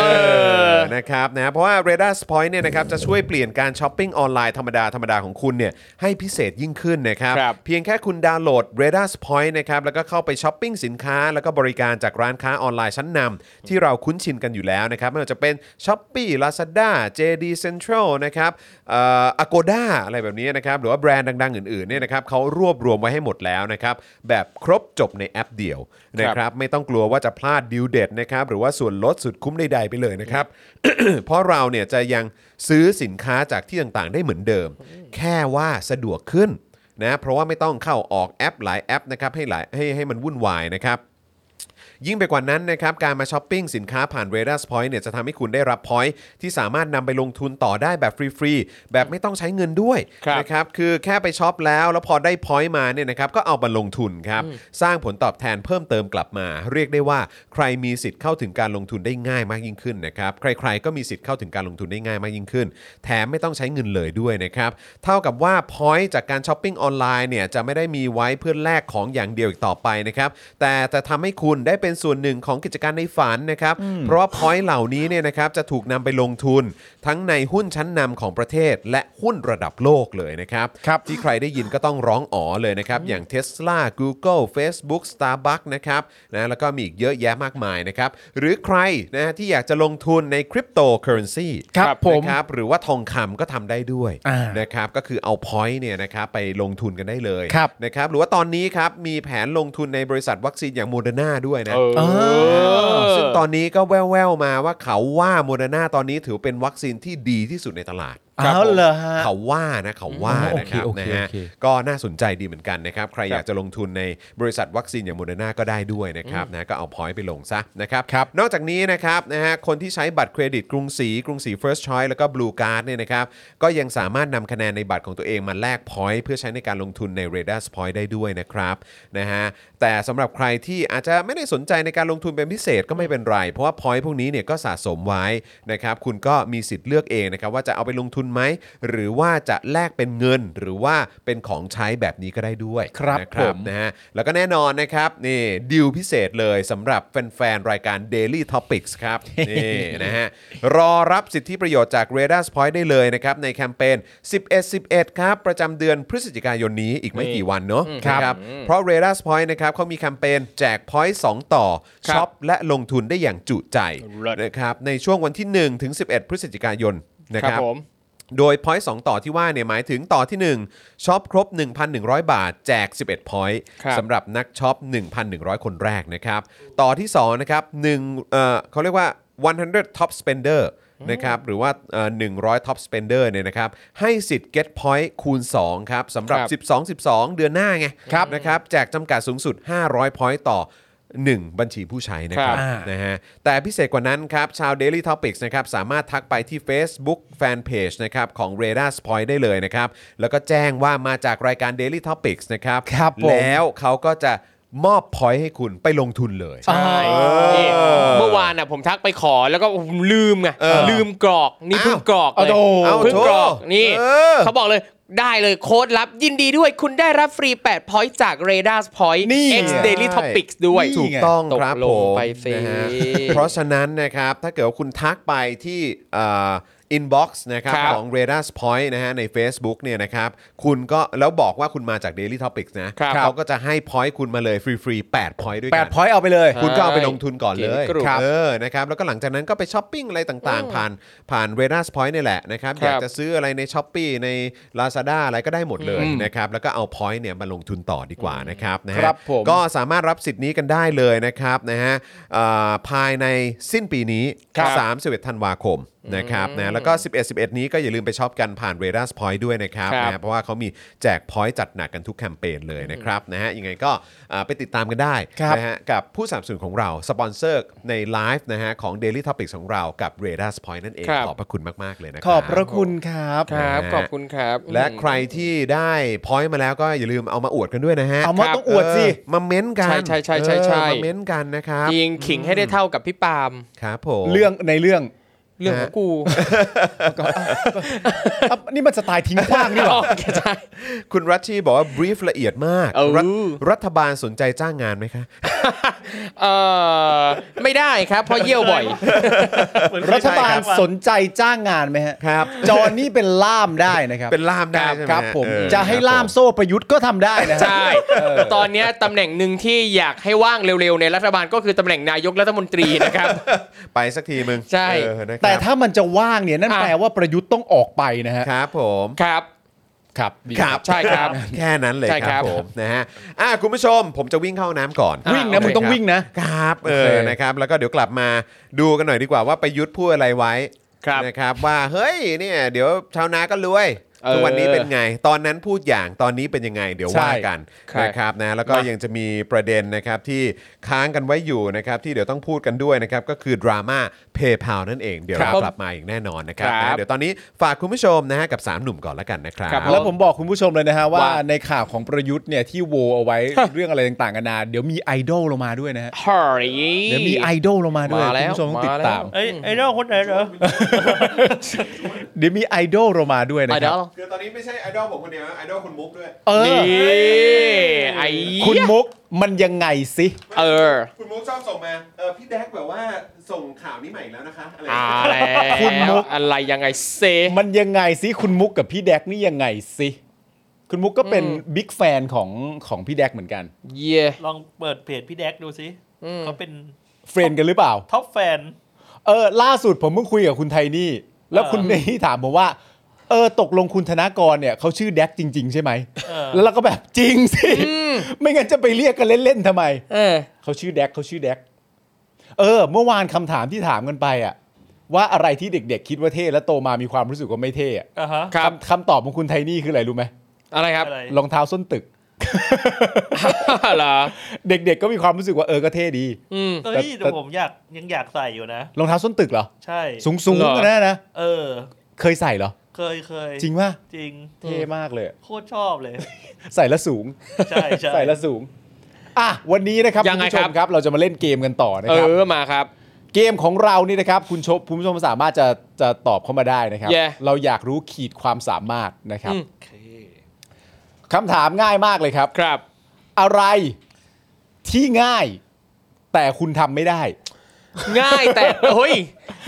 S1: อนะครับนะเพราะว่า r a d a r Point เนี่ยนะครับจะช่วยเปลี่ยนการช้อปปิ้งออนไลน์ธรรมดาธรรมดาของคุณเนี่ยให้พิเศษยิ่งขึ้นนะครับ
S2: ครับ
S1: เพียงแค่คุณดาวน์โหลด r a d a r Point นะครับ แล้วก็เข้าไปช้อปปิ้งสินค้า แล้วก็บริการจากร้านค้าออนไลน์ชั้นนำที่เราคุ้นชินกันอยู่แล้วนะครับ ไม่ว่าจะเป็น s h o p e e Lazada JD Central นะครับเอ่อ Agoda อะไรแบบนี้นะครับ หรือว่าแบรนด์ดัง ๆ อื่นๆเนี่ยนะครับเขารวบรวมไว้ให้หมดแล้วนะครับ แบบครบจบในแอปเดียวนะครับ ไม่ต้องกลัวว่าจะพลาดดิวเด็ดนะครับ หรือว่าส่วนลดสุดคุ้มใดๆไปเลยนะครับ เพราะเราเนี่ยจะยังซื้อสินค้าจากที่ต่างๆ ได้เหมือนเดิม แค่ว่าสะดวกขึ้น นะเพราะว่าไม่ต้องเข้าออกแอปหลายแอปนะครับให้หลายให้ให้มันวุ่นวายนะครับ ยิ่งไปกว่านั้นนะครับ การมาช้อปปิ้งสินค้าผ่าน r a d a r Point เนี่ยจะทำให้คุณได้รับ point ที่สามารถนำไปลงทุนต่อได้แบบฟรีๆ แบบไม่ต้องใช้เงินด้วย
S2: ครับ
S1: นะครับ คือแค่ไปช็อปแล้ว แล้วพอได้ point มาเนี่ยนะครับ ก็เอามาลงทุนครับ สร้างผลตอบแทนเพิ่มเติมกลับมา เรียกได้ว่าใครมีสิทธิ์เข้าถึงการลงทุนได้ง่ายมากยิ่งขึ้นนะครับ ใครๆ ก็มีสิทธิ์เข้าถึงการลงทุนได้ง่ายมากยิ่งขึ้น แถมไม่ต้องใช้เงินเลยด้วยนะครับ เท่ากับว่า point จากการช้อปปิ้งออนไลน์เนี่ยจะไม่ได้มีไว้เพื่อแลกของอย่างเดียวอีกต่อไปนะครับ แต่จะทำให้คุณได้เป็นส่วนหนึ่งของกิจการในฝันนะครับ เพราะว่า point เหล่านี้เนี่ยนะครับจะถูกนำไปลงทุน ทั้งในหุ้นชั้นนำของประเทศ และหุ้นระดับโลกเลยนะครับ
S3: ครับ
S1: ที่ใครได้ยินก็ต้องร้องอ๋อเลยนะครับ อย่าง Tesla Google Facebook Starbucks นะครับนะแล้วก็มีอีกเยอะแยะมากมายนะครับ หรือใครนะที่อยากจะลงทุนในคริปโตเคอเรนซี
S3: ครับผม
S1: นะครับหรือว่าทองคำก็ทำได้ด้วย
S3: อ่า
S1: นะครับก็คือเอา point เนี่ยนะครับไปลงทุนกันได้เลย
S3: ครับ
S1: นะครับหรือว่าตอนนี้ครับมีแผนลงทุนในบริษัทวัคซีนอย่างโมเดอร์นาด้วยนะ
S3: เออ
S1: ซึ่งตอนนี้ก็แว่วๆมาว่าเขาว่าโมเดอร์นาตอนนี้ถือเป็นวัคซีนที่ดีที่สุดในตลาด
S3: ครับ
S1: ผม
S3: เหรอฮะ
S1: เขาว่านะเขาว่านะครับ
S3: โอเค
S1: นะฮะ
S3: โอเคโอเค
S1: ก็น่าสนใจดีเหมือนกันนะครับ ใครอยากจะลงทุนในบริษัทวัคซีนอย่างโมเดอร์นาก็ได้ด้วยนะครับนะก็เอาพอยต์ไปลงซะนะครับ นอกจากนี้นะครับนะฮะคนที่ใช้บัตรเครดิตกรุงศรีกรุงศรี First Choice แล้วก็ Blue Card เนี่ยนะครับก็ยังสามารถนำคะแนนในบัตรของตัวเองมาแลกพอยต์เพื่อใช้ในการลงทุนใน r a d a r Point ได้ด้วยนะครับนะฮะแต่สำหรับใครที่อาจจะไม่ได้สนใจในการลงทุนเป็นพิเศษก็ไม่เป็นไร เพราะว่าพอยต์พวกนี้เนี่ยก็สะสมไว้นะครับคุณก็มีสิทธิ์เลือกเองนะครับว่าจะเอาไปลงทุนไหม หรือว่าจะแลกเป็นเงินหรือว่าเป็นของใช้แบบนี้ก็ได้ด้วย
S3: ครับ
S1: นะ
S3: ผม
S1: นะฮะแล้วก็แน่นอนนะครับนี่ดิวพิเศษเลยสำหรับแฟนๆ รายการ Daily Topics ครับ นี่นะฮะรอรับสิทธิประโยชน์จาก r a d a r Point ได้เลยนะครับ ในแคมเปญ 11 11 ครับ ประจำเดือนพฤศจิกายนนี้อีกไม่กี่วันเนาะ
S3: ครับ
S1: นะเพราะ r a d a r Point นะครับเขามีแคมเปญแจก Point 2 ต่อ
S2: ครับ
S1: ช็อปและลงทุนได้อย่างจุใจ
S2: เลิศ
S1: นะครับในช่วงวันที่ 1 ถึง 11 พฤศจิกายนนะ
S2: ค
S1: ครับ รับ
S2: ผม
S1: โดย point 2 ต่อที่ว่าเนี่ยหมายถึงต่อที่ 1ช็อปครบ 1,100 บาท แจก 11 point
S2: ครับ
S1: สำหรับนักช็อป 1,100 คนแรกนะครับ ต่อที่ 2 นะครับ1เอ่อเขาเรียกว่า 100 top spender นะครับหรือว่าเอ่อ100 top spender เนี่ยนะครับให้สิทธิ์ get point คูณ 2 ครับสำหรับ
S2: ครับ
S1: 12 12 เดือนหน้าไงนะครับแจกจำกัดสูงสุด 500 point ต่อ 1 บัญชีผู้ใช้นะครับ
S2: ครับ
S3: อ่า
S1: นะฮะแต่พิเศษกว่านั้นครับ ชาว Daily Topics นะครับสามารถทักไปที่ Facebook Fanpage นะครับของ r a d a r Point ได้เลยนะครับ แล้วก็แจ้งว่ามาจากรายการ Daily Topics นะครับ
S3: ครับผม
S1: แล้วเขาก็จะมอบ point ให้คุณไปลงทุนเลย
S2: ใช่นี่เมื่อวานน่ะผมทักไปขอแล้วก็ผมลืมไง
S1: เออ
S2: ลืมกรอกนี่
S1: อ้าว
S2: เพิ่งกรอกเลย
S3: เอาโด
S1: เอา
S2: เพิ่ง
S1: โถ
S2: กรอกนี่
S1: เออ
S2: เขาบอกเลยได้เลยโค้ดลับยินดีด้วยคุณได้รับฟรี 8 point จาก r a d a r Point
S3: นี่
S2: X Daily Topics ด้วย
S3: นี่
S1: ถูกต้องครับ
S2: ตกล
S1: ผ
S2: ง
S1: ม
S2: ไปสิ
S1: นะฮะเพราะฉะนั้นนะครับ ถ้าเกิดว่าคุณทักไปที่อินบ็อกซ์นะครับ
S2: ครับ
S1: ของ r a d a r Point นะฮะใน Facebook เนี่ยนะครับคุณก็แล้วบอกว่าคุณมาจาก Daily Topics นะครับ เขาก็จะให้ point คุณมาเลยฟรีๆ8 point ด้วย
S3: แป
S1: กั
S3: ด
S1: น
S3: พอยต์เอาไปเลย
S1: คุณก็เอาไปลงทุนก่อน
S2: เก๋
S1: เลย
S2: กรุ๊ป
S1: เออนะครับแล้วก็หลังจากนั้นก็ไปช้อปปิ้งอะไรต่างๆ ผ่านผ่านเรด a r สพอยต์นี่แหละนะครับ
S2: ค
S1: อ
S2: รับ
S1: ยากจะซื้ออะไรในช้อปปีใน Lazada อะไรก็ได้หมดเลย
S2: อืม
S1: นะครับแล้วก็เอาพอยต์เนี่ยมาลงทุนต่อดีกว่านะครับนะฮะ
S3: ครับผม
S1: ก็สามารถรับสิทธิ์นี้กันได้เลยนะครับนะฮะเอ่อภายในสิ้นปีนี้
S2: ครับ
S1: 31ธันวาคม นะครับนะแล้วก็ 11 11 นี้ก็อย่าลืมไปช็อปกันผ่าน r a d a r s Point ด้วยนะครับ
S2: ครับ
S1: นะเพราะว่าเขามีแจก point จัดหนักกันทุกแคมเปญเลยนะครับนะฮะยังไงก็อ่าไปติดตามกันได้
S3: ครับ
S1: นะฮะกับผู้สนับสนุนของเรา สปอนเซอร์ในไลฟ์นะฮะของ Daily Topics ของเรากับ r a d a r s Point นั่นเอง
S2: ครับ
S1: ขอบพระคุณมากๆเลยนะครั
S3: ขอบพระคุณครับ
S2: ครับ
S1: นะฮะ
S2: ขอบคุณครับ
S1: และใครที่ได้พอยต์มาแล้วก็อย่าลืมเอามาอวดกันด้วยนะฮะ
S3: เอามาต้องอวดสิ
S1: เมาเม้นกัน
S2: ใช่ใช่ใช่ใช่ใช่
S1: เออมาเม้นกันนะครับ
S2: จริงขิงให้ได้เท่ากับพี่ปาล์ม
S1: ครับผม
S3: เรื่องในเรื่อง
S2: เรื่องของกู
S3: อ่ะนี่มันสไตล์ทิ้งขว้างนี่หรอ
S2: โอเคใช่
S1: คุณรัชชีบอกว่า brief ละเอียดมาก
S2: เออ
S1: รัฐรัฐบาลสนใจจ้างงานไหมคะ
S2: เออไม่ได้ ครับเพราะเยี่ยวบ่อย
S5: เหมือน
S3: รัฐบา
S5: เคย
S3: ล
S5: ถมว่
S3: สนใจจ้างงานไหมฮะ
S1: ครับ
S3: จอนี่เป็นล่ามได้นะครับ
S1: เป็นล่ามได้ใช่ไหม
S3: ครับผม
S1: เออ
S3: จะให้ล่าม
S1: ครับผ
S3: โซ่ประยุทธ์ก็ทำได้นะฮะ
S2: ใช่ ตอนเนี้ยตำแหน่งหนึ่งที่อยากให้ว่างเร็วๆ ในรัฐบาลก็คือตำแหน่งนายกรัฐมนตรี นะครับ
S1: ไปสักทีมึง
S2: ใช่
S1: เออนะครับ
S3: แต่ถ้ามันจะว่างเนี่ยนั่น
S2: อ่ะ
S3: แปลว่าประยุทธ์ต้องออกไปนะฮะ
S1: ครับผม
S2: ครับ
S3: ครับดี
S2: ใช่ครับ
S1: แค่นั้นเลย
S2: ใช่
S1: ค
S2: ครั
S1: รับบ ผมนะฮะอ่ะคุณผู้ชม ผมจะวิ่งเข้าน้ำก่อน
S2: อ่ะ
S3: วิ่ง
S2: โอ
S3: นะ
S2: เค
S3: มึงต้องวิ่งนะ
S1: ครับเอ
S3: โอ
S1: อ
S3: เค
S1: นะครับแล้วก็เดี๋ยวกลับมาดูกันหน่อยดีกว่าว่าประยุทธ์พูดอะไรไว้
S2: ครับ
S1: นะครับว่าเฮ้ยเนี่ยเดี๋ยวชาวนาก็รวย
S2: เออ
S1: ทุกวันนี้เป็นไง ตอนนั้นพูดอย่างตอนนี้เป็นยังไง เดี๋ยวว่ากัน
S2: ใช่
S1: นะครับนะแล้วก็
S2: มายั
S1: ยังจะมีประเด็นนะครับที่ค้างกันไว้อยู่นะครับที่เดี๋ยวต้องพูดกันด้วยนะครับก็คือดราม่าเพย์พานั่นเองเดี๋ยว
S2: ครับ
S1: เรากลับมาอย่างแน่นอนนะครับ
S2: ครับ
S1: นะเดี๋ยวตอนนี้ฝากคุณผู้ชมนะฮะกับสามหนุ่มก่อนละกันนะครับ
S2: ครับ
S3: แล้วผมบอกคุณผู้ชมเลยนะฮะว่า
S2: ว่า
S3: ในข่าวของประยุทธ์เนี่ยที่โวเอาไว้
S2: ฮะ
S3: เรื่องอะไรต่างๆกันานาเดี๋ยวมีไอดอลลงมาด้วยนะฮะ
S2: ฮอรี่
S3: เดี๋ยวมีไอดอลลงมาด้วย
S2: มาแล้
S3: คุณ
S2: ว
S3: ผู้ชมต้องติดตาม
S2: มาแล้ว
S5: เอ้ยไอ้เรื่องคนไหนเหรอ
S3: เดี๋ยวมีไอดอลลงมาด้วยนะ
S2: ไอ
S3: ค
S2: ด
S3: รั
S2: อบ ล
S1: คือตอนนี้ไม่ใช่ไอดอลผมคนเดียวไอดอลคุณมุกด้วย
S3: เออ
S2: นี่ไอ
S3: คุณ
S2: เหี้ย
S3: มุกมันยังไงสิ
S2: เออ
S1: คุณมุกชอบส่งมาเออพี่แดกแบบว่าส่งข่าวนี้ใหม่แล้วนะคะ
S2: อะไรอะไรยังไงเซ
S3: มันยังไงสิคุณมุกกับพี่แดกนี่ยังไงสิคุณมุกก็เป็น
S2: อืม
S3: บิ๊กแฟนของของพี่แดกเหมือนกัน
S2: เย่
S5: ลองเปิดเพจพี่แดกดูสิเขาเป็น
S3: เฟรนกันหรือเปล่า
S5: ท็อปแฟน
S3: เออล่าสุดผมเพิ่งคุยกับคุณไทนี่ แล้ว
S5: เออ
S3: คุณไทนี่ถามผมว่าเออตกลงคุณธนากรเนี่ยเขาชื่อแดกจริง ๆ ใช่ไหม
S5: เออ
S3: แล้วเราก็แบบจริงสิ ไม่งั้นจะไปเรียกกันเล่น ๆทำไม
S2: เออ
S3: เขาชื่อแดกเขาชื่อแดกเออ เมื่อวานคำถามที่ถามกันไปอะว่าอะไรที่เด็ก ๆ คิดว่าเท่แล้วโตมามีความรู้สึกว่าไม่เท่อะ
S5: อ่ะฮะ
S2: ครับ
S3: คำตอบของคุณไทนี่คืออะไรรู้ไหม
S2: อะไรครับ
S5: อะไร
S3: รองเท้าส้นตึก
S2: เหรอ
S3: เด็ก ๆ ก็มีความรู้สึกว่าเออก็เท่ดี
S2: อืม
S5: เอ้ยแต่
S3: แต่
S5: ผมอยากยังอยากใส่อยู่นะ
S3: รองเท้าส้นตึกเหรอ
S5: ใช่
S3: สูง
S2: เหร
S3: ๆ
S2: อ
S3: กันนะนะ
S5: เออ
S3: เคยใส่เหรอ
S5: เคยเคย
S3: จริงป่ะ
S5: จริง
S3: เท่มากเลยอะ
S5: โคตรชอบเลย
S3: ใส่แล้วสูง
S5: ใช่ใช่
S3: ใส่ละสูง อ่ะ วันนี้นะครับ
S2: ยังไง
S3: คุณผู้ช
S2: ครั
S3: ม
S2: บ
S3: ครับ เราจะมาเล่นเกมกันต่อนะ
S2: เอ
S3: ครับ
S2: อมาครับ
S3: เกมของเรานี่นะครับ คุณชมคุณผู้ชมสามารถจะจะตอบเข้ามาได้นะครับ
S2: แย่
S3: เราอยากรู้ขีดความสามารถนะครับ
S2: อืม
S3: คำถามง่ายมากเลยครับ
S2: ครับ
S3: อะไรที่ง่าย แต่คุณทำไม่ได้
S2: ง่ายแต่เฮ้ย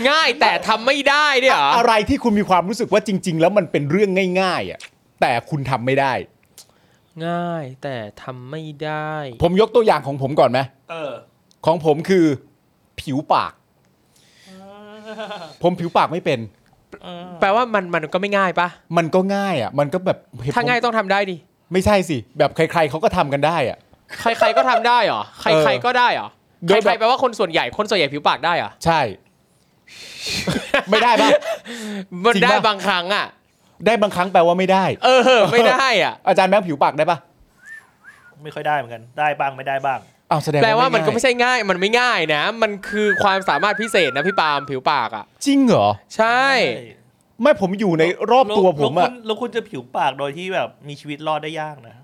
S2: ง่ายแต่ทำไม่ได้เนี่ยเหรอ
S3: อะไรที่คุณมีความรู้สึกว่าจริง ๆ แล้วมันเป็นเรื่องง่ายๆอ่ะแต่คุณทำไม่ได้
S2: ง่ายแต่ทำไม่ได้
S3: ผมยกตัวอย่างของผมก่อนไหม
S5: เออ
S3: ของผมคือ ผิวปาก ผมผิวปากไม่เป็น
S2: แปลว่ามันมันก็ไม่ง่ายปะ
S3: มันก็ง่ายอ่ะ มันก็แบบเห็นผม
S2: ถ้าง่ายต้องทำได้ดิ
S3: ไม่ใช่สิ แบบใครๆเขาก็ทำกันได้อะ
S2: ใครๆก็ทำได้เหรอใครๆก็ได้เหรอ
S3: โดยแบบ
S2: ใครๆแปลว่าคนส่วนใหญ่คนส่วนใหญ่ผิวปากได้เหรอ
S3: ใช่ ไม่ได้ ปะ
S2: มัน
S3: จริงปะ
S2: ได้บางครั้งอ่ะ
S3: ได้บางครั้งแปลว่าไม่ได้
S2: เออไม่ได้อ่ะ
S3: อาจารย์แบงค์ผิวปากได้ปะ
S5: ไม่ค่อยได้เหมือนกัน ได้บ้างไม่ได้บ้าง
S3: อ้าวแสดง
S2: แปลว่ามันก็
S3: ง่าย
S2: ไม่ใช่ง่ายมันไม่ง่ายนะ มันคือความสามารถพิเศษนะพี่ปาล์มผิวปากอ่ะ
S3: จริงเหรอ
S2: ใช่
S3: ไม่ผมอยู่ในรอบตัวผม
S5: แล้ว
S3: อะ
S5: คุณแล้วคุณจะผิวปากโดยที่แบบมีชีวิตรอดได้ยากนะ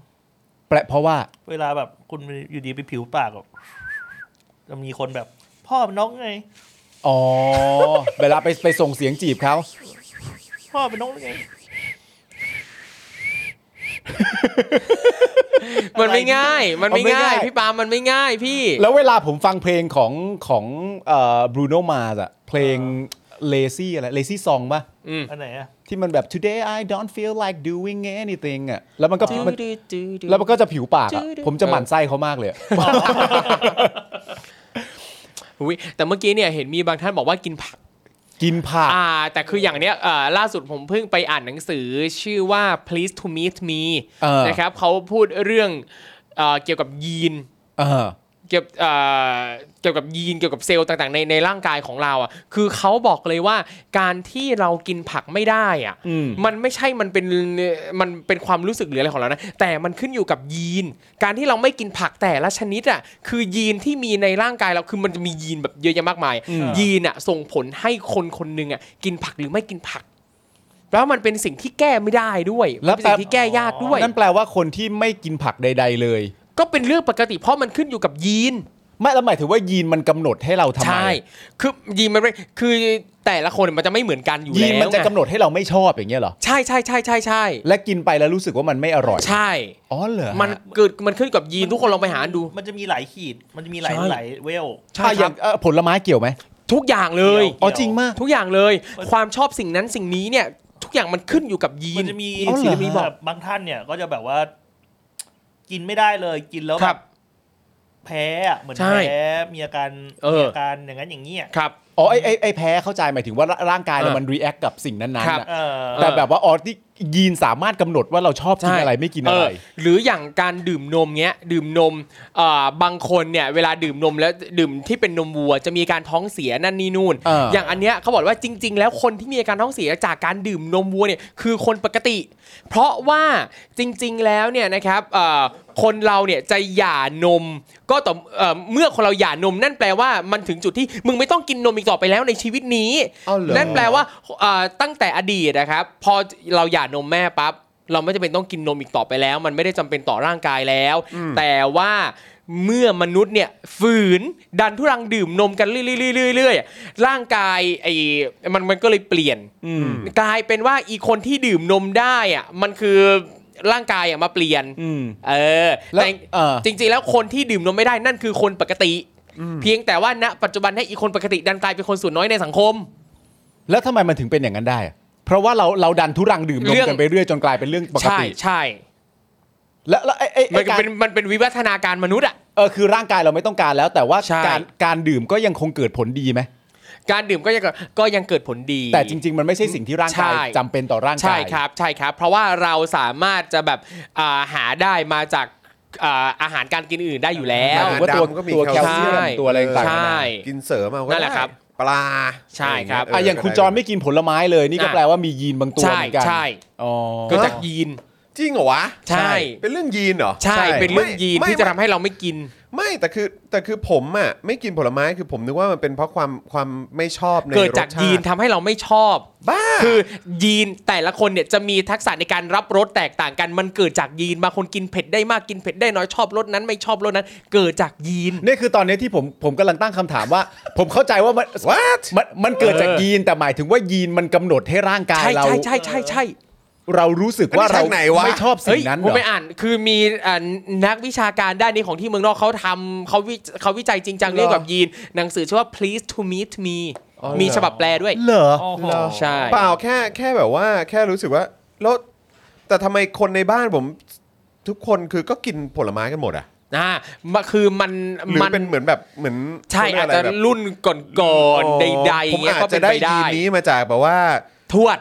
S3: แปลเพราะว่า
S5: เวลาแบบคุณอยู่ดีไปผิวปากแบบจะมีคนแบบ พ่อเป็นน้องไง
S3: อ๋อ เวลาไปไปส่งเสียงจีบ เขา
S5: พ่อเป็นน้องไง
S2: มันไม่ง่าย มันไม่
S3: เอาไม่
S2: ง่า
S3: ง่าย ย
S2: พี่ปาล์มมันไม่ง่ายพี่
S3: แล้วเวลาผมฟังเพลงของของเอ่อบรูโนมาสอะเพลงเลซี่อะไรเลซี่ซองปะ
S5: อันไหนอะ
S3: ที่มันแบบ today I don't feel like doing anything อะแล้วมันก็มัน แล้วมันก็จะผิวปากอะผมจะหมั่นไส้เขามากเลยอะ
S2: อุ๊ยแต่เมื่อกี้เนี่ยเห็นมีบางท่านบอกว่ากินผัก
S3: กินผัก
S2: อ่า แต่คืออย่างเนี้ยเอ่อล่าสุดผมเพิ่งไปอ่านหนังสือชื่อว่า please to meet me
S3: เออ
S2: นะครับเขาพูดเรื่องเอ่อเกี่ยวกับยีน
S3: เออ
S2: เกี่ยวเอ่อเกี่ยวกับยีนเกี่ยวกับเซลล์ต่างๆในในร่างกายของเราอ่ะคือเขาบอกเลยว่าการที่เรากินผักไม่ได้อ่ะ
S3: อืม
S2: มันไม่ใช่มันเป็นมันเป็นความรู้สึกหรืออะไรของเรานะ แต่มันขึ้นอยู่กับยีน การที่เราไม่กินผักแต่ละชนิดอ่ะคือยีนที่มีในร่างกายเราคือมันจะมียีนแบบเยอะแยะมากมาย
S3: อืม
S2: ยีนอ่ะส่งผลให้คนคนหนึ่งอ่ะกินผักหรือไม่กินผัก แล้วมันเป็นสิ่งที่แก้ไม่ได้ด้วยมันเป็นสิ่งที่แก้ยากด้วย
S3: นั่นแปลว่าคนที่ไม่กินผักใด ๆ เลย
S2: ก็เป็นเรื่องปกติเพราะมันขึ้นอยู่กับยีน
S3: ไม่แล้วหมายถึงว่ายีนมันกำหนดให้เราทำไม
S2: ใช่ คือยีนมันไม่คือแต่ละคนมันจะไม่เหมือนกันอยู่
S3: ยี
S2: แล้ว
S3: นมันจะ
S2: ไง
S3: กำหนดให้เราไม่ชอบอย่างเงี้ยเหรอ
S2: ใช่ใช่ใช่ใช่ใช่
S3: และกินไปแล้วรู้สึกว่ามันไม่อร่อย
S2: ใช่
S3: อ๋อเหรอฮะ
S2: มันเกิดมันขึ้นกับยีนทุกคนลองไปหาดู
S5: มันจะมีหลายขีด มันจะมีหลาย
S2: ใช่
S5: หลายเวล
S2: ใช่
S3: อ่ะอ
S2: ค
S3: ย่า
S2: รับ
S3: งเอ่อผลไม้เกี่ยวไหม
S2: ทุกอย่างเลย
S5: เกี่ยว
S3: อ๋อจริงมาก
S2: ทุกอย่างเลย ความชอบสิ่งนั้นสิ่งนี้เนี่ย ทุกอย่างมันขึ้นอยู่กับยี
S5: มัน
S2: น
S5: จะมี
S3: อ๋อเหรอ
S5: มีแบบบางท่านเนี่ยก็จะแบบว่า กินไม่ได้เลย กินแล้ว
S2: ค
S5: แบ
S2: รับบ
S5: แพ้อะเหมือน
S2: ใช่
S5: แพ้มีอาการ
S2: เออ
S5: มีอาการอย่างนั้นอย่างนี้ย
S2: ครับ
S3: อ๋อไอไอ้ไอ้แพ้เข้าใจหมายถึงว่าร่างกายเรา
S2: เออ
S3: มันรีแอคกับสิ่งนั้นๆ
S2: ครับ
S3: นะ
S5: เออ
S3: แต่แบบว่าอ๋อที่ยีนสามารถกำหนดว่าเราชอบกินอะไรไม่กินอะไร
S2: เหรืออย่างการดื่มนมเงี้ย ดื่มนมเอ่อบางคนเนี่ยเวลาดื่มนมแล้วดื่มที่เป็นนมวัว จะมีอาการท้องเสียนั่นนี่นู่น
S3: เอออย่าง
S2: อันเนี้ยเขาบอกว่าจริง ๆ แล้วคนที่มีอาการท้องเสียจากการดื่มนมวัวเนี่ยคือคนปกติ เพราะว่าจริง ๆ แล้วเนี่ยนะครับเอ่อคนเราเนี่ยจะหย่านม ก็ต่อเอ่อเมื่อคนเราหย่านมนั่นแปลว่ามันถึงจุดที่มึงไม่ต้องกินนมอีกต่อไปแล้วในชีวิตนี้
S3: อ้าวเหรอ
S2: นั่นแปลว่าเอ่อตั้งแต่อดีตนะครับ พอเราหย่านมแม่ปั๊บ เราไม่จำเป็นต้องกินนมอีกต่อไปแล้ว มันไม่ได้จำเป็นต่อร่างกายแล้ว แต่ว่าเมื่อมนุษย์เนี่ยฝืนดันทุรังดื่มนมกันเรื่อยๆเรื่อยๆร่างกายไอ้มันมันก็เลยเปลี่ยน กลายเป็นว่าอีคนที่ดื่มนมได้อะมันคือร่างกายอะมาเปลี่ยน
S3: อืม
S2: เออ
S3: แล้ว
S2: แต่
S3: เออ
S2: จริงๆ แล้วคนที่ดื่มนมไม่ได้นั่นคือคนปกติ เพียงแต่ว่าณปัจจุบันให้อีคนปกติดันกลายเป็นคนส่วนน้อยในสังคม
S3: แล้วทำไมมันถึงเป็นอย่างนั้นได้อะเพราะว่าเราเราดันทุรังดื่มนม
S2: เรื่อง
S3: กันไปเรื่อยจนกลายเป็นเรื่องปก
S2: ใช่
S3: ติ
S2: ใช่
S3: แล้วแล้วไอ้ไอ้
S2: มัน
S3: ไอ้
S2: ก็
S3: การ
S2: เป็นมันเป็นวิวัฒนาการมนุษย์อ่ะ
S3: เออคือร่างกายเราไม่ต้องการแล้ว แต่ว่า
S2: ใช่
S3: การการดื่มก็ยังคงเกิดผลดีไหม
S2: การดื่มก็ยังก็ยังเกิดผลดี
S3: แต่จริง ๆ มันไม่ใช่สิ่งที่ร่างกาย
S2: ใช่
S3: จำเป็นต่อร่าง
S2: ใช่
S3: กาย
S2: ครับใช่ครับ เพราะว่าเราสามารถจะแบบอ่าหาได้มาจากอ่าอาหารการกินอื่นได้อยู่แล้ว
S1: อาหาร
S3: ว่าตัว
S1: ดำก็มี
S3: ตัว
S1: แคล
S3: แคลเซีย
S1: เซี
S3: ม
S1: ยม
S3: ตัวอะไรต่าง
S2: ใช่
S3: ๆ
S1: กินเสริมเอาก็
S2: นั่นแหละ
S1: ได้
S2: ครับ
S1: ปลา
S2: ใช่ครับ
S1: ะ
S3: อ่ะ
S1: ไเ
S3: อย่างคุณจรไม่กินผลไม้เลยนี่ก็
S2: อ่ะ
S3: แปลว่ามียีนบางตัว
S2: ใช่
S3: เหมือนกัน
S2: ใช่
S3: อ๋อ
S2: เกิดจากยีน
S1: จริงเหรอวะ
S2: ใช่
S1: เป็นเรื่องยีนเหรอ
S2: ใช่
S3: ใช่
S2: เป็นเรื่องยีน
S1: ไม่
S2: ที่จะทำให้เราไม่กิน
S1: ไม่แต่คือแต่คือผมอ่ะไม่กินผลไม้คือผมนึกว่ามันเป็นเพราะความความไม่ชอบใน
S2: เกิดจาก
S1: รสชติ
S2: ยีนทำให้เราไม่ชอบ
S1: บ้า
S2: คือยีนแต่ละคนเนี่ยจะมีทักษะในการรับรสแตกต่างกัน มันเกิดจากยีนบางคนกินเผ็ดได้มากกินเผ็ดได้น้อยชอบรสนั้นไม่ชอบรสนั้น เกิดจากยีน
S3: นี่คือตอนนี้ที่ผมผมกำลังตั้งคำถามว่า ผมเข้าใจว่ามัน
S1: what
S3: มันมันเกิดจาก
S2: เออ
S3: ยีนแต่หมายถึงว่ายีนมันกำหนดให้ร่างกาย
S2: ใช่
S3: เรา
S2: ใช่ใช่ใช่ใช่
S3: เรารู้สึกว่า
S1: อันนี้
S3: เรา
S1: จากไหนวะ
S3: ไม่ชอบสิ่
S2: เฮ้ย
S3: งนั้น
S2: ผม
S3: เหรอ
S2: ไปอ่าน คือมีอ่านักวิชาการด้านนี้ของที่เมืองนอกเขาทำเขาวิเขาวิจัยจริงจังเรื่องกับยีน หนังสือชื่อว่า please to meet me
S1: อ๋อเหรอ
S2: มีฉบับแปลด้วย
S3: เหรอ
S5: โอ้โห
S2: ใช่
S1: เปล่าแค่แค่แบบว่าแค่รู้สึกว่าแล้วแต่ทำไมคนในบ้านผมทุกคนคือก็กินผลไม้กันหมดอ่ะ
S2: อ่ามันคือมัน
S1: หรือ
S2: มัน
S1: เป็นเหมือนแบบเหมือน
S2: ใช่
S1: เขาเรีย
S2: อาจ
S1: กไร
S2: จะ
S1: แบบ
S2: รุ่นก่อนๆใดๆ
S1: ผม
S2: เงี้ย
S1: อาจ
S2: ก็เป็
S1: จะ
S2: น
S1: ได้
S2: ไป
S1: ยี
S2: ได้
S1: นนี้มาจากแบบว่า
S2: ทวด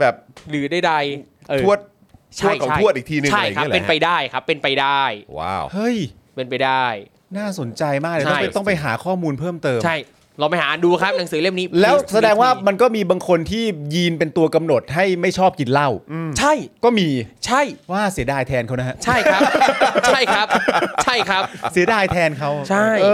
S1: แบบ
S2: หรือใดๆเออ
S1: ทวดท
S2: ใช่
S1: วดของ
S2: ใช่
S1: ทวดอีกทีหนึงอะ
S2: ใช่
S1: ไรอย่าง
S2: ครับ
S1: เงี้ยแห
S2: เป็นไป
S1: ละ
S2: ได้ครับเป็นไปได้
S1: ว้าว
S3: เฮ้ย
S2: เป็นไปได้
S3: น่าสนใจมากเลย
S2: ใช่
S3: ต้องไปต้องไปหาข้อมูลเพิ่มเติม
S2: ใช่เราไปหาดูครับหนังสือเล่มนี้
S3: แล้ว
S2: Please
S3: แสดงว่า
S2: Meet Me
S3: มันก็มีบางคนที่ยีนเป็นตัวกำหนดให้ไม่ชอบกินเหล้า
S2: ใช่
S3: ก็มี
S2: ใช่
S3: ว่าเสียดายแทนเขานะฮะ
S2: ใช่ครับ ใช่ครับ ใช่ครับ
S3: เสียดายแทนเขา
S2: ใช่
S3: เอ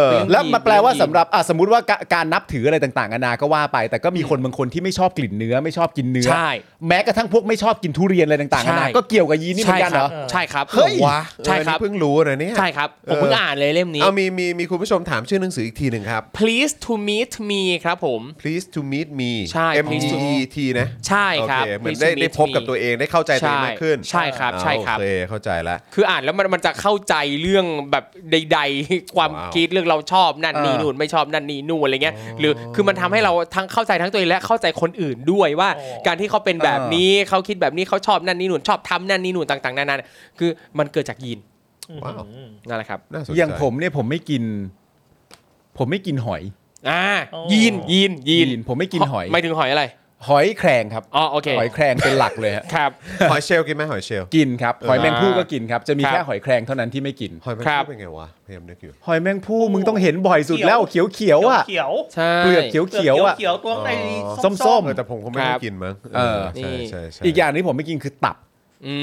S3: อ
S2: เป็น
S3: แล้วมันแปลว่า
S2: เป็น
S3: สำหรับอ่ะสมมติว่าการการนับถืออะไรต่างๆนานาก็ว่าไป แต่ก็มีคนบางคนที่ไม่ชอบกลิ่นเนื้อไม่ชอบกินเนื้อ
S2: ใช่
S3: แม้กระทั่งพวกไม่ชอบกินทุเรียนอะไรต่างๆนา
S2: ใช่
S3: นาก็เกี่ยวกับยีนนี่เหมื
S2: ใช่
S3: อนกัน
S2: ค
S3: เหร
S2: รั
S3: อ
S2: บใช่ครับ
S3: เฮ้ย
S1: วะ
S2: ใช่ครับ
S1: เออนี่เพิ่งรู้นะเนี่ย
S2: ใช่ครับผมเพิ่งอ่านเลยเล่มนี้
S1: เอามีมีมีคุณผู้ชมถามชื่อหนังสืออีกทีหนึ่งครับ
S2: Please to meet me ครับผม
S1: please to meet me
S2: ใช่
S1: M E
S2: please to
S1: E T นะ
S2: ใช่ครับ
S1: โอเเหมือน
S2: Please to
S1: ได้
S2: meet
S1: ได้พบกับ
S2: me
S1: ตัวเองได้เข้าใจตัวเองมากขึ้น
S2: ใช่ครับใช่ครับ
S1: โอเคเข้าใจละ
S2: คืออ่านแล้วมันมันจะเข้าใจเรื่องแบบใด ๆ ความ
S1: ว้าว
S2: คิดเรื่องเราชอบนั่นนี่
S3: เออ
S2: นู่นไม่ชอบนั่นนี่นู่นอะไรเงี้ยหรือคือมันทำให้เราทั้งเข้าใจทั้งตัวเองและเข้าใจคนอื่นด้วยว่า
S5: อ๋อ
S2: การที่เขาเป็นแบบนี้เขาคิดแบบนี้เขาชอบนั่นนี่นู่นชอบทำนั่นนี่นู่นต่าง ๆนานาคือมันเกิดจากยีน
S1: ว้าว
S5: อืม
S2: นั่นแหละครับ
S1: น่าสนใจ
S3: อย่างผมเนี่ยผมไม่กิน ผมไม่กินหอย
S2: อ่า
S5: โอ้
S2: ยีนยีนยีน
S3: ผมไม่กินหอย
S2: ไม่ถึงหอยอะไร
S3: หอยแครงครับ
S2: อ๋อโอเค
S3: หอยแครงเป็นหลักเลยฮะ
S2: ครับ
S1: หอยเชลล์กินไหมหอยเชลล์
S3: กินครับหอยแมงผู้ก็กินครับจะมี
S2: ครับ
S3: แค่หอยแครงเท่านั้นที่ไม่กิน
S1: หอยแมง
S2: ครั
S1: ผู้
S2: บ
S1: เป็นไงวะพยายามนึกอยู่
S3: หอยแมงผู้มึงต้องเห็นบ่อยสุดแล้วเขียวเขียวๆอ่ะ
S5: เขียว
S2: ใช่
S3: เปลือกเขียว
S5: ๆ
S3: เขียวๆอ่ะ
S5: เขียวๆตัวข้างใน
S1: อ๋อ
S3: ส้มๆ
S5: ส้ม
S1: เออแต่ผมคงไม่ได้กินมั้ง
S3: เออ
S1: ใช่ใช่ใช่
S3: อีกอย่างที่ผมไม่กินคือตับ
S2: อื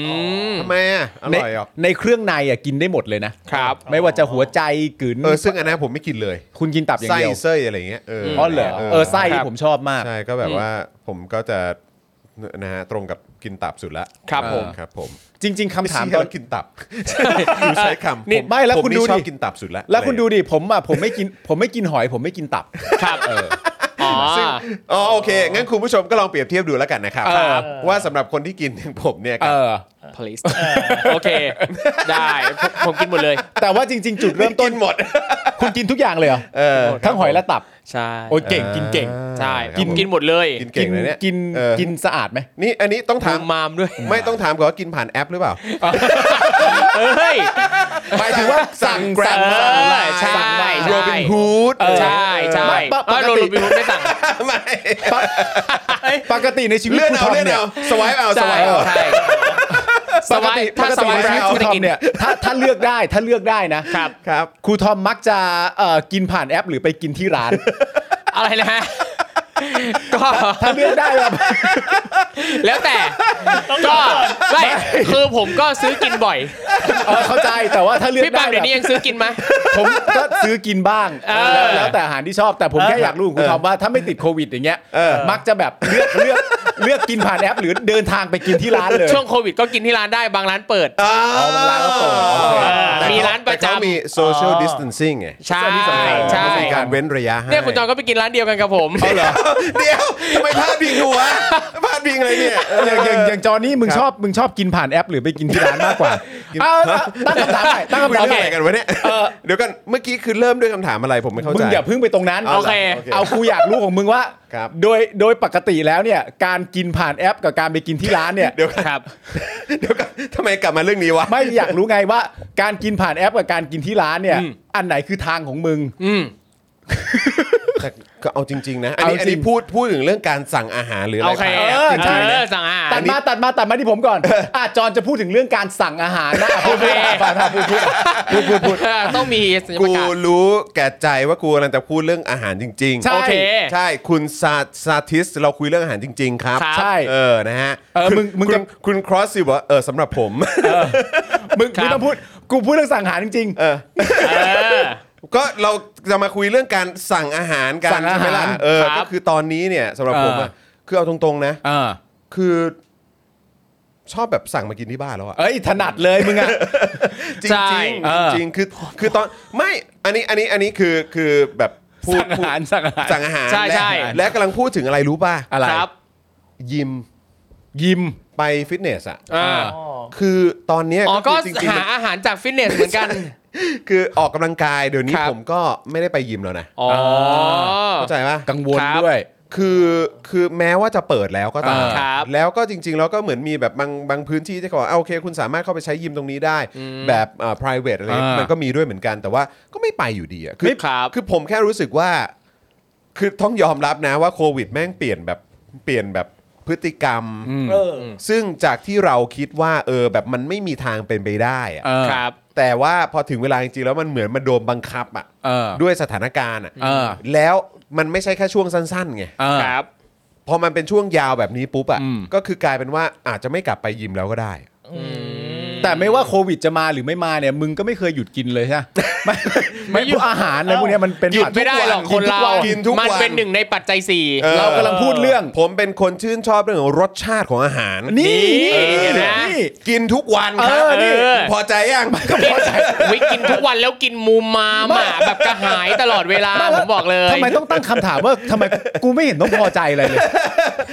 S2: ม
S1: ทำไมอ่ะอ
S3: ใน
S1: ร่อยอ่ะ
S3: ในเครื่องในอ่ะกินได้หมดเลยนะครับ ไม่ว่าจะหัวใจกลืน
S1: เออซึ่งอันนั้นผมไม่กินเลย
S3: คุณกินตับอย่าง
S1: ไส้
S3: เดียว
S1: เส้ยอะไรอย่างเงี้ยเออ
S3: อ๋อเหรอเออไส้ที่ผมชอบมาก
S1: ใช่ก็แบบว่าผมก็จะนะฮะตรงกับกินตับสุดละ
S2: ครับผม
S1: เออครับผม
S3: จริง ๆคำถาม
S1: ไใช่
S3: ตอ
S1: ว่
S3: น
S1: กินตับดูใช้คำ
S3: นี่
S1: ผ
S3: ไม่แล้ว
S1: ผม
S3: คุณดู
S1: นี่ชอบ
S3: ดิ
S1: กินตับสุดละ
S3: แล้วคุณดูดิผมอ่ะผมไม่กิน ผมไม่กินหอย ผมไม่กินตับ
S2: ครับอ๋อ
S1: อ๋อโอเคงั้นคุณผู้ชมก็ลองเปรียบเทียบดูแล้วกันนะครับ
S2: เออ
S1: ว่าสำหรับคนที่กินอย่างผมเนี่ย
S3: เอ
S1: กับ
S3: อ
S2: please โอเค ได้ผมผมกินหมดเลย
S3: แต่ว่าจริง ๆ จุดเริ่มต้น
S1: กิหมด
S3: คุณกินทุกอย่างเลยเหรอ
S1: เออ
S3: ทั้งหอยและตับ
S2: ใช่
S3: โอ้ยเก่งกินเก่ง
S2: ใช่
S1: ครับ
S2: กิน
S1: ผม
S2: กินหมดเลย
S1: กินเก่งเลยเนี่ย
S3: กิน
S1: เออ
S3: กินสะอาดไหม
S1: นี่อันนี้ต้องถาม
S2: มามด้วย
S1: ไม่ต้องถามก่อนว่ากินผ่านแอปหรือเปล่า
S2: เอ้ย
S1: หมายถึงว่าสั่งแกร็บ
S2: เออ
S1: สั่งไลน์
S2: ใช่
S1: สั่งไลน์
S2: ใช่
S1: โรบินฮูด
S3: เออ
S2: ใช่ใช่
S3: ไม่ปกติ
S2: เออโรบินฮูดไม่สั่ง
S1: ไม่
S3: ปกติในชีวิต
S1: เลื่อนเอา
S3: คุณทอม
S1: เลื่อน
S3: เนี่ย
S1: เอาสวายเอาส
S2: ใช่
S1: วายเอา
S2: ใช่
S3: ปกติ
S2: สวาย
S3: ปกติ
S2: ถ้าสวาย
S3: ใน
S2: แล้ว
S3: ชีวิตคุณทอมเนี่ยถ้าถ้าเลือกได้ถ้าเลือกได้นะครับ
S1: ครับ
S3: ครูทอมมักจะเอ่อกินผ่านแอป หรือไปกินที่ร้าน
S2: อะไรนะฮะก็
S3: ถ้าเลือกได้แบบ
S2: แล้วแต่
S5: ๆต้อง
S2: ก็
S5: ก่อน
S2: ไม่คือผมก็ซื้อกินบ่อย
S3: เออเข้าใจแต่ว่าถ้าเลือก
S2: พี่ปา
S3: ได้
S2: ล์ม
S3: แบ
S2: เดี๋ยว
S3: บ
S2: นี้ยังซื้อกินไหม
S3: ผมก็ซื้อกินบ้าง
S2: เออ
S3: แล้วแล้วแต่อาหารที่ชอบแต่ผมแค่อยากรู้ของคุณทอมว่าถ้าไม่ติดโควิดอย่างเงี้ย
S1: เออ
S3: มักจะแบบเลือกเลือกเลือกกินผ่านแอป หรือเดินทางไปกินที่ร้านเลย
S2: ช่วงโควิดก็กินที่ร้านได้บางร้านเปิด
S1: อ๋อ
S3: ร้านก็เปิดโอเค
S1: แต่เข
S2: มีร้านประจำ
S1: แต่เขามี social distancing ไง
S2: ใช่
S1: เอ
S2: ใช่
S1: อมีการเว้นระยะให้
S2: เนี่ยคุณจอนก็ไปกินร้านเดียวกันกับผม
S1: เอาเหรอเดี๋ยวทำไมพลาดพิงหัวะพลาดพิงอะไรเนี่ยเออ
S3: อย่างอย่างอย่างจอนี่มึง
S1: ครับ
S3: ชอบมึงชอบกินผ่านแอป หรือไปกินที่ร้านมากกว่าเอาเอาตั้งคำถามใหม่ตั้ง
S1: คุย
S3: คำ
S1: เรื่อง
S3: ถามใหม่
S1: อะไรกันวะเนี่ยเดี๋ยวกันเมื่อกี้คือเริ่มด้วยคำถามอะไรผมไม่เข้า
S3: มึ
S1: ใจ
S3: งอย่าเพึ่งไปตรงนั้น
S1: เอา
S2: โอ
S1: เหร
S2: เค
S1: โอเค
S3: เอากูอยากรู้ของมึงว่า
S1: ครับ
S3: โดยโดยปกติแล้วเนี่ย การกินผ่านแอปกับการไปกินที่ร้านเนี่ย
S1: เดี๋ยวกัน
S2: ครับ
S1: เดี๋ยวกันทำไมกลับมาเรื่องนี้วะ
S3: ไม่อยากรู้ไงว่า การกินผ่านแอปกับการกินที่ร้านเนี่ย อันไหนคือทางของมึง
S2: อืม
S1: แต่ก็เอาจริง ๆ นะ อันนี้
S3: เอาจริง
S1: อันนี้พูดพูดถึงเรื่องการสั่งอาหารหรืออะ
S2: โอ
S1: ไร
S2: เค
S1: ครับ
S3: เออใช่
S2: เออสั่งอาหาร
S3: ตัดมาตัดมาตัดมาที่ผมก่อนอ่ะจอนจะพูดถึงเรื่องการสั่งอาหารนะพูดพูด
S2: โอเค
S3: ผ่านผ่านพูดพูด
S2: พูดพูดพูดต้องมีสัญ
S1: กู
S2: ญาณ
S1: รู้แก่ใจว่ากูกำลังจะพูดเรื่องอาหารจริงๆ
S2: โอเค
S1: ใช่คุณซาซาทิสเราคุยเรื่องอาหารจริง ๆ ครับ
S2: ครับ
S3: ใช่
S1: เออนะฮะ
S3: เออมึงมึง
S1: คุณ
S3: จะ
S1: คุณครอสสิบอกว่าเออสำหรับ ผม
S3: มึง
S2: ครับ
S3: มึงต้องพูดกูพูดเรื่องสั่งอาหารจริง
S1: เออ
S2: เออ
S1: ก็เราจะมาคุยเรื่องการสั่งอาหารกัน
S3: สั่งอาหาร
S1: ใช่ไหมล่ะเออ
S2: ครั
S1: ก็
S2: บ
S1: คือตอนนี้เนี่ยสำหรับผมอะ
S3: เอ
S1: คือเอาตรงๆนะ
S3: ๆอ่า
S1: คือชอบแบบสั่งมากินที่บ้านแล้วอะ
S3: เอ้ยถนัดเลยมึงอ่ะ
S1: จริง
S2: ใช่
S1: จริง
S3: เออ
S1: จริงคือคือตอนไม่อันนี้อันนี้อันนี้คือคือแบบพูด
S3: สั่งอาหาร
S1: พูด
S3: สั่งอาหาร
S1: สั่งอาหาร
S2: ใช่ใช่
S1: และและกำลังพูดถึงอะไรรู้ป่ะ
S3: อะไร
S2: ครับ
S1: ยิม
S3: ยิม
S1: ไปฟิตเนสอะ
S2: เออ
S5: อ๋อ
S1: คือตอนเนี้ย
S2: อ๋อก็
S1: คือจริงๆ
S2: หา
S1: มัน
S2: อาหารจากฟิตเนสเหมือนกัน
S1: คือออกกำลังกายเดี๋ยวนี้
S2: ครับ
S1: ผมก็ไม่ได้ไปยิมแล้วนะ
S2: อ๋อ
S1: เข้าใจป่ะ
S3: กังวล
S2: ครับ
S3: ด้วย
S1: คือคือแม้ว่าจะเปิดแล้วก็ตาม
S3: อ่า
S2: ครับ
S1: แล้วก็จริง ๆ แล้วก็เหมือนมีแบบบางบางพื้นที่ที่เขาบอกอ่ะโอเค คุณสามารถเข้าไปใช้ยิมตรงนี้ได้ แบบอ่า private อะไร
S3: อ่ามั
S1: มันก็มีด้วยเหมือนกัน แต่ว่าก็ไม่ไปอยู่ดีอะคือ
S2: ครับ
S1: คือผมแค่รู้สึกว่า คือต้องยอมรับนะว่าโควิดแม่งเปลี่ยนแบบเปลี่ยนแบบพฤติกรรม
S5: เออ
S1: ซึ่งจากที่เราคิดว่าเออแบบมันไม่มีทางเป็นไปได้อะ
S3: เออ
S2: ครับ
S1: แต่ว่าพอถึงเวลาจริงๆแล้วมันเหมือนมันโดนบังคับอะ
S3: เออ
S1: ด้วยสถานการณ์อะ
S3: เออ
S1: แล้วมันไม่ใช่แค่ช่วงสั้นๆไง
S3: เออ
S2: ครับ
S1: พอมันเป็นช่วงยาวแบบนี้ปุ๊บอะ
S3: อืม
S1: ก็คือกลายเป็นว่าอาจจะไม่กลับไปยิมแล้วก็ได้
S3: แต่ไม่ว่าโควิดจะมาหรือไม่มาเนี่ย มึงก็ไม่เคยหยุดกินเลยใช่ไหมไม่ไม่พวกอาหารอะไรพวกเนี้ยมันเป็น
S2: หยุดไม่ได้หรอกคนเรา
S1: กินทุกวัน
S2: มัเป็นหนึ่งในปัจจัยสี่
S1: ออ
S3: เรากำลังพูดเรื่อง
S1: ผมเป็นคนชื่นชอบเรื่องของรสชาติของอาหาร
S3: นี่
S2: นี่
S3: นี่
S2: นะ
S3: นี่
S1: กินทุกวันครั
S3: เออนี่
S1: เออพอใจยัง
S2: วิกินทุกวันแล้วกินมูมามอ่ะแบบกระหายตลอดเวลา ผมบอกเลย
S3: ทำไมต้องตั้งคำถาม ว่าทำไมกูไม่เห็นต้องพอใจอะไรเลย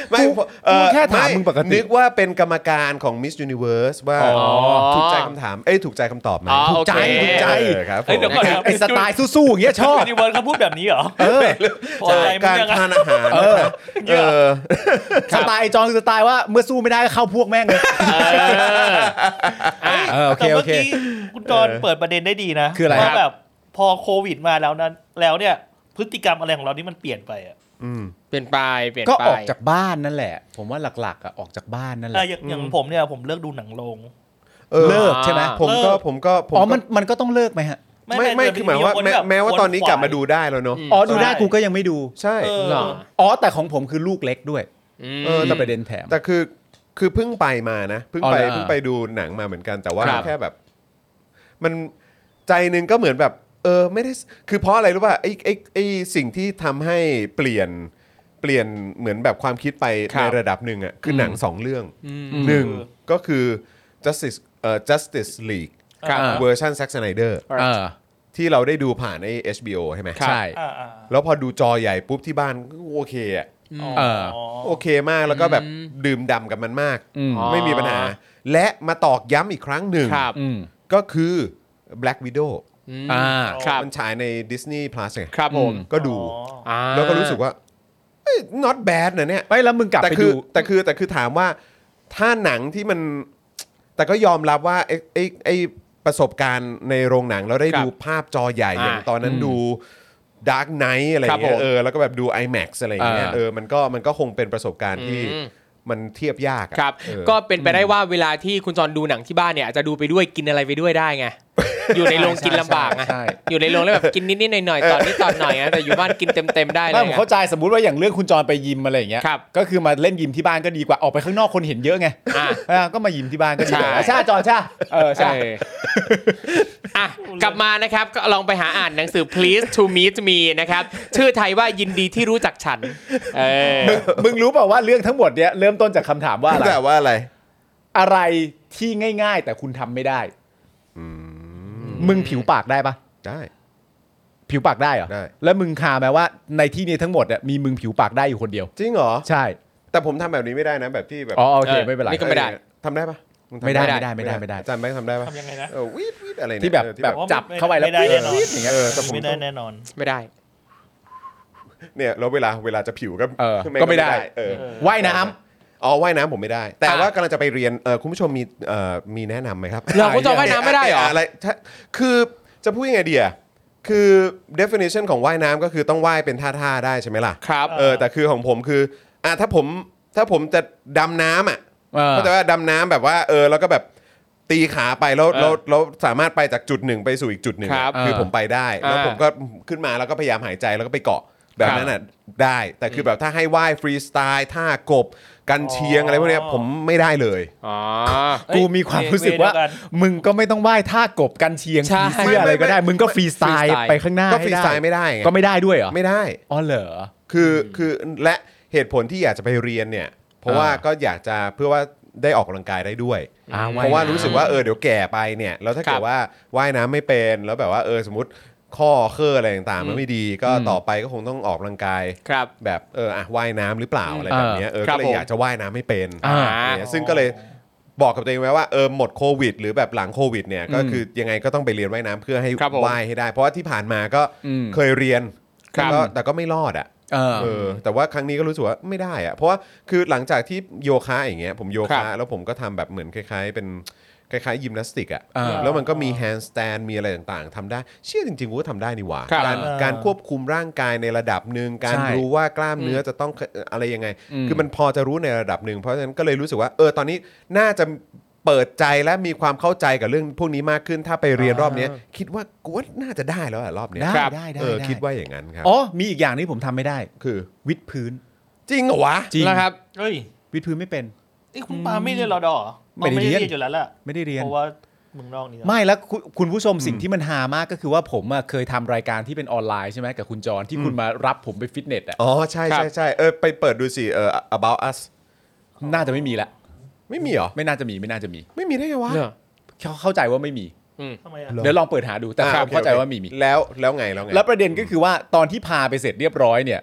S1: ไม่
S3: กู
S1: เอ่อ
S3: กูแค่ถาม
S1: ไ
S3: มึงปกติ
S1: นึกว่าเป็นกรรมการของ Miss Universe ว่า
S2: อ๋อ
S1: ถูกใจคำถาม เอ้ยถูกใจคำตอบไหม
S2: อ๋อ
S1: ถูกใจ
S2: โอเค
S1: ถูกใจ
S3: เออ
S1: ครับผ
S5: เอ้ย
S1: ม
S5: เดี๋ยวก่อนครับ
S3: ไอ้สไตล์สู้ๆอย่างเงี้ยชอบ
S5: ยูนิเวิร์สเขาพูดแบบนี้เหรอ
S3: เออ
S5: พอใจมึ
S1: การ
S5: งยัง
S1: ทาน
S5: อ่ะ
S1: อาหารนะครับ
S5: เย
S1: เอ
S5: อะ
S1: อ
S3: สไตล์จองสไตล์ว่าเมื่อสู้ไม่ได้ก็เข้าพวกแม่งเลยเออโอเค
S5: แต่
S3: โอ
S5: เมื่อ
S3: เค
S5: กี้คุณจรเปิดประเด็นได้ดีนะ
S3: คืออะไร
S5: ว่าแบบพอโควิดมาแล้วนั้นแล้วเนี่ยพฤติกรรมอะไรของเรานี่มันเปลี่ยนไปอะ
S1: อืม
S2: เปลี่ยนไปเปลี่ยน
S3: ก็
S2: ไป
S3: ออกจากบ้านนั่นแหละ ผมว่าหลักๆอะออกจากบ้านนั่นแห
S5: เอ่อ
S3: ละ
S5: อย่างอย่างผมเนี่ยผมเลิกดูหนังโรง
S1: เออ
S3: เลิกใช่ไหม
S1: ผมก็ผมก็ผม
S3: อ๋
S1: ก็
S3: อมันมันก็ต้องเลิกไหมฮะ
S1: ไม่ไม่คือหมายว่าแม้แม้ว่าตอนนี้กลับมาดูได้แล้วเนาะ
S2: ม
S3: อ๋อดูได้
S5: ใช่
S3: กูก็ยังไม่ดู
S1: ใช่
S5: เออ
S2: หรอ
S3: อ๋อแต่ของผมคือลูกเล็กด้วย
S2: ม
S1: เออ
S3: แต่ประเด็นแถม
S1: แต่คือคือเพิ่งไปมานะเพิ่งไป
S3: อ๋อเหรอ
S1: เพิ่งไปดูหนังมาเหมือนกัน แต่ว่า
S2: ครับ
S1: แค่แบบ มันใจหนึงก็เหมือนแบบ เออไม่ได้คือเพราะอะไรรู้ป่ะไอ้ไอ้ไอ้สิ่งที่ทำให้เปลี่ยนเปลี่ยนเหมือนแบบความคิดไป
S2: ครับ
S1: ในระดับหนึ่งอ่ะคือหนังสองเรื่อง
S2: อืม
S3: ม
S1: หนึ่ง
S5: เออ
S1: ก็คือ justice เอ่อ justice league
S2: ครับ
S1: เวอร์ชัน Zack Snyder
S3: เออ
S1: ที่เราได้ดูผ่านไอ้ HBO ใช่ไหม
S3: ใช่
S5: อ่าอ่า
S1: แล้วพอดูจอใหญ่ปุ๊บที่บ้านก็โอเคอ่ะ
S3: เออ
S5: อ๋อ
S1: โอเคมากแล้วก็แบบ
S2: อืม
S1: ดื่มด่ำกับมันมาก
S3: อืม
S2: อ๋อ
S1: ไม่มีปัญหา และมาตอกย้ำอีกครั้งหนึ่ง
S2: ครับ
S3: อืม
S1: ก็คือ Black Widow
S2: ม
S3: อ่า
S2: ครับ
S1: มันฉายใน Disney Plus ไง
S2: ครับผม
S3: อืม
S1: ก็ดู
S5: อ๋อ
S2: อ่า
S1: แล้วก็รู้สึกว่าเอ้ย not bad นะเนี่ย
S3: ไม่แล้วมึงกลับ
S1: แต่
S3: ไป
S1: คื
S3: ดู
S1: อแต่คือแต่คือถามว่าถ้าหนังที่มัน แต่ก็ยอมรับว่าไอ้ไอ้ไอ้ประสบการณ์ในโรงหนังแล้วได้
S2: ครับ
S1: ดูภาพจอใหญ่อย่าง
S2: อ่า
S1: ตอนนั้นดู Dark Knight อะไรอย่างเงี้
S2: ครับ
S1: ย
S2: ผม
S1: เออแล้วก็แบบดู IMAX อะไรอย่างเงี้ย
S3: อ่า
S1: เออมันก็มันก็คงเป็นประสบการณ์ที่
S2: อืม
S1: มันเทียบยากอะ
S2: ครับ
S1: เออ
S2: ก็เป็นไปได้ว่าเวลาที่คุณจรดูหนังที่บ้านเนี่ยอาจจะดูไปด้วยกินอะไรไปด้วยได้ไง อยู่ในโรงกินลำบากไง
S3: ใช่
S2: อยู่ในโรงแล้วแบบกินนิดๆหน่อยๆตอนนี้ตอนหน่อยนะแต่อยู่บ้านกินเต็มๆได้เล
S3: ไม่
S2: ย
S3: ผม
S2: ไง
S3: เข้าใจสมมติว่าอย่างเรื่องคุณจรไปยิมอะไรอย่างเงี้ย
S2: ครับ
S3: ก็คือมาเล่นยิมที่บ้านก็ดีกว่าออกไปข้างนอกคนเห็นเยอะไง
S2: อ่ะ
S3: อ่าก็มายิมที่บ้านก็ดีกว่า
S2: ใช่
S3: ใช่จอนใช่เออใช่
S2: เอออ่ะกลับมานะครับก็ลองไปหาอ่านหนังสือ please to meet me นะครับ ชื่อไทยว่ายินดีที่รู้จักฉัน เออ
S3: มึงมึงรู้เปล่าว่าเรื่องทั้งหมดเนี้ยเริ่มต้นจากคำถามว่าอะไร
S1: แต่ว่าอะไร
S3: อะไรที่ง่ายๆ แต่คุณทำไม่ได้มึงผิวปากได้ปะ
S1: ได้
S3: ผิวปากได้เหรอ
S1: ได้
S3: แล้วมึงคาไหมว่าในที่นี้ทั้งหมดเนี่ยมีมึงผิวปากได้อยู่คนเดียว
S1: จริงเหรอ
S3: ใช่
S1: แต่ผมทำแบบนี้ไม่ได้นะแบบที่แบบ
S3: อ๋อโอเค
S2: เออ
S3: ไม่เป็นไร
S2: นี่ก็ไม่ได้
S1: ทำได้ปะงทำ
S3: ไม่ได้ไม่ได้ไม่ได้ไม่ได้
S1: อาจารย์แบงค์ทำได้ปะ
S5: ทำยังไงนะ
S1: เออวีดวีดอะไรเนี่ย
S3: ที่แบบ
S1: เออ
S3: แบบจับเข้าไปแล้ว
S5: ม่ได้แน่นอน
S3: ปี๊ดอย่างเงี้ย
S1: เออแต่ผม
S5: ไม่
S1: ต้
S5: ได้
S1: อง
S5: แน่นอน
S2: ไม่ได้
S1: เนี่ยแล้วเวลาเวลาจะผิวก็
S3: เออ
S1: แ
S3: ก็ไม่ได้
S1: เออ
S3: ว่ายน้ำ
S1: อ๋อว่ายน้ำผมไม่ได้ แต่
S2: อ่ะ
S1: ว่ากำลังจะไปเรียนเออคุณผู้ชมมีเอ่อมีแนะนำไหมครับ
S2: เราคุณจรว่ายน้ำไม่ได้เหรอ
S1: ะอะไรถ้าคือจะพูดยังไงดีอะคือ definition ของว่ายน้ำก็คือต้องว่ายเป็นท่าๆได้ใช่ไหมล่ะ
S2: ครับ
S1: เออแต่คือของผมคืออ่ะถ้าผมถ้าผมจะดำน้ำอ่ะ
S3: เออ
S1: เข้าใจว่าดำน้ำแบบว่าเออแล้วก็แบบตีขาไปแล้วแล้วแล้วสามารถไปจากจุดหนึ่งไปสู่อีกจุดหนึ่งอะ
S2: ครับ
S1: คือผมไปได้ แล้ว
S2: อ่า
S1: ผมก็ขึ้นมาแล้วก็พยายามหายใจแล้วก็ไปเกาะแบบนั้นอ่ะได้ แต่คือแบบถ้าให้ว่ายฟรีสไตล์ท่ากบ กันเชียงอะไรพวกเนี้ย
S5: อ๋อ
S1: ผมไม่ได้เลย
S2: อ๋อ
S3: กูมีความรู้สึกว่า
S5: เวเดียวกัน
S3: มึงก็ไม่ต้องว่ายท่ากบกันเชียง
S2: ใช่
S3: ผีเสื้ออะไรก็ได้
S1: ไม่ไม่
S3: มึงก็ฟรีสไต
S2: ฟรี
S3: ล์
S2: สไตล์
S3: ไปข้างหน้า
S1: ก็ฟ
S3: ให้
S1: รีสไตล์ไม่ได้ไง
S3: ก็ไม่ได้ด้วยเหรอ
S1: ไม่ได้
S3: อ๋อเหรอ
S1: คือคือและเหตุผลที่อยากจะไปเรียนเนี่ย เพราะว่า
S3: อ่า
S1: ก็อยากจะเพื่อว่าได้ออกกำลังกายได้ด้วย
S3: อ่
S1: เพ
S3: ย
S1: ราะว่า
S3: น้ำ
S1: รู้สึกว่าเออเดี๋ยวแก่ไปเนี่ยแล้วถ้า
S2: ครั
S1: เกิ
S2: บ
S1: ดว่าว่ายน้ำไม่เป็นแล้วแบบว่าเออสมมติข้อเคออะไรต่างๆมันไม่ดีก็
S3: อืม
S1: ต่อไปก็คงต้องออกกำลังกาย
S2: ครับ
S1: แบบเอออ่ะว่ายน้ำหรือเปล่าอะไร
S3: อืม
S1: แบบเนี้ยเออ
S2: ครั
S1: ก็
S2: บ
S1: เลย
S2: ผม
S1: อยากจะว่ายน้ำไม่เป็น
S3: อ่า
S1: เนี่ยซึ่งก็เลยบอกกับตัวเองไว้ว่าเออหมดโควิด หรือแบบหลังโควิดเนี่ยก็คือยังไงก็ต้องไปเรียนว่ายน้ำเพื่อให้
S2: ครับผม
S1: ว่ายให้ได้ เพราะว่าที่ผ่านมาก็
S3: อืม
S1: เคยเรียน
S2: ครั
S1: แต่
S2: บ
S1: ก็แต่ก็ไม่รอดอ่ะ
S3: เออ
S1: เออแต่ว่าครั้งนี้ก็รู้สึกว่าไม่ได้อะเพราะว่าคือหลังจากที่โยคะอย่างเงี้ยผมโย
S2: ครั
S1: คะ
S2: บ
S1: แล้วผมก็ทำแบบเหมือนคล้าย ๆ เป็นคล้ายๆยิมนาสติกอะ
S3: อ่า
S1: แล้วมันก็มีแฮนด์สแตนมีอะไรต่างๆทำได้เชื่อจริงๆกูก็ทำได้นี่หว่า
S2: ครับ
S1: การ
S5: อ่า
S1: การควบคุมร่างกายในระดับหนึ่งการ
S3: ใช่
S1: รู้ว่ากล้ามเนื้อจะต้องอะไรยังไง
S3: อืม
S1: คือมันพอจะรู้ในระดับหนึ่งเพราะฉะนั้นก็เลยรู้สึกว่าเออตอนนี้น่าจะเปิดใจและมีความเข้าใจกับเรื่องพวกนี้มากขึ้นถ้าไปเรียนรอบเนี้ยคิดว่ากูว่าน่าจะได้แล้วอะรอบเนี้ย
S3: ได้
S2: ครับ
S3: ได้ได้
S1: เออ
S3: ได้
S1: คิดว่าอย่างนั้นครับ
S3: อ๋อมีอีกอย่างที่ผมทำไม่ได้
S1: คือ
S3: วิดพื้น
S1: จริงเหรอวะ
S3: จริง
S2: นะครับ
S5: เฮ้ย
S3: วิดพื้นไม่เป็น
S5: ไอ้คุณปาไม่เรียนรอดอเหรอ
S3: ไม่ได้เรียน
S5: อ๋ออยู่แล้วล่ะ
S3: ไม่ได้เรียน
S5: เพราะว่าเมึงนอกนี่นะ
S3: ไม่แล้วคุณคุณผู้ชมสิ่งที่มันหามากก็คือว่าผมอะเคยทำรายการที่เป็นออนไลน์ใช่ไหมกับคุณจรที่คุณมารับผมไปฟิตเนสอ่ะ
S1: อ๋อใช่
S2: ครับ
S1: ใช่ใช่เออไปเปิดดูสิเออ about us
S3: น่าจะไม่มีละ
S1: ไม่มีเหรอ
S3: ไม่น่าจะมีไม่น่าจะมี
S1: ไม่มีได้ไงวะ
S2: เนอะ
S3: เขาเข้าใจว่าไม่มี
S5: ทำไมอ่ะ
S1: หร
S3: เดี๋ยวลองเปิดหาดูแต่
S1: อ่ะ
S3: ผ
S1: โอ
S3: ม
S1: ค
S3: เข้าใจ
S1: โอค
S3: ว่ามีมี
S1: แล้วแล้วไงแล้วไง
S3: แล้วประเด็นก็คือว่าตอนที่พาไปเสร็จเรียบร้อยเนี่ย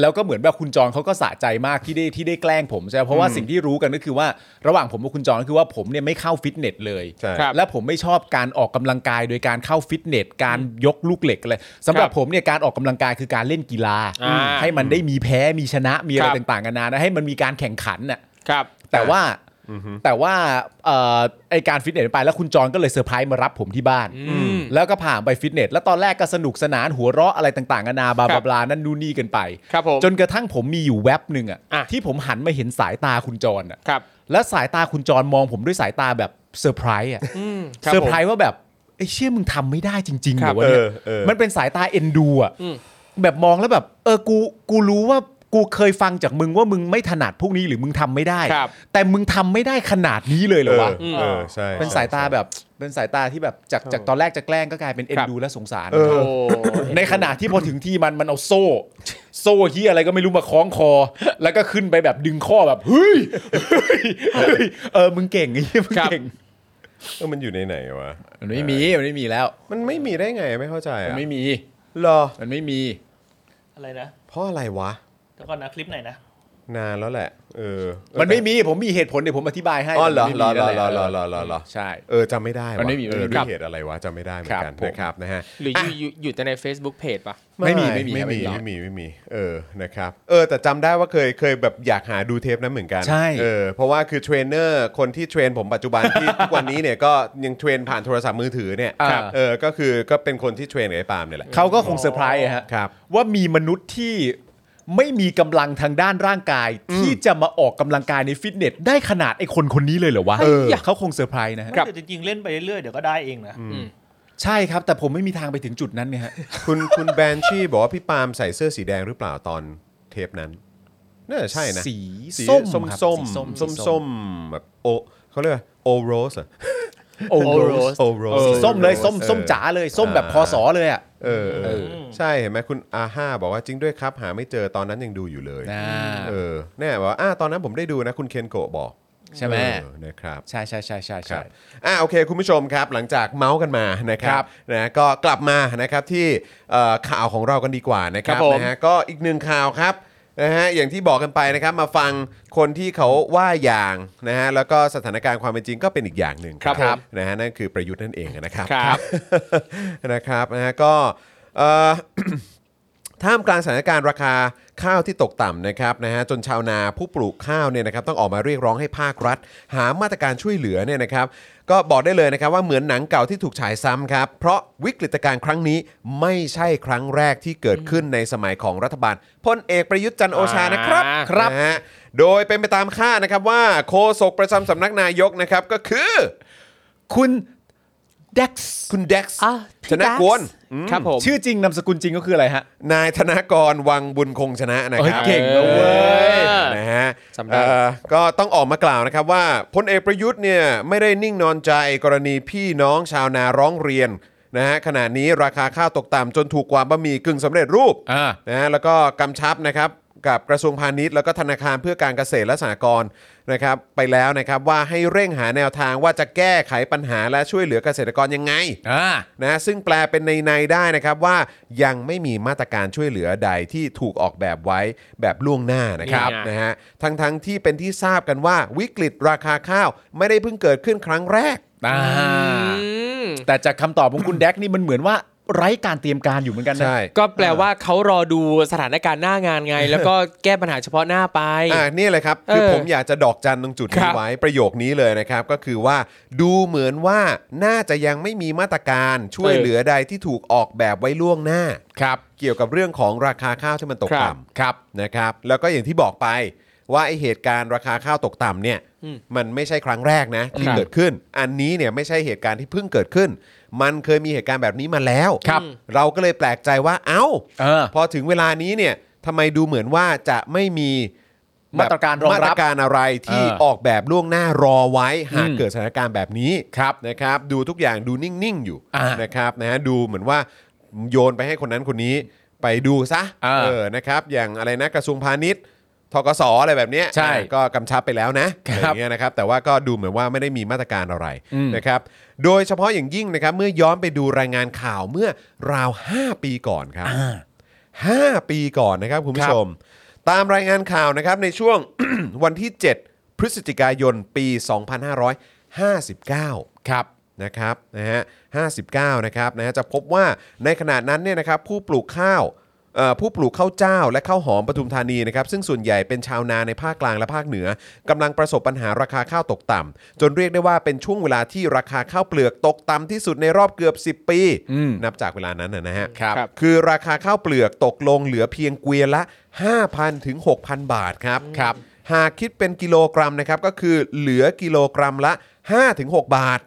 S3: แล้วก็เหมือนแบบคุณจรเขาก็สะใจมากที่ได้ที่ได้แกล้งผมใช่ไหมเพราะว่าสิ่งที่รู้กันก็คือว่าระหว่างผมกับคุณจรก็คือว่าผมเนี่ยไม่เข้าฟิตเนสเลย
S1: ใช่
S2: ครับ
S3: และผมไม่ชอบการออกกำลังกายโดยการเข้าฟิตเนส การยกลูกเหล็กอะไรสำหรับผมเนี่ยการออกกำลังกายคือการเล่นกีฬา
S2: อ่า
S3: ให้มันได้มีแพ้มีชนะมีอะไร
S2: ครับ
S3: ต่างๆกันานานะให้มันมีการแข่งขันน่ะ
S2: ครับ
S3: แต่ว่า แต่ว่าเอ่อไอการฟิตเนสไปแล้วคุณจอนก็เลยเซอร์ไพรส์มารับผมที่บ้าน
S2: อืม
S3: แล้วก็ผ่านไปฟิตเนส แล้วตอนแรกก็สนุกสนานหัวเราะอะไรต่างๆนานาบลา
S2: ครับบ
S3: ลาบลานั่นนู่นนี่กันไป
S2: ครับผม
S3: จนกระทั่งผมมีอยู่แว็บหนึ่งอะ
S2: อ่ะ
S3: ที่ผมหันมาเห็นสายตาคุณจรอะ
S2: ครับ
S3: และสายตาคุณจรมองผมด้วยสายตาแบบเซอร์ไพรส์อะ
S2: อืมคบผม
S3: เซอร์ไพรส์ว่าแบบไอ้เชื่อมึงทำไม่ได้จริงๆเห
S2: ค
S3: ร
S2: รั
S3: อบ วะเนี่ย
S1: เออเออ
S3: มันเป็นสายตาเอ็นดูอะ
S2: อืม
S3: แบบมองแล้วแบบ เออกูกูรู้ว่ากูเคยฟังจากมึงว่ามึงไม่ถนัดพวกนี้หรือมึงทำไม่ได้
S2: ครับ
S3: แต่มึงทำไม่ได้ขนาดนี้เลยเหรอวะ
S1: เออเออใช่
S3: เป็นสายตาแบบเป็นสายตาที่แบบจากจากตอนแรกจะแกล้งก็กลายเป็นเอ็นดูและสงสาร
S1: เออ
S2: โอ้
S3: ในขณะที่พอถึงที่มันมันเอาโซ่ โซ่ที่อะไรก็ไม่รู้มาคล้องคอ แล้วก็ขึ้นไปแบบดึงข้อแบบเฮ้ยเฮ้ยเฮ้ยเออมึงเก่งไอ้เหี้ยมึงเก่ง
S1: เออมันอยู่ในไหนวะ
S3: มันไม่มีมันไม่มีแล้ว
S1: มันไม่มีได้ไงไม่เข้าใจ
S3: มัน
S1: อ่ะ
S3: ไม่มี
S1: หรอ
S3: มันไม่มี
S5: อะไรนะ
S1: เพราะอะไรวะ
S5: เดี๋ยวก่อนนะคลิปไหนนะ
S1: นานแล้วแหละ เออ
S3: มันไม่มีผมมีเหตุผลเดี๋ยวผมอธิบายให้
S1: อ๋อเหรอ
S3: มัน
S1: เหร
S3: ไม่
S1: อ
S3: มี
S1: เหรอ
S3: นั่นแห
S1: เหร
S3: ละ
S1: อเหรอเหรอเหรอเหรอ
S3: ใช่
S1: เออจำไม่ได้วะ
S3: มันไม่มี
S1: เออ
S3: ค
S1: ด้ว
S3: รับ
S1: ยเหตุอะไรวะจำไม่ได้เหมือนกัน
S3: ครับผม
S1: นะครับนะฮะ
S2: หรืออยู่อยู่อยู่แต่ใน Facebook Page ป่ะ
S3: ไม่มีไม่มี
S1: ไม่มี
S3: ไม่มี
S1: ไม่มีไม่มีเออนะครับเออแต่จำได้ว่าเคยเคยแบบอยากหาดูเทปนั้นเหมือนกัน
S3: ใช่
S1: เออเพราะว่าคือเทรนเนอร์คนที่เทรนผมปัจจุบันที่ ทุกวันนี้เนี่ยก็ยังเทรนผ่านโทรศัพท์มือถือเนี่ย
S3: ครับ
S1: เออก็คือก็เป็นคนที่เทรนกับไอ้ปาล์มเนี่ยแหละ
S3: เขาก็คงเซอร์ไพรส์อะฮะ
S1: ครับ
S3: ว่ามีมนุษย์ที่ไม่มีกำลังทางด้านร่างกาย ที่จะมาออกกำลังกายในฟิตเนสได้ขนาดไอ้คนคนนี้เลยเหรอวะ
S2: เออ
S3: เขาคงเซอร์ไพรส์นะฮะ
S2: ครับ
S5: แต่จริงๆเล่นไปเรื่อยๆเดี๋ยวก็ได้เองนะ
S3: ใช่ครับ แต่ผมไม่มีทางไปถึงจุดนั้นเนี่ยฮะ
S1: คุณคุณแบนชี่บอกว่าพี่ปาล์มใส่เสื้อสีแดงหรือเปล่าตอนเทปนั้นน่าจะใช่นะ
S3: สีส้
S1: ส้
S3: ม
S1: ม
S3: ครับ
S1: ส้ม
S3: สีส้
S1: ส้
S3: ม
S1: ม
S3: สีส้
S1: ส้
S3: ม
S1: มส้มแบบโอเขาเรียกว่าโอโรสอะ
S3: โอ้โห
S2: Oros
S1: โอโรส
S3: สีส้มเลยส้ม
S1: เออ
S3: ส้มจ๋าเลยส้มแบบพอสอเลยอ่ะ
S1: เออเอ
S3: เอ
S1: อ
S3: อ
S1: ใช่เห็นไหมคุณอาห้าบอกว่าจริงด้วยครับ หาไม่เจอตอนนั้นยังดูอยู่เลย
S3: นะ
S1: เออแน่บอกว่าอ่าตอนนั้นผมได้ดูนะคุณเคนโกะบอก
S3: ใช่ไหม
S1: เออนะครับ
S3: ใช่ใช่ใช่ใช่
S1: ครั
S3: ใช่
S1: บอ่าโอเค คุณผู้ชมครับ หลังจากเมาส์กันมานะครั
S3: ครับ บ
S1: นะก็กลับมานะครับที่เอ่อข่าวของเรากันดีกว่านะครับ
S2: ครับผม
S1: นะฮะก็อีกหนึ่งข่าวครับนะฮะอย่างที่บอกกันไปนะครับ มาฟังคนที่เขาว่าอย่างนะฮะแล้วก็สถานการณ์ความเป็นจริงก็เป็นอีกอย่างหนึ่ง
S3: ครับผม
S1: นะฮะนั่นคือประยุทธ์นั่นเองนะครับ
S2: ครับ
S1: นะครับ นะฮะก็เอ่อ ท่ามกลางสถานการณ์ราคาข้าวที่ตกต่ำนะครับนะฮะจนชาวนาผู้ปลูกข้าวเนี่ยนะครับต้องออกมาเรียกร้องให้ภาครัฐ หามาตรการช่วยเหลือเนี่ยนะครับ ก็บอกได้เลยนะครับว่าเหมือนหนังเก่าที่ถูกฉายซ้ำครับเพราะวิกฤตการณ์ครั้งนี้ไม่ใช่ครั้งแรกที่เกิดขึ้นในสมัยของรัฐบาลพลเอกประยุทธ์จันทร์โอชานะครับ
S2: อ่า
S1: ครับนะฮะโดยเป็นไปตามคาดนะครับว่าโฆษกประจำสำนักนายกนะครับก็คือ
S3: คุณเด็ก
S1: คุณเด็กซ์
S2: อ่ะ
S1: ชนะกวน
S2: ครับผม
S3: ชื่อจริงนามสกุลจริงก็คืออะไรฮะ
S1: นายธนากรวังบุญคงชนะนะครับ
S3: เฮ้ยเก่งนะเว้ย
S1: เออนะฮะ
S2: จำได้
S1: เอ่อก็ต้องออกมากล่าวนะครับว่าพลเอกประยุทธ์เนี่ยไม่ได้นิ่งนอนใจกรณีพี่น้องชาวนาร้องเรียนนะฮะขณะนี้ราคาข้าวตกต่ำจนถูกกว่าบะหมี่กึ่งสำเร็จรูป
S3: อ่า
S1: นะฮะแล้วก็กำชับนะครับกับกระทรวงพาณิชย์ แล้วก็ธนาคารเพื่อการเกษตรและสหกรณ์นะครับไปแล้วนะครับว่าให้เร่งหาแนวทางว่าจะแก้ไขปัญหาและช่วยเหลือเกษตรกรยังไง
S3: อ่า
S1: นะซึ่งแปลเป็นในในๆได้นะครับว่ายังไม่มีมาตรการช่วยเหลือใดที่ถูกออกแบบไว้แบบล่วงหน้านะครับ
S2: นี่ไง
S1: นะฮะทั้งทั้งๆที่เป็นที่ทราบกันว่าวิกฤตราคาข้าวไม่ได้เพิ่งเกิดขึ้นครั้งแรก
S3: อ่า
S2: อืม
S3: แต่จากคำตอบของคุณแดกนี่มันเหมือนว่าไร้การเตรียมการอยู่เหมือนกันนะ
S1: ใช่
S2: ก็แปลว่าเขารอดูสถานการณ์หน้างานไง แล้วก็แก้ปัญหาเฉพาะหน้าไป
S1: อ่านี่เลยครับคือ
S2: เออ
S1: ผมอยากจะดอกจันตรงจุด
S2: ครั
S1: นี้
S2: บ
S1: ไว้ประโยคนี้เลยนะครับ ก็คือว่าดูเหมือนว่าน่าจะยังไม่มีมาตรการช่วยเหลือใดที่ถูกออกแบบไว้ล่วงหน้า
S3: ครับ
S1: เกี่ยวกับเรื่องของราคาข้าวที่มันตกต่ำ
S3: ครับ
S1: นะครับแล้วก็อย่างที่บอกไปว่าไอเหตุการณ์ราคาข้าวตกต่ำเนี่ย
S2: อืม
S1: มันไม่ใช่ครั้งแรกนะที่
S2: ครับ
S1: เกิดขึ้น อันนี้เนี่ยไม่ใช่เหตุการณ์ที่เพิ่งเกิดขึ้น มันเคยมีเหตุการณ์แบบนี้มาแล้ว
S3: ครับ
S1: เราก็เลยแปลกใจว่าเอ้า
S3: เออ
S1: พอถึงเวลานี้เนี่ยทำไมดูเหมือนว่าจะไม่มีแบบ
S3: มาตรการรองรั
S1: มา
S3: บ
S1: ตรการอะไรที่
S3: เออ
S1: ออกแบบล่วงหน้ารอไว้หาก
S3: อืม
S1: เกิดสถานการณ์แบบนี้
S3: ครับ
S1: นะครับดูทุกอย่างดูนิ่งๆอยู่
S3: อ่า
S1: นะครับนะฮะดูเหมือนว่าโยนไปให้คนนั้นคนนี้ไปดูซะ
S3: เออ
S1: เออ เออนะครับอย่างอะไรนะกระทรวงพาณิชย์ทกสอะไรแบบเนี้ย
S3: ใช่
S1: อ่ะก็กำชับไปแล้วนะอะ
S3: ค
S1: ไร
S3: รั
S1: อ
S3: บ
S1: ย่างเงี้ยนะครับแต่ว่าก็ดูเหมือนว่าไม่ได้มีมาตรการอะไร
S3: อืม
S1: นะครับโดยเฉพาะอย่างยิ่งนะครับเมื่อย้อนไปดูรายงานข่าวเมื่อราว 5 ปีก่อนครับ 5 ปีก่อนนะครับคุณผู้ชม ตามรายงานข่าวนะครับในช่วง วันที่ 7 พฤศจิกายนปี 2559
S3: ครับ
S1: นะครับนะฮะ59 นะครับนะฮะจะพบว่าในขณะนั้นเนี่ยนะครับผู้ปลูกข้าว เอ่อผู้ปลูกข้าวเจ้าและข้าวหอมปทุมธานีนะครับซึ่งส่วนใหญ่เป็นชาวนาในภาคกลางและภาคเหนือกำลังประสบปัญหาราคาข้าวตกต่ำจนเรียกได้ว่าเป็นช่วงเวลาที่ราคาข้าวเปลือกตกต่ำที่สุดในรอบเกือบ 10 ปี นับจากเวลานั้นนะนะฮะ
S3: ครับ
S1: คือราคาข้าวเปลือกตกลงเหลือเพียงเกวียนละ 5,000ถึง6,000 บาทครับครับ หากคิดเป็นกิโลกรัมนะครับก็คือเหลือกิโลกรัมละ 5-6 บาท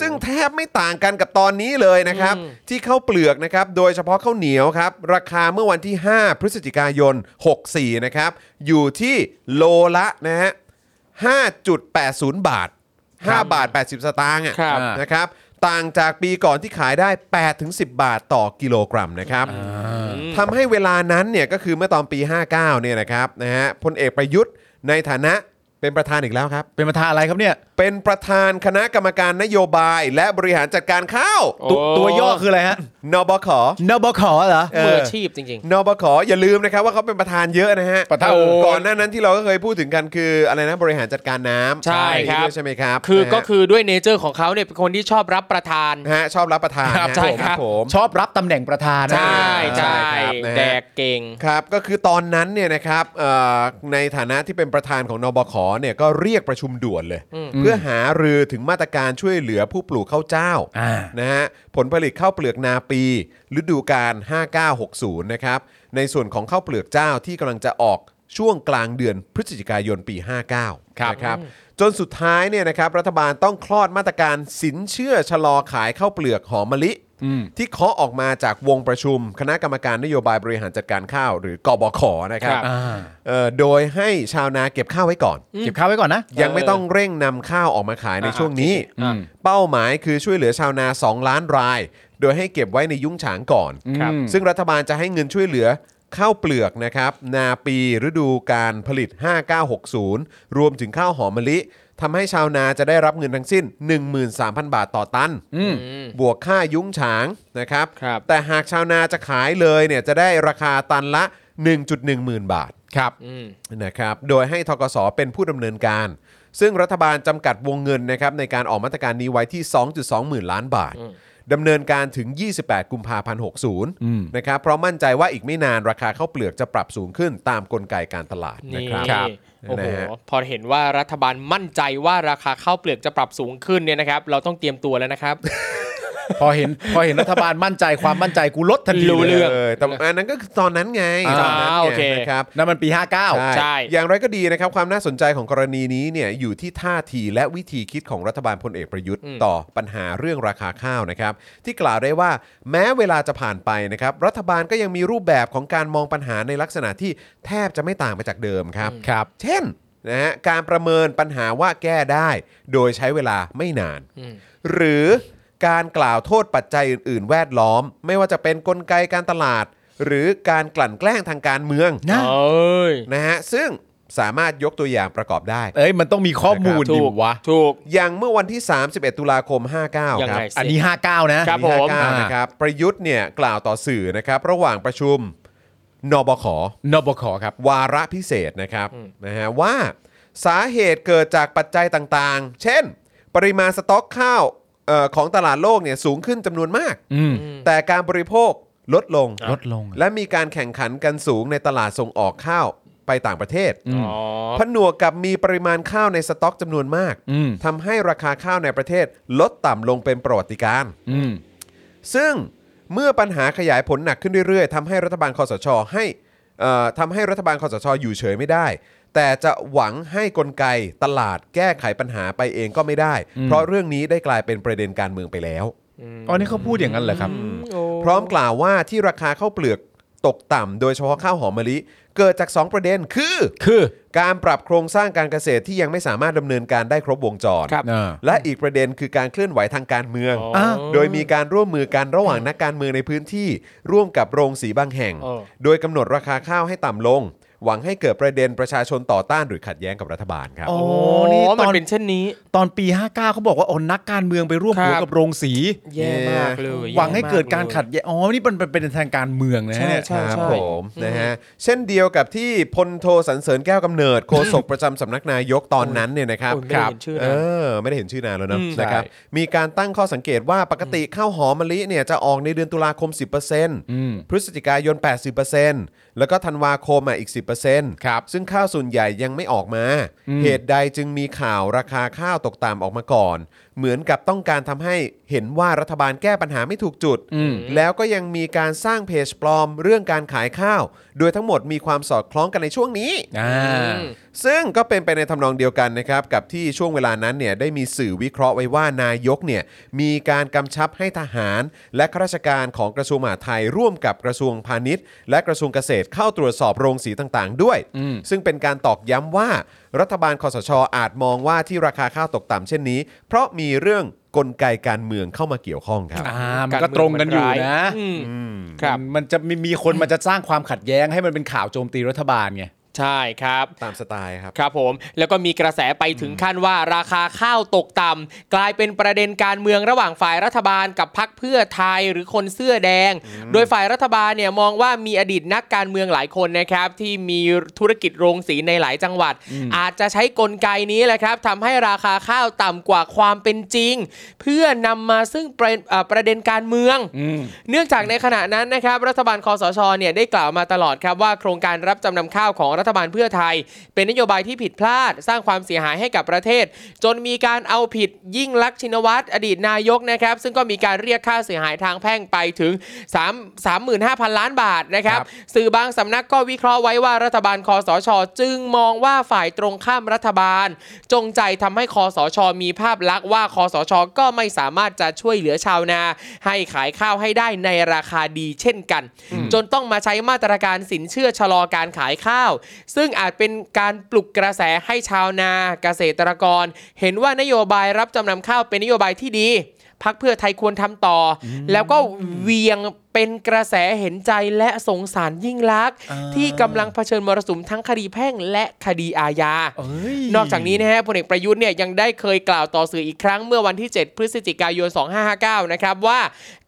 S1: ซึ่งแทบไม่ต่างกันกับตอนนี้เลยนะครับ ที่ข้าวเปลือกนะครับ โดยเฉพาะข้าวเหนียวครับ ราคาเมื่อวันที่ 5 พฤศจิกายน 64 นะครับ อยู่ที่โลละนะฮะ 5.80 บาท 5 บาท 80 สตางค์อะ
S2: ครับ
S1: นะครับ ต่างจากปีก่อนที่ขายได้ 8-10 บาทต่อกิโลกรัมนะครับ ทำให้เวลานั้นเนี่ยก็คือเมื่อตอนปี 59 เนี่ยนะครับนะฮะพลเอกประยุทธ์ในฐานะเป็นประธานอีกแล้วครับ
S3: เป็นประธานอะไรครับเนี่ย
S1: เป็นประธานคณะกรรมการนโยบายและบริหารจัดการข้าว
S3: ตัวตัวย่อคืออะไรฮะ
S1: นบข
S3: นบคเหรอ
S1: เออ
S2: มืออาชีพจริง
S1: นบข อย่าลืมนะครับว่าเขาเป็นประธานเยอะนะฮะ
S3: ประธาน
S1: เออก่อนหน้านั้นที่เราก็เคยพูดถึงกันคืออะไรนะบริหารจัดการน้ำ
S2: ใช่ครับ
S1: ด้วยใช่ไหมครับ
S2: ๆ คือ
S1: นะฮะ
S2: ก็คือด้วยเนเจอร์ของเขาเนี่ยเป็นคนที่ชอบรับประทาน
S1: นะฮะชอบรับประทาน
S3: ครับ
S1: นะ
S2: ใช่ครับ
S1: ผม
S3: ชอบรับตำแหน่งประธานนะ
S2: ใช่ใช่
S1: ครับนะฮะ
S2: แดกเก่ง
S1: ครับก็คือตอนนั้นเนี่ยนะครับเอ่อในฐานะที่เป็นประธานของนบขเนี่ยก็เรียกประชุมด่วนเลย เพื่อหารือถึงมาตรการช่วยเหลือผู้ปลูกข้าวเจ้า
S3: อ่า
S1: นะฮะผลผลิตข้าวเปลือกนาปี ฤดูกาล5960 นะครับในส่วนของข้าวเปลือกเจ้าที่กำลังจะออกช่วงกลางเดือนพฤศจิกายนปี 59นะครับจนสุดท้ายเนี่ยนะครับรัฐบาลต้องคลอดมาตรการสินเชื่อชะลอขายข้าวเปลือกหอมมะลิ ที่เคาะออกมาจากวงประชุม คณะกรรมการนโยบายบริหารจัดการข้าว หรือกบขนะครับ
S2: ครับ
S3: อ่า
S1: เอ่อโดยให้ชาวนาเก็บข้าวไว้ก่อน
S3: เก็บข้าวไว้ก่อนนะ
S1: ยังไม่ต้องเร่งนำข้าวออกมาขายใน
S2: อ่า
S1: ช่วงนี้
S3: อืม
S1: เป้าหมายคือช่วยเหลือชาวนา 2 ล้านราย โดยให้เก็บไว้ในยุ้งฉางก่อน
S2: ครับ
S3: อืม
S1: ซึ่งรัฐบาลจะให้เงินช่วยเหลือข้าวเปลือกนะครับนาปีฤดูการผลิต 5960 รวมถึงข้าวหอมมะลิทำให้ชาวนาจะได้รับเงินทั้งสิ้น 13,000 บาทต่อตัน
S2: อืม
S1: บวกค่ายุ้งฉางนะครับ
S2: ครับ
S1: แต่หากชาวนาจะขายเลยเนี่ยจะได้ราคาตันละ 1.1 หมื่นบาทครับ
S2: อืม
S1: นะครับ โดยให้ทกสเป็นผู้ดำเนินการ ซึ่งรัฐบาลจำกัดวงเงินนะครับในการออกมาตรการนี้ไว้ที่ 2.2 หมื่นล้านบาทดำเนินการถึง 28 กุมภาพันธ์
S3: อืม
S1: 60 นะครับ เพราะมั่นใจว่าอีกไม่นานราคาข้าวเปลือกจะปรับสูงขึ้นตามกลไกการตลาดนะ
S2: นี่
S1: ครับ
S2: โอ้โห
S1: นะฮะ
S2: พอเห็นว่ารัฐบาลมั่นใจว่าราคาข้าวเปลือกจะปรับสูงขึ้นเนี่ยนะครับ เราต้องเตรียมตัวแล้วนะครับ
S3: พอเห็นพอเห็นรัฐบาลมั่นใจความมั่นใจกูลดทันที
S2: รู้
S3: เล
S2: เรื่
S3: ย
S2: อง
S1: แต่อันนั้นก็คือตอนนั้นไง
S3: อ่า
S1: ตอนนั้น
S2: โอ
S1: ไง
S2: เค
S1: นะครับ
S3: นั่นมันปี 59
S2: ใช่
S1: อย่างไรก็ดีนะครับ ความน่าสนใจของกรณีนี้เนี่ยอยู่ที่ท่าทีและวิธีคิดของรัฐบาลพลเอกประยุทธ์ ต่อปัญหาเรื่องราคาข้าวนะครับ ที่กล่าวได้ว่าแม้เวลาจะผ่านไปนะครับ รัฐบาลก็ยังมีรูปแบบของการมองปัญหาในลักษณะที่แทบจะไม่ต่างไปจากเดิมครับ
S3: ครับ
S1: เช่นนะฮะการประเมินปัญหาว่าแก้ได้ โดยใช้เวลาไม่นาน
S2: อืม
S1: หรือการกล่าวโทษปัจจัยอื่น ๆ แวดล้อม ไม่ว่าจะเป็นกลไกการตลาด หรือการกลั่นแกล้งทางการเมือง
S3: นะ
S2: เอ้ย
S1: นะฮะซึ่งสามารถยกตัวอย่างประกอบได้
S3: เอ้ยมันต้องมีข้อมูล
S2: ถู
S3: ดิ
S2: ก
S3: วะ
S2: ถูก
S1: อย่างเมื่อวันที่ 31 ตุลาคม 59
S2: ยัง
S1: ครับ
S2: ไง
S3: อันนี้ 59 นะ
S2: ครับ
S1: ปี
S2: ผม
S1: 59นะครับประยุทธ์เนี่ยกล่าวต่อสื่อนะครับ ระหว่างประชุมนบข
S3: นบคครับ
S1: วาระพิเศษนะครับนะฮะว่าสาเหตุเกิดจากปัจจัยต่างๆ เช่น ปริมาณสต็อกข้าวเอ่อของตลาดโลกเนี่ยสูงขึ้นจำนวนมาก
S3: อืม
S1: แต่การบริโภคลดลง
S3: ลดลง
S1: และมีการแข่งขันกันสูงในตลาดส่งออกข้าวไปต่างประเทศ
S3: อืม
S2: อ๋อ
S1: ผนวกกับมีปริมาณข้าวในสต็อกจำนวนมาก
S3: อืม
S1: ทำให้ราคาข้าวในประเทศลดต่ำลงเป็นประวัติการณ์
S3: อืม
S1: ซึ่งเมื่อปัญหาขยายผลหนักขึ้นเรื่อยๆทำให้รัฐบาลคอสชให้เอ่อทำให้รัฐบาลคอสชอยู่เฉยไม่ได้ แต่จะหวังให้กลไกตลาดแก้ไขปัญหาไปเองก็ไม่ได้ เพราะเรื่องนี้ได้กลายเป็นประเด็นการเมืองไปแล้ว
S3: อ๋อนี่เขาพูดอย่างนั้นเหรอครับ
S1: พร้อมกล่าวว่าที่ราคาข้าวเปลือกตกต่ำโดยเฉพาะข้าวหอมมะลิ เกิดจาก 2 ประเด็นคือ
S3: คือ
S1: การปรับโครงสร้างการเกษตรที่ยังไม่สามารถดำเนินการได้ครบวงจร
S2: ครับ
S3: อ่า
S1: และอีกประเด็นคือการเคลื่อนไหวทางการเมือง
S2: อ๋อ
S3: อ่ะ
S1: โดยมีการร่วมมือกันระหว่างนักการเมืองในพื้นที่ ร่วมกับโรงสีบางแห่ง
S2: เออ
S1: โดยกำหนดราคาข้าวให้ต่ำลง หวังให้เกิดประเด็นประชาชนต่อต้านหรือขัดแย้งกับรัฐบาลครับ
S3: อ๋อ
S2: โอ้
S3: นี่ต
S2: มัน
S3: อน
S2: เป็นเช่นนี้
S3: ตอนปี 59เขาบอกว่าอ๋อนักการเมืองไปร่วมหัว
S2: ครับ
S3: กับโรงสี
S2: แย่มากเลย
S3: หวังให้
S2: แย่ม
S3: เกิดการ
S2: ลย
S3: ขัดแย้งอ๋อนี่เป็นเป็นเป็นทางการเมืองนะฮะเนี่ย
S2: ใช่
S1: ครับ
S2: ใช่
S1: ผมนะฮะเช่นเดียวกับที่พลโทสันเสริญแก้วกำเนิดโฆษกประจำสำนักนายกตอนนั้นเนี่ยนะครับ
S2: โอ้ยไม่ได้เห็นชื่
S1: เอน
S2: อาน
S1: อไม่ได้เห็นชื่อนานแล้วเนอะ
S2: อืม
S1: นะครับมีการตั้งข้อสังเกตว่าปกติข้าวหอมมะลิเนี่ยจะออกในเดือนตุลาคม
S3: ม
S1: 10%พฤศจิกายน 80%แล้วก็ธันวาคมอ่ะอีก 10%ครับซึ่งข้าวส่วนใหญ่ยังไม่ออกมา เหตุใดจึงมีข่าวราคาข้าวตกต่ำออกมาก่อน เหมือนกับต้องการทำให้เห็นว่ารัฐบาลแก้ปัญหาไม่ถูกจุด แล้วก็ยังมีการสร้างเพจปลอมเรื่องการขายข้าว โดยทั้งหมดมีความสอดคล้องกันในช่วงนี้
S3: อ่า
S1: ซึ่งก็เป็นไปในทำนองเดียวกันนะครับ กับที่ช่วงเวลานั้นเนี่ยได้มีสื่อวิเคราะห์ไว้ว่านายกเนี่ยมีการกำชับให้ทหาร และข้าราชการของกระทรวงมหาดไทยร่วมกับกระทรวงพาณิชย์ และกระทรวงเกษตรเข้าตรวจสอบโรงสีต่างๆ ด้วย ซึ่งเป็นการตอกย้ำว่า รัฐบาลคอสชอาจมองว่าที่ราคาข้าวตกต่ำเช่นนี้ เพราะมีเรื่องกลไกการเมืองเข้ามาเกี่ยวข้องครับ
S3: อ่ามันก็ตรงกันอยู่นะ
S2: อืมครับ
S3: มันมันจะมีมีคนมันจะสร้างความขัดแย้งให้มันเป็นข่าวโจมตีรัฐบาลไง
S2: ใช่ครับ
S1: ตามสไตล์ครับ
S2: ครับผมแล้วก็มีกระแสไปถึงขั้นว่าราคาข้าวตกต่ำกลายเป็นประเด็นการเมืองระหว่างฝ่ายรัฐบาลกับพักเพื่อไทยหรือคนเสื้อแดง โดยฝ่ายรัฐบาลเนี่ยมองว่ามีอดีตนักการเมืองหลายคนนะครับ ที่มีธุรกิจโรงสีในหลายจังหวัด อาจจะใช้กลไกนี้แหละครับทำให้ราคาข้าวต่ำกว่าความเป็นจริง เพื่อนำมาซึ่งประเอ่อประเด็นการเมือง เนื่องจากในขณะนั้นนะครับรัฐบาลคอสชเนี่ยได้กล่าวมาตลอดครับว่าโครงการรับจำนำข้าวของรัฐบาลเพื่อไทย เป็นนโยบายที่ผิดพลาด สร้างความเสียหายให้กับประเทศ จนมีการเอาผิดยิ่งลักษณ์ชินวัตรอดีตนายกนะครับ ซึ่งก็มีการเรียกค่าเสียหายทางแพ่งไปถึง 3 35,000 ล้านบาทนะครับ สื่อบางสำนักก็วิเคราะห์ไว้ว่ารัฐบาลคอสช จึงมองว่าฝ่ายตรงข้ามรัฐบาล จงใจทำให้คอสช มีภาพลักษณ์ว่าคอสช ก็ไม่สามารถจะช่วยเหลือชาวนา ให้ขายข้าวให้ได้ในราคาดีเช่นกัน จนต้องมาใช้มาตรการสินเชื่อชะลอการขายข้าว ซึ่งอาจเป็นการปลุกกระแสให้ชาวนาเกษตรกร เห็นว่านโยบายรับจำนำข้าวเป็นนโยบายที่ดี พักเพื่อไทยควรทำต่ออแล้วก็เวียงเป็นกระแสเห็นใจและสงสารยิ่งลักษณ์
S3: อ่า
S2: ที่กำลังเผชิญมรสุมทั้งคดีแพ่งและคดีอาญา
S3: เอ้ย
S2: นอกจากนี้นะฮะพลเอกประยุทธ์เนี่ยยังได้เคยกล่าวต่อสื่ออีกครั้งเมื่อวันที่ 7 พฤศจิกายน 2559 นะครับ ว่า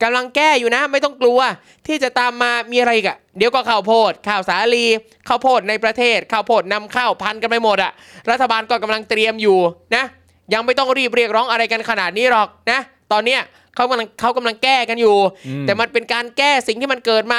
S2: กำลังแก้อยู่นะไม่ต้องกลัว ที่จะตามมามีอะไรอีกอะเดี๋ยวก็ข้าวโพดข้าวสาลีข้าวโพดในประเทศข้าวโพดนำเข้าวพันกันไปหมดอะรัฐบาลก็กำลังเตรียมอยู่นะ ยังไม่ต้องรีบเรียกร้องอะไรกันขนาดนี้หรอกนะ ตอนเนี้ยเขากำลังเขากำลังแก้กันอยู่ แต่มันเป็นการแก้สิ่งที่มันเกิดมา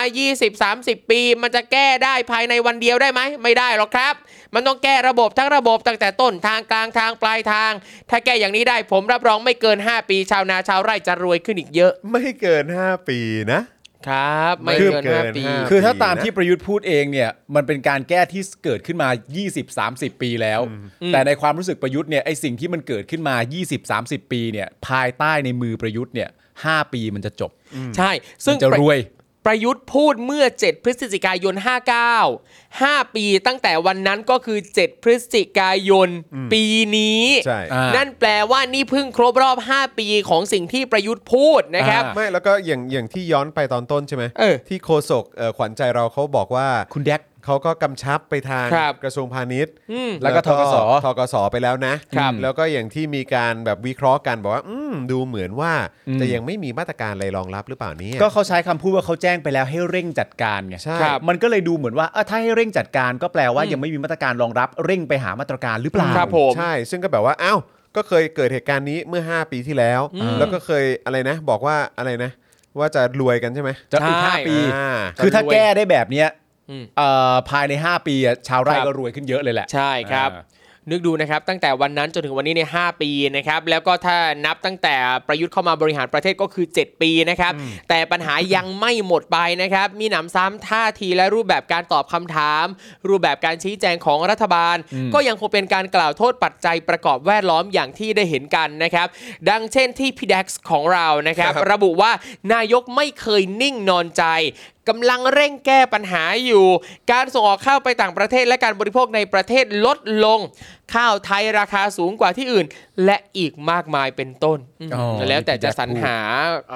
S2: 20-30 ปี มันจะแก้ได้ภายในวันเดียวได้ไหม ไม่ได้หรอกครับ มันต้องแก้ระบบทั้งระบบตั้งแต่ต้นทางกลางทางปลายทาง ถ้าแก้อย่างนี้ได้ผมรับรองไม่เกิน 5 ปีชาวนาชาวไร่จะรวยขึ้นอีกเยอะ
S1: ไม่เกิน 5 ปีนะ
S2: ครับ ไม่
S1: คือ
S2: เกิน
S1: เกิน
S2: 5 ปี
S1: ห้า
S3: คือถ้าตามที่ประยุทธ์พูดเองเนี่ยมันเป็นการแก้ที่เกิดขึ้นมา 20-30 ปีแล้ว แต่ในความรู้สึกประยุทธ์เนี่ยไอสิ่งที่มันเกิดขึ้นมา 20-30 ปีเนี่ยภายใต้ในมือประยุทธ์เนี่ย5ปีมันจะจบ
S2: ใช่ ซึ่
S3: มั
S2: ง
S3: นจะรวย
S2: ประยุทธ์พูดเมื่อ 7 พฤศจิกายน 59 5 ปีตั้งแต่วันนั้นก็คือ 7 พฤศจิกายน ปีนี้
S1: ใช่
S3: อ่านั่
S2: นั่นแปลว่านี่เพิ่งครบรอบ 5 ปีของสิ่งที่ประยุทธ์พูดนะครับ
S3: อ่า
S1: ไม่แล้วก็อย่างอย่างที่ย้อนไปตอนต้นใช่ไหม
S2: เออ
S1: ที่โคศกเอ่อขวัญใจเราเขาบอกว่า
S3: คุณแดก
S1: เขาก็กำชับไปทาง
S2: ครับ
S1: กระทรวงพาณิชย์
S2: อืม
S3: แล้วก็ทกส
S1: ทกสไปแล้วนะครับ แล้วก็อย่างที่มีการแบบวิเคราะห์กันบอกว่าอืมดูเหมือนว่าจะยังไม่มีมาตรการอะไรรองรับหรือเปล่าเนี้
S3: ก็เขาใช้คำพูดว่าเขาแจ้งไปแล้วให้เร่งจัดการไง
S1: ใช่
S2: ครับ
S3: มันก็เลยดูเหมือนว่าเอ้อถ้าให้เร่งจัดการก็แปลว่ายังไม่มีมาตรการรองรับเร่งไปหามาตรการหรือเปล่า
S2: ครับผม
S1: ใช่ ซึ่งก็แบบว่าอ้าวก็เคยเกิดเหตุการณ์นี้เมื่อ 5 ปีที่แล้ว แล้วก็เคยอะไรนะ บอกว่าอะไรนะ ว่าจะรวยกันใช่ไหม
S3: จะอีก
S2: ใช่
S3: ห้าปี
S1: อ่า
S3: คือถ้าแก้ได้แบบเนี้ย
S2: อืม
S3: เอ่อภายใน 5 ปีอะชาวไร่
S2: ครับ
S3: ก็รวยขึ้นเยอะเลยแหละ
S2: ใช่ครับ
S3: อ่า
S2: นึกดูนะครับ ตั้งแต่วันนั้นจนถึงวันนี้ในย5ปีนะครับ แล้วก็ถ้านับตั้งแต่ประยุทธ์เข้ามาบริหารประเทศก็คือ 7 ปีนะครับ แต่ปัญหายังไม่หมดไปนะครับ มีหนำซ้ำท่าทีและรูปแบบการตอบคำถาม รูปแบบการชี้แจงของรัฐบาล ก็ยังคงเป็นการกล่าวโทษปัจจัยประกอบแวดล้อมอย่างที่ได้เห็นกันนะครับ ดังเช่นที่พีแดกของเรานะครับ
S1: ครับ
S2: ระบุว่านายกไม่เคยนิ่งนอนใจกำลังเร่งแก้ปัญหาอยู่ การส่งออกข้าวไปต่างประเทศและการบริโภคในประเทศลดลง ข้าวไทยราคาสูงกว่าที่อื่น และอีกมากมายเป็นต้นอืม
S3: อ๋อ
S2: แล้วแต่จะสรรหา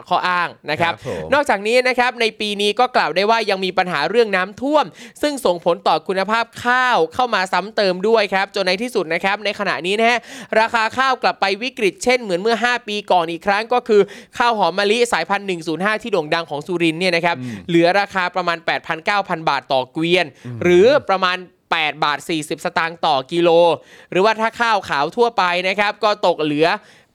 S2: ข้ออ้างนะครับ
S3: ครับผม
S2: นอกจากนี้นะครับในปีนี้ก็กล่าวได้ว่ายังมีปัญหาเรื่องน้ำท่วม ซึ่งส่งผลต่อคุณภาพข้าวเข้ามาซ้ำเติมด้วยครับจนในที่สุดนะครับในขณะนี้นะฮะราคาข้าวกลับไปวิกฤตเช่นเหมือนเมื่อ 5 ปีก่อนอีกครั้งก็คือ ข้าวหอมมะลิสายพันธุ์105 ที่โด่งดังของสุรินทร์เนี่ยนะครับเหลือราคาประมาณ 8,000-9,000 บาทต่อเกวียน หรือประมาณ 8 บาท 40 สตางค์ต่อกิโล หรือว่าถ้าข้าวขาวทั่วไปนะครับ ก็ตกเหลือ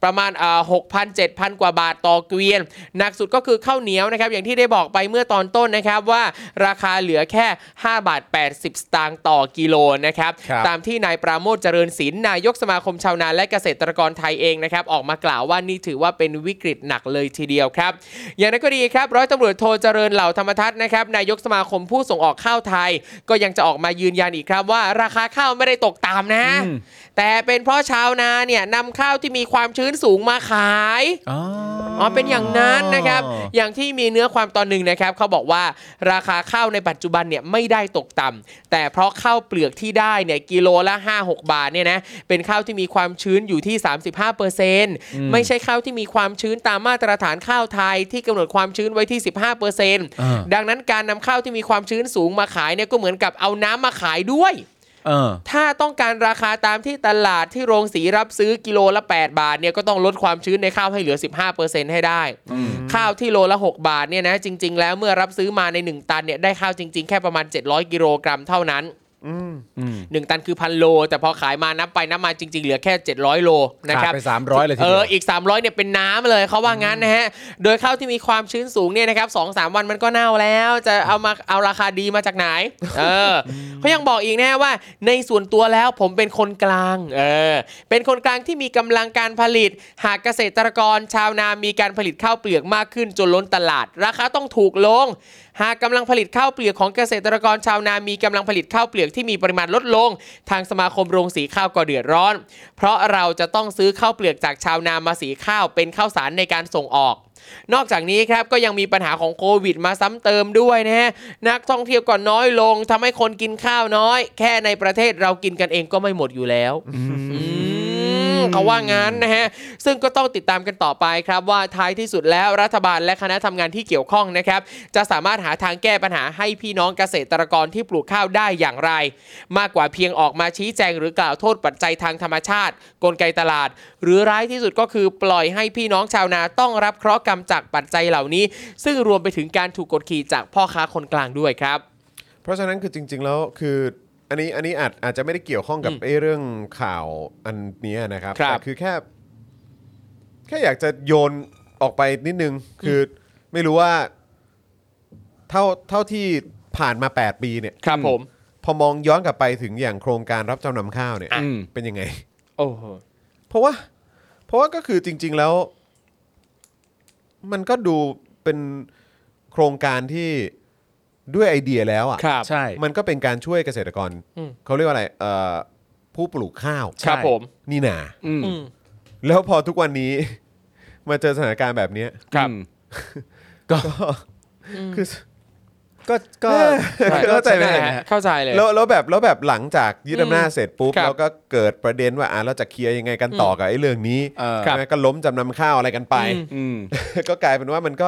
S2: ประมาณหกพันเจ็ดพันกว่าบาทต่อเกวียน หนักสุดก็คือข้าวเหนียวนะครับ อย่างที่ได้บอกไปเมื่อตอนต้นนะครับว่าราคาเหลือแค่ 5 บาท 80 สตางค์ต่อกิโลนะครับ
S3: ครับ
S2: ตามที่นายปราโมทเจริญศิลป์นายกสมาคมชาวนาและเกษตรกรไทยเองนะครับ ออกมากล่าวว่านี่ถือว่าเป็นวิกฤตหนักเลยทีเดียวครับ อย่างนั้นก็ดีครับ ร้อยตำรวจโทเจริญเหล่าธรรมทัศน์นะครับนายกสมาคมผู้ส่งออกข้าวไทย ก็ยังจะออกมายืนยันอีกครับว่า ราคาข้าวไม่ได้ตกต่ำนะ
S3: อืม
S2: แต่เป็นเพราะชาวนาเนี่ยนำข้าวที่มีความชื้นสูงมาขาย
S3: อ๋อ
S2: อ๋อเป็นอย่างนั้นนะครับ อย่างที่มีเนื้อความตอนหนึ่งนะครับเขาบอกว่าราคาข้าวในปัจจุบันเนี่ยไม่ได้ตกต่ำแต่เพราะข้าวเปลือกที่ได้เนี่ยกิโลละ 5-6 บาทเนี่ยนะเป็นข้าวที่มีความชื้นอยู่ที่ 35%ไม่ใช่ข้าวที่มีความชื้นตามมาตรฐานข้าวไทยที่กำหนดความชื้นไว้ที่ 15%
S3: อ่า
S2: ดังนั้นการนำข้าวที่มีความชื้นสูงมาขายเนี่ยก็เหมือนกับเอาน้ำมาขายด้วย
S3: เออ
S2: ถ้าต้องการราคาตามที่ตลาดที่โรงสีรับซื้อกิโลละ 8 บาทเนี่ยก็ต้องลดความชื้นในข้าวให้เหลือ 15%ให้ได้ ข้าวที่โลละ 6 บาทเนี่ยนะจริง ๆ แล้วเมื่อรับซื้อมาใน 1 ตันเนี่ยได้ข้าวจริง ๆ แค่ประมาณ 700 กิโลกรัมเท่านั้น
S3: อืม
S2: 1 ตันคือพันโล แต่พอขายมานับไปนับมาจริง ๆ เหลือแค่ 700 โลนะครับ
S3: ขาดไป300เลยทีเดียว
S2: เอออีก 300เนี่ยเป็นน้ำเลยเขาว่างั้นนะฮะโดยข้าวที่มีความชื้นสูงเนี่ยนะครับสองสามวันมันก็เน่าแล้ว จะเอามาเอาราคาดีมาจากไหนเออเขายังบอกอีกนะฮะว่าในส่วนตัวแล้วผมเป็นคนกลางเออเป็นคนกลางที่มีกำลังการผลิต หากเกษตรกรชาวนามีการผลิตข้าวเปลือกมากขึ้นจนล้นตลาด ราคาต้องถูกลง หากกำลังผลิตข้าวเปลือกของเกษตรกรชาวนา มีกำลังผลิตข้าวเปลือกที่มีปริมาณลดลง ทางสมาคมโรงสีข้าวก็เดือดร้อน เพราะเราจะต้องซื้อข้าวเปลือกจากชาวนามาสีข้าวเป็นข้าวสารในการส่งออก นอกจากนี้ครับก็ยังมีปัญหาของโควิดมาซ้ำเติมด้วยนะฮะนักท่องเที่ยวก็น้อยลงทำให้คนกินข้าวน้อย แค่ในประเทศเรากินกันเองก็ไม่หมดอยู่แล้ว อืมเขาว่างั้นนะฮะ ซึ่งก็ต้องติดตามกันต่อไปครับว่าท้ายที่สุดแล้วรัฐบาลและคณะทำงานที่เกี่ยวข้องนะครับ จะสามารถหาทางแก้ปัญหาให้พี่น้องเกษตรกรที่ปลูกข้าวได้อย่างไร มากกว่าเพียงออกมาชี้แจงหรือกล่าวโทษปัจจัยทางธรรมชาติ กลไกตลาด หรือร้ายที่สุดก็คือปล่อยให้พี่น้องชาวนาต้องรับเคราะห์กรรมจากปัจจัยเหล่านี้ ซึ่งรวมไปถึงการถูกกดขี่จากพ่อค้าคนกลางด้วยครับ
S1: เพราะฉะนั้นคือจริง ๆ แล้วคืออันนี้อันนี้อาจอาจจะไม่ได้เกี่ยวข้องกับไอ้เรื่องข่าวอันเนี้ยนะครับ
S2: ครับ
S1: แต่คือแค่ แค่อยากจะโยนออกไปนิดนึง คือไม่รู้ว่า เท่าเท่าที่ผ่านมา 8 ปีเนี่ย
S2: ครับผม
S1: พอมองย้อนกลับไปถึงอย่างโครงการรับจำนำข้าวเนี่ย
S2: อ่ะ
S1: อืมเป็นยังไง
S2: โอ้โห
S1: เพราะว่า เพราะว่าก็คือจริง ๆแล้ว มันก็ดูเป็นโครงการที่ด้วยไอเดียแล้วอ่ะ
S2: ครับ
S3: ใช่
S1: มันก็เป็นการช่วยเกษตรกร
S2: อืม
S1: เขาเรียกว่าอะไรเอ่อผู้ปลูกข้าว
S2: ครับผม
S1: นี่นา
S3: อืม
S2: อืม
S1: แล้วพอทุกวันนี้ มาเจอสถานการณ์แบบเนี้ย
S2: ครับ
S3: อืม
S1: ก็คือ
S3: ก็ก็
S2: ช่
S1: เข้าใจไหม
S2: ช่ฮะเข้าใจเลย
S1: แล้วแล้วแบบแล้วแบบหลังจากยึดอำนาจเสร็จปุ๊บ
S2: ครับ
S1: แล้วก็เกิดประเด็นว่าอ่ะเราจะเคลียร์ยังไงกันต่อกับไอ้เรื่องนี้
S3: เออ
S1: ใช่ไหมก็ล้มจำนำข้าวอะไรกันไป
S3: อืม
S1: ก็กลายเป็นว่ามันก็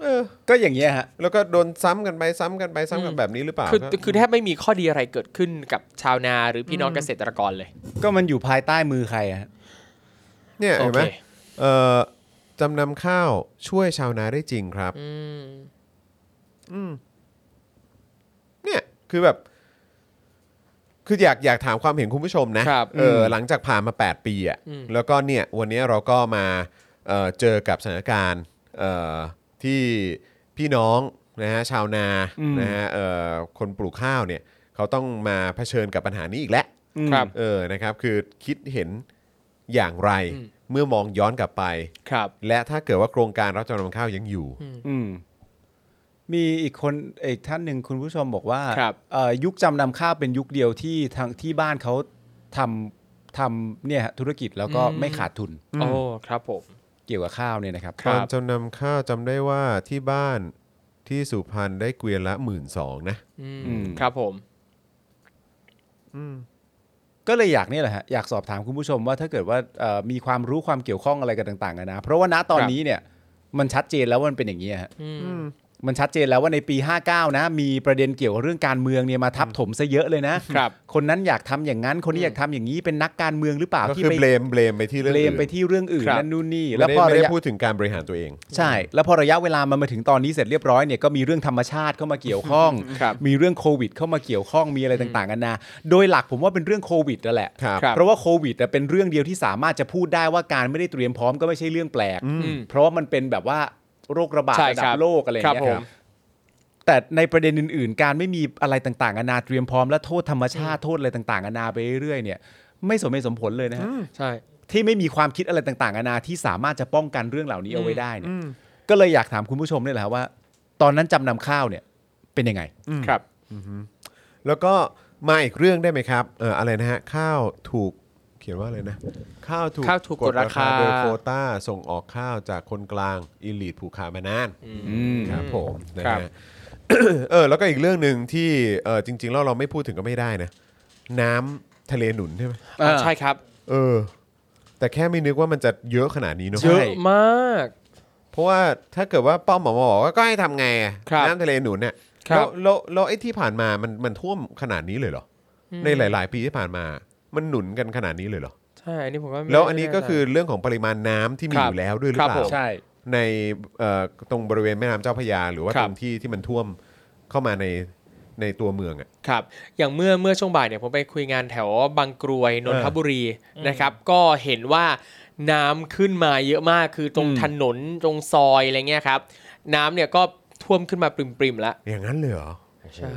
S1: เออ
S3: ก็อย่างเงี้ยฮะ
S1: แล้วก็โดนซ้ำกันไปซ้ำกันไปซ้ำกันแบบนี้หรือเปล่า
S2: คือ
S1: รับ
S2: คือแทบไม่มีข้อดีอะไรเกิดขึ้นกับชาวนาหรือพี่น้องเกษตรกรเลย
S3: ก็มันอยู่ภายใต้มือใครอะฮะ
S1: เนี่ย
S2: โอ
S1: เห็น
S2: เค
S1: ไหมเอ่อจำนำข้าวช่วยชาวนาได้จริงครับ
S2: อืม
S1: เนี่ยคือแบบ คืออยากอยากถามความเห็นคุณผู้ชมนะครับ เอออ
S3: ม
S1: หลังจากผ่านมา 8 ปีอะ่ะ
S2: อืม
S1: แล้วก็เนี่ยวันนี้เราก็มาเอ่อเจอกับสถานการณ์เอ่อที่พี่น้องนะฮะชาวนานะฮะเอ่อคนปลูกข้าวเนี่ยเขาต้องมาเผชิญกับปัญหานี้อีกแล้ว
S3: อืม
S2: ครับ
S1: เออนะครับ คือคิดเห็นอย่างไร
S2: อืม
S1: เมื่อมองย้อนกลับไป
S2: ครับ
S1: และถ้าเกิดว่าโครงการรับจำนำข้าวยังอยู่
S3: อืมมีอีกคนอีกท่านหนึ่งคุณผู้ชมบอกว่า
S2: ครับ
S3: เอ่อยุคจำนำข้าวเป็นยุคเดียวที่ทางที่บ้านเขาทำทำเนี่ยฮะธุรกิจแล้วก็
S2: อืม
S3: ไม่ขาดทุน
S2: โอ้ครับผม
S3: เกี่ยวกับข้าวเนี่ยนะครับ
S2: ค
S1: ต
S2: รับ
S1: อนจำนำข้าวจำได้ว่าที่บ้านที่สุพรรณได้เกวียนละหมื่นสองนะ
S2: อืม
S3: อืม
S2: ครับผม
S3: ก็เลยอยากเนี่ยแหละฮะอยากสอบถามคุณผู้ชมว่าถ้าเกิดว่าเอ่อมีความรู้ความเกี่ยวข้องอะไรกันต่างๆกันะเพราะว่าณตอนนี้เนี่ยมันชัดเจนแล้วว่ามันเป็นอย่างนี้ยฮะมันชัดเจนแล้วว่าในปี 59 นะ มีประเด็นเกี่ยวกับเรื่องการเมืองเนี่ยมาทับถมซะเยอะเลยนะครับ คนนั้นอยากทำอย่างนั้น คนนี้อยากทำอย่างนี้เป็นนักการเมืองหรือเปล่า
S1: ก็
S3: ที่
S1: คือ
S3: ไป
S1: เบลมเบลมไปที่เรื่อง
S3: เล
S1: อื่
S3: ม
S1: น
S3: ไปที่เรื่องอื่น
S2: ครับ
S3: นั่นนู่นนี่
S1: แล้
S3: แล้ว วพอ
S1: ไม่
S3: ระ
S1: ได้
S3: ยะ
S1: พูดถึงการบริหารตัวเอง
S3: ใช่ แล้วพอระยะเวลามันมาถึงตอนนี้เสร็จเรียบร้อยเนี่ยก็มีเรื่องธรรมชาติเข้ามาเกี่ยวข้อง
S2: ครับ
S3: มีเรื่องโควิดเข้ามาเกี่ยวข้องมีอะไรต่างๆกันานาโดยหลักผมว่าเป็นเรื่องโควิดนั่นแหละ
S1: ครับ
S2: ครับ
S3: เพราะว่าโควิดอะเป็นเรื่องเดียวที่สามารถจะพูดได้ว่าการไม่ได้เตรียมพร้อมก็ไม่ใช่เรื่องแปลก
S2: อืม
S3: เพราะว่ามันเป็นแบบว่าโรคระบาด
S2: ใช่
S3: ระดั
S2: ครับ บ
S3: โลกอะไรอย่าง
S2: ครั
S3: เงี้
S2: บผ
S3: ย
S2: ม
S3: แต่ในประเด็นอื่น ๆ การไม่มีอะไรต่างๆนานาเตรียมพร้อมและโทษธรรมชาติโทษอะไรต่างๆนานาไปเรื่อยๆเนี่ยไม่สมเหตุสมผลเลยนะฮะ
S2: ใช่
S3: ที่ไม่มีความคิดอะไรต่างๆนานาที่สามารถจะป้องกันเรื่องเหล่านี้เอาไว้ได้เนี่ยก็เลยอยากถามคุณผู้ชมเนี่ยแหละครับว่า ตอนนั้นจำนำข้าวเนี่ยเป็นยังไง
S2: ครับ
S1: แล้วก็มาอีกเรื่องได้ไหมครับเอ่ออะไรนะฮะข้าวถูกเขียนว่าอะไรนะ ข้าวถูก
S2: ข้าวถูกกดราคา
S1: โดยโควต้าส่งออกข้าวจากคนกลางอิลีดผูกขามานาน ครับผมนะ
S2: ครั
S1: ฮะ
S2: บ
S1: เออแล้วก็อีกเรื่องหนึ่งที่เออจริงๆแล้วเราไม่พูดถึงก็ไม่ได้นะ น้ำทะเลหนุนใช่ไหม
S3: อ่า
S2: ใช่ครับ
S1: เออ แต่แค่ไม่นึกว่ามันจะเยอะขนาดนี้เนอะ
S3: ใช่
S2: เยอะมาก
S1: เพราะว่าถ้าเกิดว่าป้อมหมอบอกว่าก็ให้ทำไงอะ
S2: ครับ
S1: น้ำทะเลหนุนเนี่ย
S2: ครับ
S1: แล้วแล้วแล้วไอ้ที่ผ่านมามันมันท่วมขนาดนี้เลยเหรออในหลาย ๆ ปีที่ผ่านมา มันหนุนกันขนาดนี้เลยเหรอ
S2: ใช่อันนี้ผมก็ไม่
S1: แล้วอันนี้ก็คือ
S2: ไ
S1: เรื่องของปริมาณน้ำที่มี
S2: ครั
S1: อบ ยู่แล้วด้วยหรือ
S2: ครับ
S1: เปล่า
S2: ผม
S3: ใช่
S1: ในเอ่อตรงบริเวณแม่น้ำเจ้าพระยา หรือว่า
S2: ครั
S1: ต
S2: บ
S1: รงที่ที่มันท่วมเข้ามาในในตัวเมืองอ่ะ
S2: ครับ อย่างเมื่อเมื่อช่วงบ่ายเนี่ยผมไปคุยงานแถวบางกรวยนนทบุรีนะครับ ก็เห็นว่าน้ำขึ้นมาเยอะมากคือตรง
S3: อืม
S2: ถนนตรงซอยอะไรเงี้ยครับ น้ำเนี่ยก็ท่วมขึ้นมาปริมๆแล้ว
S1: อย่างนั้นเลยเหรอใช่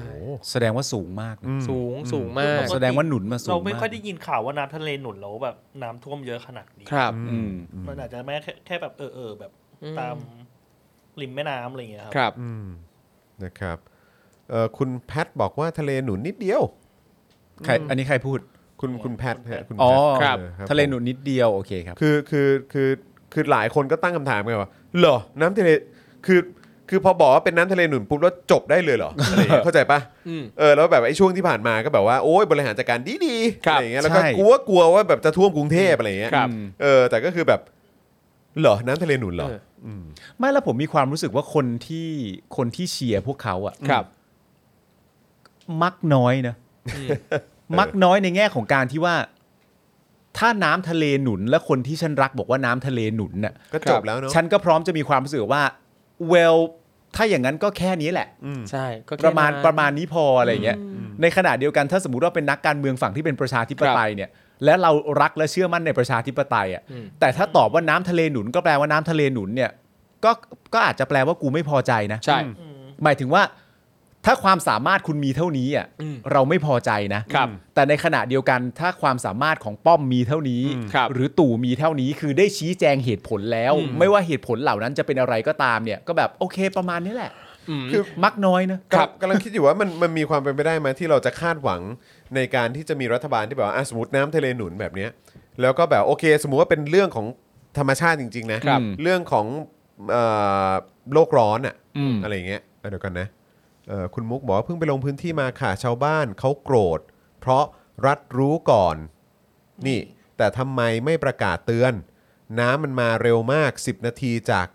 S3: แสดงว่าสูงมากนะ
S2: สูงสูงมาก
S3: แสดงว่าหนุนมาสูง
S5: เราไม่ค่อย
S3: ก
S5: ได้ยินข่าวว่าน้ำทะเลหนุนแล้วแบบน้ำท่วมเยอะขนาดนี้
S2: ครับ
S3: อืม
S5: มันอาจจะแม่แค่แค่แบบเออเออแบบ
S2: อืม
S5: ตามริมแม่น้ำอะไรอย่างเงี้ยครับ
S2: ครับ
S1: นะครับเอ่อคุณแพทบอกว่าทะเลหนุนนิดเดียว
S3: ใครอันนี้ใครพูด
S1: คุณคุณแพทฮะคุณ
S3: อ๋อ
S1: แพท
S2: ครับ
S1: ออ
S3: ทะเลหนุนนิดเดียวโอเคครับ
S1: คือคือคือคือหลายคนก็ตั้งคำถามกันว่าเหรอน้ำทะเลคือคือพอบอกว่าเป็นน้ำทะเลหนุนปุ๊บแล้วจบได้เลยเหรออะไรอ ย่างเงี้ยเข้าใจปะ
S2: อืม
S1: เออแล้วแบบไอ้ช่วงที่ผ่านมาก็แบบว่าโอ้ยบริหารจัดการดีดีๆ
S2: ครั
S1: อะ
S2: บ
S1: ไรอย่างเงี้ยแล้วก็
S3: ใช่
S1: กลัวกลัวว่าแบบจะท่วมกรุงเทพอะไรอย่างเงี้ย
S2: ครับ
S1: เออแต่ก็คือแบบเหรอน้ำทะเลหนุนเหรอ
S2: เออ
S3: ไม่แล้วผมมีความรู้สึกว่าคนที่คนที่เชียร์พวกเขาอะ
S2: ครับ
S3: มักน้อยนะ
S2: อืม
S3: มักน้อยในแง่ของการที่ว่า ถ้าน้ำทะเลหนุนและคนที่ฉันรักบอกว่าน้ำทะเลหนุนน่ะ
S1: ก็จบแล้วเนาะ
S3: ฉันก็พร้อมจะมีความรู้สึกว่า well ถ้าอย่างนั้นก็แค่นี้แหละ
S2: ใช่ก็แค่
S3: ประมาณ
S2: นั้น
S3: ประมาณนี้พออะไรอย่างเงี้ยในขณะเดียวกันถ้าสมมติว่าเป็นนักการเมืองฝั่งที่เป็นประชาธิปไตยเนี่ย และเรารักและเชื่อมั่นในประชาธิปไตยอ่ะ
S2: อืม
S3: แต่ถ้าตอบว่าน้ำทะเลหนุนก็แปลว่าน้ำทะเลหนุนเนี่ยก็ก็อาจจะแปลว่ากูไม่พอใจนะ
S2: ใช่
S3: หมายถึงว่า ถ้าความสามารถคุณมีเท่านี้อ่ะ
S2: อืม
S3: เราไม่พอใจนะครับ แต่ในขณะเดียวกันถ้าความสามารถของป้อมมีเท่านี้
S2: ครับ
S3: หรือตู่มีเท่านี้คือได้ชี้แจงเหตุผลแล้ว ไม่ว่าเหตุผลเหล่านั้นจะเป็นอะไรก็ตามเนี่ย ก็แบบโอเคประมาณนี้แหละ
S2: อืม
S3: คือมักน้อยนะ
S2: ครับ
S1: กำลังคิดอยู่ว่ามันมันมีความเป็นไปได้ไหมที่เราจะคาดหวังในการที่จะมีรัฐบาลที่แบบว่าอ่ะสมมติน้ำทะเลหนุนแบบเนี้ยแล้วก็แบบโอเค สมมุติว่าเป็นเรื่องของธรรมชาติจริง ๆ นะครับ เรื่องของเอ่อโลกร้อนอะ
S3: อืม
S1: อะไรอย่างเงี้ยเออเดี๋ยวกันนะเอ่อคุณมุกบอกว่าเพิ่งไปลงพื้นที่มาค่ะชาวบ้านเขาโกรธ เพราะรัฐรู้ก่อน นี่ แต่ทำไมไม่ประกาศเตือน น้ำมันมาเร็วมาก 10 นาทีจาก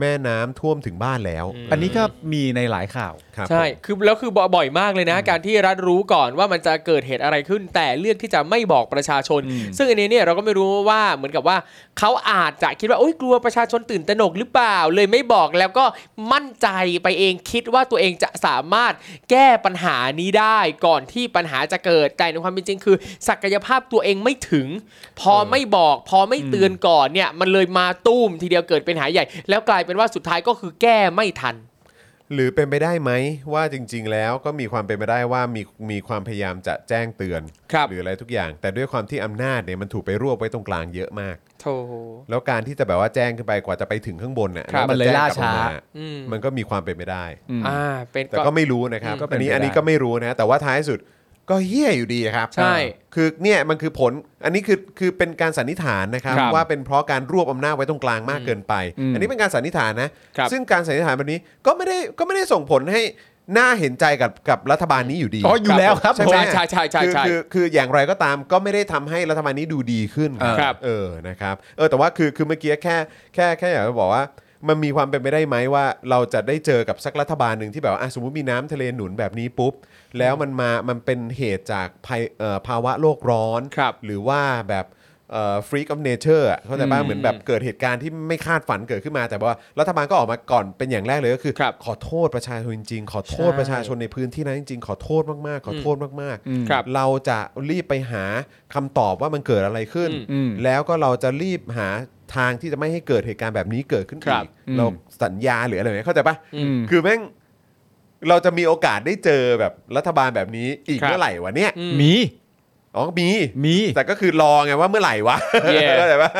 S1: แม่น้ำท่วมถึงบ้านแล้ว
S3: อันนี้ก็มีในหลายข่าว
S1: ครับ
S2: ใช่
S1: ผม
S2: คือแล้วคือบ่อยมากเลยนะ การที่รัฐรู้ก่อนว่ามันจะเกิดเหตุอะไรขึ้น แต่เลือกที่จะไม่บอกประชาชน ซึ่งอันนี้เนี่ยเราก็ไม่รู้ว่าเหมือนกับว่าเขาอาจจะคิดว่าโอ๊ยกลัวประชาชนตื่นตระหนกหรือเปล่า เลยไม่บอกแล้วก็มั่นใจไปเองคิดว่าตัวเองจะสามารถแก้ปัญหานี้ได้ก่อนที่ปัญหาจะเกิดแต่ในความเป็นจริงคือ ศักยภาพตัวเองไม่ถึง พอไม่บอก พอไม่เตือนก่อนเนี่ยมันเลยมาตุ้มทีเดียวเกิดเป็นหาใหญ่ แล้วกลายเป็นว่าสุดท้ายก็คือแก้ไม่ทัน
S1: หรือเป็นไปได้ไหมว่าจริง ๆ แล้วก็มีความเป็นไปได้ว่ามีมีความพยายามจะแจ้งเตือน
S2: ครับ
S1: หรืออะไรทุกอย่าง แต่ด้วยความที่อำนาจเนี่ยมันถูกไปรวบไว้ตรงกลางเยอะมาก
S2: โถ
S1: แล้วการที่จะแบบว่าแจ้งขึ้นไปกว่าจะไปถึงข้างบนน่ะ
S3: ครับ
S1: แวจะ
S3: มันเลย
S1: แจ้ง
S3: ล่าก
S1: บม
S3: ช้า
S2: อืม
S1: มันก็มีความเป็นไปได้
S2: อ่าเป็น
S1: แต่
S2: ก็
S1: ก็ไม่รู้นะครับ
S3: ก็เป็
S1: อั
S3: น
S1: นนี้
S3: ไปได้
S1: อันนี้ก็ไม่รู้นะ แต่ว่าท้ายสุดก็เฮี้ยอยู่ดีครับ
S2: ใช่
S1: คือเนี่ยมันคือผลอันนี้คือคือเป็นการสันนิษฐานนะครับ
S2: ครับ
S1: ว่าเป็นเพราะการรวบอำนาจไว้ตรงกลางมากเกินไป
S3: อืม
S1: อันนี้เป็นการสันนิษฐานนะครับ ซึ่งการสันนิษฐานแบบนี้ก็ไม่ได้ก็ไม่ได้ส่งผลให้ น่าเห็นใจกับกับรัฐบาลนี้อยู่ดี
S3: อ๋ออยู่แล้วครับ
S1: ใช่ไหม
S2: ใช่ใช่ใช่
S1: คือ
S2: ใช่
S1: คือคืออย่างไรก็ตามก็ไม่ได้ทำให้รัฐบาลนี้ดูดีขึ้น
S2: ครับ
S1: เออนะครับเออแต่ว่าคือคือเมื่อกี้แค่แค่แค่อยากจะบอกว่า มันมีความเป็นไปได้ไหมว่าเราจะได้เจอกับสักรัฐบาลหนึ่งที่แบบว่าอ่ะสมมติมีน้ำทะเลหนุนแบบนี้ปุ๊บ แล้วมันมามันเป็นเหตุจากภัยเอ่อภาวะโลกร้อน
S2: ครับ
S1: หรือว่าแบบเอ่อ freak of nature อะเข้าใจป่ะเหมือนแบบเกิดเหตุการณ์ที่ไม่คาดฝันเกิดขึ้นมา แต่ว่ารัฐบาลก็ออกมาก่อนเป็นอย่างแรกเลยก็คือ
S2: ครับ
S1: ขอโทษประชาชนจริงๆขอโทษ
S2: ใช่
S1: ประชาชนในพื้นที่นั้นจริงๆ ขอโทษมากๆ ขอโทษมาก
S2: อืมครับ
S1: เราจะรีบไปหาคำตอบว่ามันเกิดอะไรขึ้น
S3: อืม
S1: แล้วก็เราจะรีบหาทางที่จะไม่ให้เกิดเหตุการณ์แบบนี้เกิดขึ้น
S2: ครั
S1: อี
S2: บ
S1: กเราสัญญาหรืออะไรแบบนี้เข้าใจป่ะ
S3: อืม
S1: คือแม่งเราจะมีโอกาสได้เจอแบบรัฐบาลแบบนี้อีก
S2: ครับ
S1: เมื่อไหร่วะเนี่ย
S2: อืม
S3: มี
S1: อ๋อมี
S3: มี
S1: แต่ก็คือรอไงว่าเมื่อไหร่วะ
S2: Yeah.
S1: เข้าใจปะ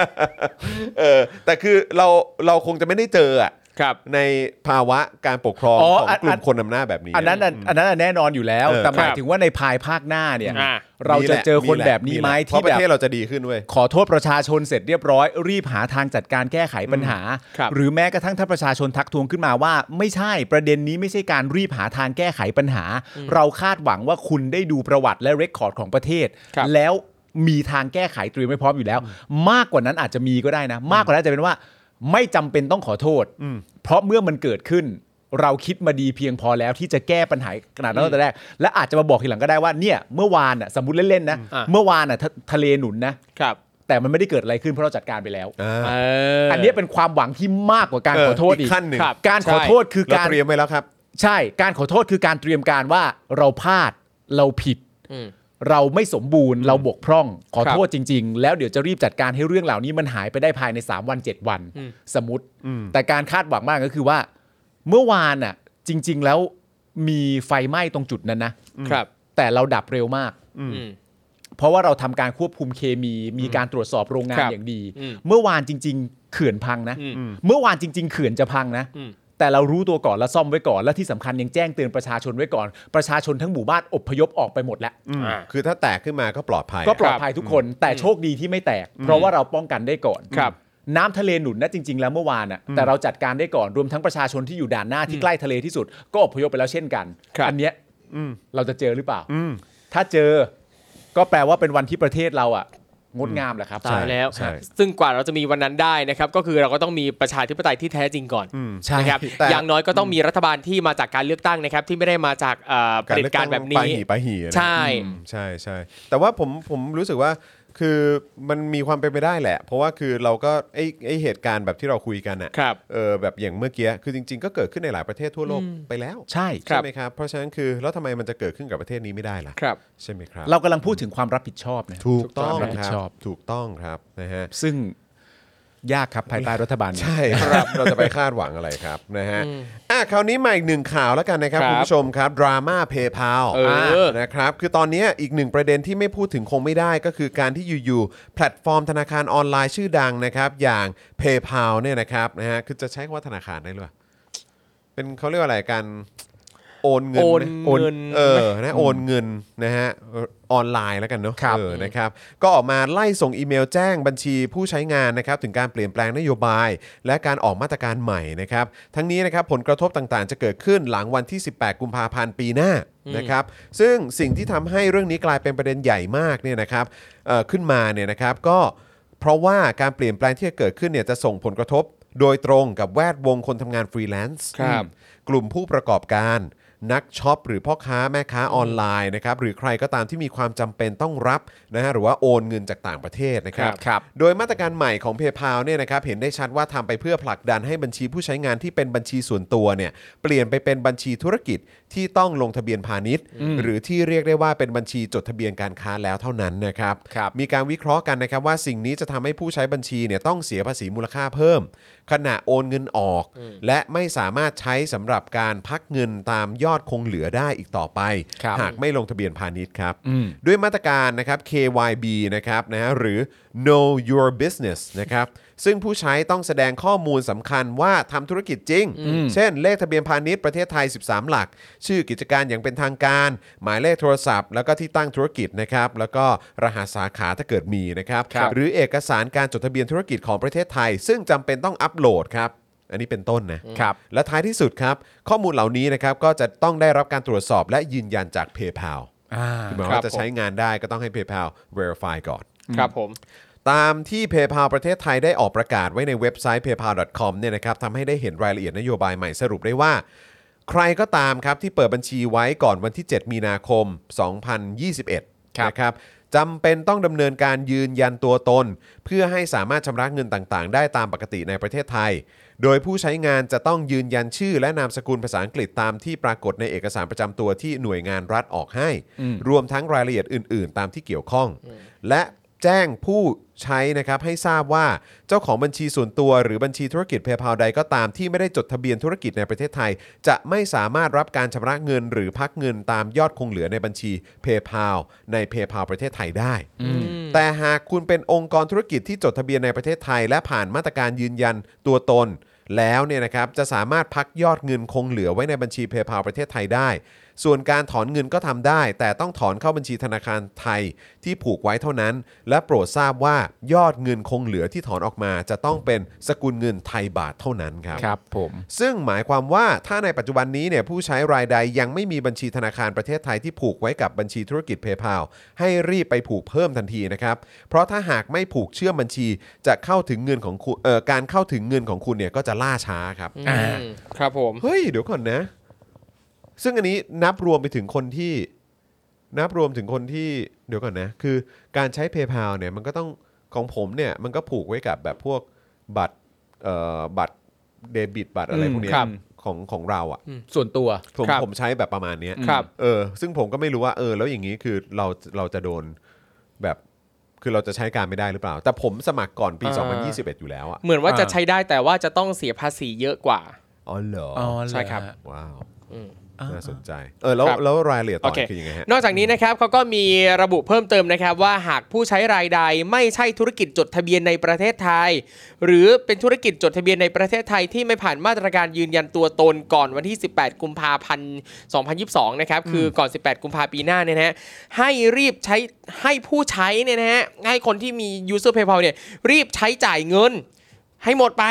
S1: เออแต่คือเราเราคงจะไม่ได้เจออะ
S2: ครับ
S1: ในภาวะการปกครอง
S3: อ๋อ
S1: ของกลุ่
S3: อันอั
S1: ม
S3: น
S1: คนอำนาจแบบนี้
S3: อันนั้นน่ะอันนั้นน่ะแน่นอนอยู่แล้ว
S1: เออ
S3: แต่หมาย
S2: ครับ
S3: ถึงว่าในภายภาคหน้าเนี่ย
S2: อ่ะ
S3: เราจะเจอคน
S1: หละ
S3: แบบนี้ไหม
S1: หละเพราะป
S3: ที่แบบ
S1: ระเทศเราจะดีขึ้นเว้ย
S3: ขอโทษประชาชนเสร็จเรียบร้อย รีบหาทางจัดการแก้ไขปัญหา
S2: ครับ
S3: หรือแม้กระทั่งถ้าประชาชนทักทวงขึ้นมาว่า ไม่ใช่ประเด็นนี้ไม่ใช่การรีบหาทางแก้ไขปัญหา เราคาดหวังว่าคุณได้ดูประวัติและเรคคอร์ดของประเทศ
S2: ครับ
S3: แล้วมีทางแก้ไขเตรียมไว้พร้อมอยู่แล้ว มากกว่านั้นอาจจะมีก็ได้นะ มากกว่านั้นอาจจะเป็นว่า ไม่จำเป็นต้องขอโทษ เพราะเมื่อมันเกิดขึ้น เราคิดมาดีเพียงพอแล้วที่จะแก้ปัญหาขนาดนั้นตั้งแต่แรกและอาจจะมาบอกทีหลังก็ได้ว่าเนี่ยเมื่อวานอ่ะสมมติเล่นๆนะ
S2: อ่ะ
S3: เมื่อวานอ่ะทะทะเลหนุนนะ
S2: ครับ
S3: แต่มันไม่ได้เกิดอะไรขึ้นเพราะเราจัดการไปแล้ว
S2: เอ
S3: อันเนี้ยเป็นความหวังที่มากกว่าการ
S1: เออ
S3: ขอโทษ
S1: อี
S3: อี
S1: กขั้นหนึ่ง
S2: ครับ
S3: การขอโทษคือ
S1: เรา
S3: การ
S1: เตรียมไว้แล้วครับ
S3: ใช่ การขอโทษคือการเตรียมการว่าเราพลาดเราผิด
S2: อืม
S3: เราไม่สมบูรณ์ เราบกพร่อง ขอ
S2: ครับ
S3: โทษจริง ๆ แล้วเดี๋ยวจะรีบจัดการให้เรื่องเหล่านี้มันหายไปได้ภายใน 3 วัน 7 วัน
S2: อืม
S3: สมมติ แต่การคาดหวังมากก็คือว่า เมื่อวานน่ะ จริง ๆ แล้วมีไฟไหม้ตรงจุดนั้นนะครับแต่เราดับเร็วมาก
S2: อืม
S3: เพราะว่าเราทำการควบคุมเคมีมีการตรวจสอบโรงงาน
S2: ครับ
S3: อย่างดี
S2: อืม
S3: เมื่อวานจริง ๆ เขื่อนพังนะ
S2: อืม
S3: เมื่อวานจริง ๆ เขื่อนจะพังนะ
S2: อืม
S3: แต่เรารู้ตัวก่อนแล้วซ่อมไว้ก่อน และที่สำคัญยังแจ้งเตือนประชาชนไว้ก่อน ประชาชนทั้งหมู่บ้านอพยพออกไปหมดแล้ว
S2: อ่า
S1: คือถ้าแตกขึ้นมาก็ปลอดภัย
S3: ก็ปลอดภัยทุกคนแต่โชคดีที่ไม่แตก เพราะว่าเราป้องกันได้ก่อน
S2: ครับ
S3: น้ำทะเลหนุนนะจริง ๆ แล้วเมื่อวานน่ะแต่เราจัดการได้ก่อนรวมทั้งประชาชนที่อยู่ด่านหน้าที่ใกล้ทะเลที่สุด ก็อพยพไปแล้วเช่นกัน
S2: ครับ
S3: อันเนี้ยเราจะเจอหรือเปล่าถ้าเจอก็แปลว่าเป็นวันที่ประเทศเราอ่ะงดงามแหละครับ
S2: ตายแล้ว
S1: ใช่
S2: ซึ่งกว่าเราจะมีวันนั้นได้นะครับ ก็คือเราก็ต้องมีประชาธิปไตยที่แท้จริงก่อน
S3: ใช่
S2: นะครับ
S1: แต่
S2: อย่างน้อยก็ต้องมีรัฐบาลที่มาจากการเลือกตั้งนะครับ ที่ไม่ได้มาจากเอ่อเผด็จการแบบนี้
S1: ปาหีปาหีนะ
S2: ใช่
S1: อืมใช่ใช่แต่ว่าผมผมรู้สึกว่าคือมันมีความเป็นไปได้แหละ เพราะว่าคือเราก็ไอไอเหตุการณ์แบบที่เราคุยกันอ่ะ
S2: ครับ
S1: เออแบบอย่างเมื่อกี้คือจริง ๆ ก็เกิดขึ้นในหลายประเทศทั่วโลกไปแล้ว
S3: ใช่
S2: ครั
S1: ใช่
S2: บ
S1: ไหมครับ เพราะฉะนั้นคือแล้วทำไมมันจะเกิดขึ้นกับประเทศนี้ไม่ได้ล่ะ
S2: ครับ
S1: ใช่ไหมครับ
S3: เรากำลังพูดถึงความรับผิดชอบนะ
S1: ถูกต้อง
S3: รับผิ
S1: ค
S3: ด
S1: รับ
S3: ชอบ
S1: ถูกต้องครับนะฮะ
S3: ซึ่งยากครับภายใต้รัฐบาลนี้
S1: ใช่ครับ เราจะไปคาดหวังอะไรครับนะฮะอ่ะคราวนี้มาอีกหนึ่งข่าวแล้วกันนะครับ
S2: ครับ
S1: คุณผู้ชมครับ ดราม่าเพย์พา
S2: เออ
S1: นะครับ คือตอนนี้อีกหนึ่งประเด็นที่ไม่พูดถึงคงไม่ได้ก็คือการที่อยู่ๆแพลตฟอร์มธนาคารออนไลน์ชื่อดังนะครับ อย่าง PayPal เนี่ยนะครับนะฮะคือจะใช้คำว่าธนาคารได้หรือเปล่าเป็นเขาเรียกว่าอะไรการโอนเงิน
S2: โอ
S1: ไห
S2: น
S1: ม
S2: เงิน
S1: เออ นะ โอนเงินนะฮะเอ่อออนไลน์แล้วกันเนาะ
S3: ครับ
S1: เออ นะครับ ก็ออกมาไล่ส่งอีเมลแจ้งบัญชีผู้ใช้งานนะครับถึงการเปลี่ยนแปลงนโยบาย และการออกมาตรการใหม่นะครับ ทั้งนี้นะครับผลกระทบต่างๆ จะเกิดขึ้นหลังวันที่ 18 กุมภาพันธ์ปีหน้านะครับ ซึ่งสิ่งที่ทำให้เรื่องนี้กลายเป็นประเด็นใหญ่มากเนี่ยนะครับเอ่อขึ้นมาเนี่ยนะครับก็ เพราะว่าการเปลี่ยนแปลงที่จะเกิดขึ้นเนี่ยจะส่งผลกระทบ โดยตรงกับแวดวงคนทำงานฟรีแลนซ์
S2: ครับ
S1: กลุ่มผู้ประกอบการ นักช็อปหรือพ่อค้าแม่ค้าออนไลน์นะครับหรือใครก็ตามที่มีความจำเป็นต้องรับนะฮะหรือว่าโอนเงินจากต่างประเทศนะครับ
S2: ครับ
S3: ครับ
S1: โดยมาตรการใหม่ของ PayPal เนี่ยนะครับเห็นได้ชัดว่าทำไปเพื่อผลักดันให้บัญชีผู้ใช้งานที่เป็นบัญชีส่วนตัวเนี่ยเปลี่ยนไปเป็นบัญชีธุรกิจที่ต้องลงทะเบียนพาณิชย์ หรือที่เรียกได้ว่าเป็นบัญชีจดทะเบียนการค้าแล้วเท่านั้นนะครับ
S3: ครับ
S1: มีการวิเคราะห์กันนะครับว่าสิ่งนี้จะทำให้ผู้ใช้บัญชีเนี่ยต้องเสียภาษีมูลค่าเพิ่ม ขณะโอนเงินออก และไม่สามารถใช้สำหรับการพักเงินตามยอดคงเหลือได้อีกต่อไป
S3: ครับ
S1: หากไม่ลงทะเบียนพาณิชย์ครับ ด้วยมาตรการนะครับ KYB นะครับนะฮะหรือ Know Your Business นะครับ ซึ่งผู้ใช้ต้องแสดงข้อมูลสำคัญว่าทำธุรกิจจริง เช่น เลขทะเบียนพาณิชย์ประเทศไทย 13 หลัก ชื่อกิจการอย่างเป็นทางการ หมายเลขโทรศัพท์ แล้วก็ที่ตั้งธุรกิจนะครับ แล้วก็รหัสสาขาถ้าเกิดมีนะครับ
S3: ครับ
S1: หรือเอกสารการจดทะเบียนธุรกิจของประเทศไทย ซึ่งจำเป็นต้องอัปโหลดครับ อันนี้เป็นต้นนะ
S3: ครับ
S1: และท้ายที่สุดครับ ข้อมูลเหล่านี้นะครับก็จะต้องได้รับการตรวจสอบและยืนยันจาก PayPal
S3: อ่า
S1: คือหมาย
S2: ครั
S1: ว่า
S2: บ
S1: จะใช้งานได้ก็ต้องให้ PayPal verify ก่อน
S2: ครับผม
S1: ตามที่ PayPal ประเทศไทยได้ออกประกาศไว้ในเว็บไซต์ paypal.com เนี่ยนะครับทำให้ได้เห็นรายละเอียดนโยบายใหม่สรุปได้ว่า ใครก็ตามครับที่เปิดบัญชีไว้ก่อนวันที่ 7 มีนาคม 2021
S3: ครับ
S1: นะครับจำเป็นต้องดำเนินการยืนยันตัวตน เพื่อให้สามารถชำระเงินต่างๆ ได้ตามปกติในประเทศไทย โดยผู้ใช้งานจะต้องยืนยันชื่อและนามสกุลภาษาอังกฤษตามที่ปรากฏในเอกสารประจำตัวที่หน่วยงานรัฐออกให้ รวมทั้งรายละเอียดอื่น ๆ ตามที่เกี่ยวข้อง และแจ้งผู้ใช้นะครับให้ทราบว่าเจ้าของบัญชีส่วนตัวหรือบัญชีธุรกิจเพย์พาใดก็ตามที่ไม่ได้จดทะเบียนธุรกิจในประเทศไทย จะไม่สามารถรับการชำระเงินหรือพักเงินตามยอดคงเหลือในบัญชีเพย์พาในเพย์พาประเทศไทยได้ แต่หากคุณเป็นองค์กรธุรกิจที่จดทะเบียนในประเทศไทย และผ่านมาตรการยืนยันตัวตน แล้วเนี่ยนะครับจะสามารถพักยอดเงินคงเหลือไว้ในบัญชีเพย์พาประเทศไทยได้ ส่วนการถอนเงินก็ทำได้ แต่ต้องถอนเข้าบัญชีธนาคารไทยที่ผูกไว้เท่านั้น และโปรดทราบว่ายอดเงินคงเหลือที่ถอนออกมา จะต้องเป็นสกุลเงินไทยบาทเท่านั้นครับ
S3: ครับผม
S1: ซึ่งหมายความว่าถ้าในปัจจุบันนี้เนี่ยผู้ใช้รายใดยังไม่มีบัญชีธนาคารประเทศไทยที่ผูกไว้กับบัญชีธุรกิจ PayPal ให้รีบไปผูกเพิ่มทันทีนะครับ เพราะถ้าหากไม่ผูกเชื่อมบัญชี จะเข้าถึงเงินของคุณเอ่อการเข้าถึงเงินของคุณเนี่ยก็จะล่าช้าครับ
S2: อืมครับผม
S1: เฮ้ย เดี๋ยวก่อนนะ ซึ่งอันนี้นับรวมไปถึงคนที่ นับรวมถึงคนที่เดี๋ยวก่อนนะ คือการใช้ PayPal เนี่ยมันก็ต้องของผมเนี่ยมันก็ผูกไว้กับแบบพวกบัตรเอ่อบัตรเดบิตบัตรอะไร
S3: อืม
S1: พวกเนี้ย
S3: ครับ
S1: ของของเราอะ่ะ
S3: ส่วนตัว
S1: ผม
S2: ครับ
S1: ผมใช้แบบประมาณเนี้ย
S2: ครับ
S1: เออซึ่งผมก็ไม่รู้ว่าเออ แล้วอย่างนี้คือเราเราจะโดนแบบคือเราจะใช้การไม่ได้หรือเปล่า แต่ผมสมัครก่อนปี
S2: อ่า
S1: 2021 อยู่แล้วอะ
S2: เหมือนว่า
S3: อ่า
S2: จะใช้ได้แต่ว่าจะต้องเสียภาษีเยอะกว่า
S1: อ๋อเหรอ
S2: ใช่ครับ
S1: ว้าว
S2: อืม
S1: น่าสนใจ เออแล้ว
S2: ครับ
S1: แล้วรายละเอียดตอน
S2: โอเค
S1: คือยังไงฮะ
S2: นอกจากนี้นะครับเขาก็มีระบุเพิ่มเติมนะครับว่าหากผู้ใช้รายใดไม่ใช่ธุรกิจจดทะเบียนในประเทศไทย หรือเป็นธุรกิจจดทะเบียนในประเทศไทยที่ไม่ผ่านมาตรการยืนยันตัวตนก่อนวันที่ 18 กุมภาพันธ์ 2022 นะครับคือก่อน 18 กุมภาปีหน้าเนี่ยนะฮะให้รีบใช้ให้ผู้ใช้เนี่ยนะฮะให้คนที่มี user PayPal เนี่ยรีบใช้จ่ายเงิน ให้หมดไป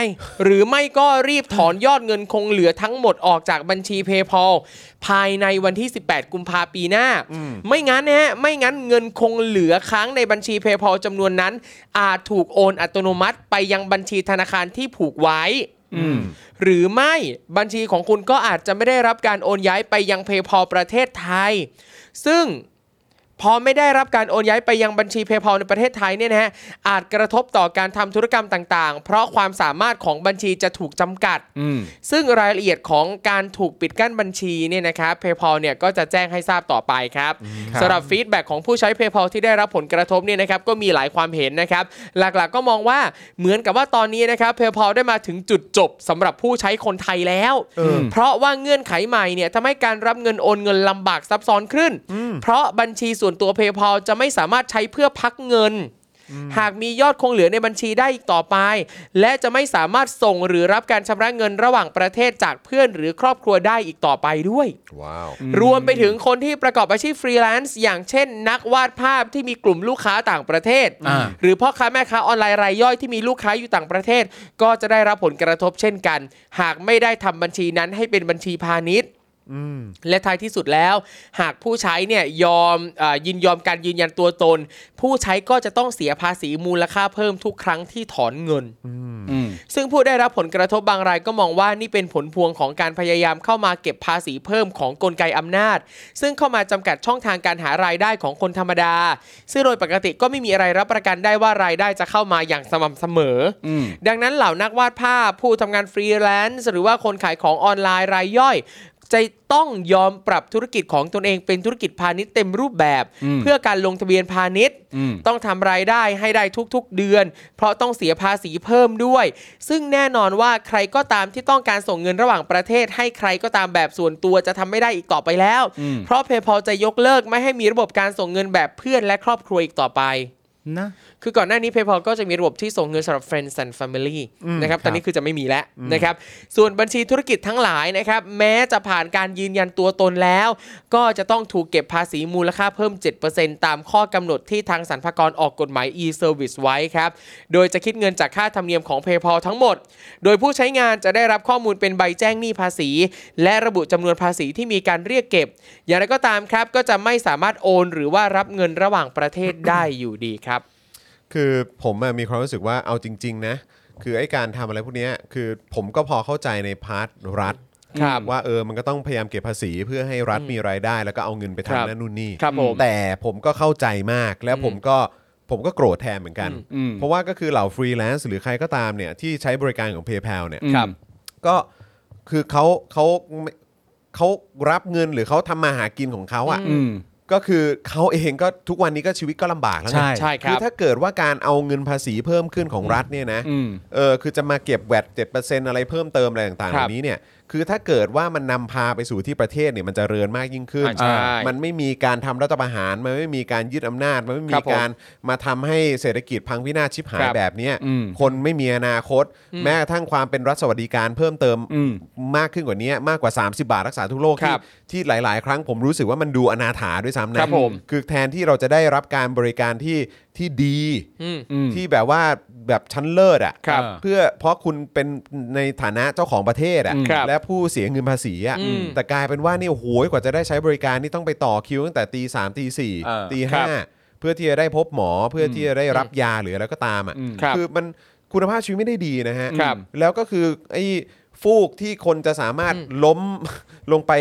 S2: หรือไม่ก็รีบถอนยอดเงินคงเหลือทั้งหมดออกจากบัญชี PayPal ภายในวันที่ 18 กุมภาปีหน้า ไม่งั้นนะฮะไม่งั้นเงินคงเหลือค้างในบัญชี PayPal จำนวนนั้น อาจถูกโอนอัตโนมัติไปยังบัญชีธนาคารที่ผูกไว้ หรือไม่บัญชีของคุณก็อาจจะไม่ได้รับการโอนย้ายไปยัง PayPal ประเทศไทย ซึ่ง พอไม่ได้รับการโอนย้ายไปยังบัญชี PayPal ในประเทศไทยเนี่ยนะฮะอาจกระทบต่อการทำธุรกรรมต่างๆ เพราะความสามารถของบัญชีจะถูกจำกัด ซึ่งรายละเอียดของการถูกปิดกั้นบัญชีเนี่ยนะครับ PayPal เนี่ยก็จะแจ้งให้ทราบต่อไปครับ
S3: ครับ
S2: สำหรับฟีดแบ็กของผู้ใช้ PayPal ที่ได้รับผลกระทบเนี่ยนะครับก็มีหลายความเห็นนะครับ หลักๆก็มองว่าเหมือนกับว่าตอนนี้นะครับ PayPal ได้มาถึงจุดจบสำหรับผู้ใช้คนไทยแล้ว
S1: เออ
S2: เพราะว่าเงื่อนไขใหม่เนี่ยทำให้การรับเงินโอนเงินลำบากซับซ้อนขึ้น เพราะบัญชีส่วนตัว PayPal จะไม่สามารถใช้เพื่อพักเงิน หากมียอดคงเหลือในบัญชีได้อีกต่อไป และจะไม่สามารถส่งหรือรับการชำระเงินระหว่างประเทศจากเพื่อนหรือครอบครัวได้อีกต่อไปด้วย
S1: ว้าว
S2: รวมไปถึงคนที่ประกอบอาชีพฟรีแลนซ์อย่างเช่น นักวาดภาพที่มีกลุ่มลูกค้าต่างประเทศ
S3: อ่า
S2: หรือพ่อค้าแม่ค้าออนไลน์รายย่อยที่มีลูกค้าอยู่ต่างประเทศ ก็จะได้รับผลกระทบเช่นกัน หากไม่ได้ทำบัญชีนั้นให้เป็นบัญชีพาณิชย์ และท้ายที่สุดแล้ว หากผู้ใช้เนี่ยยอมเออยินยอมการยืนยันตัวตน ผู้ใช้ก็จะต้องเสียภาษีมูลค่าเพิ่มทุกครั้งที่ถอนเงิน ซึ่งผู้ได้รับผลกระทบบางรายก็มองว่านี่เป็นผลพวงของการพยายามเข้ามาเก็บภาษีเพิ่มของกลไกอำนาจ ซึ่งเข้ามาจำกัดช่องทางการหารายได้ของคนธรรมดา ซึ่งโดยปกติก็ไม่มีอะไรรับประกันได้ว่ารายได้จะเข้ามาอย่างสม่ำเสมออดังนั้นเหล่านักวาดภาพ ผู้ทำงานฟรีแลนซ์หรือว่าคนขายของออนไลน์รายย่อย จะต้องยอมปรับธุรกิจของตนเองเป็นธุรกิจพาณิชย์เต็มรูปแบบ เพื่อการลงทะเบียนพาณิชย์ ต้องทำรายได้ให้ได้ทุกๆเดือน เพราะต้องเสียภาษีเพิ่มด้วย ซึ่งแน่นอนว่าใครก็ตามที่ต้องการส่งเงินระหว่างประเทศ ให้ใครก็ตามแบบส่วนตัวจะทำไม่ได้อีกต่อไปแล้ว เพราะ PayPal จะยกเลิกไม่ให้มีระบบการส่งเงินแบบเพื่อนและครอบครัวอีกต่อไป
S3: นะ
S2: คือก่อนหน้านี้ PayPal ก็จะมีระบบที่ส่งเงินสำหรับ Friends and Family นะครับ ตอนนี้คือจะไม่มีแล้วนะครับ ส่วนบัญชีธุรกิจทั้งหลายนะครับ แม้จะผ่านการยืนยันตัวตนแล้ว ก็จะต้องถูกเก็บภาษีมูลค่าเพิ่ม 7%ตามข้อกำหนดที่ทางสรรพากรออกกฎหมาย e-service ไว้ครับ โดยจะคิดเงินจากค่าธรรมเนียมของ PayPal ทั้งหมด โดยผู้ใช้งานจะได้รับข้อมูลเป็นใบแจ้งหนี้ภาษี และระบุจำนวนภาษีที่มีการเรียกเก็บ อย่างไรก็ตามครับ ก็จะไม่สามารถโอน หรือว่ารับเงินระหว่างประเทศได้อยู่ดีครับ
S1: คือผมอะมีความรู้สึกว่าเอาจริง ๆ นะ คือไอ้การทำอะไรพวกเนี้ยคือผมก็พอเข้าใจในพาร์ทรัฐ
S2: ครับ
S1: ว่าเออมันก็ต้องพยายามเก็บภาษีเพื่อให้รัฐมีรายได้ แล้วก็เอาเงินไป
S2: ครั
S1: ทำ
S2: บ
S1: นั่นนู่นนี่
S2: ครับผม
S1: แต่ผมก็เข้าใจมากแล้วผมก็ผมก็โกรธแทนเหมือนกัน
S3: อืม
S1: เพราะว่าก็คือเหล่าฟรีแลนซ์หรือใครก็ตามเนี่ยที่ใช้บริการของ PayPal เนี่ย
S3: ครับ
S1: ก็คือเขาเขาเขารับเงินหรือเขาทำมาหากินของเขาอ่ะ
S3: อืม
S1: ก็คือเขาเองก็ทุกวันนี้ก็ชีวิตก็ลำบากแล้วไง
S3: ใช่
S2: ใช่ครับ
S1: คือถ้าเกิดว่าการเอาเงินภาษีเพิ่มขึ้นของรัฐเนี่ยนะ
S3: อืม
S1: เออคือจะมาเก็บแวดเจ็ดเปอร์เซ็นอะไรเพิ่มเติมอะไรต่างๆ
S2: ค
S1: เห
S2: รับ
S1: ล่านี้เนี่ยคือถ้าเกิดว่ามันนำพาไปสู่ที่ประเทศเนี่ยมันจเจริญมากยิ่งขึ้น
S2: อ่าใช่
S1: มันไม่มีการทำรัฐประหารมันไม่มีการยึดอำนาจ มันไม่
S2: ครั
S1: มี
S2: บผม
S1: การมาทำให้เศรษฐกิจพังพินาศชิบหาย
S2: ครับ
S1: แบบเนี้ย
S3: อืม
S1: คนไม่มีอนาคต แม้กระทั่งความเป็นรัฐสวัสดิการเพิ่มเติม
S3: อืม
S1: มากขึ้นกว่านี้มากกว่า 30 บาทรักษาทุกโรค
S2: ค
S1: ที่
S2: รับ
S1: ที่หลาย ๆ ครั้งผมรู้สึกว่ามันดูอนาถาด้วยซ้ำนะครับ
S2: ผม
S1: คือแทนที่เราจะได้รับการบริการที่ที่ดี
S2: อืม
S3: อืม
S1: ที่แบบว่าแบบชั้นเลิศอ่ะ
S2: ครับ
S1: เพื่อเพราะคุณเป็นในฐานะเจ้าของประเทศอ่ะ
S2: ครับ
S1: และผู้เสียเงินภาษีอ่ะ
S2: อืม
S1: แต่กลายเป็นว่านี่โอ้โหกว่าจะได้ใช้บริการนี่ต้องไปต่อคิวตั้งแต่ตีสามตีสี่
S3: เออ
S1: ตี
S2: ครั
S1: ห้า
S2: บ
S1: เพื่อที่จะได้พบหมอเพื่อที่จะได้รับยาหรืออะไรก็ตามอ่ะ
S3: อืม
S2: ครับ
S1: อมันคุณภาพชีวิตไม่ได้ดีนะฮะ
S2: ครับ
S1: แล้วก็คือไอ้ฟูกที่คนจะสามารถล้ม ลงไป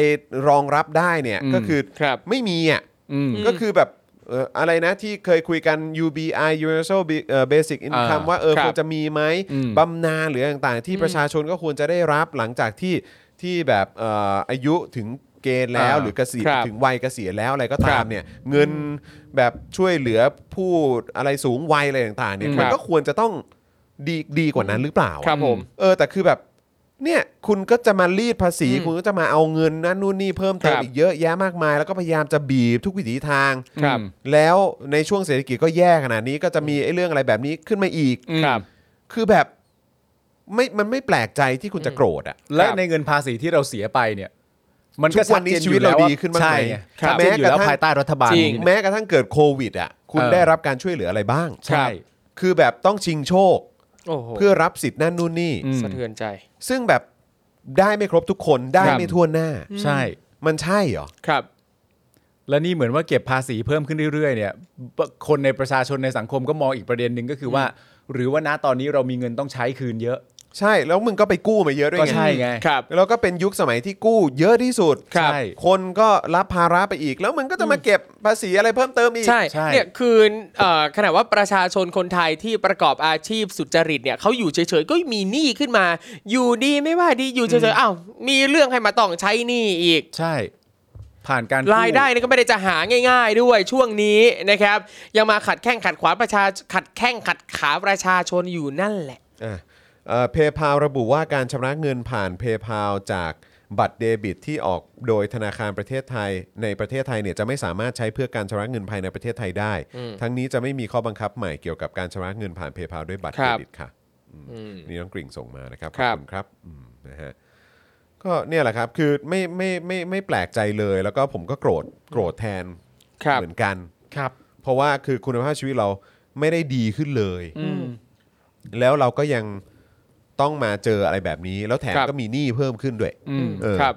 S1: รองรับได้เนี่ย
S3: อืม
S1: ก็คือ
S2: ครับ
S1: ไม่มีอ่ะ
S3: อืม
S1: ก็คือแบบเอ่ออะไรนะที่เคยคุยกัน UBI Universal B- เอ่อ Basic Income
S3: อ่า
S1: ว่าเออ
S2: ครับ
S1: ควรจะมีไหม
S3: อืม
S1: บำนาญหรืออะไรต่างๆ ที่ประชาชนก็ควรจะได้รับหลังจากที่ที่แบบเอ่ออายุถึงเกณฑ์แล้ว
S3: อ่า
S1: หรือเกษียณ
S2: ครับ
S1: ถึงวัยเกษียณแล้วอะไรก็ตา
S2: ครั
S1: ม
S2: บ
S1: เนี่ยเงินแบบช่วยเหลือผู้อะไรสูงวัยอะไรต่างๆเนี่ย
S2: อืม
S1: มัน
S2: ครับ
S1: ก็ควรจะต้องดีดีกว่านั้นหรือเปล่าอะ
S2: ครับผม
S1: เออแต่คือแบบเนี่ยคุณก็จะมารีดภาษี
S2: อืม
S1: คุณก็จะมาเอาเงินนั่นนู่นนี่เพิ่มเติม
S2: ครับ
S1: อีกเยอะแยะมากมาย แล้วก็พยายามจะบีบทุกวิถีทาง
S2: ครับ
S1: แล้วในช่วงเศรษฐกิจก็แย่ขนาดนี้ก็จะมีไอ้เรื่องอะไรแบบนี้ขึ้นมาอีก
S2: ครับ
S1: คือแบบไม่มันไม่แปลกใจที่คุณจะโกรธอ่ะ
S3: และ
S2: ครับ
S3: ในเงินภาษีที่เราเสียไปเนี่ย มันก็
S1: ทุกวันนี้ชีวิตเราดีขึ้นบ้าง
S3: ใช่
S1: ไหม
S3: ไง
S2: ครับ
S3: ชัดเจ
S1: แม้
S3: นอ
S1: ก
S3: ยู่
S1: ระ
S3: แล้ว
S1: ทั่ง
S3: ภายใต้รัฐบาล
S2: จริง
S3: นี้
S1: แม้กระทั่งเกิดโควิดอ่ะคุณ
S3: เออ
S1: ได้รับการช่วยเหลืออะไรบ้าง
S3: ใช่
S1: คือแบบต้องชิงโชค
S2: โอ้โห
S1: เพื่อรับสิทธิ์นั่นนู่นนี่
S3: อืม
S2: สะเทือนใจ
S1: ซึ่งแบบได้ไม่ครบทุกคนได้ไม่ทั่วหน้า
S3: ใช่
S1: มันใช่เหรอ
S2: ครับ
S3: และนี่เหมือนว่าเก็บภาษีเพิ่มขึ้นเรื่อยๆเนี่ยบคนในประชาชนในสังคมก็มองอีกประเด็นหนึ่งก็คือว่า หรือว่าณตอนนี้เรามีเงินต้องใช้คืนเยอะ
S1: ใช่แล้วมึงก็ไปกู้มาเยอะด้วย
S3: ก็
S1: ไง
S3: ใช่ไง
S2: ครับ
S1: แล้วก็เป็นยุคสมัยที่กู้เยอะที่สุด
S3: ครับ
S1: คนก็รับภาระไปอีก แล้วมึงก็จะมาเก็บภาษีอะไรเพิ่มเติมอีก
S2: ใช่
S3: ใช่
S2: เนี่ยคือเอ่อขณะว่าประชาชนคนไทยที่ประกอบอาชีพสุจริตเนี่ยเขาอยู่เฉยๆก็มีหนี้ขึ้นมา อยู่ดีไม่ว่าดีอยู่เฉย
S3: อืม
S2: ๆอ้าวมีเรื่องให้มาต้องใช้หนี้อีก
S3: ใช่ ผ่านการ
S2: รายได้นี่ก็ไม่ได้จะหาง่าย ๆ ด้วยช่วงนี้นะครับ ยังมาขัดแข้งขัดขวางประชาขัดแข้งขัดขาประชาชนอยู่นั่นแหละ
S1: เพย์พาระบุว่าการชำระเงินผ่านเพย์พาจากบัตรเดบิตที่ออกโดยธนาคารประเทศไทย ในประเทศไทยเนี่ยจะไม่สามารถใช้เพื่อการชำระเงินภายในประเทศไทยได้ ทั้งนี้จะไม่มีข้อบังคับใหม่เกี่ยวกับการชำระเงินผ่านเพย์พาด้วยบัตร
S2: ครั
S1: เด
S2: บ
S1: บิตค่ะอืมนี่น้องกริ่งส่งมานะครับ
S2: ครั
S1: ข
S2: บ
S1: อบคุณครับอืมนะฮะก็เนี่ยแหละครับคือไม่ไม่ไม่ไม่แปลกใจเลย แล้วก็ผมก็โกรธโกรธแทนเหมือนกัน
S3: ครับ
S1: เพราะว่าคือคุณภาพชีวิตเราไม่ได้ดีขึ้นเลย
S3: อืม
S1: แล้วเราก็ยังต้องมาเจออะไรแบบนี้ แล้วแถม
S2: ครับ
S1: ก็มีหนี้เพิ่มขึ้นด้วย
S3: อืม
S1: เออ
S2: ครับ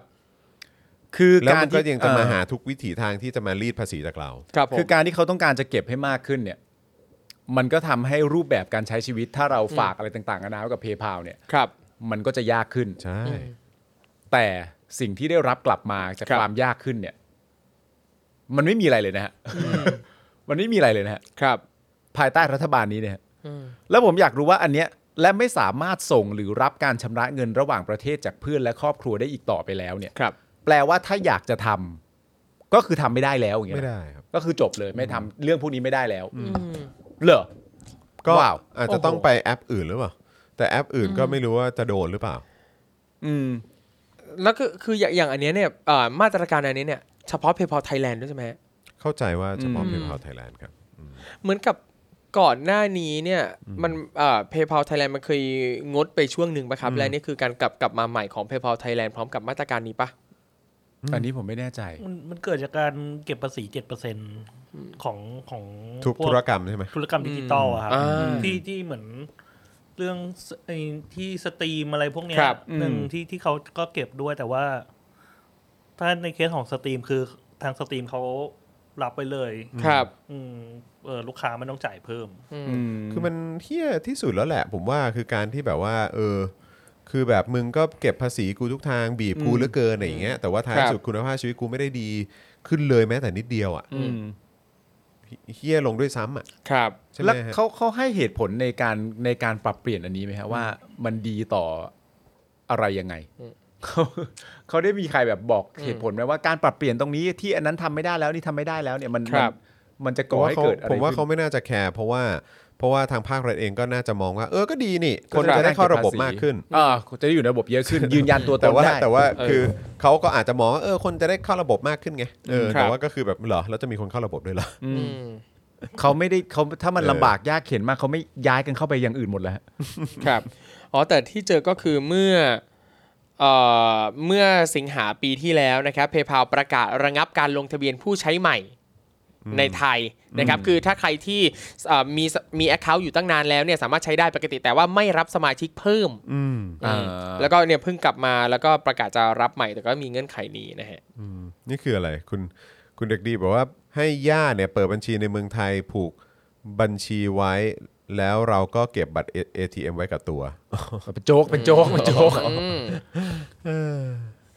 S3: คือ
S1: แล้ว
S3: การ
S1: มันก็
S3: ที่
S1: ยังจะมา
S3: เอ่อ
S1: หาทุกวิถีทางที่จะมารีดภาษีจากเรา
S2: ครับผม
S3: คือการที่เขาต้องการจะเก็บให้มากขึ้นเนี่ย มันก็ทำให้รูปแบบการใช้ชีวิต ถ้าเราฝากอะไรต่างๆนานาไว้กับเพย์พาเนี่ย
S2: ครับ
S3: มันก็จะยากขึ้น
S1: ใช่
S3: แต่สิ่งที่ได้รับกลับมาจาก
S2: ครับ
S3: ความยากขึ้นเนี่ย มันไม่มีอะไรเลยนะฮะ มันไม่มีอะไรเลยนะฮะ
S2: ครับ
S3: ภายใต้รัฐบาลนี้เนี่ยฮะ
S2: อืม
S3: แล้วผมอยากรู้ว่าอันเนี้ยและไม่สามารถส่งหรือรับการชำระเงินระหว่างประเทศจากเพื่อนและครอบครัวได้อีกต่อไปแล้วเนี่ย
S2: ครับ
S3: แปลว่าถ้าอยากจะทำก็คือทำไม่ได้แล้วอย่างเงี้ย
S1: ไม่
S3: นะ
S1: ได้ครับ
S3: ก็คือจบเลยไม่ทำเรื่องพวกนี้ไม่ได้แล้วเหรอ
S1: ก็
S3: ว้าว
S1: อาจจะต้องไปแอปอื่นหรือเปล่า แต่แอปอื่นก็ไม่รู้ว่าจะโดนหรือเปล่า
S3: อืม
S2: แล้วก็คืออย่างอย่างอันเนี้ยเนี่ยเอ่อมาตรการอันนี้เนี่ยเฉพาะ PayPal Thailand ด้วยใช่ไหมฮะ
S1: เข้าใจว่าเฉพาะเพย์พาไทยแลนด์ครับ
S2: เหมือนกับ ก่อนหน้านี้เนี่ยมันเพย์พา l ไทยแลนด์มันเคยงดไปช่วงหนึ่งปะครับ และนี่คือการกลับกลับมาใหม่ของเพย์พา l ไทยแลนด์พร้อมกับมาตรการนี้ปะ
S3: อันนี้ผมไม่แน่ใจ
S5: มันมันเกิดจากการเก็บภาษีเจ็ดเปอร์เซ็นของของ
S1: ทุก
S5: พว
S1: ธุรกรรมใช่ไหม
S5: ธุรกรรมดิจิตอลอะครับ
S2: อ่า
S5: ที่ที่เหมือนเรื่องสไอ้ที่สตรีมอะไรพวกเนี้ย
S2: ครับ
S5: หนึ่ง
S3: อืม
S5: ที่ที่เขาก็เก็บด้วยแต่ว่า ถ้าในเคสของสตรีมคือทางสตรีมเขารับไปเลย
S2: ครับ
S5: อืมเออลูกค้าไม่ต้องจ่ายเพิ่ม
S1: คือมันเฮี้ยที่สุดแล้วแหละ ผมว่าคือการที่แบบว่า เออ คือแบบมึงก็เก็บภาษีกูทุกทางบีบกูเหลือเกินอะไรอย่างเงี้ยแต่ว่าท้าย
S2: ครับ
S1: สุดคุณภาพชีวิตกูไม่ได้ดีขึ้นเลยแม้แต่นิดเดียวอ่ะ
S3: อืม
S1: เฮี้ยลงด้วยซ้ำอ่ะ
S2: ครับ
S1: ใช่ไหม
S3: แล้ว
S1: ฮะ
S3: เขาเขาให้เหตุผลในการในการปรับเปลี่ยนอันนี้ไหมฮะว่ามันดีต่ออะไรยังไงเขาเขาได้มีใครแบบบอกเหตุผลไหมว่าการปรับเปลี่ยนตรงนี้ที่อันนั้นทำไม่ได้แล้วนี่ทำไม่ได้แล้วเนี่ยมัน
S2: ครับ
S3: มันมันจะ
S1: ผม
S3: ก่อ
S1: ว่า
S3: ให้
S1: เขา
S3: เกิดอะไร
S1: ผมว่าเขา
S3: ขึ้น
S1: ไม่น่าจะแคร์เพราะว่าเพราะว่าทางภาครัฐเองก็น่าจะมองว่า เออก็ดีนี่
S3: ก็
S1: คน
S3: จะ
S1: จะได้เข้า
S3: ได้เก็บ
S1: ระบบ
S3: ภาษี
S1: มากขึ้น
S3: อ่าจะได้อยู่ในระบบเยอะขึ้น ยืนยันตัวต
S1: แต่
S3: น
S1: ว่า
S3: ได้
S1: แต่ว่า
S2: เออ
S1: คือเขาก็อาจจะมองว่าเออคนจะได้เข้าระบบมากขึ้นไงเออ
S2: ครับ
S1: แต่ว่าก็คือแบบเหรอแล้วจะมีคนเข้าระบบด้วยเหรอ
S3: อืม
S2: อืม
S3: เขาไม่ได้เขาถ้ามัน
S1: เออ
S3: ลำบากยากเข็นมากเขาไม่ย้ายกันเข้าไปอย่างอื่นหมดแล้วฮะ
S2: ครับอ๋อแต่ที่เจอก็คือเมื่อเอ่อเมื่อสิงหาปีที่แล้วนะครับเพย์พาประกาศระงับการลงทะเบียนผู้ใช้ใหม่ ในไทยนะครับคือถ้าใครที่เอ่อมีสมี Account อยู่ตั้งนานแล้วเนี่ยสามารถใช้ได้ปกติแต่ว่าไม่รับสมาชิกเพิ่ม
S1: อืม
S3: อ่า
S2: แล้วก็เนี่ยเพิ่งกลับมาแล้วก็ประกาศจะรับใหม่แต่ก็มีเงื่อนไขนี้นะฮะ
S1: อืมนี่คืออะไรคุณคุณเด็กดีบอกว่าให้ย่าเนี่ยเปิดบัญชีในเมืองไทยผูกบัญชีไว้ แล้วเราก็เก็บบัตร A- ATM ไว้กับตัว
S3: เป็นโจ๊กเป็นโจ๊กเป็นโจ๊ก
S2: อืม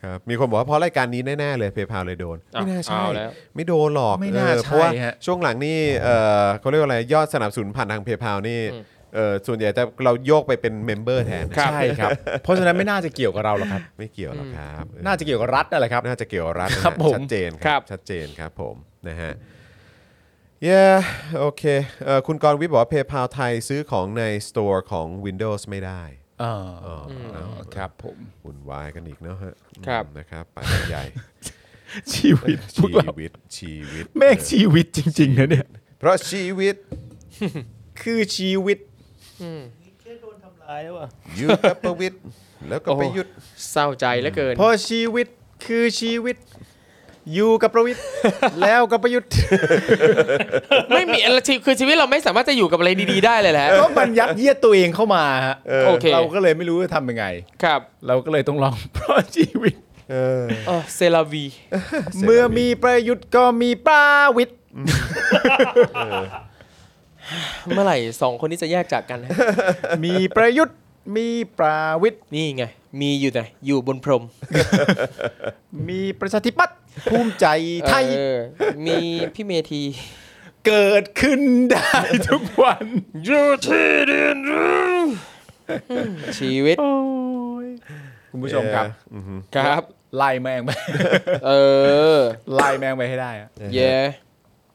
S1: ครับมีคนบอกว่าเพราะรายการนี้แน่ๆเลยเพย์พาเลยโดน
S2: อ้าว
S1: ไม่น่าใช่
S2: เอาแล้ว
S1: ไม่โดนหรอก
S3: ไม่น่า
S1: เออเพราะ
S3: ใช่
S1: ว่า
S3: ฮะ
S1: ช่วงหลังนี่เออเขาเรียกว่าอะไรยอดสนับสนุนผ่านทางเพย์พานี่เออส่วนใหญ่จะเราโยกไปเป็นเมมเบอร์แทน
S2: ครับ
S3: ใช่ครับ เพราะฉะนั้นไม่น่าจะเกี่ยวกับเราหรอกครับ
S1: ไม่เกี่ยวหรอกครับเออ
S3: น่าจะเกี่ยวกับรัฐนั่นแหละครับ
S1: น่าจะเกี่ยวกับรัฐนะครับ
S3: ผม
S1: ชัดเจน
S2: ครับ
S1: ชัดเจนครับผมนะฮะเย้โอเคเออคุณกรณ์วิทย์บอกว่าเพย์พาไทยซื้อของในสโตร์ของ Windows ไม่ได้
S3: อ่า
S1: อ๋ออเอา
S3: ครับผม
S1: วุ่นวายกันอีกเนาะฮะ
S2: ครับ
S1: อืมนะครับไปกันใหญ่
S3: ชีวิต พว
S1: ชี
S3: กเรา
S1: วิตชีวิต
S3: แม่ง
S1: เออ
S3: ชีวิตจริงๆนะเนี่ย
S1: เพราะชีวิต
S3: คือชีวิต
S5: แค่โดนทำร้ายว่ะ
S1: อยู่กับประวิตรแล้วก็
S2: โอ้โห
S1: ไปยุด
S2: เศร้าใจเหลือเกิน
S3: เพราะชีวิตคือชีวิต อยู่กับประวิ ทย์ แล้วกับประยุทธ์
S2: ไม่มี อะไรชีคือชีวิตเราไม่สามารถจะอยู่กับอะไรดีๆได้เลยแหละ
S3: ก็มันยัดเยียดตัวเองเข้ามาฮะ
S2: โอเค
S3: เราก็เลยไม่รู้จะทำยังไง
S2: ครับ
S3: เราก็เลยต้องลอง เพราะชีวิต
S2: เออเซลาวี
S3: เมื่อมีประยุทธ์ก็มีประวิทย์
S2: เมื่อไหร่สองคนนี้จะแยกจากกันฮะ
S3: มีประยุทธ์มีประวิทย์
S2: นี่ไง มีอยู่ไหนอยู่บนพรม
S3: มีประชาธิปัตย์ภูมิใจไทย
S2: เออมีพี่เมธี
S3: เกิดขึ้นได้ทุกวัน
S2: อยู่ที่ดินชีวิต
S3: คุณผู้ชมครับ
S2: ครับ
S3: ไล่แมงไป
S2: เออ
S3: ไล่แมงไปให้ได้อะ
S2: เย่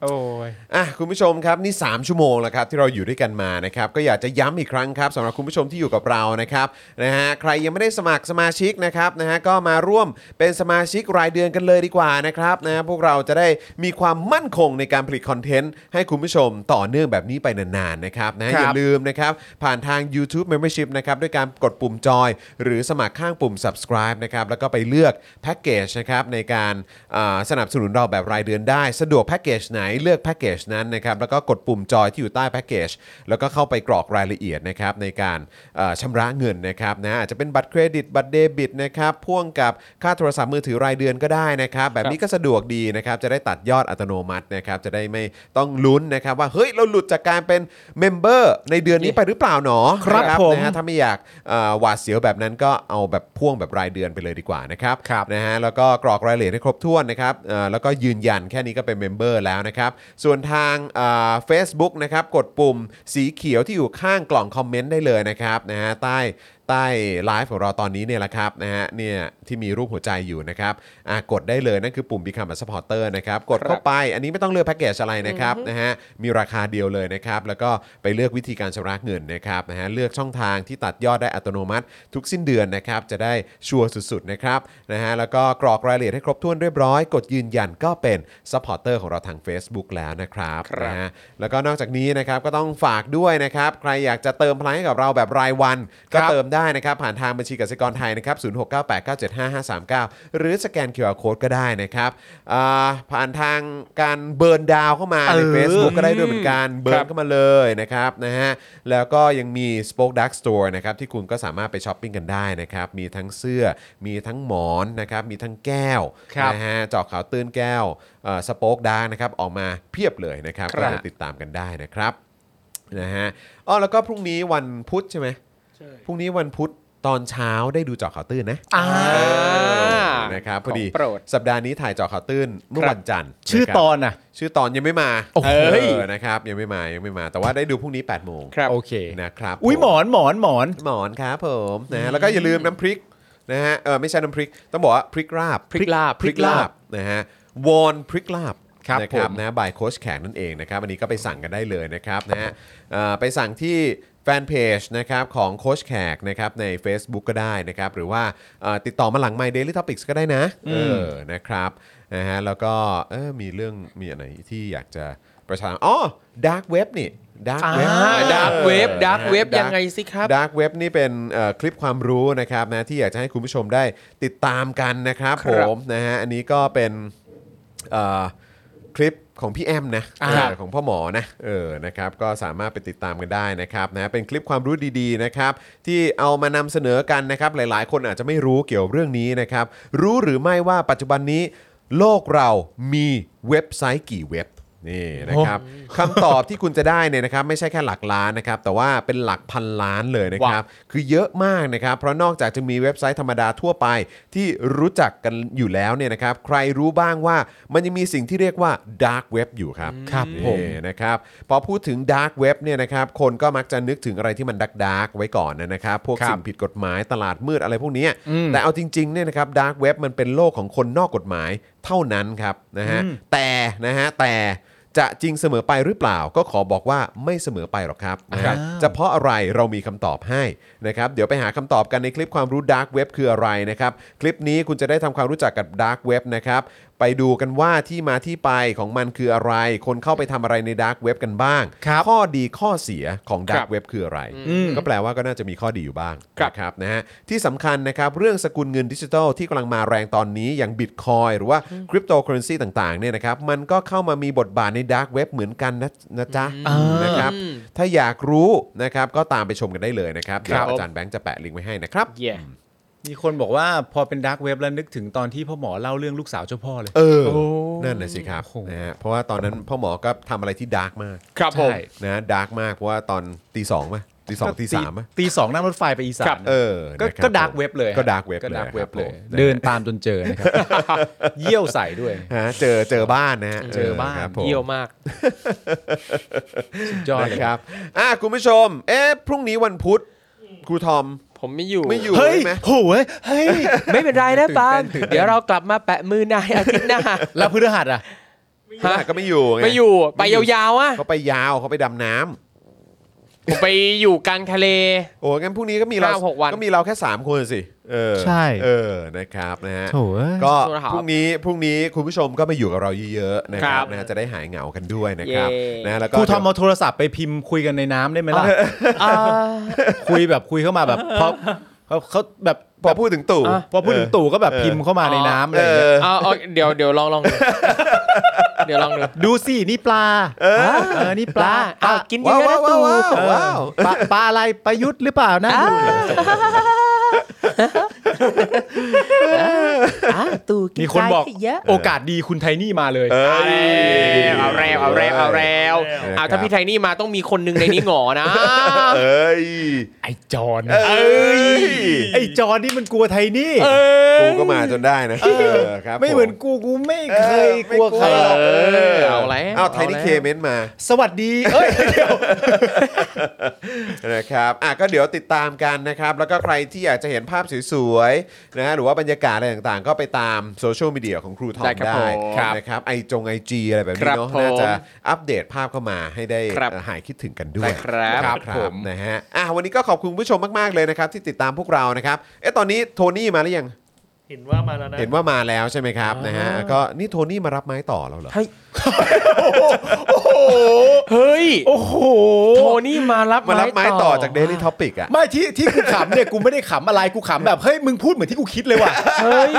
S3: โอ้ย
S1: อ่ะคุณผู้ชมครับนี่ 3 ชั่วโมงแล้วครับที่เราอยู่ด้วยกันมานะครับก็อยากจะย้ำอีกครั้งครับสำหรับคุณผู้ชมที่อยู่กับเรานะครับนะฮะใครยังไม่ได้สมัครสมาชิกนะครับนะฮะก็มาร่วมเป็นสมาชิกรายเดือนกันเลยดีกว่านะครับนะฮะพวกเราจะได้มีความมั่นคงในการผลิตคอนเทนต์ให้คุณผู้ชมต่อเนื่องแบบนี้ไปนานๆนะครับนะฮะ
S3: ครับ
S1: อย่าลืมนะครับผ่านทาง YouTube Membership นะครับด้วยการกดปุ่มจอย หรือสมัครข้างปุ่ม subscribe นะครับแล้วก็ไปเลือกแพ็กเกจนะครับในการอ่าสนับสนุนเราแบบรายเดือนได้ สะดวกแพ็กเกจไหนเลือกแพ็กเกจนั้นนะครับแล้วก็กดปุ่มจอยที่อยู่ใต้แพ็กเกจแล้วก็เข้าไปกรอกรายละเอียดนะครับในการอ่าชำระเงินนะครับนะอาจจะเป็นบัตรเครดิตบัตรเดบิตนะครับพ่วงกับค่าโทรศัพท์มือถือรายเดือนก็ได้นะครับแบบนี้ก็สะดวกดีนะครับจะได้ตัดยอดอัตโนมัตินะครับจะได้ไม่ต้องลุ้นนะครับว่าเฮ้ยเราหลุดจากการเป็นเมมเบอร์ในเดือนนี้ไปหรือเปล่าหนอ
S3: ครับ
S1: นะ
S3: ผม
S1: นะฮะ ถ้าไม่อยากเอ่อหวาดเสียวแบบนั้นก็เอาแบบพ่วงแบบรายเดือนไปเลยดีกว่านะครับ
S3: ครับ
S1: นะฮะแล้วก็กรอกรายละเอียดให้ครบถ้วนนะครับเอ่อแล้วก็ยืนยันแค่นี้ก็เป็นเมมเบอร์แล้วนะครับส่วนทางเฟซบุ๊กนะครับกดปุ่มสีเขียวที่อยู่ข้างกล่องคอมเมนต์ได้เลยนะครับนะฮะใต้ ใต้ไลฟ์ของเราตอนนี้เนี่ยแหละครับนะฮะเนี่ยที่มีรูปหัวใจอยู่นะครับอ่ะกดได้เลยนั่นคือปุ่ม Become a supporter นะครับกดเข้าไปอันนี้ไม่ต้องเลือกแพ็กเกจอะไรนะครับนะฮะมีราคาเดียวเลยนะครับแล้วก็ไปเลือกวิธีการชำระเงินนะครับนะฮะเลือกช่องทางที่ตัดยอดได้อัตโนมัติ ทุกสิ้นเดือนนะครับจะได้ชัวร์สุดๆนะครับนะฮะแล้วก็กรอกรายละเอียดให้ครบถ้วนเรียบร้อย กดยืนยันก็เป็น s u p p อร์เตอร์ของเราทาง Facebook แล้วนะครับ
S2: ครับ
S1: นะฮะ นะแล้วก็นอกจากนี้นะครับก็ต้องฝากด้วยนะครับ ใครอยากจะเติมพลังให้กับเราแบบรายวัน ก็เติมได้นะครับ ผ่านทางบัญชีกสิกรไทยนะครับ 0698975539 หรือสแกน QR Code ก็ได้นะครับอ่าผ่านทางการเบิร์นดาวเข้ามาใน
S3: เออ
S1: Facebook ก็ได้ด้วยเหมือนกันเบิร์นเข้ามาเลยนะครับนะฮะแล้วก็ยังมี Spoke Dark Store นะครับที่คุณก็สามารถไปช้อปปิ้งกันได้นะครับ มีทั้งเสื้อมีทั้งหมอนนะครับมีทั้งแก้ว
S3: ครับ
S1: นะฮะเจาะขาวตื้นแก้วสโป๊กดาร์นะครับออกมาเพียบเลยนะครับ
S2: ค
S1: ก็
S2: รับ
S1: เดี๋ยวติดตามกันได้นะครับนะฮะอ๋อแล้วก็พรุ่งนี้วันพุธใช่ไหม
S5: ใช่
S1: พรุ่งนี้วันพุธตอนเช้าได้ดูเจอข่าวตื้นนะ
S3: อ่า
S1: นะครับพอดี
S2: ของโปรด
S1: สัปดาห์นี้ถ่ายเจอข่าวตื้นเมื่อ
S3: ครับ
S1: วันจันทร์
S3: ชื่อะ
S1: ครับ
S3: ตอนอ่ะ
S1: ชื่อตอนยังไม่มา
S3: โอ้โห
S1: เนะครับยังไม่มายังไม่มา แต่ว่าได้ดูพรุ่งนี้8ปดโมง
S2: ครับ
S3: โอเค
S1: นะครับ
S3: อุ้ย
S1: ผ
S3: หมอนหมอนหมอน
S1: หมอนครับผมนะฮะแล้วก็อย่าลืมน้ำพริกนะฮะเออไม่ใช่น้ำพริก ต้องบอกว่าพริกราบ
S2: พริกลาบ
S1: พริกลาบนะฮะวอนพริกลาบ
S3: ครับ
S1: นะ
S3: ผม
S1: นะบายโค้ชแขกนั่นเองนะครับอันนี้ก็ไปสั่งกันได้เลยนะครับนะฮะเอ่อไปสั่งที่แฟนเพจนะครับของโค้ชแขกนะครับใน Facebook ก็ได้นะครับหรือว่าเอ่อติดต่อมาหลัง My Daily Topics ก็ได้นะเออนะครับนะฮะแล้วก็เออมีเรื่องมีอะไรที่อยากจะประชาอ๋อดาร์กเว็บนี่ดาร์กเว็บ
S2: ดาร์กเว็บดาร์กเว็บยังไงสิครับ
S1: ดาร์กเว็บนี่เป็นเอ่อคลิปความรู้นะครับนะที่อยากจะให้คุณผู้ชมได้ติดตามกันนะครับ
S2: ค
S1: ผ
S2: รับ
S1: มนะฮะอันนี้ก็เป็นเอ่อคลิปของพี่แอมนะ
S2: อ่า
S1: เออของพ่อหมอนะเออนะครับก็สามารถไปติดตามกันได้นะครับนะเป็นคลิปความรู้ดีๆนะครับที่เอามานำเสนอกันนะครับหลายๆ คนอาจจะไม่รู้เกี่ยวเรื่องนี้นะครับรู้หรือไม่ว่าปัจจุบันนี้ โลกเรามีเว็บไซต์กี่เว็บนี่นะครับคำตอบที่คุณจะได้เนี่ยนะครับไม่ใช่แค่หลักล้านนะครับแต่ว่าเป็นหลักพันล้านเลยนะครับ คือเยอะมากนะครับ เพราะนอกจากจะมีเว็บไซต์ธรรมดาทั่วไป ที่รู้จักกันอยู่แล้วเนี่ยนะครับ ใครรู้บ้างว่ามันยังมีสิ่งที่เรียกว่า dark web อยู่ครับ
S3: ครับ
S1: นี่
S3: ผม
S1: นะครับพอพูดถึง dark web เนี่ยนะครับคนก็มักจะนึกถึงอะไรที่มันดักดไว้ก่อนนะครับ พวก
S3: ครับ
S1: สิ่งผิดกฎหมายตลาดมืดอะไรพวกเนี้ยแต่เอาจริงๆเนี่ยนะครับดาร์กเว็บมันเป็นโลกของคนนอกกฎหมายเท่านั้นครับนะฮะแต่นะฮะแต่จะจริงเสมอไปหรือเปล่า ก็ขอบอกว่าไม่เสมอไปหรอกครับนะฮะจะเพราะอะไรเรามีคำตอบให้นะครับเดี๋ยวไปหาคำตอบกันในคลิปความรู้ดาร์กเว็บคืออะไรนะครับคลิปนี้คุณจะได้ทำความรู้จักกับดาร์กเว็บนะครับไปดูกันว่าที่มาที่ไปของมันคืออะไร คนเข้าไปทำอะไรในดาร์กเว็บกันบ้าง ข้อดีข้อเสียของดา
S2: ค
S1: ร์
S2: รั
S1: ก
S2: บ
S1: เว็บคืออะไร ก็แปลว่าก็น่าจะมีข้อดีอยู่บ้าง
S2: ครับ
S1: นะครับนะฮะที่สำคัญนะครับเรื่องสกุลเงินดิจิทัลที่กำลังมาแรงตอนนี้อย่างบิตคอยหรือว่าคริปโตเคอเรนซีต่างๆเนี่ยนะครับมันก็เข้ามามีบทบาทในดาร์กเว็บเหมือนกันนะนะจ๊ะนะครับถ้าอยากรู้นะครับก็ตามไปชมกันได้เลยนะครับเดี๋ยวอาจารย์แบงค์จะแปะลิงก์ไว้ให้นะครับ
S2: เย่
S3: มีคนบอกว่าพอเป็นดาร์กเว็บแล้วนึกถึงตอนที่พ่อหมอเล่าเรื่องลูกสาวเจ้าพ่อเลย
S1: เออ นั่นน่ะสิครับนะฮะเพราะว่าตอนนั้นพ่อหมอก็ทำอะไรที่ดาร์กมาก
S2: ครับผม
S3: ใช่
S1: นะดาร์กมากเพราะว่าตอนตีสองป่ะตีสองตีสามป่ะ
S3: ตีสองนั่งรถไฟไปอีสา
S2: ครั
S3: น
S2: บ
S1: เออ
S3: ก็
S1: นะครับ
S3: ก็ดาร์กเว็บเลย
S1: ก็ดาร์กเว็บ
S3: ก็ดาร์กเว็บเลย
S1: นะครับผม
S3: เดินตามจนเจอ นะครับ เยี่ยวใส่ด้วย
S1: ฮะเจอเจอบ้านนะฮะ
S3: เจอบ้าน
S1: ครับผม
S2: เยี่ยวมาก
S3: สุดยอดเลย
S1: นะครับอ่ะคุณผู้ชม เอ๊ะพรุ่งนี้วันพุธครูทอม
S2: ผมไม่อยู่
S1: ไม่ อยู่
S3: เฮ้ย
S1: ใช่ไหม
S3: โหเว้ยเฮ้ย
S2: ไม่เป็นไรนะปาล์ม
S3: ตื่นเต้นตื่นเต้น
S2: เดี๋ยวเรากลับมาแปะมือนายอาทิตย์หน้า
S3: แล้วพฤหัสอ่ะ
S1: พฤหัสก็ไม่อยู่ง
S2: ไม่อยู่ไปยาวๆอ่ะ
S1: เขาไปยาวเขาไปดำน้ำ
S2: ผมไปอยู่กลางทะเล
S1: โอ้งั้นพรุ่งนี้ก็มีเรา
S2: ห้าหกวัน
S1: ก็มีเราแค่สามคนสิเออ
S3: ใช่
S1: เออนะครับนะฮะ
S3: โถเว้ย
S1: ก็
S2: โทษนะครับ
S1: พรุ่งนี้พรุ่งนี้คุณผู้ชมก็มาอยู่กับเราเยอะๆนะค
S2: ครั
S1: รับบ นะฮะจะได้หายเหงากันด้วยนะครับ
S2: เย้
S1: นะแล้วก็
S3: ครูทอมเอาโทรศัพท์ไปพิมพ์คุยกันในน้ำได้ไหมล่ะ
S2: อ่า
S3: คุยแบบคุยเข้ามาแบบพอเขาเขาแบบ
S1: พอพูดถึงตู่
S2: อ่ะ
S3: พอพูดถึงตู่ก็แบบพิมพ์เข้ามาในน้ำอะไร
S1: เออ
S3: อย่างเงี้ย
S2: เอาเอาเดี๋ยวเดี๋ยวลองลอง ดูเดี๋ยวลองดู
S3: ดูสินี่ปลาเออนี่ปลา
S2: อ้าวกินเยอะนะ
S1: ว้าว
S2: ตู
S1: ว้าวว้าว
S3: เอ
S1: ว้าว
S3: อปลาปลาอะไรประยุทธ์หรือเปล่านะดู
S2: อ่าตู่
S3: มีคนบอกโอกาสดีคุณไทนี่มาเลย
S1: เอ้ย
S2: เอาแล้วเอาแล้วเอาแล้วเอาถ้าพี่ไทยนี่มาต้องมีคนหนึ่งในนี้หงอนะ
S1: เอ้ย
S3: ไอจอน
S1: เอ้ย
S3: ไอจอนนี่มันกลัวไทนี่
S1: กูก็มาจนได้นะเออครับ
S3: ไม่เหมือนกูกูไม่
S1: ออ
S3: เคยกลัวใครหรอก
S2: เออเอาแล้ว
S1: เอาไทนี่เคเมนต์มา
S3: สวัสดีเอ้ย
S1: นะครับอ่ะก็เดี๋ยวติดตามกันนะครับ แล้วก็ใครที่อยากจะเห็นภาพสวยๆนะฮะหรือว่าบรรยากาศอะไรต่างๆ ก็ไปตามโซเชียลมีเดียของครูทอม
S2: ได้
S1: ได้
S2: ครับผมครับ
S1: นะครับไอจงไอจีอะไรแบบ
S2: ค
S1: นี้
S2: รับ
S1: เนาะ
S2: ผม
S1: น่าจะอัปเดตภาพเข้ามาให้ได้
S2: ครับ
S1: เอ่อหายคิดถึงกันด้วย
S2: ได้ครับ
S1: นะครับ
S2: ผม
S1: นะฮะอ่ะวันนี้ก็ขอบคุณผู้ชมมากๆเลยนะครับ ที่ติดตามพวกเรานะครับเอ๊ะตอนนี้โทนี่มาหรือยัง
S5: เห็นว่ามาแล้วนะ
S1: เห็นว่ามาแล้วใช่ไหมครับนะฮะก็นี่โทนี่มารับไม้ต่อแล้วเหรอ
S2: เฮ้ย
S3: โอ้โห
S2: โทนี่มารับ
S1: มารับไม้ต่อจาก Daily Topic อ่ะ
S3: ไม่ที่ที่กูขำเนี่ยกูไม่ได้ขำอะไรกูขำแบบเฮ้ยมึงพูดเหมือนที่กูคิดเลยว่ะ
S2: เฮ้ย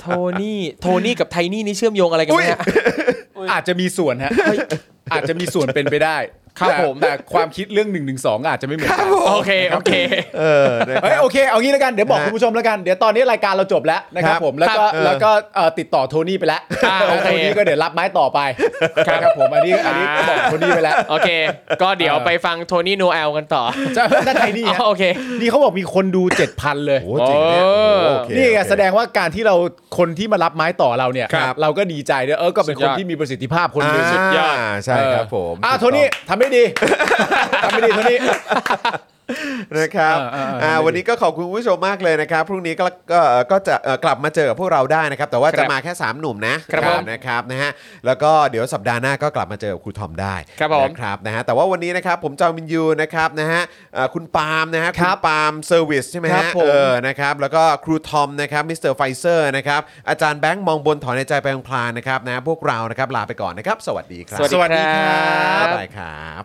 S2: โทนี่โทนี่กับไทนี่นี่เชื่อมโยงอะไรกันไหมฮะ
S3: อาจจะมีส่วนฮะอาจจะมีส่วนเป็นไปได้
S2: ครับ
S3: แต่
S2: ผม
S3: แต่ความคิดเรื่องหนึ่งหนึ่งสองอาจจะไม่เหมือนกัน
S2: โอเคโอเค
S1: เออนะค
S3: เฮ้ย
S1: รับ
S3: โอเคเอางี้แล้วกันเดี๋ยวบอก
S1: นะ
S3: คุณผู้ชมแล้วกันเดี๋ยวตอนนี้รายการเราจบแล้วนะค
S1: ค
S3: รั
S1: รับ บ
S3: ผมแล้ว
S1: ค
S3: ก็
S1: รับเออ
S3: แล้วก็เอ่อติดต่อโทนี่ไปแล้ว
S2: อ่าโอเค
S3: โทนี่ก็เดี๋ยวรับไม้ต่อไปนะครับผมอันนี้อันนี้บอกโทนี่ไปแล้ว
S2: โอเค ก็เดี๋ยวไปฟังโทนี่โนแอลกันต่อ
S3: จะ นั่นไทยนี่
S2: อ๋
S3: ฮะ
S2: อโอเค
S3: นี่เขาบอกมีคนดู 7,000 เลย
S1: โอ้โหจริงเนี่ย
S2: โอ้
S1: โอ้โหโอเค
S3: นี่ไง
S1: โอเค
S3: แสดงว่าการที่เราคนที่มารับไม้ต่อเราเนี่ย
S1: ครับ
S3: เราก็ดีใจด้วยเออก็เป็น
S2: สุ
S3: ค
S2: ดย
S3: น
S2: อด
S3: ที่มีประสิทธิภาพคนหนึง
S1: าใช่ครับผม
S3: อ่าโท
S1: ถูกต้ง
S3: นี่ทำไม่ ดีทำไม่ดีโทนี่
S1: นะครับ
S3: เออเออ
S1: อ่า
S3: เออ
S1: วันนี้ก็ขอบคุณผู้ชมมากเลยนะครับ พรุ่งนี้ก็ก็ก็จะเอ่อกลับมาเจอกับพวกเราได้นะครับ แต่ว่า
S2: ครับ
S1: จะมาแค่ 3 หนุ่มนะครับ
S2: ผม
S1: นะครับนะฮะแล้วก็เดี๋ยวสัปดาห์หน้าก็กลับมาเจอกับครูทอมได้
S2: ครับผม
S1: นะครับนะฮะแต่ว่าวันนี้นะครับผมจอมินยูนะครับนะฮะเอ่อคุณปาล์มนะฮะคุณปาล์มเซอร์วิสใช่ไหม
S3: ครับ
S1: ฮะ
S3: ผม
S1: เออนะครับแล้วก็ครูทอมนะครับมิสเตอร์ไฟเซอร์นะครับอาจารย์แบงค์มองบนถอนในใจไปพลางๆนะครับนะพวกเรานะครับลาไปก่อนนะครับ สวัสดีครับ
S2: สวัสดีครับ
S1: บ๊ายบายครับ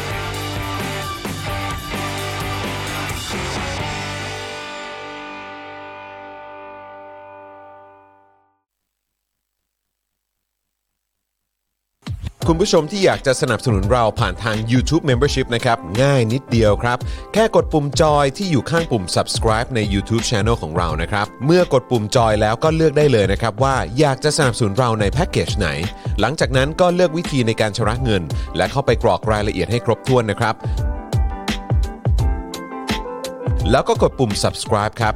S1: คุณผู้ชมที่อยากจะสนับสนุนเราผ่านทาง YouTube Membership นะครับ ง่ายนิดเดียวครับ แค่กดปุ่มจอยที่อยู่ข้างปุ่ม subscribe ใน YouTube Channel ของเรานะครับ เมื่อกดปุ่มจอยแล้วก็เลือกได้เลยนะครับว่าอยากจะสนับสนุนเราในแพ็กเกจไหน หลังจากนั้นก็เลือกวิธีในการชำระเงิน และเข้าไปกรอกรายละเอียดให้ครบถ้วนนะครับ แล้วก็กดปุ่ม subscribe ครับ